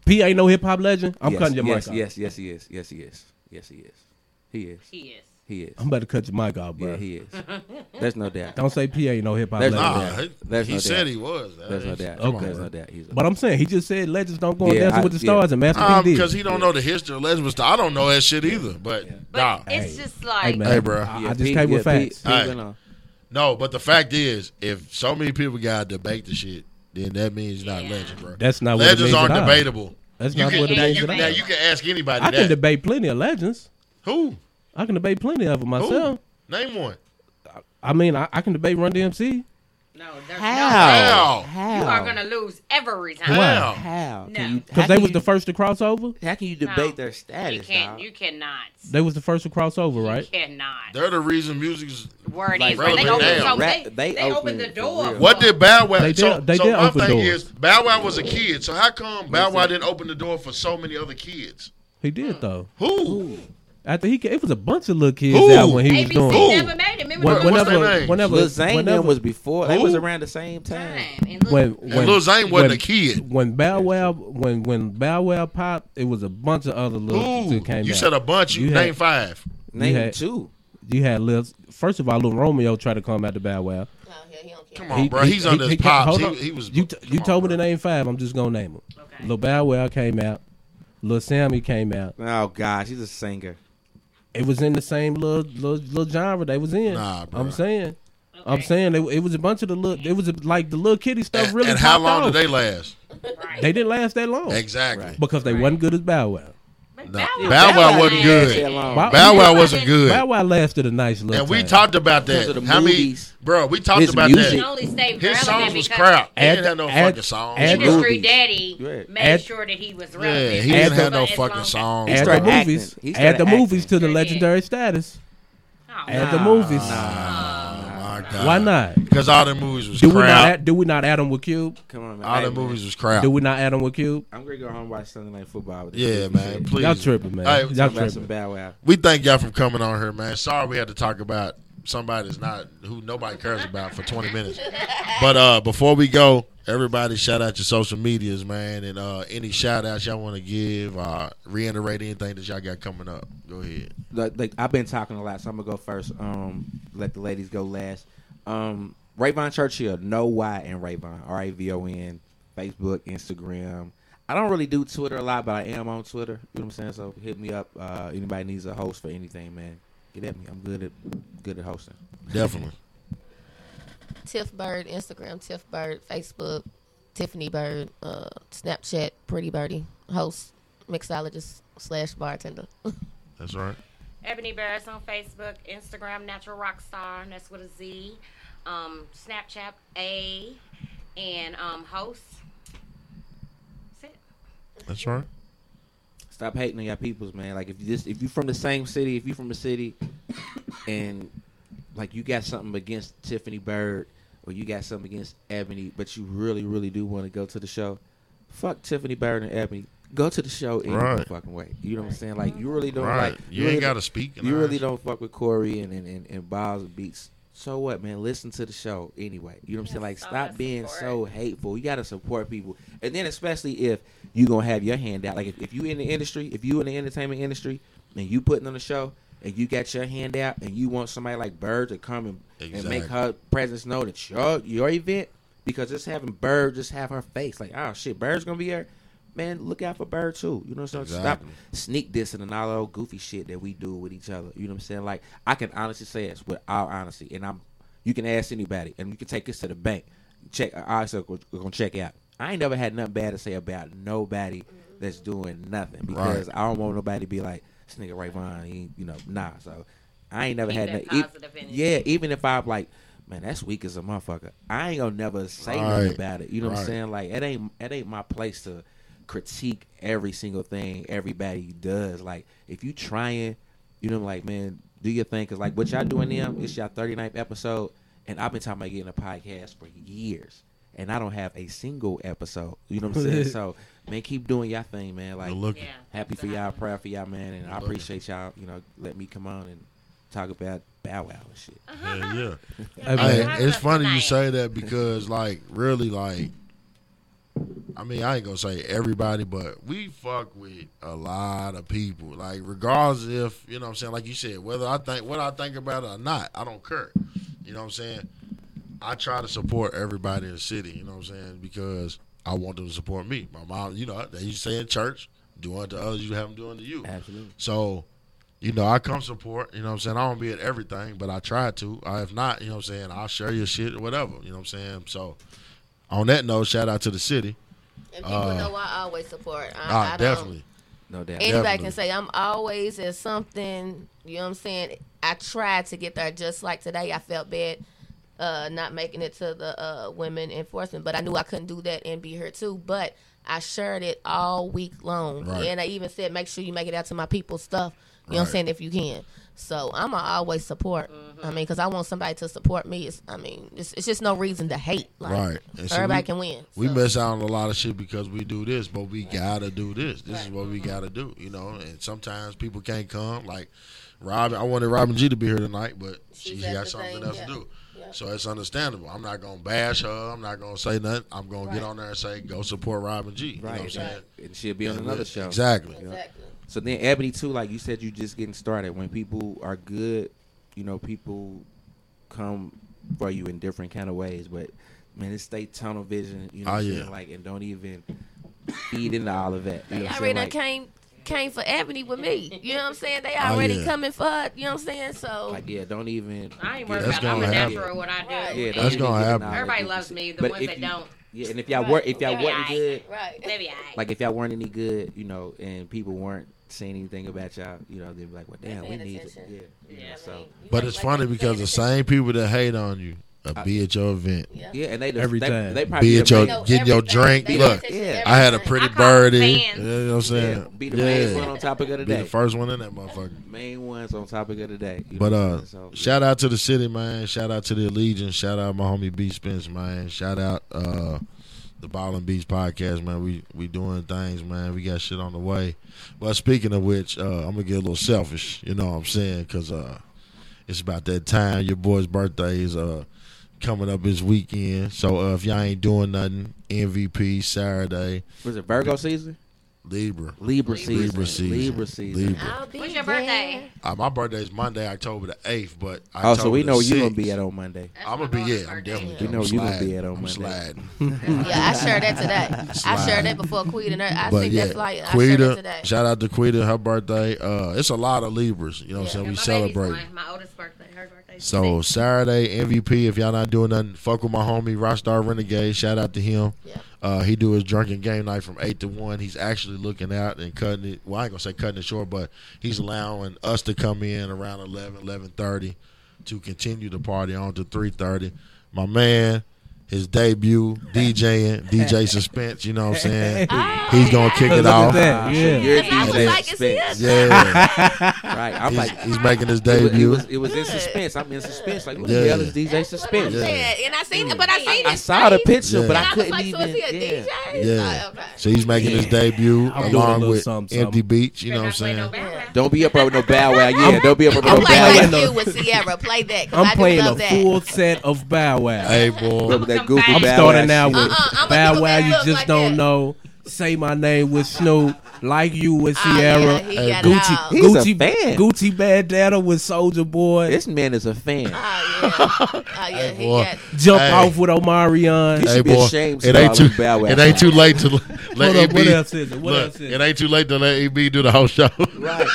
[SPEAKER 4] P ain't no hip hop legend. I'm
[SPEAKER 7] yes,
[SPEAKER 4] cutting your
[SPEAKER 7] yes,
[SPEAKER 4] mic off.
[SPEAKER 7] Yes, yes, he is. Yes, he is. Yes, he is. He is.
[SPEAKER 13] He is.
[SPEAKER 7] He is.
[SPEAKER 4] I'm about to cut your mic off, bro.
[SPEAKER 7] Yeah, he is. There's no doubt.
[SPEAKER 4] Don't say P ain't no hip hop
[SPEAKER 7] There's
[SPEAKER 4] legend.
[SPEAKER 7] no
[SPEAKER 5] Nah,
[SPEAKER 7] doubt.
[SPEAKER 5] he-
[SPEAKER 7] There's
[SPEAKER 5] he
[SPEAKER 7] no
[SPEAKER 5] said
[SPEAKER 7] doubt.
[SPEAKER 5] he was.
[SPEAKER 7] There's no
[SPEAKER 5] That's-
[SPEAKER 7] doubt.
[SPEAKER 5] come on,
[SPEAKER 7] There's no
[SPEAKER 5] bro.
[SPEAKER 7] doubt. He's a-
[SPEAKER 4] But I'm saying he just said legends don't go on
[SPEAKER 7] Yeah,
[SPEAKER 4] dancing
[SPEAKER 7] I-
[SPEAKER 4] with the
[SPEAKER 7] yeah.
[SPEAKER 4] stars, and Master
[SPEAKER 5] Um,
[SPEAKER 4] P did.
[SPEAKER 5] because he don't know the history of legends. But I don't know that shit either. But, nah.
[SPEAKER 4] it's Hey.
[SPEAKER 13] just
[SPEAKER 4] like- Hey, man.
[SPEAKER 5] hey, bro.
[SPEAKER 4] I- I Yeah, just P- came with yeah, P-
[SPEAKER 7] uh,
[SPEAKER 4] facts. P
[SPEAKER 5] Hey.
[SPEAKER 4] went on.
[SPEAKER 5] No, but the fact is, if so many people got to debate the shit, then that means he's not a legend, bro.
[SPEAKER 4] That's not what it
[SPEAKER 5] legends
[SPEAKER 4] means
[SPEAKER 5] aren't
[SPEAKER 4] at all.
[SPEAKER 5] debatable.
[SPEAKER 4] That's
[SPEAKER 5] You
[SPEAKER 4] not
[SPEAKER 5] can-
[SPEAKER 4] what it
[SPEAKER 5] now
[SPEAKER 4] means
[SPEAKER 5] you-
[SPEAKER 4] at all.
[SPEAKER 5] Now you can ask anybody
[SPEAKER 4] I can
[SPEAKER 5] that.
[SPEAKER 4] debate plenty of legends.
[SPEAKER 5] Who?
[SPEAKER 4] I can debate plenty of them
[SPEAKER 5] Who?
[SPEAKER 4] myself.
[SPEAKER 5] Name one.
[SPEAKER 4] I mean, I, I can debate Run DMC.
[SPEAKER 13] No, there's
[SPEAKER 4] How?
[SPEAKER 13] no.
[SPEAKER 4] How?
[SPEAKER 13] You are gonna lose every time.
[SPEAKER 4] Why?
[SPEAKER 7] How?
[SPEAKER 13] No.
[SPEAKER 7] Can you?
[SPEAKER 4] Because
[SPEAKER 7] How
[SPEAKER 4] they
[SPEAKER 7] can
[SPEAKER 4] was
[SPEAKER 7] you-
[SPEAKER 4] the first to cross over.
[SPEAKER 7] How can you
[SPEAKER 13] No.
[SPEAKER 7] debate their status?
[SPEAKER 13] You can't.
[SPEAKER 7] dog?
[SPEAKER 13] You cannot.
[SPEAKER 4] They was the first to cross over, right?
[SPEAKER 13] Cannot.
[SPEAKER 5] They're the reason music's
[SPEAKER 13] Where it is.
[SPEAKER 5] relevant
[SPEAKER 13] They opened,
[SPEAKER 5] now.
[SPEAKER 13] so they, they, opened the door.
[SPEAKER 5] What did Bow Wow?
[SPEAKER 4] They did-
[SPEAKER 5] so,
[SPEAKER 4] they
[SPEAKER 5] so
[SPEAKER 4] did
[SPEAKER 5] my
[SPEAKER 4] open
[SPEAKER 5] thing
[SPEAKER 4] doors.
[SPEAKER 5] is, Bow Wow was a kid. So how come Bow Wow didn't open the door for so many other kids?
[SPEAKER 4] He did though.
[SPEAKER 5] Who?
[SPEAKER 4] After he, ca- it was a bunch of little kids
[SPEAKER 5] Who?
[SPEAKER 4] out when he was
[SPEAKER 13] ABC
[SPEAKER 4] doing.
[SPEAKER 13] never made it. Remember
[SPEAKER 4] When-
[SPEAKER 13] the-
[SPEAKER 4] whenever,
[SPEAKER 5] What's their name?
[SPEAKER 4] whenever,
[SPEAKER 7] Lil Zane
[SPEAKER 4] whenever,
[SPEAKER 7] them was before. They
[SPEAKER 5] Who?
[SPEAKER 7] was around the same time.
[SPEAKER 4] when,
[SPEAKER 5] And
[SPEAKER 4] when
[SPEAKER 5] Lil Zane wasn't
[SPEAKER 4] when-
[SPEAKER 5] a kid.
[SPEAKER 4] When Bow Wow, when when Bow Wow popped, it was a bunch of other little kids
[SPEAKER 5] Who?
[SPEAKER 4] that came
[SPEAKER 5] You
[SPEAKER 4] out.
[SPEAKER 5] said a bunch. You,
[SPEAKER 4] You had-
[SPEAKER 5] named five.
[SPEAKER 4] You
[SPEAKER 7] Name
[SPEAKER 4] had-
[SPEAKER 7] two.
[SPEAKER 4] You had Lil. First of all, Lil Romeo tried to come out to Bow Wow.
[SPEAKER 8] Oh,
[SPEAKER 5] Come on, bro. He's under his
[SPEAKER 4] kept-
[SPEAKER 5] pops.
[SPEAKER 4] hold
[SPEAKER 5] He,
[SPEAKER 4] on.
[SPEAKER 5] he was.
[SPEAKER 4] You, t- you told me the name five. I'm just gonna name them. Lil Bow Wow came out. Lil Sammy came out.
[SPEAKER 7] Oh gosh, he's a singer.
[SPEAKER 4] It was in the same little little, little genre they was in.
[SPEAKER 5] Nah, bro.
[SPEAKER 4] I'm saying. I'm saying it, it was a bunch of the look. It was a, like the little kitty stuff. really.
[SPEAKER 5] and how
[SPEAKER 4] popped
[SPEAKER 5] long
[SPEAKER 4] off.
[SPEAKER 5] did they last?
[SPEAKER 4] They didn't last that long.
[SPEAKER 5] Exactly.
[SPEAKER 4] Because they wasn't good as Bow Wow.
[SPEAKER 5] No. Bow Wow wasn't good.
[SPEAKER 4] Bow-
[SPEAKER 5] Oh, Bow Wow wasn't good.
[SPEAKER 4] Bow Wow lasted a nice little.
[SPEAKER 5] And we
[SPEAKER 4] time.
[SPEAKER 5] talked about
[SPEAKER 7] Because
[SPEAKER 5] that.
[SPEAKER 7] of the
[SPEAKER 5] How many,
[SPEAKER 7] movies.
[SPEAKER 5] bro? We talked
[SPEAKER 7] His
[SPEAKER 5] about
[SPEAKER 7] music.
[SPEAKER 5] that.
[SPEAKER 7] He
[SPEAKER 13] only stayed
[SPEAKER 5] His
[SPEAKER 13] relevant
[SPEAKER 5] songs was
[SPEAKER 13] because-
[SPEAKER 5] crap. He
[SPEAKER 4] Add-
[SPEAKER 5] didn't have no
[SPEAKER 4] add-
[SPEAKER 5] fucking songs.
[SPEAKER 4] add-
[SPEAKER 5] bro.
[SPEAKER 13] Industry
[SPEAKER 7] movies.
[SPEAKER 13] daddy
[SPEAKER 7] Right.
[SPEAKER 13] made
[SPEAKER 4] Add-
[SPEAKER 13] sure that he was
[SPEAKER 5] yeah,
[SPEAKER 13] relevant.
[SPEAKER 5] he didn't
[SPEAKER 4] the-
[SPEAKER 5] have no
[SPEAKER 13] But as
[SPEAKER 5] fucking
[SPEAKER 13] long-
[SPEAKER 5] songs.
[SPEAKER 4] Add the
[SPEAKER 7] started acting.
[SPEAKER 4] movies.
[SPEAKER 7] He
[SPEAKER 4] Add
[SPEAKER 7] started
[SPEAKER 4] the
[SPEAKER 7] acting.
[SPEAKER 4] movies to the
[SPEAKER 13] Sure did.
[SPEAKER 4] legendary status.
[SPEAKER 13] Oh,
[SPEAKER 4] Add the movies.
[SPEAKER 5] my God.
[SPEAKER 4] Why not?
[SPEAKER 5] Because all the movies was
[SPEAKER 4] Do we not?
[SPEAKER 5] Uh, crap.
[SPEAKER 4] Add, do we not add them with Cube?
[SPEAKER 7] Come on, man.
[SPEAKER 5] All
[SPEAKER 7] Hey,
[SPEAKER 5] the
[SPEAKER 7] man.
[SPEAKER 5] movies was crap.
[SPEAKER 4] Do we not add them with Cube?
[SPEAKER 7] I'm gonna go home and watch Sunday Night Football. With this
[SPEAKER 5] Yeah,
[SPEAKER 7] stupid
[SPEAKER 5] man.
[SPEAKER 7] shit.
[SPEAKER 5] Please.
[SPEAKER 4] Y'all tripping, man.
[SPEAKER 5] Hey,
[SPEAKER 4] Y'all
[SPEAKER 7] Talk about some
[SPEAKER 4] tripping.
[SPEAKER 7] Bow Wow.
[SPEAKER 5] we thank y'all for coming on here, man. Sorry we had to talk about somebody that's not who nobody cares about for 20 minutes. But uh before we go, everybody shout out your social medias, man, and uh any shout outs y'all want to give, uh reiterate anything that y'all got coming up. Go ahead.
[SPEAKER 7] Like, like, I've been talking a lot, so I'm gonna go first. Um, let the ladies go last. Um, Rayvon Churchill, No Y and Rayvon, R A V O N Facebook, Instagram. I don't really do Twitter a lot, but I am on Twitter. You know what I'm saying? So hit me up. Uh, anybody needs a host for anything, man. Get at me. I'm good at good at hosting.
[SPEAKER 5] Definitely.
[SPEAKER 8] Tiff Bird, Instagram Tiff Bird, Facebook Tiffany Bird, uh, Snapchat Pretty Birdie, host mixologist slash bartender.
[SPEAKER 5] That's right.
[SPEAKER 12] Ebony Barris on Facebook, Instagram, Natural Rockstar, and that's with a Z. Um, Snapchat A, and um, host. That's it.
[SPEAKER 5] That's right.
[SPEAKER 7] Stop hating on your peoples, man. Like if you just if you from the same city, if you from the city, and like you got something against Tiffany Bird or you got something against Ebony, but you really really do want to go to the show, fuck Tiffany Bird and Ebony. Go to the show any
[SPEAKER 5] Right.
[SPEAKER 7] fucking way. You know what I'm saying? Like you really don't
[SPEAKER 5] Right.
[SPEAKER 7] like
[SPEAKER 5] You ain't
[SPEAKER 7] really
[SPEAKER 5] gotta
[SPEAKER 7] don't-
[SPEAKER 5] speak in
[SPEAKER 7] You
[SPEAKER 5] our
[SPEAKER 7] really
[SPEAKER 5] ass.
[SPEAKER 7] don't fuck with Corey and and and, and Biles and Beats. So what, man? Listen to the show anyway. You know what I'm saying? Like, stop being so hateful. You gotta support people, and then especially if you gonna have your hand out. Like, if, if you in the industry, if you in the entertainment industry, and you putting on a show, and you got your hand out, and you want somebody like Bird to come and, and make
[SPEAKER 5] Exactly.
[SPEAKER 7] her presence known at your your event, because just having Bird just have her face, like, oh shit, Bird's gonna be here. Man, look out for Bird too. You know what I'm saying? Stop
[SPEAKER 5] Exactly.
[SPEAKER 7] sneak dissing and all that old goofy shit that we do with each other. You know what I'm saying? Like I can honestly say this with all honesty, and I'm you can ask anybody, and you can take this to the bank. Check uh, I also go- gonna check out. I ain't never had nothing bad to say about nobody that's doing nothing because I don't want nobody to be like this nigga Ray Vaughn. He, ain't," you know, nah. So I ain't never
[SPEAKER 13] Keep
[SPEAKER 7] had
[SPEAKER 13] that
[SPEAKER 7] nothing. e
[SPEAKER 13] positive energy.
[SPEAKER 7] Yeah, even if I'm like. Man, that's weak as a motherfucker. I ain't gonna never say
[SPEAKER 5] Right.
[SPEAKER 7] nothing about it. You know what I'm
[SPEAKER 5] Right.
[SPEAKER 7] saying? Like it ain't it ain't my place to critique every single thing everybody does. Like if you trying, you know, like man, do your thing. Cause like what y'all doing now, it's y'all 39th episode, and I've been talking about getting a podcast for years, and I don't have a single episode. You know what I'm saying? so man, keep doing y'all thing, man. Like
[SPEAKER 5] Good looking.
[SPEAKER 13] Yeah,
[SPEAKER 7] happy for y'all, proud for y'all, man, and I
[SPEAKER 5] looking.
[SPEAKER 7] appreciate y'all. You know, let me come on and talk about Bow Wow and shit.
[SPEAKER 5] Yeah, yeah.
[SPEAKER 4] Hey,
[SPEAKER 5] Hey,
[SPEAKER 4] man,
[SPEAKER 5] it's funny you say that because, like, really, like, I mean, I ain't gonna say everybody, but we fuck with a lot of people. Like, regardless if you know, what I'm saying, like you said, whether I think what I think about it or not, I don't care. You know what I'm saying? I try to support everybody in the city. You know what I'm saying? Because I want them to support me. My mom, you know, they used to say in church, do unto others you have them doing to you.
[SPEAKER 7] Absolutely.
[SPEAKER 5] So, you know, I come support, you know what I'm saying? I don't be at everything, but I try to. I, if not, you know what I'm saying, I'll share your shit or whatever. You know what I'm saying? So on that note, shout out to the city.
[SPEAKER 8] And people know I always support. I,
[SPEAKER 5] Ah,
[SPEAKER 8] I don't-
[SPEAKER 5] definitely.
[SPEAKER 7] No doubt.
[SPEAKER 8] Anybody
[SPEAKER 5] Definitely.
[SPEAKER 8] can say I'm always in something. You know what I'm saying? I tried to get there. Just like today, I felt bad uh, not making it to the uh, women enforcement, but I knew I couldn't do that and be here too. But I shared it all week long,
[SPEAKER 5] Right.
[SPEAKER 8] and I even said, make sure you make it out to my people's stuff. You know what
[SPEAKER 5] Right.
[SPEAKER 8] I'm saying? If you can. So I'm going always support. I mean, because I want somebody to support me. It's, I mean, it's, it's just no reason to hate. Like
[SPEAKER 5] Right. And see,
[SPEAKER 8] everybody
[SPEAKER 5] we-
[SPEAKER 8] can win.
[SPEAKER 5] We
[SPEAKER 8] so.
[SPEAKER 5] miss out on a lot of shit because we do this, but we gotta do this. This is what we gotta do, you know. And sometimes people can't come. Like Robin, I wanted Robin G to be here tonight, but
[SPEAKER 8] She's
[SPEAKER 5] she's
[SPEAKER 8] at
[SPEAKER 5] got
[SPEAKER 8] the
[SPEAKER 5] something
[SPEAKER 8] thing,
[SPEAKER 5] else
[SPEAKER 8] yeah.
[SPEAKER 5] to do.
[SPEAKER 8] Yeah.
[SPEAKER 5] So it's understandable. I'm not gonna bash her. I'm not gonna say nothing. I'm gonna get
[SPEAKER 8] Right.
[SPEAKER 5] on there and say, go support Robin G. You know what I'm
[SPEAKER 7] Right.
[SPEAKER 5] saying?
[SPEAKER 7] And she'll be on another show.
[SPEAKER 5] Exactly.
[SPEAKER 8] Exactly.
[SPEAKER 7] So then Ebony too, like you said, you just getting started. When people are good, you know, people come for you in different kind of ways. But man, it's stay tunnel vision. You know,
[SPEAKER 5] Oh,
[SPEAKER 7] what I'm
[SPEAKER 5] yeah.
[SPEAKER 7] saying? like and don't even feed into all of that. You know
[SPEAKER 8] They
[SPEAKER 7] what I'm
[SPEAKER 8] already
[SPEAKER 7] saying?
[SPEAKER 8] done
[SPEAKER 7] Like,
[SPEAKER 8] came came for Ebony with me. You know what I'm saying? They already
[SPEAKER 5] Oh, yeah.
[SPEAKER 8] coming for her. You know what I'm saying? So
[SPEAKER 7] like, yeah, don't even.
[SPEAKER 10] I ain't
[SPEAKER 7] get-
[SPEAKER 10] worried
[SPEAKER 5] That's
[SPEAKER 10] about it. I'm a
[SPEAKER 5] gonna happen.
[SPEAKER 10] natural at what I do.
[SPEAKER 8] Right.
[SPEAKER 7] Yeah,
[SPEAKER 10] and
[SPEAKER 7] don't
[SPEAKER 5] That's
[SPEAKER 7] even
[SPEAKER 5] gonna
[SPEAKER 7] get
[SPEAKER 5] happen.
[SPEAKER 7] all that
[SPEAKER 10] Everybody
[SPEAKER 7] goofy
[SPEAKER 10] loves
[SPEAKER 7] shit.
[SPEAKER 10] me, the
[SPEAKER 7] But
[SPEAKER 10] ones
[SPEAKER 7] if
[SPEAKER 10] that
[SPEAKER 7] you-
[SPEAKER 10] don't.
[SPEAKER 7] Yeah, and if y'all were, if y'all
[SPEAKER 10] Right.
[SPEAKER 7] wasn't good,
[SPEAKER 8] right.
[SPEAKER 10] Maybe I.
[SPEAKER 7] like if y'all weren't any good, you know, and people weren't saying anything about y'all, you know, they'd be like, well, damn, we
[SPEAKER 8] Paying
[SPEAKER 7] need it.
[SPEAKER 8] attention.
[SPEAKER 7] Yeah, yeah.
[SPEAKER 10] Yeah.
[SPEAKER 7] so.
[SPEAKER 5] But it's funny because the same people that hate on you will be at your event.
[SPEAKER 8] Yeah.
[SPEAKER 7] Yeah, and they just,
[SPEAKER 4] Every
[SPEAKER 7] they,
[SPEAKER 4] time.
[SPEAKER 7] they probably
[SPEAKER 5] Be
[SPEAKER 7] the
[SPEAKER 5] at your-
[SPEAKER 7] main-
[SPEAKER 5] Get your drink. Look,
[SPEAKER 7] Yeah.
[SPEAKER 5] I had a pretty
[SPEAKER 10] I call them
[SPEAKER 5] birdie. You
[SPEAKER 10] fans.
[SPEAKER 5] know what I'm
[SPEAKER 7] yeah,
[SPEAKER 5] saying?
[SPEAKER 7] be the main
[SPEAKER 5] Yeah.
[SPEAKER 7] one on topic of the
[SPEAKER 5] Be the
[SPEAKER 7] day.
[SPEAKER 5] first one in that motherfucker.
[SPEAKER 7] main ones on topic of the day. you
[SPEAKER 5] But
[SPEAKER 7] know what I'm
[SPEAKER 5] uh,
[SPEAKER 7] saying? So,
[SPEAKER 5] shout out to the city, man. Shout out to the Allegiance. Shout out my homie B Spence, man. Shout out uh, the Ball and Beach podcast, man. We we doing things, man. We got shit on the way. But speaking of which, uh, I'm gonna get a little selfish. You know what I'm saying? Cause uh, it's about that time. Your boy's birthday is uh coming up this weekend. So uh, if y'all ain't doing nothing, MVP Saturday.
[SPEAKER 7] was it Virgo season?
[SPEAKER 5] Libra.
[SPEAKER 7] Libra season.
[SPEAKER 5] Libra season.
[SPEAKER 7] Libra season.
[SPEAKER 5] Libra.
[SPEAKER 12] When's your birthday?
[SPEAKER 5] Uh, my birthday is Monday, October the eighth, but I
[SPEAKER 7] Oh, so
[SPEAKER 5] told
[SPEAKER 7] we
[SPEAKER 5] the
[SPEAKER 7] know you gonna
[SPEAKER 5] 6th.
[SPEAKER 7] be at on Monday.
[SPEAKER 5] I'm gonna be yeah. I'm definitely.
[SPEAKER 7] We know
[SPEAKER 5] I'm
[SPEAKER 7] you gonna be
[SPEAKER 5] sliding.
[SPEAKER 7] at on
[SPEAKER 5] I'm
[SPEAKER 7] Monday.
[SPEAKER 5] sliding.
[SPEAKER 8] Yeah, I shared that today. I
[SPEAKER 5] Slide.
[SPEAKER 8] shared that before Queen and her. I
[SPEAKER 5] but
[SPEAKER 8] think
[SPEAKER 5] yeah,
[SPEAKER 8] that's like I shared that today.
[SPEAKER 5] Quita. Shout out to Quita, her birthday. Uh, it's a lot of Libras. You know what I'm saying? We celebrate.
[SPEAKER 13] My oldest birthday, her birthday.
[SPEAKER 5] So Saturday MVP. If y'all not doing nothing, fuck with my homie Rockstar Renegade. Shout out to him. Uh, he do his drunken game night from eight to one. He's actually looking out and cutting it. Well, I ain't gonna say cutting it short, but he's allowing us to come in around 11, 11.30 to continue the party on to three thirty. My man. His debut DJing, DJ Suspense, you know what I'm saying? He's gonna kick
[SPEAKER 4] Look at
[SPEAKER 5] it off.
[SPEAKER 4] that, yeah. You're
[SPEAKER 5] And
[SPEAKER 7] DJ
[SPEAKER 5] then-
[SPEAKER 7] Suspense.
[SPEAKER 5] Yeah.
[SPEAKER 7] right. I'm
[SPEAKER 5] he's,
[SPEAKER 7] like,
[SPEAKER 5] he's making his
[SPEAKER 7] It was-
[SPEAKER 5] debut.
[SPEAKER 7] It was, it was in suspense. I'm in suspense. Like, what the
[SPEAKER 5] Yeah.
[SPEAKER 7] hell is DJ suspense?
[SPEAKER 8] Yeah, and I seen, but I seen
[SPEAKER 7] I
[SPEAKER 8] his
[SPEAKER 7] saw the
[SPEAKER 8] face,
[SPEAKER 7] picture,
[SPEAKER 5] Yeah.
[SPEAKER 7] but
[SPEAKER 8] and
[SPEAKER 7] I
[SPEAKER 8] I was
[SPEAKER 7] couldn't
[SPEAKER 8] like, so is
[SPEAKER 7] even.
[SPEAKER 8] he a
[SPEAKER 7] yeah.
[SPEAKER 8] DJ?
[SPEAKER 5] Yeah. So he's making his debut
[SPEAKER 4] I'm doing a
[SPEAKER 5] along
[SPEAKER 4] little
[SPEAKER 5] with
[SPEAKER 4] something,
[SPEAKER 5] Empty Beach. You know what I'm saying?
[SPEAKER 7] Don't be up with no bow wow. Yeah, don't be up with no
[SPEAKER 8] I'm
[SPEAKER 7] bow
[SPEAKER 8] playing
[SPEAKER 7] wow.
[SPEAKER 8] like you with Sierra. Play that. 'cause
[SPEAKER 4] I'm
[SPEAKER 8] I do
[SPEAKER 4] playing a
[SPEAKER 8] love that. Uh-uh,
[SPEAKER 4] full set of Bow Wow.
[SPEAKER 5] Hey, boy.
[SPEAKER 7] Remember that goofy
[SPEAKER 4] I'm
[SPEAKER 7] bow
[SPEAKER 4] starting
[SPEAKER 7] wow
[SPEAKER 4] now with
[SPEAKER 7] shit?
[SPEAKER 8] Uh-uh, I'ma do
[SPEAKER 4] Bow
[SPEAKER 8] it
[SPEAKER 4] Wow. You
[SPEAKER 8] look
[SPEAKER 4] just
[SPEAKER 8] like
[SPEAKER 4] don't
[SPEAKER 8] that.
[SPEAKER 4] know. Say my name with Snoop. Like you with
[SPEAKER 8] Oh,
[SPEAKER 4] Sierra.
[SPEAKER 8] yeah, he got it all.
[SPEAKER 4] Gucci.
[SPEAKER 7] He's a
[SPEAKER 4] Gucci.
[SPEAKER 7] fan.
[SPEAKER 4] Gucci Bad Data with Soldier Boy.
[SPEAKER 7] This man is a fan.
[SPEAKER 8] Oh yeah. Oh yeah. He
[SPEAKER 5] boy.
[SPEAKER 8] got.
[SPEAKER 4] Jump
[SPEAKER 5] Hey.
[SPEAKER 4] off with Omarion.
[SPEAKER 7] You
[SPEAKER 5] Hey,
[SPEAKER 7] should be
[SPEAKER 5] boy.
[SPEAKER 7] ashamed
[SPEAKER 5] It
[SPEAKER 7] to
[SPEAKER 5] ain't
[SPEAKER 7] call
[SPEAKER 5] too.
[SPEAKER 7] him Bow Wow.
[SPEAKER 5] It ain't too late to l- let
[SPEAKER 4] Hold up,
[SPEAKER 5] EB.
[SPEAKER 4] what else is it? What
[SPEAKER 5] look,
[SPEAKER 4] else is
[SPEAKER 5] it
[SPEAKER 4] it?
[SPEAKER 5] ain't too late to let EB do the whole show. Right.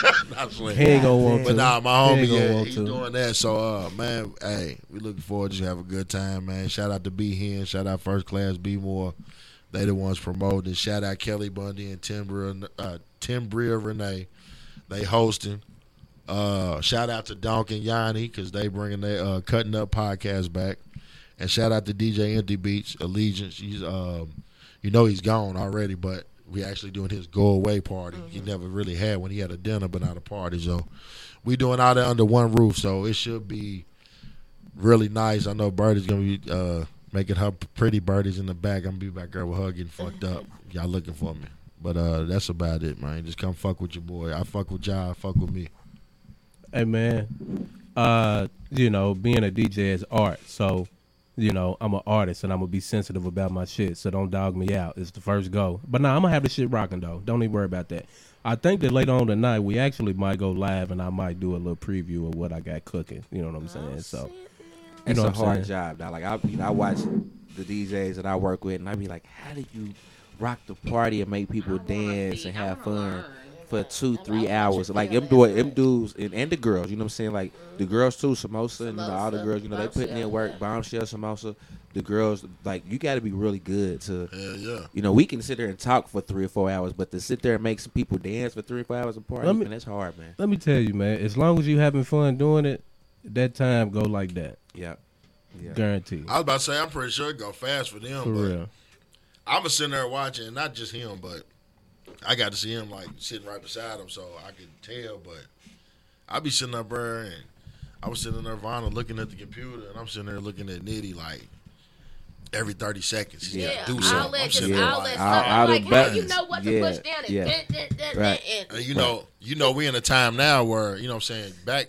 [SPEAKER 4] He ain't gonna want to.
[SPEAKER 5] But nah, my homie,
[SPEAKER 4] He ain't gonna
[SPEAKER 5] yeah,
[SPEAKER 4] want
[SPEAKER 5] he's
[SPEAKER 4] to.
[SPEAKER 5] doing that. So, uh, man, hey, we looking forward to just have a good time, man. Shout out to B Hen, shout out First Class B More, they the ones promoting. Shout out Kelly Bundy and Timbria, uh, Timbria Renee, they hosting. Uh, shout out to Donk and Yanni because they bringing their uh, cutting up podcast back, and shout out to DJ Empty Beach Allegiance. He's um, you know he's gone already, but we actually doing his go away party. He never really had when he had a dinner, but not a party. So we doing all that under one roof, so it should be really nice. I know Birdie's gonna be uh, making her pretty birdies in the back. I'm gonna be back there with her getting fucked up. Y'all looking for me. But uh, that's about it, man. Just come fuck with your boy. I fuck with y'all. Fuck with me.
[SPEAKER 4] Hey man, uh, you know, being a DJ is art. So, you know, I'm an artist and I'm gonna be sensitive about my shit. So don't dog me out. It's the first go. But nah, I'm gonna have the shit rocking though. Don't even worry about that. I think that later on tonight we actually might go live and I might do a little preview of what I got cooking. You know
[SPEAKER 8] Oh,
[SPEAKER 4] what I'm saying? So, you
[SPEAKER 7] It's
[SPEAKER 4] know
[SPEAKER 7] a
[SPEAKER 4] what I'm
[SPEAKER 7] hard
[SPEAKER 4] saying?
[SPEAKER 7] job. Now, like I, you know, I watch the DJs that I work with, and I be like, how do you rock the party and make people dance and have fun for two, three hours? Like them, do them dudes and, and the girls. You know what I'm saying? Like the girls too, samosa, and you know, all the
[SPEAKER 8] Samosa,
[SPEAKER 7] girls. You know, they putting in
[SPEAKER 8] bombshell,
[SPEAKER 7] work.
[SPEAKER 8] yeah.
[SPEAKER 7] Bombshell, samosa. The girls, like you got to be really good to.
[SPEAKER 5] Yeah, yeah.
[SPEAKER 7] You know, we can sit there and talk for three or four hours, but to sit there and make some people dance for three or four hours of party,
[SPEAKER 4] Let me-
[SPEAKER 7] man, that's hard, man.
[SPEAKER 4] Let me tell you, man. As long as you having fun doing it, that time go like that.
[SPEAKER 7] Yeah. Yeah.
[SPEAKER 4] Guaranteed.
[SPEAKER 5] I was about to say, I'm pretty sure it go fast for them.
[SPEAKER 4] For
[SPEAKER 5] but
[SPEAKER 4] real.
[SPEAKER 5] I'm sitting there watching, and not just him, but I got to see him like sitting right beside him, so I could tell. But I be sitting up there, and I was sitting in Nirvana looking at the computer, and I'm sitting there looking at Nitty like every 30 seconds. He's
[SPEAKER 8] Yeah,
[SPEAKER 5] got to do
[SPEAKER 8] all
[SPEAKER 5] something.
[SPEAKER 8] that,
[SPEAKER 5] I'm
[SPEAKER 8] just
[SPEAKER 5] sitting there
[SPEAKER 8] all that
[SPEAKER 5] like,
[SPEAKER 8] stuff.
[SPEAKER 7] All- all
[SPEAKER 8] I'm
[SPEAKER 7] the
[SPEAKER 8] like, how do you
[SPEAKER 7] buttons.
[SPEAKER 8] know what to
[SPEAKER 7] Yeah,
[SPEAKER 8] push down? And
[SPEAKER 7] yeah.
[SPEAKER 8] dun, dun, dun,
[SPEAKER 7] Right.
[SPEAKER 8] dun, dun.
[SPEAKER 5] And you know, you know, we in a time now where you know, what I'm saying back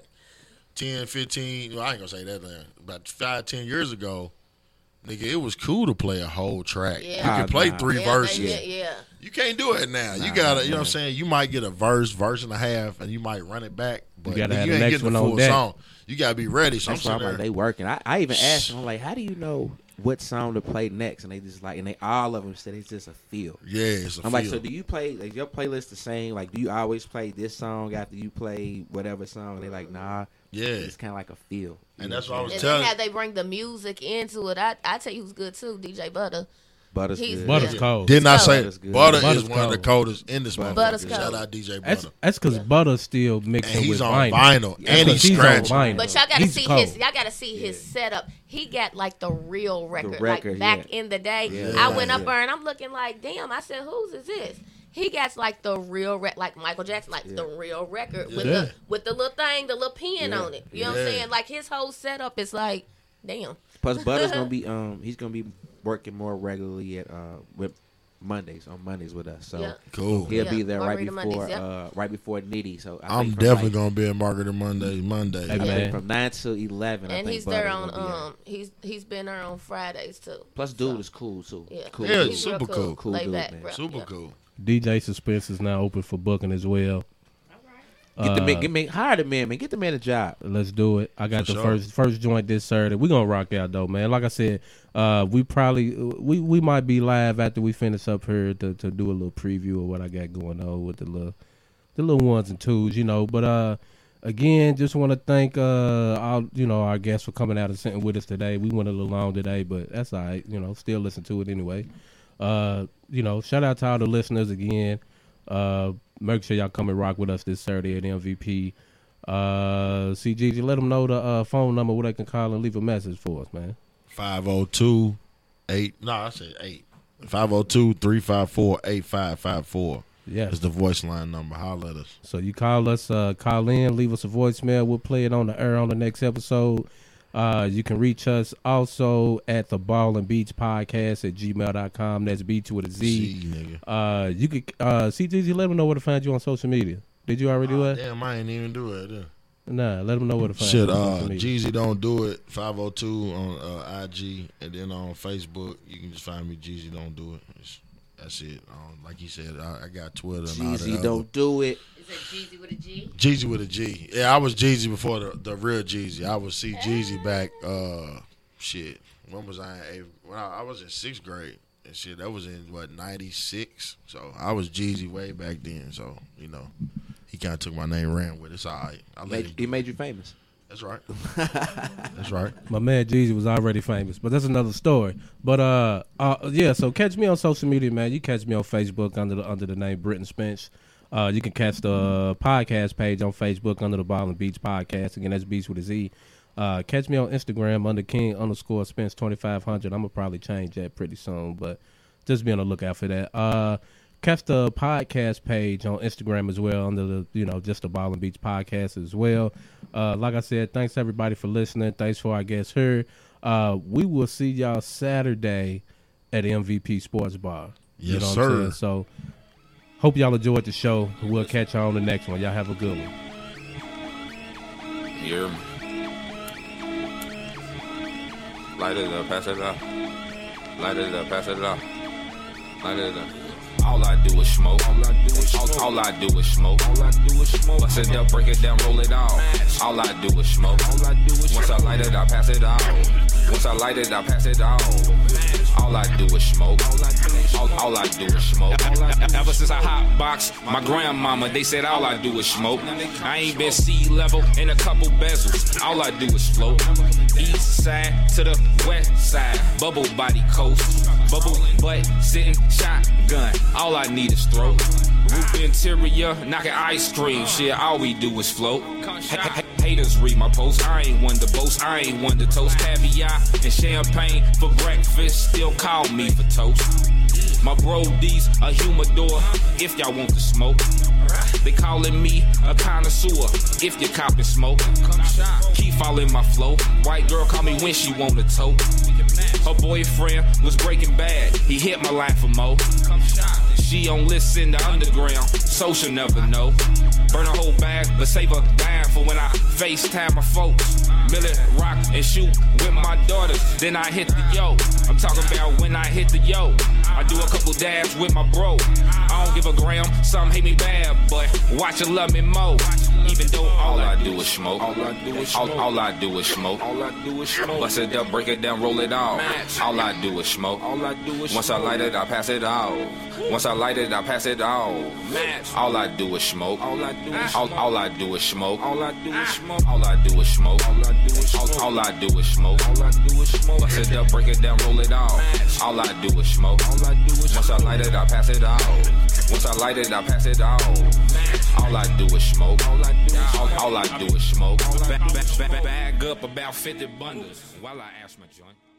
[SPEAKER 5] 10, 15, well, I ain't gonna say that. Man, about five, ten years ago, nigga, it was cool to play a whole track.
[SPEAKER 8] Yeah.
[SPEAKER 5] You
[SPEAKER 7] Ah,
[SPEAKER 5] could play
[SPEAKER 7] nah.
[SPEAKER 5] three
[SPEAKER 8] Yeah,
[SPEAKER 5] verses.
[SPEAKER 8] they- yeah.
[SPEAKER 5] You can't do it now. you gotta, you know, what I'm saying you might get a verse, verse and a half, and you might run it back, but
[SPEAKER 4] You gotta
[SPEAKER 5] nigga,
[SPEAKER 4] have
[SPEAKER 5] you
[SPEAKER 4] the
[SPEAKER 5] ain't
[SPEAKER 4] next
[SPEAKER 5] getting the
[SPEAKER 4] one on
[SPEAKER 5] full
[SPEAKER 4] deck.
[SPEAKER 5] song. You gotta be ready. So I'm
[SPEAKER 7] That's why
[SPEAKER 5] sitting
[SPEAKER 7] I'm like,
[SPEAKER 5] there.
[SPEAKER 7] they working. I, I even asked them, I'm like, how do you know what song to play next? And they just like, and they all of them said it's just a feel.
[SPEAKER 5] Yeah, it's a
[SPEAKER 7] I'm like,
[SPEAKER 5] feel.
[SPEAKER 7] so do you play, like, your playlist the same? Like, do you always play this song after you play whatever song? And they like, nah.
[SPEAKER 5] Yeah.
[SPEAKER 7] It's kind of like a feel.
[SPEAKER 5] And that's what I was
[SPEAKER 8] And
[SPEAKER 5] telling.
[SPEAKER 8] then how they bring the music into it. I, I tell you who's good too, DJ Butter.
[SPEAKER 7] Butter's
[SPEAKER 8] He's-
[SPEAKER 7] good.
[SPEAKER 4] Butter's
[SPEAKER 8] Yeah.
[SPEAKER 4] cold.
[SPEAKER 5] Didn't I
[SPEAKER 8] It's
[SPEAKER 5] say
[SPEAKER 7] cold.
[SPEAKER 5] butter
[SPEAKER 4] Butter's
[SPEAKER 5] is one of the coldest in this motherfucker?
[SPEAKER 8] Butter's
[SPEAKER 5] Shout
[SPEAKER 8] cold.
[SPEAKER 5] out DJ
[SPEAKER 4] Oh. That's
[SPEAKER 5] Butter.
[SPEAKER 4] that's because Butter's still mixing
[SPEAKER 5] And he's
[SPEAKER 4] with
[SPEAKER 5] on
[SPEAKER 4] vinyl.
[SPEAKER 5] vinyl,
[SPEAKER 4] That's
[SPEAKER 5] and
[SPEAKER 4] 'cause
[SPEAKER 5] he's
[SPEAKER 4] on
[SPEAKER 5] scratching.
[SPEAKER 4] vinyl.
[SPEAKER 8] But y'all gotta
[SPEAKER 4] He's
[SPEAKER 8] see
[SPEAKER 4] cold.
[SPEAKER 8] his y'all gotta see his setup. He got like the real record.
[SPEAKER 7] record,
[SPEAKER 8] like back
[SPEAKER 7] yeah.
[SPEAKER 8] in the day,
[SPEAKER 7] Yeah,
[SPEAKER 8] I went
[SPEAKER 7] yeah.
[SPEAKER 8] up there and I'm looking like, damn. I said, whose is this? He got like the real re- like Michael Jackson, like the real record with
[SPEAKER 5] Yeah.
[SPEAKER 8] the with the little thing, the little pen
[SPEAKER 7] Yeah.
[SPEAKER 8] on it. You know what
[SPEAKER 5] Yeah.
[SPEAKER 8] I'm saying? Like his whole setup is like, damn.
[SPEAKER 7] Plus, Butter's gonna be um he's gonna be working more regularly at uh with Mondays on Mondays with us. So
[SPEAKER 8] Yeah.
[SPEAKER 5] Cool.
[SPEAKER 7] he'll be
[SPEAKER 8] Yeah,
[SPEAKER 7] there right
[SPEAKER 8] Margarita
[SPEAKER 7] before
[SPEAKER 8] Mondays, yeah.
[SPEAKER 7] uh right before Nitty. So I
[SPEAKER 5] I'm
[SPEAKER 7] think from,
[SPEAKER 5] definitely
[SPEAKER 7] like,
[SPEAKER 5] gonna be at Marketing Monday. Monday.
[SPEAKER 4] Hey,
[SPEAKER 7] I
[SPEAKER 4] man.
[SPEAKER 7] think from nine till eleven. I
[SPEAKER 8] and
[SPEAKER 7] think
[SPEAKER 8] he's there
[SPEAKER 7] Butter's
[SPEAKER 8] on
[SPEAKER 7] gonna be there.
[SPEAKER 8] um he's he's been there on Fridays too.
[SPEAKER 7] Plus, dude is cool too.
[SPEAKER 8] Yeah,
[SPEAKER 7] Cool.
[SPEAKER 5] Yeah,
[SPEAKER 7] dude.
[SPEAKER 5] super
[SPEAKER 8] real
[SPEAKER 5] cool.
[SPEAKER 7] Cool
[SPEAKER 8] laid
[SPEAKER 7] dude,
[SPEAKER 8] back,
[SPEAKER 7] man.
[SPEAKER 8] real-
[SPEAKER 5] Super
[SPEAKER 8] yeah.
[SPEAKER 5] cool.
[SPEAKER 4] DJ Suspense is now open for booking as well.
[SPEAKER 7] Get the
[SPEAKER 4] Uh,
[SPEAKER 7] man, get me hire the man, man. Get the man a job.
[SPEAKER 4] Let's do it. I got
[SPEAKER 7] For
[SPEAKER 4] the
[SPEAKER 7] sure.
[SPEAKER 4] first first joint this Saturday. We're gonna rock out though, man. Like I said, uh we probably we we might be live after we finish up here to, to do a little preview of what I got going on with the little the little ones and twos, you know. But uh again, just wanna thank uh all you know, our guests for coming out and sitting with us today. We went a little long today, but that's all right, you know, still listen to it anyway. Uh, you know, shout out to all the listeners again. Uh make sure y'all come and rock with us this Saturday at MVP. Uh, CGG, let them know the uh, phone number where they can call and leave a message for us, man.
[SPEAKER 5] 502 8. No, I said 8. 502 354 8554.
[SPEAKER 4] Yeah.
[SPEAKER 5] It's the voice line number. Holler at us.
[SPEAKER 4] So you call us, uh, call in, leave us a voicemail. We'll play it on the air on the next episode. Uh, you can reach us also at the Ball and Beach Podcast at gmail.com. That's B with a Z.
[SPEAKER 5] Z,
[SPEAKER 4] Uh, you could uh, CGG, let them know where to find you on social media. Did you already do
[SPEAKER 5] Ah,
[SPEAKER 4] that?
[SPEAKER 5] Damn, I ain't even do it. yeah.
[SPEAKER 4] Nah, let them know where to find
[SPEAKER 5] Shit,
[SPEAKER 4] you. on
[SPEAKER 5] uh,
[SPEAKER 4] social media.
[SPEAKER 5] Jeezy don't do it. Five hundred two on uh, IG, and then on Facebook, you can just find me. Jeezy don't do it. It's- that's it. Um, like he said, I, I got Twitter. And all that
[SPEAKER 7] Jeezy
[SPEAKER 5] other-
[SPEAKER 7] don't do it.
[SPEAKER 13] Is it Jeezy with a G?
[SPEAKER 5] Jeezy with a G. Yeah, I was Jeezy before the, the real Jeezy. I was see Jeezy back. Uh, shit. When was I? In eighth, when I, I was in sixth grade and shit. That was in what ninety six. So I was Jeezy way back then. So you know, he kind of took my name, ran with it. It's all right. I let
[SPEAKER 7] Made-
[SPEAKER 5] him
[SPEAKER 7] he made you famous.
[SPEAKER 5] That's right. That's right.
[SPEAKER 4] My man Jeezy was already famous, but that's another story. But uh, uh, yeah. So catch me on social media, man. You catch me on Facebook under the under the name Britton Spence. Uh, you can catch the podcast page on Facebook under the Ball and Beach Podcast. Again, that's Beach with a Z. Uh, catch me on Instagram under King underscore Spence twenty five hundred. I'm gonna probably change that pretty soon, but just be on the lookout for that. Uh, catch the podcast page on Instagram as well under the you know just the Ball and Beach podcast as well. Uh, like I said, thanks everybody for listening. Thanks for our guests here. Uh, we will see y'all Saturday at MVP Sports Bar.
[SPEAKER 5] Yes,
[SPEAKER 4] what I'm
[SPEAKER 5] sir.
[SPEAKER 4] saying? So hope y'all enjoyed the show. We'll catch y'all on the next one. Y'all have a good one.
[SPEAKER 2] Yeah. Light it up, pass it up. Light it up, pass it up. Light it up. All I do is smoke. All I do is smoke. All, I do is smoke. All I do is smoke. Bust it down, break it down, roll it all. All I do is smoke. All I do is Once I light it, I pass it on. Once I light it, I pass it on. All I do is smoke. All, all I do is smoke. Ever since I hot box, my grandmama, they said all I do is smoke. I ain't been sea level in a couple bezels. All I do is float. East side to the west side, bubble body coast, bubble butt sitting shotgun. All I need is throat. Roof interior, knocking ice cream. Shit, all we do is float. Ha- ha- Haters read my post. I ain't one to boast. I ain't one to toast. Caviar and champagne for breakfast. Still call me for toast. My bro D's a humidor. If y'all want the smoke, they calling me a connoisseur. If you copping smoke, keep following my flow. White girl call me when she want to tote. Her boyfriend was breaking bad. He hit my line for mo. She don't listen to underground, so she'll never know. Burn a whole bag, but save a dime for when I FaceTime my folks. Millet, rock, and shoot with my daughters. Then I hit the yo. I'm talking about when I hit the yo. I do a couple dabs with my bro. I don't give a gram, some hate me bad, but watch and love me more. Even though all I do is smoke. All I do is smoke. All, I do is smoke. All I do is smoke. Bust it up, break it down, roll it all. All I do is smoke. All I do is Once I light it, I pass it all. Once I light it, I pass it all. All I do is smoke. All I do is all, all I do is smoke. All I do is smoke. All I do is smoke. All I do is smoke. All, I do is smoke. All I do is smoke. Bust it up, break it down, roll it all. All I do is smoke. All I do is Once I light it, I pass it all. Once I light it, I pass it all. All I do is smoke. All I do is, all, all I do is smoke. Ba- ba- ba- Bag up about 50 bundles while I ash my joint.